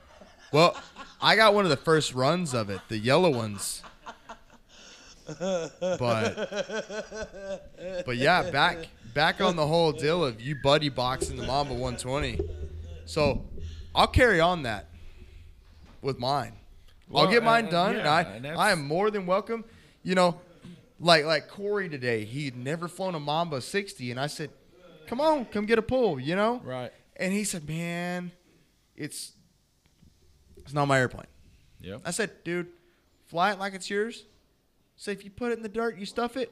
Speaker 7: Well, I got one of the first runs of it, the yellow ones. But but yeah, back back on the whole deal of you buddy boxing the Mamba 120. So I'll carry on that with mine.
Speaker 9: Well,
Speaker 7: I'll get mine
Speaker 9: uh,
Speaker 7: done,
Speaker 9: yeah, and
Speaker 7: and I
Speaker 9: that's-
Speaker 7: I am more than welcome. You know, like like Corey today, he'd never flown a Mamba 60, and I said, "Come on, come get a pull," you know.
Speaker 9: Right.
Speaker 7: And he said, "Man, it's it's not my airplane."
Speaker 9: Yep.
Speaker 7: I said, "Dude, fly it like it's yours. Say if you put it in the dirt, you stuff it.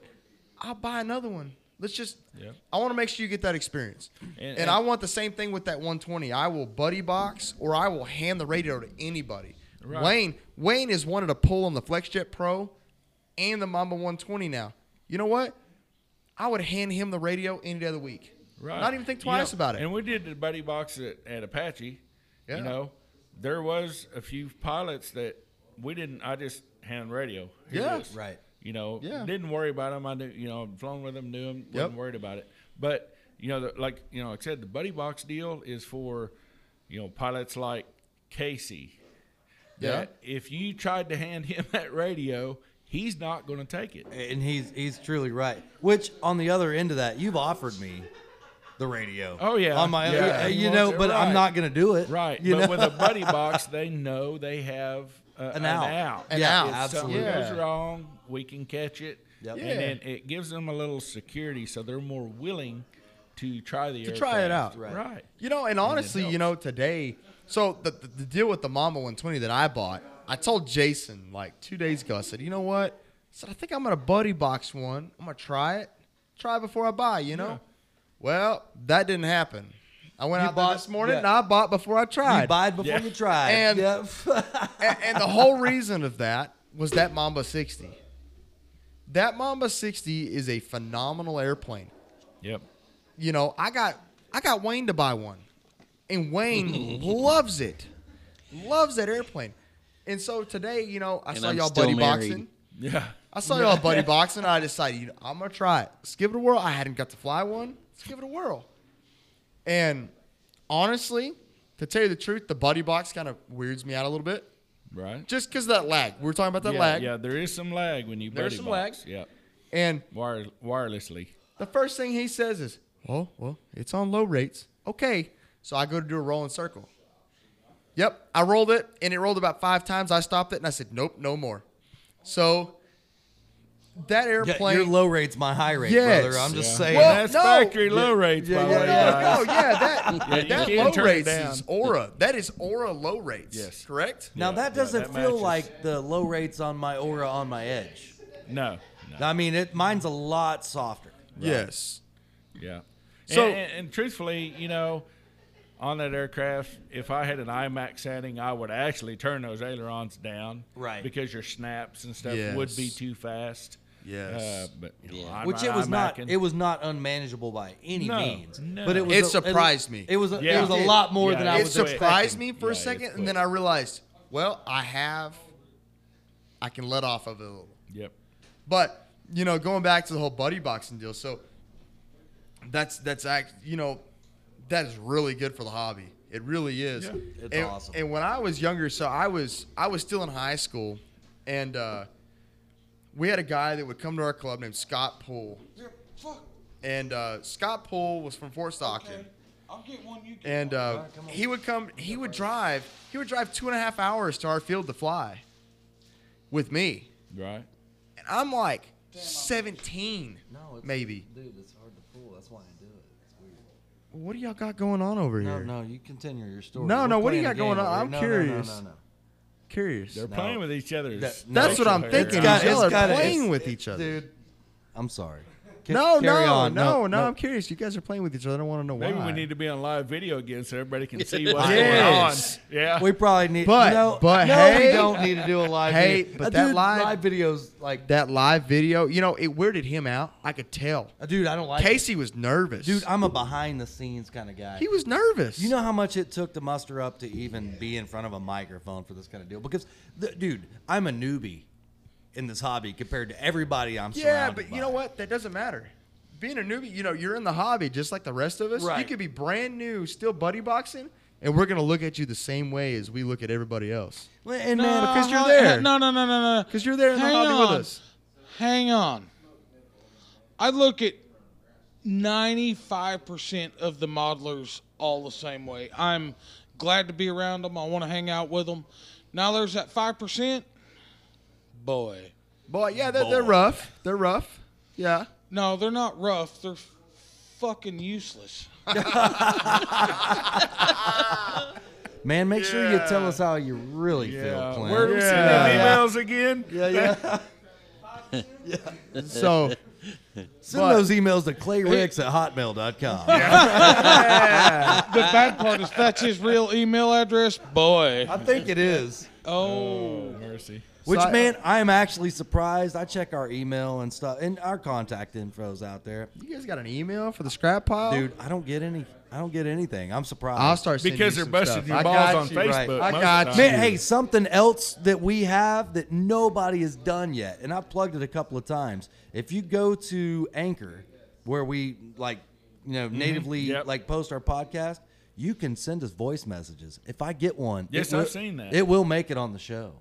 Speaker 7: I'll buy another one. Let's just.
Speaker 9: Yep.
Speaker 7: I want to make sure you get that experience, and,
Speaker 9: and-
Speaker 7: I want the same thing with that 120. I will buddy box, or I will hand the radio to anybody.
Speaker 9: Right.
Speaker 7: Wayne Wayne has wanted to pull on the FlexJet Pro and the Mamba 120 now. You know what? I would hand him the radio any day of the week.
Speaker 9: Right.
Speaker 7: Not even think
Speaker 9: You know,
Speaker 7: twice about it.
Speaker 9: And we did the buddy box at, at Apache.
Speaker 7: Yeah.
Speaker 9: You know, there was a few pilots that we didn't. I just hand radio. Here it
Speaker 7: Yeah.
Speaker 9: is.
Speaker 1: Right.
Speaker 9: You know,
Speaker 7: Yeah.
Speaker 9: didn't worry about them. I knew, you know, flown with them, knew them,
Speaker 7: Yep.
Speaker 9: wasn't worried about it. But you know, the, like you know, like I said, the buddy box deal is for, you know, pilots like Casey. That If you tried to hand him that radio, he's not going to take it.
Speaker 1: And he's he's truly right. Which on the other end of that, you've offered me the radio.
Speaker 9: Oh, yeah.
Speaker 1: on my
Speaker 9: Yeah.
Speaker 1: you know, but
Speaker 9: Right.
Speaker 1: I'm not gonna do it.
Speaker 9: Right.
Speaker 1: You
Speaker 9: but
Speaker 1: know?
Speaker 9: with a buddy box, they know they have uh,
Speaker 1: An out.
Speaker 7: An
Speaker 1: yeah,
Speaker 7: out.
Speaker 9: If something
Speaker 1: absolutely.
Speaker 7: Yeah.
Speaker 9: goes wrong, we can catch it.
Speaker 1: Yep.
Speaker 9: And then it gives them a little security, so they're more willing to try the
Speaker 7: To try it
Speaker 9: aircraft.
Speaker 7: out.
Speaker 1: Right.
Speaker 9: Right.
Speaker 7: You know, and honestly, you
Speaker 9: helps.
Speaker 7: know, today, so the, the, the deal with the Mama 120 that I bought, I told Jason like two days ago, I said, you know what? I said, I think I'm going to buddy box one. I'm going to try it. Try before I buy, you know? Well, that didn't happen. I went
Speaker 1: You
Speaker 7: out there
Speaker 1: bought-
Speaker 7: this morning
Speaker 1: yeah.
Speaker 7: and I bought before I tried.
Speaker 1: You bide before
Speaker 9: Yeah.
Speaker 1: you try.
Speaker 7: And-
Speaker 1: Yep.
Speaker 7: and, and the whole reason of that was that Mamba 60. That Mamba 60 is a phenomenal airplane.
Speaker 9: Yep.
Speaker 7: you know, I got I got Wayne to buy one, and Wayne loves it, loves that airplane. And so today, you know, I
Speaker 5: And
Speaker 7: saw
Speaker 5: I'm
Speaker 7: y'all
Speaker 5: still
Speaker 7: buddy
Speaker 5: married.
Speaker 7: boxing.
Speaker 9: Yeah.
Speaker 7: I saw y'all buddy boxing. I decided, you know, I'm gonna try it. Let's give it a whirl. I hadn't got to fly one. Let's give it a whirl. And honestly, to tell you the truth, the buddy box kind of weirds me out a little bit,
Speaker 9: Right.
Speaker 7: just because that lag. We were talking about that
Speaker 9: yeah,
Speaker 7: lag,
Speaker 9: yeah, there is some lag when you
Speaker 7: There's
Speaker 9: buddy
Speaker 7: some
Speaker 9: box.
Speaker 7: lag.
Speaker 9: Yeah.
Speaker 7: and
Speaker 9: Wire, wirelessly.
Speaker 7: The first thing he says is, "Oh, well, it's on low rates." Okay, so I go to do a rolling circle. Yep, I rolled it, and it rolled about five times. I stopped it, and I said, "Nope, no more." So that
Speaker 1: Yeah,
Speaker 7: airplane.
Speaker 1: your low rate's my high rate,
Speaker 7: Yes.
Speaker 1: brother. I'm just
Speaker 9: Yeah.
Speaker 1: saying.
Speaker 7: Well,
Speaker 9: That's
Speaker 7: no.
Speaker 9: factory low rates, by the
Speaker 7: yeah,
Speaker 9: way,
Speaker 7: yeah,
Speaker 9: guys.
Speaker 7: no, yeah, that
Speaker 9: Yeah, you
Speaker 7: that
Speaker 9: can't
Speaker 7: low
Speaker 9: turn it
Speaker 7: rates
Speaker 9: down.
Speaker 7: is aura. That is aura low rates.
Speaker 9: Yes.
Speaker 7: correct.
Speaker 1: now
Speaker 9: yeah,
Speaker 1: that
Speaker 9: yeah,
Speaker 1: doesn't
Speaker 9: that
Speaker 1: feel
Speaker 9: matches.
Speaker 1: like the low rates on my aura on my edge.
Speaker 9: No. No.
Speaker 1: I mean, it mine's a lot softer.
Speaker 7: Yes.
Speaker 9: Yeah.
Speaker 7: So-
Speaker 9: So and, and, and truthfully, you know, on that aircraft, if I had an IMAX setting, I would actually turn those ailerons down,
Speaker 1: Right.
Speaker 9: Because your snaps and stuff would be
Speaker 7: Yes.
Speaker 9: too fast.
Speaker 7: Yes.
Speaker 9: Uh, but you know, I'm
Speaker 1: Which it was not.
Speaker 9: IMACing.
Speaker 1: It was not unmanageable by any
Speaker 9: No,
Speaker 1: means.
Speaker 9: no.
Speaker 1: But it was.
Speaker 7: It
Speaker 1: a-
Speaker 7: surprised me.
Speaker 1: It was. A,
Speaker 9: Yeah.
Speaker 1: It was
Speaker 7: It
Speaker 1: a
Speaker 7: did.
Speaker 1: lot more
Speaker 9: Yeah,
Speaker 1: than
Speaker 9: it
Speaker 1: I
Speaker 7: it
Speaker 1: was
Speaker 7: surprised
Speaker 1: expecting.
Speaker 7: me for
Speaker 9: Yeah,
Speaker 7: a
Speaker 9: it's
Speaker 7: second,
Speaker 9: quick.
Speaker 7: and then I realized, well, I have, I can let off of it a little.
Speaker 9: Yep.
Speaker 7: But you know, going back to the whole buddy boxing deal, so that's that's act you know, that is really good for the hobby. It really is.
Speaker 9: Yeah.
Speaker 1: It's
Speaker 7: and,
Speaker 1: awesome.
Speaker 7: And when I was younger, so I was I was still in high school, and uh, we had a guy that would come to our club named Scott Poole. And uh, Scott Poole was from Fort Stockton. And uh, he would come. He would drive. He would drive two and a half hours to our field to fly with me.
Speaker 9: Right.
Speaker 7: And I'm like 17, maybe.
Speaker 1: Dude, it's hard to pull. That's why I do it. It's weird.
Speaker 7: What do y'all got going on over
Speaker 1: No,
Speaker 7: here?
Speaker 1: no, you continue your story.
Speaker 7: No,
Speaker 1: We're
Speaker 7: no, what do you
Speaker 1: playing
Speaker 7: got
Speaker 1: a
Speaker 7: going
Speaker 1: game
Speaker 7: on?
Speaker 1: over here.
Speaker 7: I'm
Speaker 1: No,
Speaker 7: curious.
Speaker 1: No, no, no, no.
Speaker 7: Curious.
Speaker 9: They're
Speaker 1: No.
Speaker 9: playing with each other.
Speaker 1: That-
Speaker 7: That's what I'm
Speaker 1: It's
Speaker 7: thinking.
Speaker 1: got-
Speaker 7: y'all
Speaker 1: it's
Speaker 7: are
Speaker 1: got a-
Speaker 7: playing
Speaker 1: it's-
Speaker 7: with each other.
Speaker 1: Dude, I'm sorry. Ca-
Speaker 7: no,
Speaker 1: carry
Speaker 7: no,
Speaker 1: on.
Speaker 7: no, no, I'm curious. You guys are playing with each other. I don't want to know
Speaker 9: Maybe
Speaker 7: why.
Speaker 9: we need to be on live video again so everybody can see what's
Speaker 7: Yes.
Speaker 9: going on. Yeah.
Speaker 1: We probably need,
Speaker 7: But-
Speaker 1: no,
Speaker 7: but
Speaker 1: no, we
Speaker 7: hey-
Speaker 1: don't need to do a live.
Speaker 7: Hey,
Speaker 1: video.
Speaker 7: but
Speaker 1: Uh,
Speaker 7: that
Speaker 1: dude,
Speaker 7: live-
Speaker 1: videos like
Speaker 7: that live video. You know, it weirded him out. I could tell.
Speaker 1: Uh, dude, I don't like. it.
Speaker 7: Casey was nervous.
Speaker 1: Dude, I'm a behind the scenes kind of guy.
Speaker 7: he was nervous.
Speaker 1: You know how much it took to muster up to even be in front of a microphone for this kind of deal? Because, th- dude, I'm a newbie in this hobby compared to everybody I'm
Speaker 7: Yeah,
Speaker 1: surrounded
Speaker 7: but
Speaker 1: by.
Speaker 7: you know what? That doesn't matter. Being a newbie, you know, you're in the hobby just like the rest of us. You
Speaker 1: Right.
Speaker 7: could be brand new, still buddy boxing, and we're gonna look at you the same way as we look at everybody else.
Speaker 1: Well, And
Speaker 2: No,
Speaker 1: man,
Speaker 7: because you're
Speaker 2: ho-
Speaker 7: there.
Speaker 2: No, no, no, no, no.
Speaker 7: Because you're there in the
Speaker 2: Hang
Speaker 7: hobby
Speaker 2: on.
Speaker 7: with us.
Speaker 2: Hang on. I look at 95% of the modelers all the same way. I'm glad to be around them. I want to hang out with them. Now there's that 5%. Boy.
Speaker 7: Boy, yeah, they're, they're rough. They're rough. Yeah.
Speaker 2: No, they're not rough. They're f- fucking useless.
Speaker 1: man, make sure you tell us how you really feel, Clint.
Speaker 9: Where are we sending
Speaker 7: Yeah.
Speaker 9: emails again?
Speaker 1: yeah, yeah.
Speaker 7: So
Speaker 1: Send
Speaker 7: But-
Speaker 1: those emails to clayricks at hotmail.com.
Speaker 2: The bad part is that's his real email address. Boy.
Speaker 1: I think it is.
Speaker 2: Oh.
Speaker 9: Mercy.
Speaker 1: Which
Speaker 7: So I-
Speaker 1: man, I am actually surprised. I check our email and stuff, and our contact info's out there.
Speaker 7: you guys got an email for the scrap pile,
Speaker 1: Dude, I don't get any. I don't get anything. I'm surprised.
Speaker 7: I'll start sending
Speaker 9: Because
Speaker 7: you
Speaker 9: they're
Speaker 7: some
Speaker 9: busting
Speaker 7: stuff.
Speaker 9: your
Speaker 7: I
Speaker 9: balls
Speaker 7: got
Speaker 9: on
Speaker 7: you.
Speaker 9: Facebook.
Speaker 1: right.
Speaker 7: I
Speaker 9: most
Speaker 7: got
Speaker 9: of the
Speaker 7: you.
Speaker 1: Man,
Speaker 9: time.
Speaker 1: hey, something else that we have that nobody has done yet, and I've plugged it a couple of times. If you go to Anchor, where we like, you know, natively
Speaker 9: Yep.
Speaker 1: like post our podcast, you can send us voice messages. If I get one,
Speaker 9: Yes,
Speaker 1: it will-
Speaker 9: I've seen that.
Speaker 1: It will make it on the show.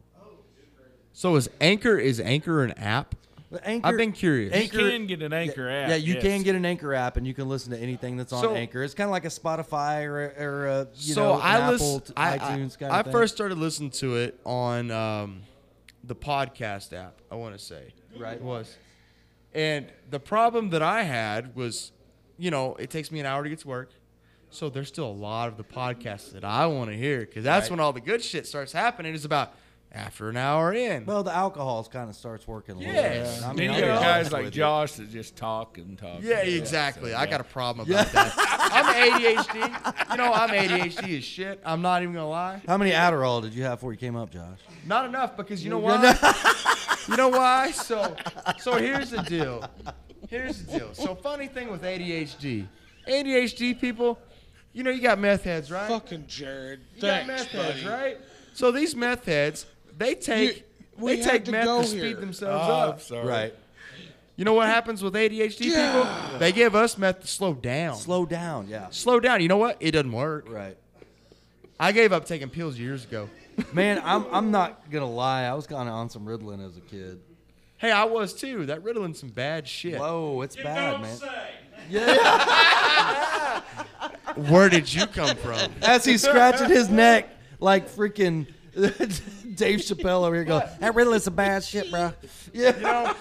Speaker 7: So is Anchor is Anchor an app?
Speaker 1: But Anchor,
Speaker 7: I've been curious.
Speaker 9: You can get an anchor app.
Speaker 1: Yeah, you
Speaker 9: yes.
Speaker 1: can get an Anchor app, and you can listen to anything that's on
Speaker 7: So-
Speaker 1: Anchor. It's kind of like a Spotify or, or a, you
Speaker 7: so
Speaker 1: know,
Speaker 7: I
Speaker 1: an Apple,
Speaker 7: listen.
Speaker 1: t-
Speaker 7: I,
Speaker 1: iTunes
Speaker 7: I,
Speaker 1: kind
Speaker 7: I
Speaker 1: of thing.
Speaker 7: first started listening to it on um, the podcast app. I want to say right it was, and the problem that I had was, you know, it takes me an hour to get to work, so there's still a lot of the podcasts that I want to hear because that's when all the good shit starts happening. Is about after an hour in.
Speaker 1: Well, the alcohol kind of starts working a little
Speaker 7: Yes.
Speaker 1: bit. I mean,
Speaker 9: Then
Speaker 1: I'll
Speaker 9: you
Speaker 1: be
Speaker 9: got guys
Speaker 1: honest
Speaker 9: like
Speaker 1: with you.
Speaker 9: Josh that just talk and talk.
Speaker 7: Yeah,
Speaker 9: and talk.
Speaker 7: exactly. I got a problem about that. I'm ADHD. You know, I'm ADHD as shit. I'm not even gonna lie.
Speaker 1: How many Adderall did you have before you came up, Josh?
Speaker 7: Not enough because you know why? you know why? So so here's the deal. Here's the deal. So funny thing with ADHD. ADHD people, you know you got meth heads, right?
Speaker 2: Fucking Jared.
Speaker 7: you
Speaker 2: Thanks,
Speaker 7: got meth heads,
Speaker 2: buddy.
Speaker 7: right? So these meth heads, they take
Speaker 2: You- we
Speaker 7: they
Speaker 2: had
Speaker 7: take
Speaker 2: to
Speaker 7: meth
Speaker 2: go
Speaker 7: to speed
Speaker 2: here.
Speaker 7: themselves
Speaker 9: Oh, I'm
Speaker 7: up.
Speaker 9: sorry.
Speaker 7: You know what happens with ADHD people? They give us meth to slow down.
Speaker 1: Slow down, yeah.
Speaker 7: slow down. You know what? It doesn't work.
Speaker 1: Right.
Speaker 7: I gave up taking pills years ago.
Speaker 1: Man, I'm, I'm not going to lie. I was kind of on some Ritalin as a kid.
Speaker 7: Hey, I was too. That Ritalin some bad shit.
Speaker 1: Whoa, it's bad, man.
Speaker 7: Where did you come from?
Speaker 1: As he's scratching his neck like freaking Dave Chappelle over here going, that Ritalin's a bad shit, bro. Yeah.
Speaker 7: You know,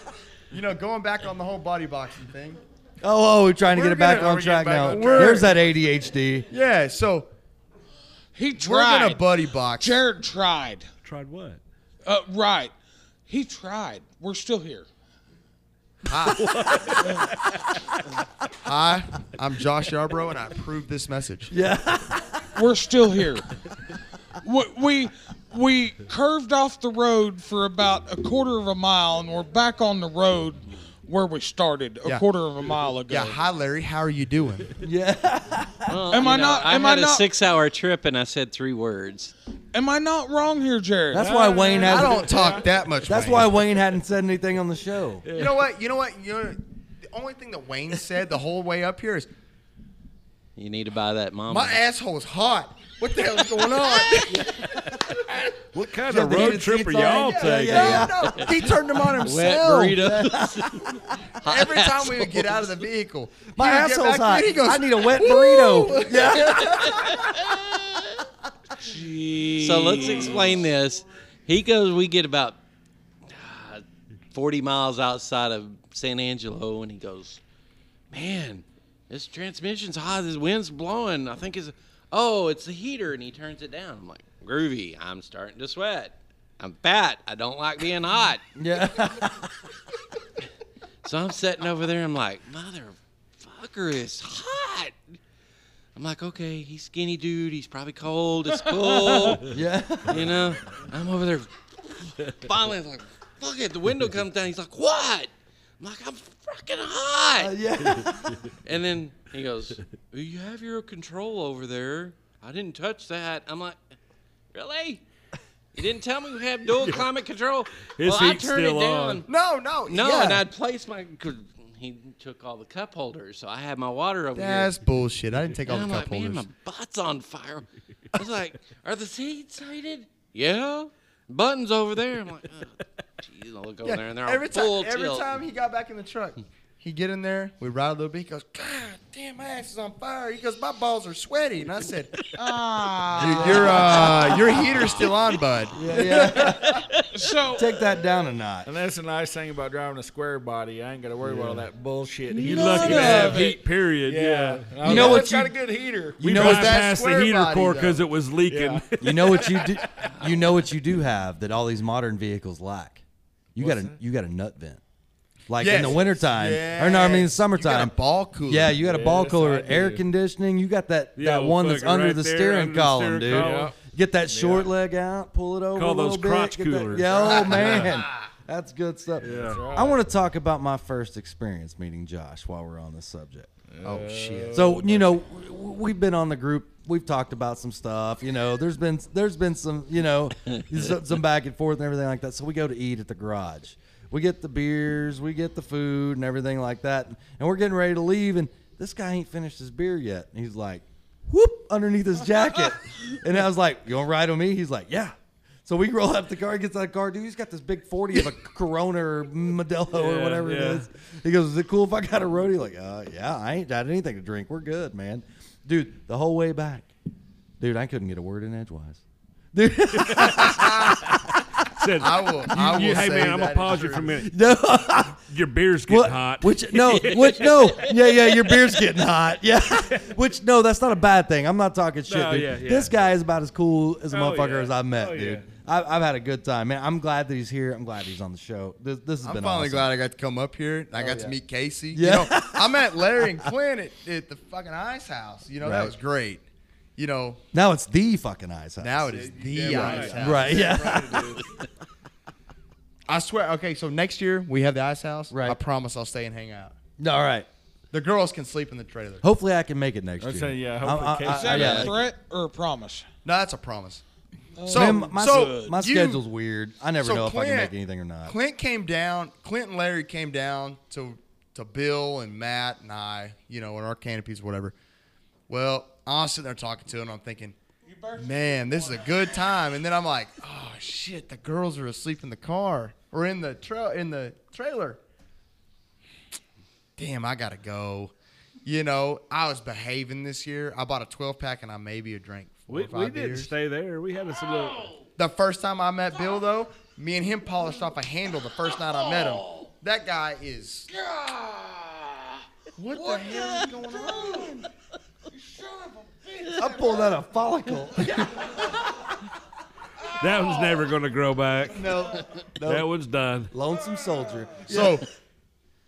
Speaker 7: you know, going back on the whole body boxing thing.
Speaker 1: Oh, oh, we're trying to
Speaker 7: We're
Speaker 1: get it back
Speaker 7: gonna-
Speaker 1: on
Speaker 7: we're
Speaker 1: track
Speaker 7: getting back
Speaker 1: now.
Speaker 7: on track.
Speaker 1: There's that ADHD.
Speaker 7: Yeah, so
Speaker 2: He
Speaker 7: we're gonna
Speaker 2: tried.
Speaker 7: buddy box.
Speaker 2: Jared tried.
Speaker 3: Tried what?
Speaker 2: Uh, right. He tried. We're still here.
Speaker 7: Hi, I'm Josh Yarbrough, and I approve this message.
Speaker 2: We're still here. we, we we curved off the road for about a quarter of a mile, and we're back on the road where we started a
Speaker 7: Yeah.
Speaker 2: quarter of a mile ago.
Speaker 7: Yeah, hi Larry, how are you doing?
Speaker 5: Well,
Speaker 2: Am
Speaker 5: you
Speaker 2: I
Speaker 5: know,
Speaker 2: not-
Speaker 5: I
Speaker 2: am I
Speaker 5: had a
Speaker 2: not-
Speaker 5: six-hour trip and I said three words.
Speaker 2: Am I not wrong here, Jared?
Speaker 1: That's why Wayne
Speaker 7: I
Speaker 1: hasn't.
Speaker 7: don't talk that much.
Speaker 1: that's
Speaker 7: Wayne.
Speaker 1: why Wayne hadn't said anything on the show.
Speaker 7: You know what? You know what? You know, the only thing that Wayne said the whole way up here is,
Speaker 5: You need to buy that
Speaker 1: Oh,
Speaker 5: mama.
Speaker 7: "My asshole's hot." What the hell's going on?
Speaker 3: What kind
Speaker 1: Yeah,
Speaker 3: of
Speaker 1: the
Speaker 3: road
Speaker 1: heated
Speaker 3: trip are
Speaker 1: seats on.
Speaker 3: y'all
Speaker 1: Yeah,
Speaker 3: taking?
Speaker 1: yeah,
Speaker 7: No, no, he turned them on
Speaker 5: Wet
Speaker 7: himself.
Speaker 5: burritos. Hot
Speaker 7: Every time we
Speaker 5: assholes.
Speaker 7: would get out of the vehicle,
Speaker 1: My
Speaker 7: he would get
Speaker 1: asshole's
Speaker 7: back
Speaker 1: hot.
Speaker 7: in, he goes,
Speaker 1: I need a wet burrito.
Speaker 5: So let's explain this. He goes, we get about uh, 40 miles outside of San Angelo, and he goes, Man, this transmission's hot. This wind's blowing. I think it's, oh, it's the heater. And he turns it down. I'm like, Groovy, I'm starting to sweat. I'm fat. I don't like being hot.
Speaker 1: Yeah.
Speaker 5: So I'm sitting over there. I'm like, motherfucker, it's hot. I'm like, okay, he's skinny dude. He's probably cold. It's cool.
Speaker 1: Yeah.
Speaker 5: You know, I'm over there. Finally, I'm like, fuck it. The window comes down. He's like, what? I'm like, I'm fucking hot.
Speaker 1: yeah.
Speaker 5: And then he goes, You have your control over there. I didn't touch that. I'm like, Really? You didn't tell me we have dual climate control?
Speaker 10: His
Speaker 5: well, I
Speaker 10: heat's
Speaker 5: turned
Speaker 10: still
Speaker 5: it down.
Speaker 10: on.
Speaker 7: No, no,
Speaker 5: No,
Speaker 7: yeah.
Speaker 5: and I'd place my. 'cause He took all the cup holders, so I had my water over
Speaker 7: That's bullshit. I didn't take
Speaker 5: here.
Speaker 7: all
Speaker 5: And
Speaker 7: the
Speaker 5: I'm
Speaker 7: cup
Speaker 5: like,
Speaker 7: holders.
Speaker 5: Man, my butt's on fire. I was like, Are the seats heated? Yeah. Buttons over there. I'm like, oh, geez, I look over there and they're
Speaker 7: every
Speaker 5: all full
Speaker 7: time, every
Speaker 5: tilt.
Speaker 7: time he got back in the truck, he get in there. We ride a little bit. He goes, God damn, my ass is on fire. He goes, my balls are sweaty. And I said, "You- Your uh, your heater's still on, bud.
Speaker 1: Ah. Yeah, yeah.
Speaker 2: So
Speaker 1: Take that down a notch.
Speaker 9: And that's the nice thing about driving a square body. I ain't got to worry about all that bullshit.
Speaker 10: You
Speaker 9: Heat.
Speaker 10: lucky to
Speaker 2: of
Speaker 10: have
Speaker 2: it.
Speaker 10: heat, period. Yeah.
Speaker 9: I was
Speaker 1: You know
Speaker 9: like,
Speaker 1: what
Speaker 9: "It's got
Speaker 1: you-
Speaker 9: a good heater.
Speaker 10: You
Speaker 7: know
Speaker 10: know,
Speaker 7: it's that
Speaker 10: past the
Speaker 7: square
Speaker 10: heater
Speaker 7: body,
Speaker 10: core
Speaker 7: though.
Speaker 10: because it was leaking.
Speaker 1: You know what you do. You know what you do have that all these modern vehicles lack. You got a you got a nut vent. Like in the
Speaker 7: Yes.
Speaker 1: wintertime, or no,
Speaker 7: Yeah.
Speaker 1: I mean
Speaker 7: You got a
Speaker 1: summertime.
Speaker 7: ball cooler.
Speaker 1: Yeah, you got a ball
Speaker 9: Yes, I
Speaker 1: cooler,
Speaker 9: do.
Speaker 1: air conditioning. You got that
Speaker 10: Yeah,
Speaker 1: that
Speaker 10: well,
Speaker 1: one that's
Speaker 10: fuck,
Speaker 1: under
Speaker 10: right
Speaker 1: the
Speaker 10: there,
Speaker 1: steering
Speaker 10: under the
Speaker 1: column,
Speaker 10: steering
Speaker 1: dude.
Speaker 10: column.
Speaker 1: Get that short leg out, pull it over.
Speaker 10: Call
Speaker 1: a little
Speaker 10: those
Speaker 1: bit,
Speaker 10: crotch
Speaker 1: get that-
Speaker 10: coolers.
Speaker 1: Yeah, oh man, that's good stuff.
Speaker 9: right.
Speaker 1: I want to talk about my first experience meeting Josh while we're on this subject.
Speaker 7: Oh shit.
Speaker 1: So you know, w- w- we've been on the group. We've talked about some stuff. You know, there's been there's been some you know some, some back and forth and everything like that. So we go to eat at the garage. We get the beers, we get the food and everything like that, and we're getting ready to leave. And this guy ain't finished his beer yet. And he's like, whoop underneath his jacket, and I was like, you gonna ride with me? He's like, yeah. So we roll up the car, he gets out of the car, dude. He's got this big forty of a Corona or Modelo or
Speaker 10: Yeah,
Speaker 1: whatever it
Speaker 10: yeah.
Speaker 1: is. He goes, "Is it cool if I got a roadie?" Like, uh, yeah, I ain't got anything to drink. We're good, man. Dude, the whole way back, dude, I couldn't get a word in edgewise. Dude,
Speaker 10: Said,
Speaker 7: I will. I will
Speaker 10: you- hey
Speaker 7: say
Speaker 10: man, I'm
Speaker 7: that
Speaker 10: gonna
Speaker 7: is
Speaker 10: pause you
Speaker 7: true.
Speaker 10: for a minute.
Speaker 1: no,
Speaker 10: Your beer's getting
Speaker 1: what-
Speaker 10: hot.
Speaker 1: Which no, which no, yeah, yeah, your beer's getting hot, yeah. Which no, that's not a bad thing. I'm not talking shit,
Speaker 10: No,
Speaker 1: dude.
Speaker 10: yeah, yeah.
Speaker 1: This guy is about as cool as a
Speaker 10: Oh,
Speaker 1: motherfucker
Speaker 10: yeah.
Speaker 1: as I've met,
Speaker 10: Oh,
Speaker 1: dude. I, I've had a good time, man. I'm glad that he's here. I'm glad he's on the show. This, this has
Speaker 7: I'm
Speaker 1: been
Speaker 7: finally
Speaker 1: awesome. Oh,
Speaker 7: glad I got to come up here. and I got to meet Casey.
Speaker 1: Yeah.
Speaker 7: You know, I met Larry and Clint at, at the fucking ice house. You know,
Speaker 1: Right.
Speaker 7: that was great. You know,
Speaker 1: Now it's the fucking ice house.
Speaker 7: now it is the ice house.
Speaker 1: right, yeah.
Speaker 7: I swear. Okay, so next year we have the ice house.
Speaker 1: Right.
Speaker 7: I promise I'll stay and hang out.
Speaker 1: All right.
Speaker 7: The girls can sleep in the trailer.
Speaker 1: Hopefully, I can make it next
Speaker 9: I'd
Speaker 1: year.
Speaker 9: say, yeah,
Speaker 1: I'm-
Speaker 9: hopefully Casey-
Speaker 2: Is that
Speaker 1: yeah.
Speaker 2: a threat or a promise?
Speaker 7: No, that's a promise. So,
Speaker 1: Man, my,
Speaker 7: so
Speaker 1: my
Speaker 7: you-
Speaker 1: schedule's weird. I never
Speaker 7: so
Speaker 1: know if I can
Speaker 7: Clint-
Speaker 1: make anything or not.
Speaker 7: Clint came down. Clint and Larry came down to to Bill and Matt and I. You know, in our canopies, or whatever. Well, I was sitting there talking to him. I'm thinking, man, this is a good time. And then I'm like, oh shit, the girls are asleep in the car or in the tra- in the trailer. Damn, I gotta go. You know, I was behaving this year. I bought a 12 pack and I maybe a drink. Four
Speaker 10: we
Speaker 7: or
Speaker 10: we
Speaker 7: five
Speaker 10: didn't
Speaker 7: beers.
Speaker 10: stay there. We had us a little.
Speaker 7: The first time I met Bill, though, me and him polished off a handle the first night I met him. That guy is. What, the hell is going on?
Speaker 1: I pulled out a follicle.
Speaker 10: That one's never gonna grow back.
Speaker 1: no,
Speaker 10: That one's done.
Speaker 1: lonesome soldier.
Speaker 7: So,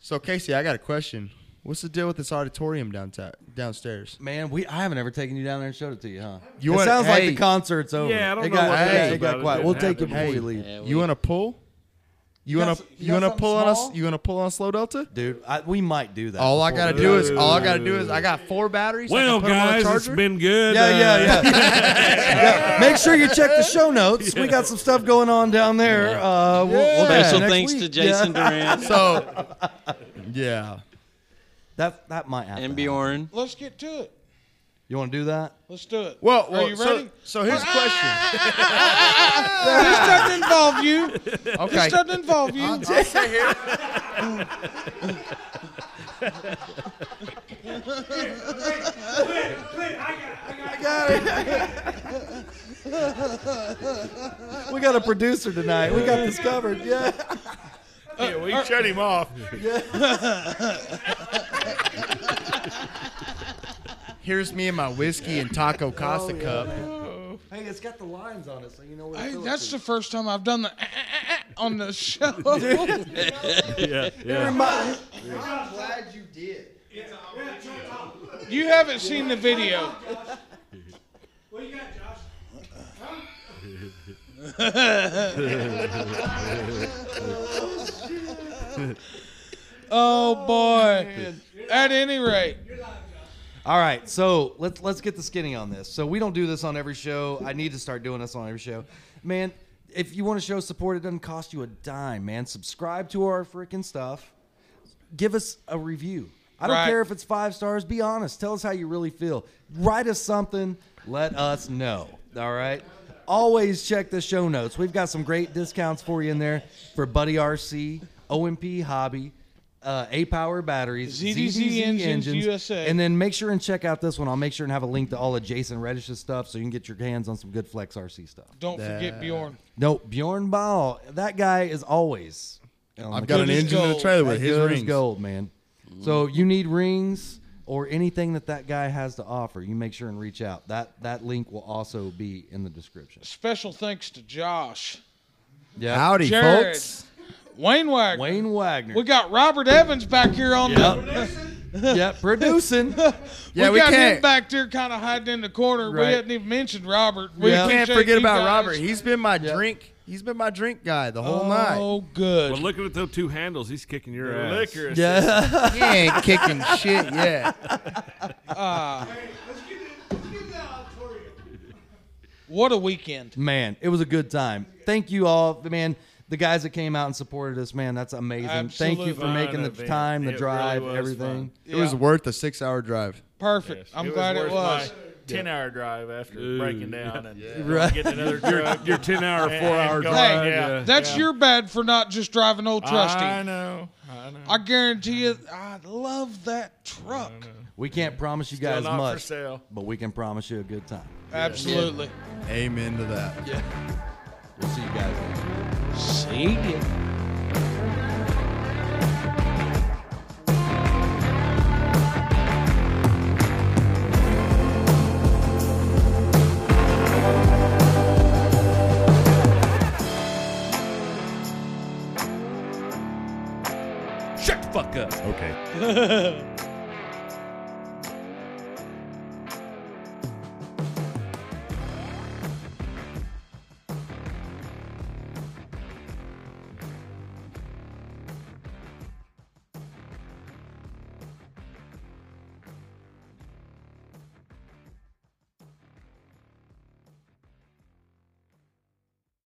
Speaker 7: so Casey, I got a question. What's the deal with this auditorium downtown, downstairs?
Speaker 1: Man, we I haven't ever taken you down there and showed it to you, huh?
Speaker 7: You
Speaker 1: it
Speaker 7: wanna-
Speaker 1: sounds like the
Speaker 7: hey.
Speaker 1: concert's over.
Speaker 10: Yeah, I don't
Speaker 1: it
Speaker 10: know
Speaker 1: got,
Speaker 10: what
Speaker 1: hey,
Speaker 7: that is
Speaker 1: it got
Speaker 10: about it.
Speaker 1: quiet.
Speaker 10: It
Speaker 1: We'll
Speaker 10: didn't
Speaker 1: take you before
Speaker 10: happen.
Speaker 1: you leave,
Speaker 5: Yeah, we-
Speaker 7: You want to pull? You
Speaker 1: got
Speaker 7: want to
Speaker 1: some- you
Speaker 7: you
Speaker 1: got
Speaker 7: want to
Speaker 1: something
Speaker 7: pull on us?
Speaker 1: small?
Speaker 7: You want to pull on slow delta?
Speaker 1: dude. I, we might do that.
Speaker 7: All I
Speaker 1: before
Speaker 7: gotta
Speaker 1: we
Speaker 7: do is all I gotta do is I got four batteries. I can
Speaker 10: Well,
Speaker 7: put 'em on a
Speaker 10: guys, it's
Speaker 7: charger.
Speaker 10: been good.
Speaker 1: Yeah,
Speaker 10: Uh,
Speaker 1: yeah, yeah. yeah. Make sure you check the show notes. We got some stuff going on down there. Uh, we'll, we'll do it
Speaker 5: Special
Speaker 1: next
Speaker 5: thanks
Speaker 1: week. Yeah.
Speaker 5: to Jason Duran
Speaker 7: So, yeah.
Speaker 1: That that might happen.
Speaker 5: and Bjorn.
Speaker 2: Let's get to it.
Speaker 1: You want to do that?
Speaker 2: Let's do it.
Speaker 7: Well,
Speaker 2: are you ready?
Speaker 7: So, so here's a
Speaker 1: Ah!
Speaker 2: this
Speaker 7: question.
Speaker 2: doesn't involve you.
Speaker 7: Okay.
Speaker 2: This doesn't involve you.
Speaker 7: I'll sit here.
Speaker 1: We got a producer tonight. We got this covered. Yeah.
Speaker 9: Yeah, we shut him off.
Speaker 7: Here's me and my whiskey and taco Costa
Speaker 2: Oh,
Speaker 7: cup.
Speaker 1: Hey, it's got the lines on it, so you know what.
Speaker 2: Hey, that's the eh, first time I've done the on the show.
Speaker 10: yeah, yeah.
Speaker 1: Remi-
Speaker 8: I'm glad you did.
Speaker 2: You haven't seen the video.
Speaker 11: What you got, Josh?
Speaker 2: oh boy. At any rate,
Speaker 1: All right, so let's let's get the skinny on this. So we don't do this on every show. I need to start doing this on every show, man. If you want to show support, it doesn't cost you a dime, man. Subscribe to our freaking stuff. Give us a review. I don't
Speaker 2: Right.
Speaker 1: care if it's five stars. Be honest. Tell us how you really feel. Write us something. Let us know. All right. Always check the show notes. We've got some great discounts for you in there for Buddy RC, OMP Hobby, uh, A Power Batteries,
Speaker 2: ZDZ Engines USA.
Speaker 1: and then and make sure and check out this one. I'll make sure and have a link to all of Jason Reddish's stuff so you can get your hands on some good Flex RC stuff.
Speaker 2: don't forget
Speaker 7: That-
Speaker 2: Bjorn.
Speaker 1: No, Bjorn Ball. That guy is always.
Speaker 7: I've got an engine in the trailer with
Speaker 1: That
Speaker 7: his
Speaker 1: good as
Speaker 7: rings.
Speaker 1: gold, man. So you need rings or anything that that guy has to offer. You make sure and reach out. That that link will also be in the description.
Speaker 2: Special thanks to Josh.
Speaker 1: Yeah.
Speaker 7: Howdy,
Speaker 2: Jared.
Speaker 7: folks.
Speaker 2: Wayne Wagner.
Speaker 1: Wayne Wagner.
Speaker 2: We got Robert Evans back here on the.
Speaker 1: yeah, producing.
Speaker 7: Yeah,
Speaker 2: we,
Speaker 7: we
Speaker 2: got him
Speaker 7: can't-
Speaker 2: back there, kind of hiding in the corner. We
Speaker 1: Right.
Speaker 2: hadn't even mentioned Robert.
Speaker 7: We
Speaker 1: Yeah.
Speaker 7: can't
Speaker 2: appreciate
Speaker 7: forget
Speaker 2: you
Speaker 7: about
Speaker 2: guys.
Speaker 7: Robert. He's been my drink. He's been my drink guy the whole night.
Speaker 2: Oh, good.
Speaker 10: Well, looking at those two handles, he's kicking your ass.
Speaker 9: Liquor.
Speaker 1: yeah.
Speaker 7: He ain't kicking shit yet.
Speaker 11: Let's get it. Let's get it out, Victoria.
Speaker 2: What a weekend.
Speaker 1: Man, it was a good time. Thank you all, man. The guys that came out and supported us, man, that's amazing. Thank you
Speaker 2: Absolute
Speaker 1: for making the
Speaker 9: event.
Speaker 1: time, the
Speaker 9: It really
Speaker 1: drive,
Speaker 9: was
Speaker 1: everything.
Speaker 7: It was
Speaker 2: Yeah.
Speaker 7: worth a six-hour drive.
Speaker 2: Perfect. I'm glad it was.
Speaker 9: Ten hour drive after breaking down and
Speaker 1: Right.
Speaker 9: getting another truck.
Speaker 10: Your 10 hour, 4 hour
Speaker 9: Hey,
Speaker 10: drive.
Speaker 9: yeah.
Speaker 10: yeah.
Speaker 2: That's your bad for not just driving old Trusty.
Speaker 9: I
Speaker 2: I,
Speaker 9: know. I know.
Speaker 2: guarantee you, I love that truck.
Speaker 1: We can't promise you
Speaker 9: Still
Speaker 1: guys
Speaker 9: not for
Speaker 1: much,
Speaker 9: sale.
Speaker 1: but we can promise you a good time.
Speaker 2: Absolutely.
Speaker 7: Amen to that.
Speaker 1: We'll see you guys. Later.
Speaker 2: See ya.
Speaker 10: Shut the fuck up.
Speaker 6: Okay.